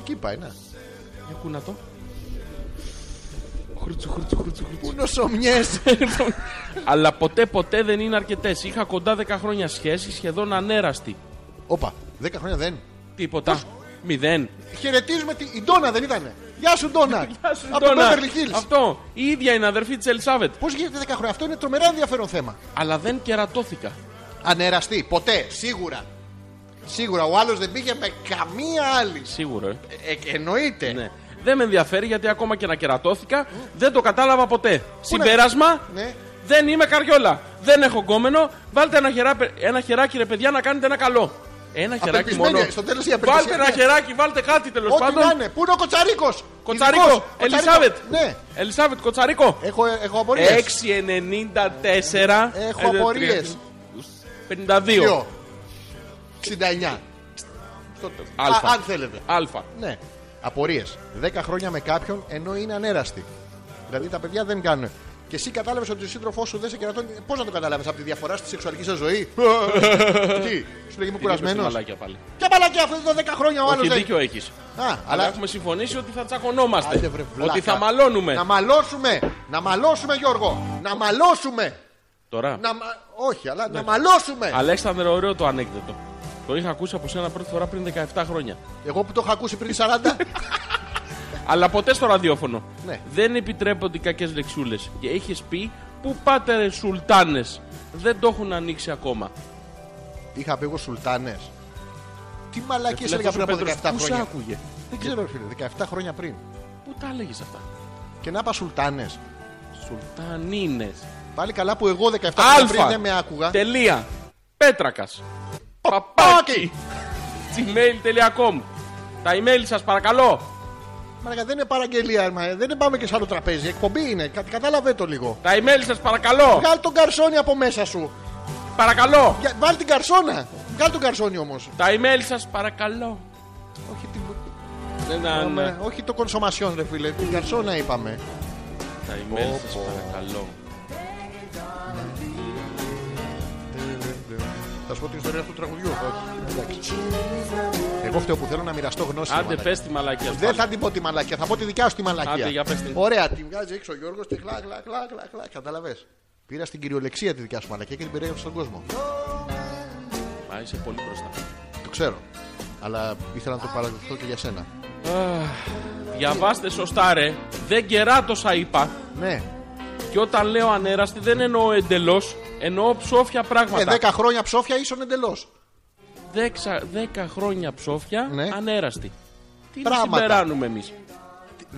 A: Εκεί πάει, ναι. να.
B: Για κούνα το.
A: Πού νοσομιέ.
B: Αλλά ποτέ ποτέ δεν είναι αρκετές. Είχα κοντά 10 χρόνια σχέση, σχεδόν ανέραστη.
A: Όπα, 10 χρόνια δεν.
B: Τίποτα. Μηδέν.
A: Χαιρετίζουμε την. Η Ντόνα δεν ήτανε. Γεια σου, Ντόνα.
B: Γεια σου,
A: Από το
B: Ντόνα.
A: Beverly Hills.
B: Αυτό. Η ίδια είναι αδερφή της Ελισάβετ.
A: Πώς γίνεται 10 χρόνια. Αυτό είναι τρομερά ενδιαφέρον θέμα.
B: Αλλά δεν κερατώθηκα.
A: Ανεραστεί. Ποτέ. Σίγουρα. Σίγουρα. Ο άλλος δεν πήγε με καμία άλλη.
B: Σίγουρο, ε.
A: Ε, εννοείται.
B: Ναι. Δεν με ενδιαφέρει γιατί ακόμα και να κερατώθηκα δεν το κατάλαβα ποτέ. Συμπέρασμα.
A: Ναι.
B: Δεν είμαι καριόλα. Δεν έχω γκόμενο. Βάλτε ένα, χερά, ένα χεράκι, ρε παιδιά, να κάνετε ένα καλό. Ένα χεράκι
A: Απελπισμένη,
B: μόνο.
A: στο τέλος η απελπισία,
B: βάλτε ένα
A: ναι.
B: χεράκι, βάλτε κάτι τέλος
A: Ό,τι
B: πάντων.
A: να είναι. Πού είναι ο Κοτσαρίκος.
B: Κοτσαρίκο, Ελισάβετ.
A: Ναι.
B: Ελισάβετ, Κοτσαρίκο.
A: Έχω, έχω απορίες.
B: 6,94.
A: Έχω
B: Ε,
A: απορίες.
B: 52.
A: 69. Στο-
B: Αλφα.
A: Α, αν θέλετε.
B: Αλφα.
A: Ναι. Απορίες. 10 χρόνια με κάποιον ενώ είναι ανέραστη. Δηλαδή τα παιδιά δεν κάνουν. Και εσύ κατάλαβες ότι ο σύντροφός σου δεν σε κερατώνει. Πώς να το κατάλαβε από τη διαφορά στη σεξουαλική σας ζωή. Τι, σου λέγει είμαι κουρασμένο.
B: Μαλάκια πάλι.
A: Και μαλακιά αυτό εδώ 10 χρόνια ο άλλο
B: Όχι,
A: δεν.
B: δίκιο έχεις.
A: Α,
B: Αλλά
A: αλλά.
B: έχουμε συμφωνήσει ότι θα τσακωνόμαστε.
A: Άντε, βρε,
B: ότι
A: βλάκα.
B: θα μαλώνουμε.
A: Να μαλώσουμε! Να μαλώσουμε, Γιώργο! Να μαλώσουμε!
B: Τώρα.
A: Να μα... Όχι, αλλά
B: Ναι.
A: να μαλώσουμε!
B: Αλέξανδρο, ωραίο το ανέκδοτο. Το είχα ακούσει από σένα πρώτη φορά πριν 17 χρόνια.
A: Εγώ που το είχα ακούσει πριν 40.
B: Αλλά ποτέ στο ραδιόφωνο.
A: Ναι.
B: Δεν επιτρέπονται κακές λεξούλες. Και έχεις πει που πάτε ρε σουλτάνες. Δεν το έχουν ανοίξει ακόμα.
A: είχα πει εγώ σουλτάνες. Τι μαλακίες
B: Φίλε,
A: έλεγα
B: αυτός
A: πριν από
B: ο
A: 17
B: Πέτρος, πού σε
A: χρόνια.
B: άκουγε.
A: Δεν ξέρω, ρε φίλε, 17 χρόνια πριν.
B: Πού τα έλεγε αυτά.
A: Και να είπα σουλτάνες.
B: Σουλτανίνες.
A: Πάλι καλά που εγώ 17 χρόνια πριν δεν με άκουγα.
B: Τελεία. Πέτρακας. Παπάκι. gmail.com Τα email σας παρακαλώ.
A: Μαρακα, δεν είναι παραγγελία, μα, δεν πάμε και σε άλλο τραπέζι. Εκπομπή είναι, κα, κατάλαβε το λίγο.
B: Τα email σας παρακαλώ.
A: Βγάλ τον καρσόνι από μέσα σου.
B: Παρακαλώ.
A: Για- Βάλ την καρσόνα. Βγάλ τον καρσόνι όμως.
B: Τα email σας παρακαλώ.
A: Όχι, την...
B: Ναι, να, ναι.
A: ε, όχι το κονσομασιόν, ρε φίλε. Την καρσόνα είπαμε.
B: Τα email σας παρακαλώ.
A: Θα σου πω την ιστορία αυτού του τραγουδιού. Όχι. Εντάξει. Εγώ φταίω που θέλω να μοιραστώ γνώση.
B: Άντε
A: μαλάκα.
B: πες τη μαλακία σου.
A: Δεν θα την πω τη μαλακία, θα πω τη δικιά σου τη μαλακία.
B: Άντε, για πες την.
A: Ωραία, τη βγάζει έξω ο Γιώργος και κλακ, κλακ, κλακ, κλακ, κλακ. Καταλαβέ. Πήρα στην κυριολεξία τη δικιά σου μαλακία και την περιέγραψα στον κόσμο.
B: Α, είσαι πολύ μπροστά.
A: Το ξέρω. Αλλά ήθελα να το παραδεχθώ και για σένα.
B: Διαβάστε σωστά, ρε. Δεν κεράτωσα, είπα.
A: Ναι.
B: Και όταν λέω ανέραστη, δεν εννοώ εντελώς. Εννοώ ψόφια
A: Ε,
B: πράγματα.
A: 10 χρόνια ψόφια ίσον εντελώς.
B: Δέξα, δέκα χρόνια ψόφια
A: Ναι.
B: ανέραστη. Τι να
A: Πράγματα.
B: συμπεράνουμε εμείς.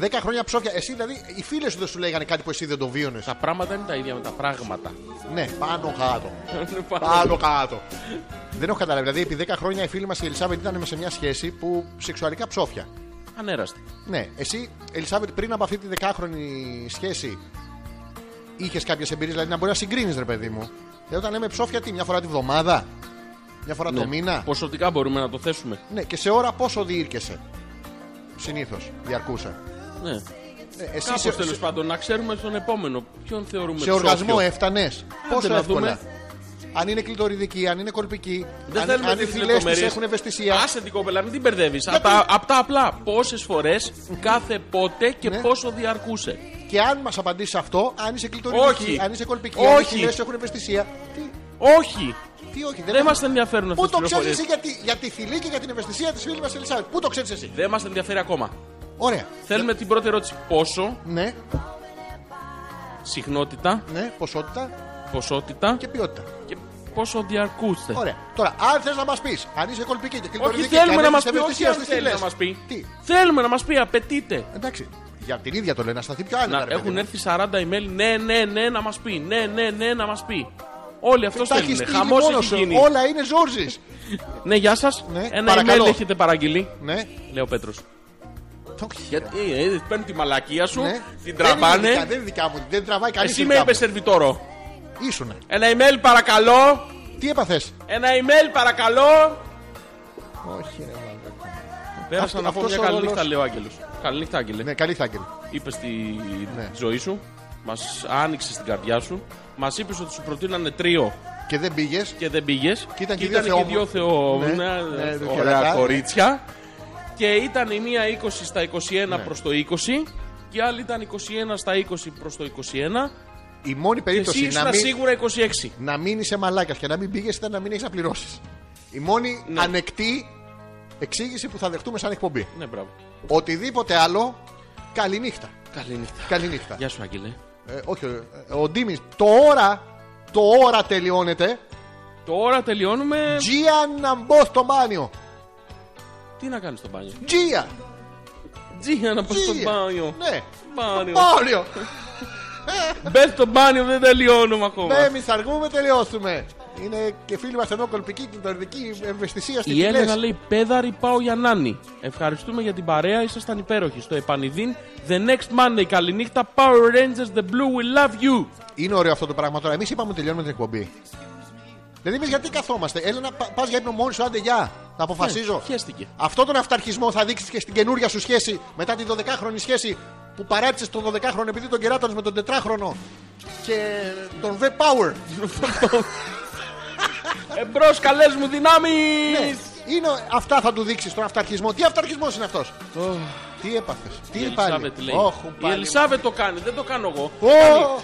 A: 10 χρόνια ψόφια. Εσύ δηλαδή, οι φίλες σου δεν σου λέγανε κάτι που εσύ δεν το βίωνες.
B: Τα πράγματα είναι τα ίδια με τα πράγματα.
A: Ναι, πάνω κάτω.
B: Πάνω.
A: Πάνω κάτω. δεν έχω καταλάβει. Δηλαδή, επί 10 χρόνια η φίλη μας η Ελισάβετ ήταν σε μια σχέση που σεξουαλικά ψόφια.
B: Ανέραστη.
A: Ναι, εσύ, Ελισάβετ, πριν από αυτή τη δεκάχρονη σχέση, είχες κάποιες εμπειρίες, δηλαδή να μπορεί να συγκρίνεις, ρε παιδί μου. Δηλαδή, όταν λέμε ψόφια, τι, μια φορά τη βδομάδα, μια φορά το
B: Ναι.
A: μήνα.
B: Ποσοτικά μπορούμε να το θέσουμε.
A: Ναι, και σε ώρα πόσο διήρκεσαι. Συνήθως διαρκούσε.
B: Ναι.
A: Ε, εσύ
B: Κάπως
A: σε,
B: τέλος
A: σε,
B: πάντων να ξέρουμε στον επόμενο. Ποιον θεωρούμε
A: σε
B: ψόφιο.
A: οργασμό έφτανε. Πόσο
B: να
A: εύκολα.
B: δούμε.
A: Αν είναι κλειτοριδική, αν είναι κορπική.
B: Δεν
A: αν
B: θέλουμε
A: αν οι
B: τις
A: φυλές
B: λεπτομέρειες.
A: τη έχουν ευαισθησία.
B: Άσε την κοπέλα, μην την μπερδεύεις. Απ' τα, απ' τα απλά. Πόσες φορές, κάθε πότε και
A: Ναι.
B: πόσο διαρκούσε.
A: Και αν μας απαντήσεις αυτό, αν είσαι κλειτοριδική,
B: Όχι.
A: αν είσαι κολπική, αν οι
B: Όχι.
A: φυλέ έχουν ευαισθησία. Τι,
B: Όχι!
A: τι όχι,
B: Δεν
A: έχουμε-
B: μας ενδιαφέρουν αυτέ
A: Πού
B: τι
A: το ξέρεις
B: πληροφορίες.
A: εσύ για τη, για τη θηλή και για την ευαισθησία της φίλης μας Ελισάβετ. Πού το ξέρεις εσύ.
B: Δεν μας ενδιαφέρει ακόμα.
A: Ωραία.
B: Θέλουμε την πρώτη ερώτηση. Πόσο,
A: Ναι,
B: συχνότητα,
A: ναι, ποσότητα
B: ποσότητα
A: και ποιότητα.
B: και πόσο διαρκούσε.
A: Ωραία. Τώρα, αν θες να μας πεις, αν είσαι κολπική και κλειτοριδική.
B: Ε. Όχι,
A: και αν
B: θέλουμε να μα
A: έχεις
B: πει. Όχι,
A: ευαισθησία
B: αν
A: στις
B: θέλει να
A: θηλές.
B: μας πει.
A: Τι.
B: Θέλουμε να μας πει, απαιτείται.
A: Εντάξει. Για την ίδια το λένε, να σταθεί πιο άνετα.
B: Να
A: ρε παιδί
B: έχουν
A: μου.
B: έρθει 40 email. Ναι, ναι, ναι, να μας πει. Ναι, ναι, ναι, να μας πει. Όλοι αυτό
A: Τα έχεις
B: θέλουν.
A: στείλει
B: Χαμός
A: μόνος
B: έχει
A: σου.
B: γίνει.
A: Όλα είναι Ζόρζης.
B: Ναι, γεια σας.
A: Ναι,
B: Ένα
A: παρακαλώ.
B: email έχετε παραγγείλει,
A: Ναι.
B: λέει ο Πέτρος.
A: Το
B: Γιατί ε, ε, παίρνουν τη μαλακία σου,
A: ναι.
B: την
A: Δεν είναι, δικιά-
B: τραβάνε.
A: δεν είναι δικιά μου, δεν τραβάει κανείς.
B: Εσύ με είπες σερβιτόρο.
A: Ήσουνε.
B: Ένα email παρακαλώ.
A: Τι έπαθες.
B: Ένα email παρακαλώ.
A: Όχι, ρε μαλάκα.
B: Πέρασα
A: Αυτό-
B: να πω
A: αυτός
B: μια
A: ο
B: καλή
A: ρόλος-
B: νύχτα, λέει ο Άγγελος. Καλή νύχτα, Άγγελε.
A: Ναι, καλή Θάγκελ.
B: Είπες τη
A: Ναι.
B: ζωή σου, μας άνοιξε την καρδιά σου, μας είπες ότι σου προτείνανε τρίο
A: Και δεν πήγες.
B: και δεν πήγες.
A: Και ήταν και
B: ήταν
A: δύο
B: και
A: θεόμου-
B: δύο θεόμουνα,
A: Ναι, ναι, δεν
B: ωραία
A: χαιρετά.
B: κορίτσια. Και ήταν η μία 20 στα 21
A: Ναι.
B: προς το 20 και η άλλη ήταν 21 στα 20 προς το 21
A: Η μόνη
B: και εσύ
A: περίπτωση
B: ήσουν
A: να μην,
B: σίγουρα 26.
A: να μην είσαι μαλάκας και να μην πήγες ήταν να μην έχεις να πληρώσεις. Η μόνη
B: Ναι.
A: ανεκτή εξήγηση που θα δεχτούμε σαν εκπομπή.
B: Ναι, μπράβο.
A: Οτιδήποτε άλλο, καληνύχτα.
B: Καληνύχτα.
A: Καληνύχτα.
B: Γεια σου, Άγγελε.
A: Ε, όχι, ε, ο Ντίμης, το ώρα, το ώρα τελειώνεται.
B: Τώρα τελειώνουμε.
A: Τζία να μπω στο μπάνιο.
B: Τι να κάνεις στο μπάνιο.
A: Τζία!
B: Τζίγια να πας στο
A: Τζία.
B: μπάνιο.
A: Ναι.
B: Μπάνιο.
A: Μπάνιο!
B: Μπες στο μπάνιο, δεν τελειώνουμε ακόμα.
A: Ναι, εμείς αργούμε, τελειώσουμε. Είναι και φίλοι μας εδώ κολπική κοινωνική ευαισθησία στην
B: Η Έλενα
A: Ελλάδα.
B: λέει: Πέδαρη, πάω για νάνι. Ευχαριστούμε για την παρέα, ήσασταν υπέροχοι. Στο επανειδήν, the next Monday. Καληνύχτα, Power Rangers, the blue, we love you.
A: Είναι ωραίο αυτό το πράγμα τώρα. Εμείς είπαμε ότι τελειώνουμε την εκπομπή. Δηλαδή, εμείς γιατί καθόμαστε. Έλενα, πα για ύπνο μόνη σου, άντε γεια. Να αποφασίζω.
B: Ναι, χαίστηκε.
A: Αυτό τον αυταρχισμό θα δείξεις και στην καινούρια σου σχέση μετά τη 12χρονη σχέση που παράτησε τον 12χρονο επειδή τον κεράτανε με τον 4χρονο. Και τον Ve Power.
B: Εμπρός, καλές μου δυνάμεις.
A: Ναι. Είναι, αυτά θα του δείξεις τον αυταρχισμό. Τι αυταρχισμός είναι αυτός. Τι έπαθες. Τι
B: Η
A: πάλι.
B: Ελισάβετ λέει.
A: Όχου,
B: Η
A: πάλι.
B: Ελισάβετ το κάνει, δεν το κάνω εγώ.
A: Ω!
B: Κάνει-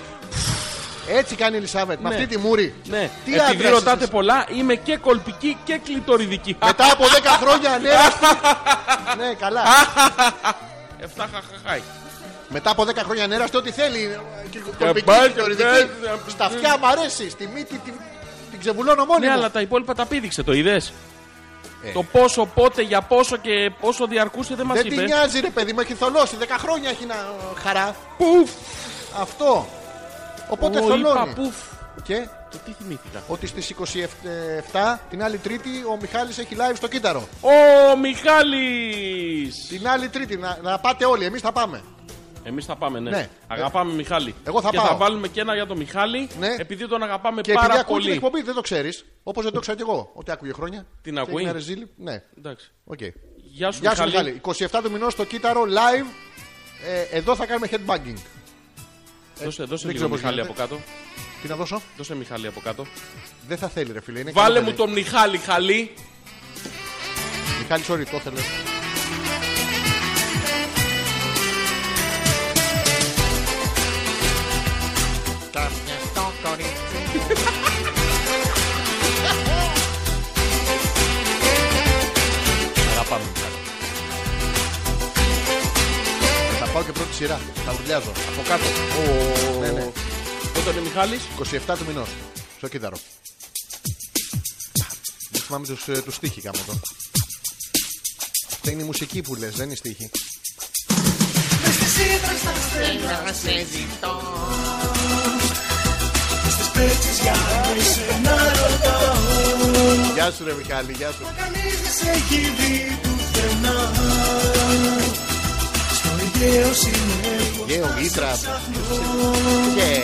A: Έτσι κάνει η Ελισάβετ, με
B: Ναι.
A: αυτή τη μούρη.
B: Ναι,
A: Τι
B: επειδή
A: άντρας
B: ρωτάτε
A: είσαι.
B: πολλά, είμαι και κολπική και κλειτοριδική.
A: Μετά από 10 χρόνια ανέβασε. ναι, καλά.
B: Εφτά
A: Ναι,
B: χαχαχάι.
A: Μετά από 10 χρόνια ανέραστε ό,τι θέλει. Και
B: πάει,
A: κολπική, θεωρητική.
B: ναι.
A: Στα αυτιά μ' αρέσει. Στη μύτη τη- την ξεβουλώνω μόνη
B: Ναι,
A: μου.
B: αλλά τα υπόλοιπα τα πήδηξε, το είδες. Το πόσο, πότε, για πόσο και πόσο διαρκούσε δεν μας
A: Ε. Δεν τη
B: είπες.
A: νοιάζει ρε παιδί μου, έχει θολώσει. 10 χρόνια έχει να χαρά.
B: Πουφ!
A: Αυτό. Οπότε
B: Ω, είπα
A: θολώνει.
B: πουφ.
A: Και
B: Και τι θυμήθηκα.
A: ότι στις 27 την άλλη Τρίτη ο Μιχάλης έχει live στο κύτταρο.
B: Ο Μιχάλης!
A: Την άλλη Τρίτη να, να πάτε όλοι, εμείς θα πάμε.
B: Εμείς θα πάμε, ναι.
A: Ναι.
B: Αγαπάμε Μιχάλη.
A: Εγώ θα
B: και
A: πάω.
B: θα βάλουμε και ένα για τον Μιχάλη,
A: Ναι.
B: επειδή τον αγαπάμε
A: Και επειδή
B: πάρα
A: ακούω την
B: πολύ.
A: εκπομπή δεν το ξέρεις, όπως δεν το ξέρω κι εγώ, ότι άκουγε χρόνια.
B: Την
A: Και
B: ακούει?
A: είναι ρεζίλη. Ναι,
B: Εντάξει.
A: οκ.
B: Γεια σου,
A: Γεια σου
B: Μιχάλη.
A: Μιχάλη. 27 του μηνός στο κύτταρο live. Ε, εδώ θα κάνουμε headbanging.
B: Δώσε, δώσε
A: Ε, δεν
B: λίγο
A: ξέρω πώς
B: Μιχάλη
A: γίνεται.
B: από κάτω.
A: Τι να δώσω.
B: Δώσε Μιχάλη από κάτω.
A: Δεν θα θέλει ρε φίλε. Ε, Είναι
B: Βάλε
A: καλό
B: μου
A: παιδί.
B: τον Μιχάλη, χαλή.
A: Μιχάλη, sorry, το ήθελες. Αγαπάμε Μιχάλη. Θα πάω και πρώτη σειρά. Θα ουρλιάζω.
B: Από κάτω. Ο...
A: Ναι, ναι.
B: Πότε είναι Μιχάλης.
A: 27 του μηνός. Στο κύτταρο. Δεν θυμάμαι τους, ε, τους στίχη κάμω εδώ. Αυτή είναι η μουσική που λες, δεν είναι η στίχη. Γεια σου ρε Μιχάλη, γεια σου. Γέο, γήτρα. Γε.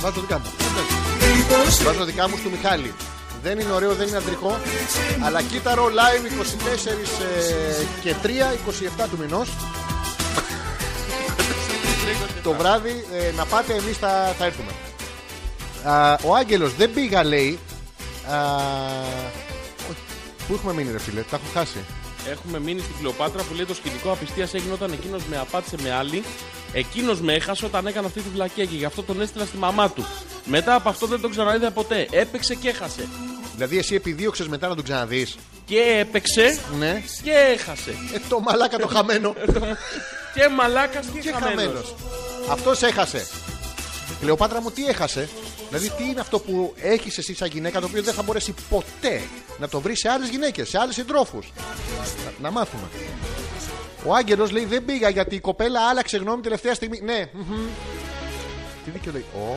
A: Βάζω δικά μου. Βάζω δικά μου του Μιχάλη. Δεν είναι ωραίο, δεν είναι αντρικό. Αλλά κύτταρο live 24 ε, και 3, 27 του μηνός. το βράδυ ε, να πάτε, εμείς θα, θα έρθουμε. Α, ο Άγγελος δεν πήγα, λέει. Α, όχι. Πού έχουμε μείνει, ρε φίλε, τα έχω χάσει.
B: Έχουμε μείνει στην Κλεοπάτρα που λέει το σκηνικό απιστίας έγινε όταν εκείνος με απάτησε με άλλη. Εκείνος με έχασε όταν έκανε αυτή τη βλακία και γι' αυτό τον έστειλα στη μαμά του. Μετά από αυτό δεν τον ξαναείδα ποτέ. Έπαιξε και έχασε.
A: Δηλαδή, εσύ επιδίωξες μετά να τον ξαναδείς.
B: Και έπαιξε
A: Ναι.
B: και έχασε.
A: Ε, το μαλάκα το χαμένο.
B: Και μαλάκας και,
A: και χαμένος.
B: χαμένος.
A: Αυτός έχασε. Κλεοπάτρα μου, τι έχασε. Δηλαδή, τι είναι αυτό που έχεις εσύ σαν γυναίκα το οποίο δεν θα μπορέσει ποτέ να το βρεις σε άλλες γυναίκες, σε άλλες συντρόφους. Να, να μάθουμε. Ο Άγγελος λέει δεν πήγα γιατί η κοπέλα άλλαξε γνώμη τελευταία στιγμή. Ναι. μμμ. Τι δίκιο λέει. Ω.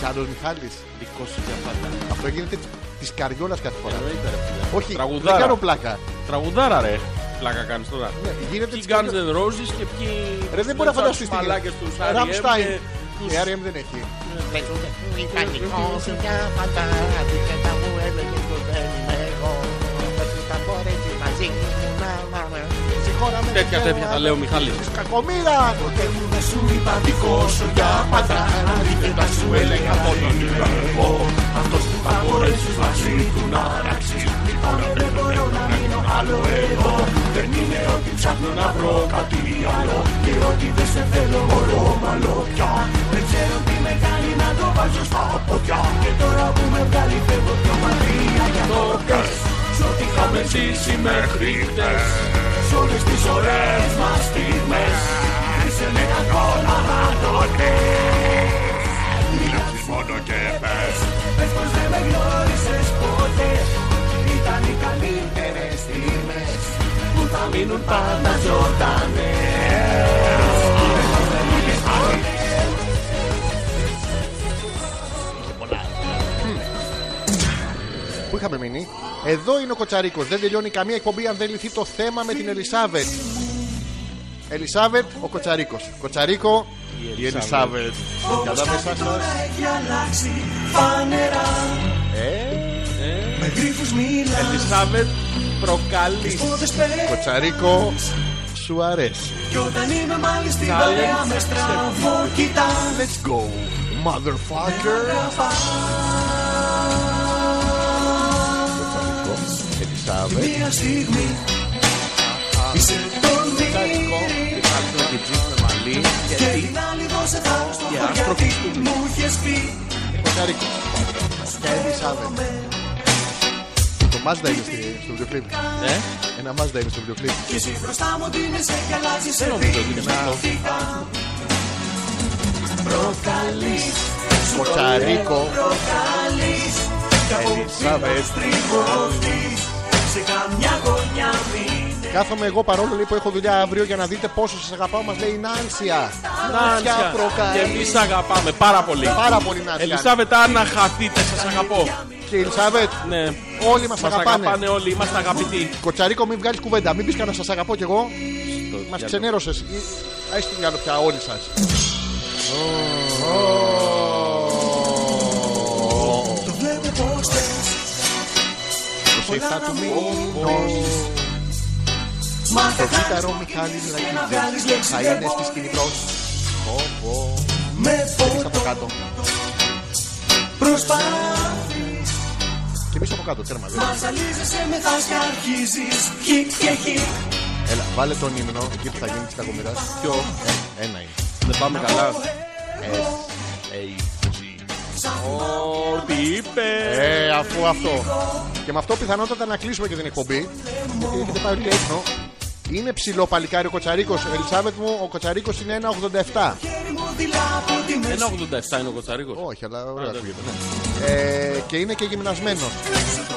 A: Τσάντο Μιχάλης.
B: Δικός σου για πάντα.
A: Αυτό γίνεται της καριόλας κάθε φορά.
B: Εννοείται, ρε φίλε.
A: Όχι,
B: Τραγουδάρα.
A: δεν κάνω πλάκα.
B: Τραγουδάρα, ρε. Πλάκα κάνεις τώρα.
A: Ναι, γίνεται
B: Ποιοι
A: της
B: Guns
A: καριόλας.
B: N' Roses και ποιοι.
A: Ρε, δεν μπορώ να φανταστώ τι
B: Τους μαλάκες τους
A: Rammstein.
B: Rammstein.
A: Η RM δεν έχει.
B: Τέτοια τέτοια θα λέω, Μιχάλη.
A: Κακομήρα! Πού είχαμε μείνει. Εδώ είναι ο Κοτσαρίκος. Δεν τελειώνει καμία εκπομπή αν δεν λυθεί το θέμα με την Ελισάβετ. Ελισάβετ, ο Κοτσαρίκος. Κοτσαρίκο, η Ελισάβετ. Για τα μέσα σας.
E: έχει αλλάξει φανερά Με γρίφους μιλάς
B: Ελισάβετ προκαλείς.
E: Πόδες πέφτεις
A: Κοτσαρίκο, σου αρέσει.
E: Κι όταν είμαι μάλιστα στην παρέα με στραβό κοιτάς
A: Let's go, motherfucker. Κοτσαρίκο, Ελισάβετ.
E: Μια στιγμή Είσαι το
A: Κοτσαρίκο,
E: μύρι
B: Ευχαριστώ και τζιν με μαλλί.
E: Και την άλλη δώσε θα στο
B: Και άστρο
E: γιατί
B: κουστούμι.
E: μου είχες πει
A: Κοτσαρίκο. Ελισάβετ. Το Mazda είναι στη- στο βιβλίο
B: Ε,
A: Ένα Mazda είναι στο βιβλίο
E: Κι εσύ μπροστά μου τίνεσαι και αλλάζεις σε
B: νομίζω ότι είναι μεγάλο.
E: δίχτυα Προκαλείς
A: Κοτσαρίκο,
E: προκαλείς Κι από
A: Ελισάβετ.
E: πίσω στριγωθείς Σε καμιά γωνιά μην
A: Κάθομαι εγώ παρόλο λέει, που έχω δουλειά αύριο για να δείτε πόσο σας αγαπάω. Μας λέει η Νάνσια.
B: Νάνσια. Και
A: προκαλεί.
B: εμείς αγαπάμε πάρα πολύ.
A: Πάρα πολύ Νάνσια.
B: Ελισάβετ, αν να χαθείτε, σας αγαπώ.
A: Και η Ελισάβετ,
B: Ναι.
A: όλοι μας
B: Μας
A: αγαπάνε.
B: αγαπάνε όλοι, είμαστε αγαπητοί.
A: Κοτσαρίκο, μην βγάλεις κουβέντα. Μην πεις κανένα σας αγαπώ κι εγώ. Μας
B: Διάλογο.
A: ξενέρωσες. Α το διάλογο πια όλοι σας.
E: Το βλέπω πως θες
A: Προσέχα του μήνο.
E: Μάθε
A: Το
E: χάρη
A: βίταρο Μιχάλη
E: να
A: Λακίδη.
E: βγάλεις λέξεις
A: Θα
E: δεν
A: είναι στη
E: μπορείς.
A: σκηνή μπρος.
E: Με
A: από
E: φωτό
A: κάτω.
E: προσπάθεις
A: Και εμείς από κάτω, τέρμα. βέβαια.
E: Μαζαλίζεσαι με θας και αρχίζεις Χι και χι
A: Έλα, βάλε τον ύμνο εκεί που θα γίνει της κακομοιράς.
B: Ποιο?
A: Ένα είναι. ε,
B: Δεν πάμε καλά. Ό,τι είπε.
A: Ε, αφού αυτό. Και με αυτό πιθανότατα να κλείσουμε και την εκπομπή. Γιατί έχετε πάει όλοι έξω. Είναι ψηλό παλικάρι ο Κοτσαρίκος. Ελισάβετ μου, ο Κοτσαρίκος είναι 1,87.
E: Χέρι μου δειλά από τη μέση
B: 1,87 είναι ο Κοτσαρίκος.
A: Όχι, αλλά ωραία ακούγεται. ναι. Ε, και είναι και γυμνασμένος.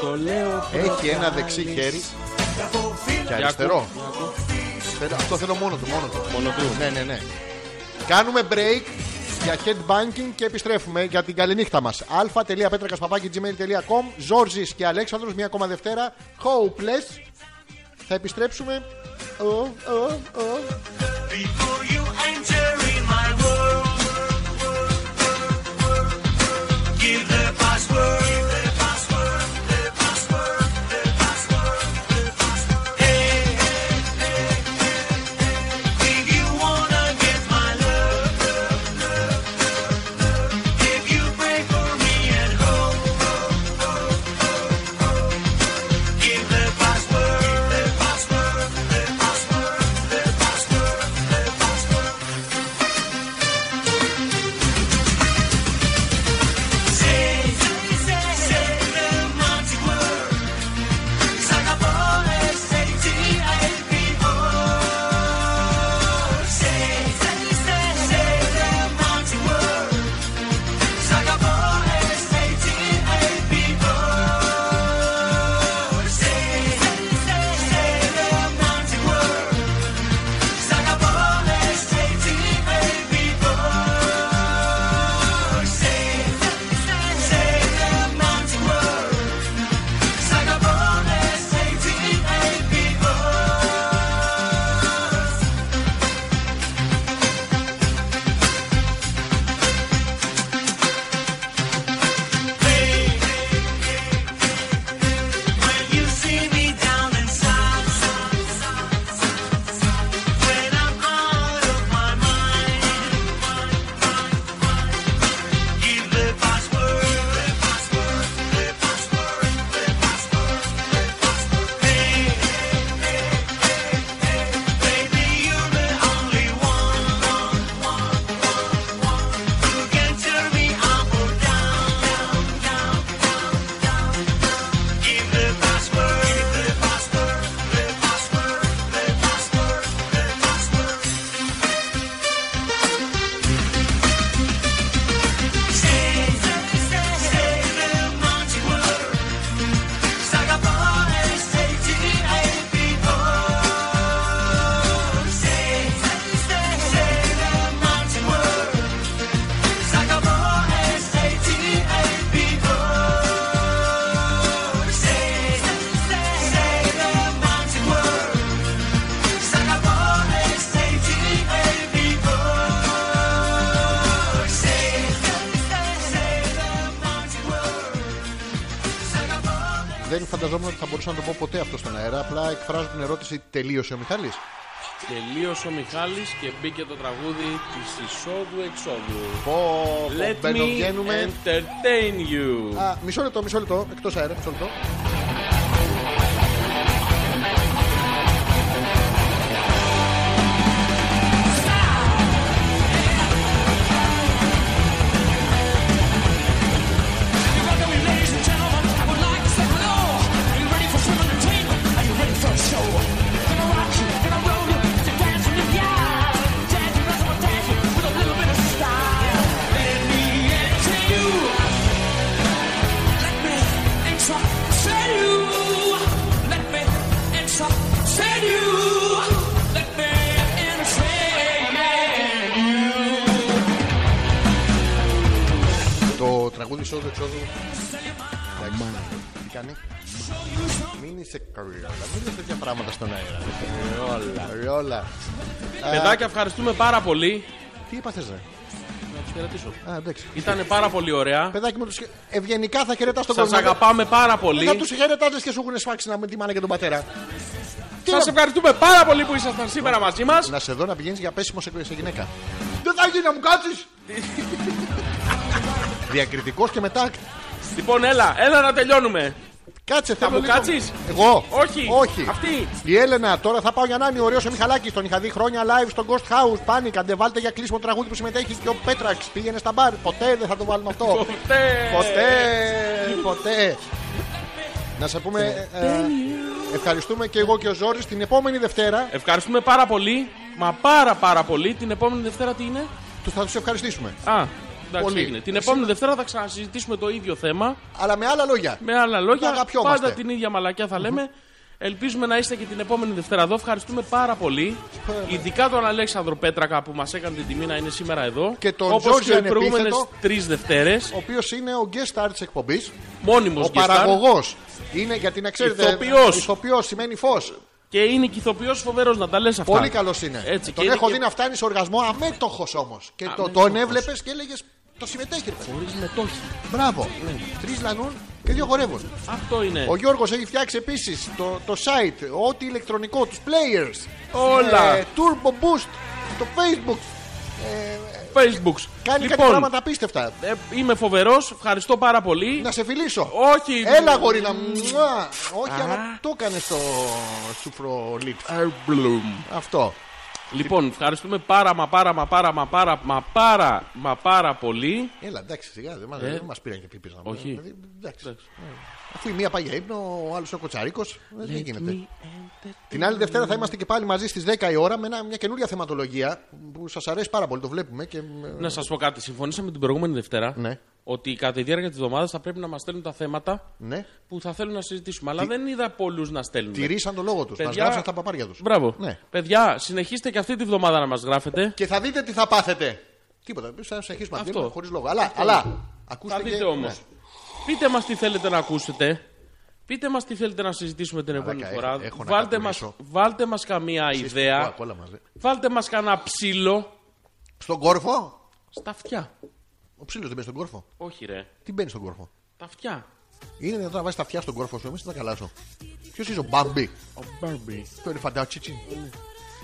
B: Το λέω.
A: Έχει ένα δεξί χέρι και αριστερό. Θέλω- Αυτό θέλω μόνο του, μόνο του.
B: Μόνο του.
A: Ναι, ναι, ναι. Κάνουμε break για headbanking και επιστρέφουμε για την καληνύχτα μα. α.πέτρακα.gmail.com Ζόρζης και Αλέξανδρος, μία ακόμα Δευτέρα. Hopeless. Θα επιστρέψουμε. Ο, ο, ο.
E: Before you enter in my world, give the password. Give the password. The password. The password. The password. Hey, hey, hey, hey. If you wanna get my love, love, love, love. if you pray for me at home, home, home, home, home. give the password. Give the password. The password. The password. The password.
A: δεν φανταζόμουν ότι θα μπορούσα να το πω ποτέ αυτό στον αέρα. Απλά εκφράζω την ερώτηση, τελείωσε ο Μιχάλης.
B: Τελείωσε ο Μιχάλης και μπήκε το τραγούδι της εισόδου εξόδου.
A: Πω, πω,
B: Let me
A: μπαινοβγαίνουμε.
B: entertain you.
A: Α, μισό λεπτό, μισό λεπτό. Εκτός αέρα, μισό λεπτό.
D: Ladies and gentlemen, I would like to say hello. Are you ready for some entertainment? Are you ready for a show? Gonna rock you, gonna roll you, to dance in the yard. Jazz you, wrestle and dance you with a little bit of style. Let me enter you. Let me entrap you. Let me entrap you. Let me entertain you.
A: Το τραγούδι εισόδου εξόδου. Εντάξει, Τι κάνει. Μην είσαι καριόλα. Μην είσαι τέτοια πράγματα στον αέρα. Καριόλα. Καριόλα.
B: Παιδάκια, ευχαριστούμε πάρα πολύ.
A: Τι είπα θες, ρε.
B: Να τους χαιρετήσω.
A: Α, εντάξει.
B: Ήταν πάρα πολύ ωραία.
A: Παιδάκι μου, τους... ευγενικά θα χαιρετάς τον
B: Σας
A: κόσμο.
B: αγαπάμε πάρα
A: Θα
B: πολύ.
A: τους χαιρετάζεις και σου έχουν σφάξει να με τη μάνα και τον πατέρα. Τι
B: Σας
A: να-
B: ευχαριστούμε πάρα πολύ που ήσασταν σήμερα μαζί μας.
A: Να σε δω να πηγαίνεις για πέσιμο σε, σε γυναίκα. Δεν θα γίνει να μου κάτσεις. Διακριτικός και μετά
B: Λοιπόν, έλα, έλα να τελειώνουμε.
A: Κάτσε, θέλω
B: μου
A: λίγο.
B: κάτσεις?
A: Εγώ.
B: Όχι.
A: Όχι.
B: Αυτή.
A: Η Έλενα, τώρα θα πάω για να είναι ωραίος ο Μιχαλάκης. Τον είχα δει χρόνια live στο Ghost House. Πάνη, καντεβάλτε για κλείσιμο τραγούδι που συμμετέχει και ο Πέτραξ. Πήγαινε στα μπαρ. Ποτέ δεν θα το βάλουμε αυτό.
B: Ποτέ.
A: ποτέ. ποτέ. Να σε πούμε. ε, ε, ευχαριστούμε και εγώ και ο Ζόρι την επόμενη Δευτέρα.
B: Ευχαριστούμε πάρα πολύ. Μα πάρα πάρα πολύ. Την επόμενη Δευτέρα τι είναι.
A: Τους θα τους ευχαριστήσουμε.
B: Α, εντάξει,
A: Πολύ.
B: έγινε. Την επόμενη Δευτέρα θα ξανασυζητήσουμε το ίδιο θέμα.
A: Αλλά με άλλα λόγια.
B: Με άλλα
A: Θα
B: λόγια,
A: αγαπιόμαστε.
B: πάντα την ίδια μαλακιά θα λέμε. Ελπίζουμε να είστε και την επόμενη Δευτέρα εδώ. Ευχαριστούμε πάρα πολύ. Ειδικά τον Αλέξανδρο Πέτρακα που μας έκανε την τιμή να είναι σήμερα εδώ.
A: Και τον
B: Όπως
A: Τζόρτζι
B: και οι
A: Ανεπίθετο.
B: προηγούμενε τρεις Δευτέρες.
A: Ο οποίος είναι ο guest star τη εκπομπής.
B: Μόνιμος
A: Ο παραγωγός. Είναι γιατί να ξέρετε.
B: Ηθοποιός.
A: Ηθοποιό σημαίνει φως.
B: Και είναι και ηθοποιό φοβερός να τα λες αυτά.
A: Πολύ καλός είναι.
B: Έτσι,
A: τον
B: και
A: έχω
B: είναι
A: δει
B: και
A: να φτάνει σε οργασμό αμέτωχος όμως. Και το,
B: Αμέτωχος.
A: τον έβλεπες και έλεγες το συμμετέχει. ρε παιδί».
B: χωρίς μετόχη.
A: Μπράβο.
B: Ναι.
A: Τρει λανούν και δύο χορεύουν.
B: Αυτό είναι.
A: Ο Γιώργος έχει φτιάξει επίσης το, το site, ό,τι ηλεκτρονικό, τους players.
B: Όλα.
A: ε, Turbo Boost, το Facebook.
B: Facebook.
A: Κάνει κάτι
B: λοιπόν,
A: πράγματα απίστευτα.
B: ε, είμαι φοβερός. Ευχαριστώ πάρα πολύ.
A: Να σε φιλήσω.
B: Όχι.
A: Έλα, γορίνα μου. Μουά. Όχι, αλλά το έκανε το σουφρολίπ.
B: Airbloom.
A: Αυτό.
B: Λοιπόν, ευχαριστούμε πάρα μα πάρα μα πάρα μα πάρα μα πάρα μα πάρα πολύ.
A: Έλα, εντάξει, σιγά, δεν μας
B: Ε.
A: πήραν και πίπη να
B: Όχι.
A: δηλαδή, εντάξει. Αφού η μία πάει για ύπνο, ο άλλος ο κοτσαρίκος. Δεν γίνεται. Την άλλη Δευτέρα θα είμαστε και πάλι μαζί στις 10 η ώρα με ένα, μια καινούρια θεματολογία που σας αρέσει πάρα πολύ. Το βλέπουμε και. ε,
B: Να σας πω κάτι. Συμφωνήσαμε την προηγούμενη Δευτέρα
A: Ναι.
B: ότι κατά τη διάρκεια της εβδομάδας θα πρέπει να μας στέλνουν τα θέματα
A: Ναι.
B: που θα θέλουν να συζητήσουμε. Αλλά δεν είδα πολλούς να στέλνουν.
A: Τηρήσαν τον λόγο τους. Μας
B: Παιδιά-
A: γράψαν τα παπάρια τους.
B: Μπράβο.
A: Ναι.
B: Παιδιά, συνεχίστε και αυτή τη βδομάδα να μας γράφετε.
A: Και θα δείτε τι θα πάθετε. Τίποτα. Θα συνεχίσουμε να
B: Αυτό.
A: δίνουμε χωρίς λόγο. Αλλά, αλλά ακούστε
B: Θα
A: και.
B: δείτε όμως.
A: ναι.
B: Πείτε μας τι θέλετε να ακούσετε. Πείτε μας τι θέλετε να συζητήσουμε την επόμενη
A: Μαλάκα,
B: φορά.
A: έχω- έχω να
B: βάλτε μα
A: κακομίσω.
B: βάλτε μας καμία
A: Ξέρεις τι,
B: ιδέα.
A: κουάκ, όλα μαζί.
B: Βάλτε μας κανένα ψήλο
A: Στον κόρφο.
B: στα αυτιά.
A: Ο ψήλος δεν μπαίνει στον κόρφο.
B: Όχι, ρε.
A: Τι μπαίνει στον κόρφο.
B: Τα αυτιά.
A: Είναι δυνατόν να βάζεις τα αυτιά στον κόρφο σου. Εμείς τα καλά σου. Ποιος είσαι ο Μπάμπι.
B: Ο Μπάρμπι.
A: Το ελεφαντάτσιτσι.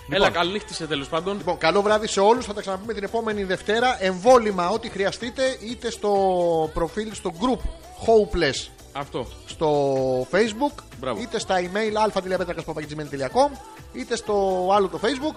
B: Έλα, καληνύχτησε τέλος πάντων.
A: Λοιπόν, καλό βράδυ σε όλους. Θα τα ξαναπούμε την επόμενη Δευτέρα. Εμβόλυμα, ό,τι χρειαστείτε, είτε στο προφίλ, στο group Hopeless
B: Αυτό.
A: στο Facebook,
B: Μπράβο.
A: είτε στα email αλφα.πέτρακα.gmail.com, είτε στο άλλο το Facebook,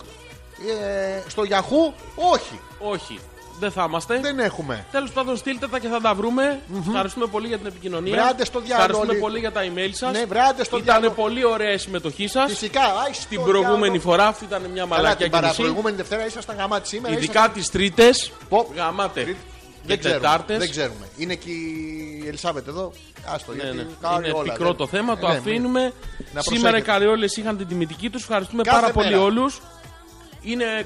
A: ε, στο Yahoo. Όχι,
B: Όχι. Δεν θα είμαστε.
A: δεν έχουμε.
B: Τέλος πάντων, στείλτε τα και θα τα βρουμε Ευχαριστούμε πολύ για την επικοινωνία.
A: Βράντε στο διάλογο
B: Ευχαριστούμε
A: όλοι.
B: πολύ για τα email σας.
A: Ναι, βράντε στο
B: Ήταν
A: διάλογο.
B: πολύ ωραία η συμμετοχή σας.
A: Φυσικά, άι, στο
B: Την προηγούμενη
A: διάλογο.
B: φορά αυτή ήταν μια
A: Καλά,
B: μαλακιά
A: την
B: κίνηση.
A: παραπροηγούμενη Δευτέρα ήσασταν γαμάτι σήμερα.
B: Ειδικά τις Τρίτες.
A: Πω.
B: Γαμάτε. Και
A: Δεν ξέρουμε,
B: Τετάρτες.
A: δεν ξέρουμε. Είναι και η Ελισάβετ εδώ. Άστο, γιατί κάνει
B: Ναι, Είναι
A: όλα,
B: πικρό
A: δεν-
B: το θέμα, το
A: Ε, ναι,
B: αφήνουμε. Σήμερα
A: προσέχετε.
B: οι καριόλε είχαν την τιμητική τους. Ευχαριστούμε
A: Κάθε
B: πάρα πολύ
A: μέρα.
B: όλους.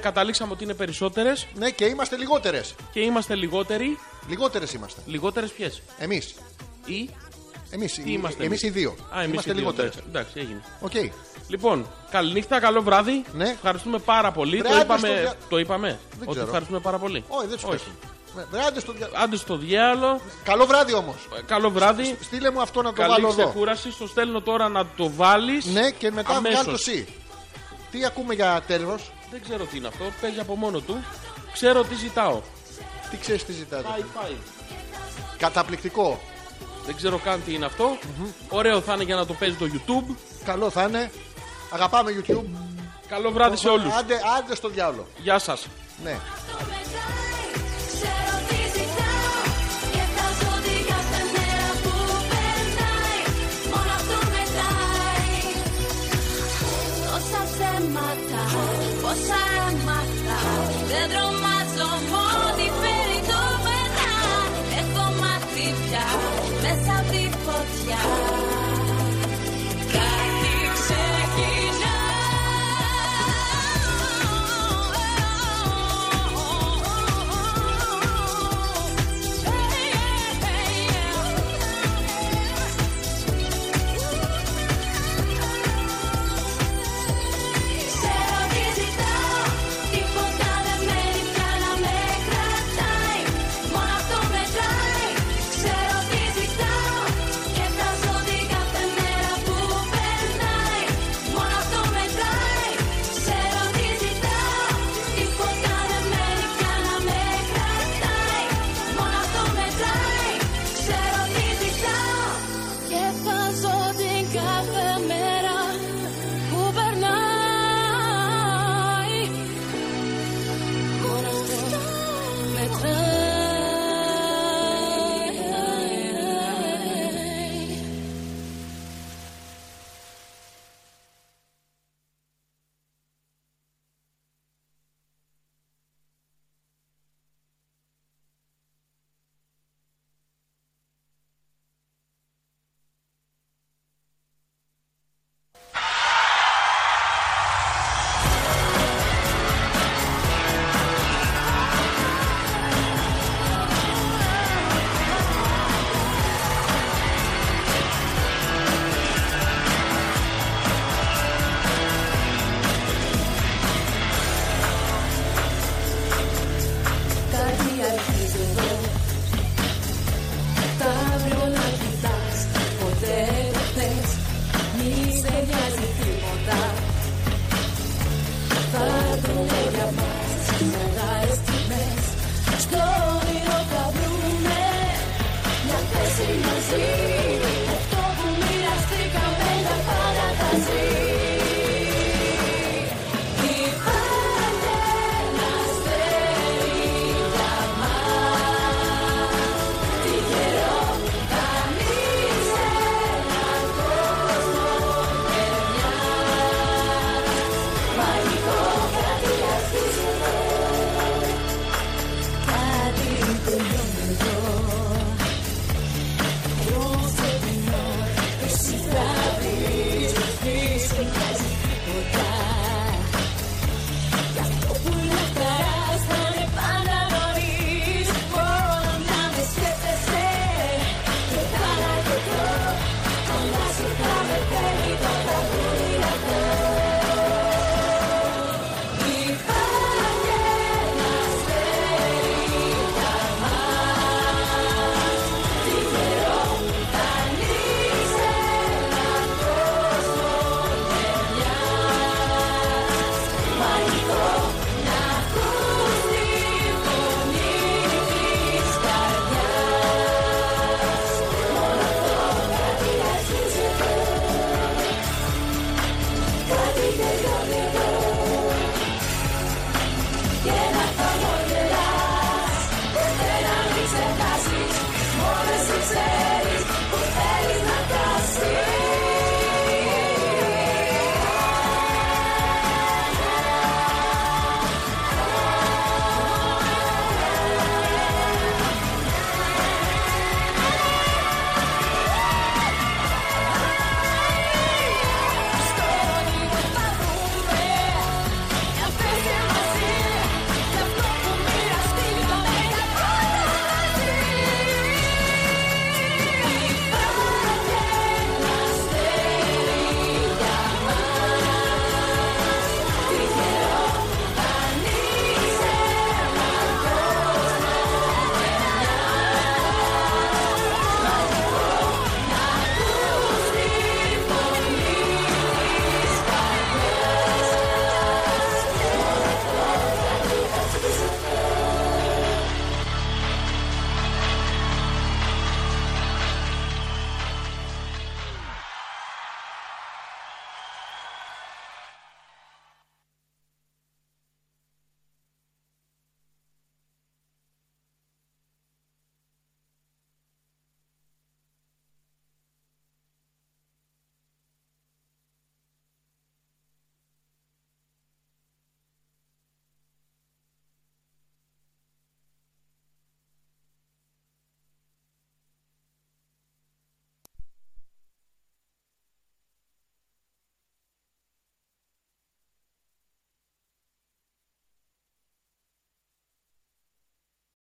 B: Καταλήξαμε ότι είναι περισσότερες
A: Ναι, και είμαστε λιγότερες.
B: και είμαστε λιγότεροι.
A: Λιγότερες είμαστε.
B: Λιγότερες ποιες.
A: Εμείς.
B: Ή
A: Εμείς,
B: Τι είμαστε
A: Ε, εμείς οι δύο.
B: Α, εμείς
A: είμαστε
B: οι δύο. ναι.
A: λιγότεροι.
B: εντάξει, Εντάξει, έγινε.
A: Οκ.
B: Λοιπόν, καληνύχτα, καλό βράδυ.
A: Ναι.
B: Ευχαριστούμε πάρα πολύ.
A: Βρε,
B: το
A: άντε
B: είπαμε.
A: στο δια-
B: Το είπαμε. ότι
A: ξέρω.
B: ευχαριστούμε πάρα πολύ.
A: Όχι, δεν σου
B: Όχι.
A: πέφτει. Ναι, βρε, άντε στο δια-
B: Άντε στο διάλογο.
A: Καλό βράδυ όμως.
B: Ε, Καλό βράδυ.
A: Στείλε μου αυτό να το
B: Καλή
A: βάλω εδώ.
B: ξεκούραση. Στο στέλνω τώρα να το βάλεις.
A: Ναι, και μετά βγάλω το C. Τι ακούμε για τέλο.
B: Δεν ξέρω τι είναι αυτό. Παίζει από μόνο του. Ξέρω τι ζητάω.
A: Τι ξέρεις τι ζητάτε.
B: High five.
A: Καταπληκτικό.
B: Δεν ξέρω καν τι είναι αυτό. Ωραίο θα είναι για να το παίζει το YouTube.
A: Καλό θα είναι. Αγαπάμε YouTube.
B: Καλό βράδυ σε όλους.
A: Άντε, άντε στο διάολο.
B: Γεια σας.
A: Ναι.
G: Ξέρω τι ζητάω και τα ζώδια κάθε μέρα που περνάει Μόνο αυτό μετράει Τόσα ψέματα, πόσα αίματα Δεν τρομάζω ό,τι φέρει το μετά Έχω μάθει πια μέσα από τη φωτιά Κάτι Ξέρω τι ζητάω, τίποτα δεν μένει πια να με κρατάει Μόνο αυτό μετράει Ξέρω τι ζητάω και θα ζω την κάθε μέρα που περνάει Μόνο αυτό μετράει Ξέρω τι ζητάω, τίποτα δεν μένει πια να με κρατάει Μόνο αυτό μετράει Ξέρω τι ζητάω και θα ζω την κάθε μέρα που περνάει Μόνο αυτό μετράει
H: Κάτι αρχίζει εδώ Τα αύριο να κοιτάς Ποτέ δεν θες Μη σε νοιάζει τίποτα Θα το λέει για μας Στις μεγάλες στιγμές Στο όνειρο θα βρούμε Μια θέση μαζί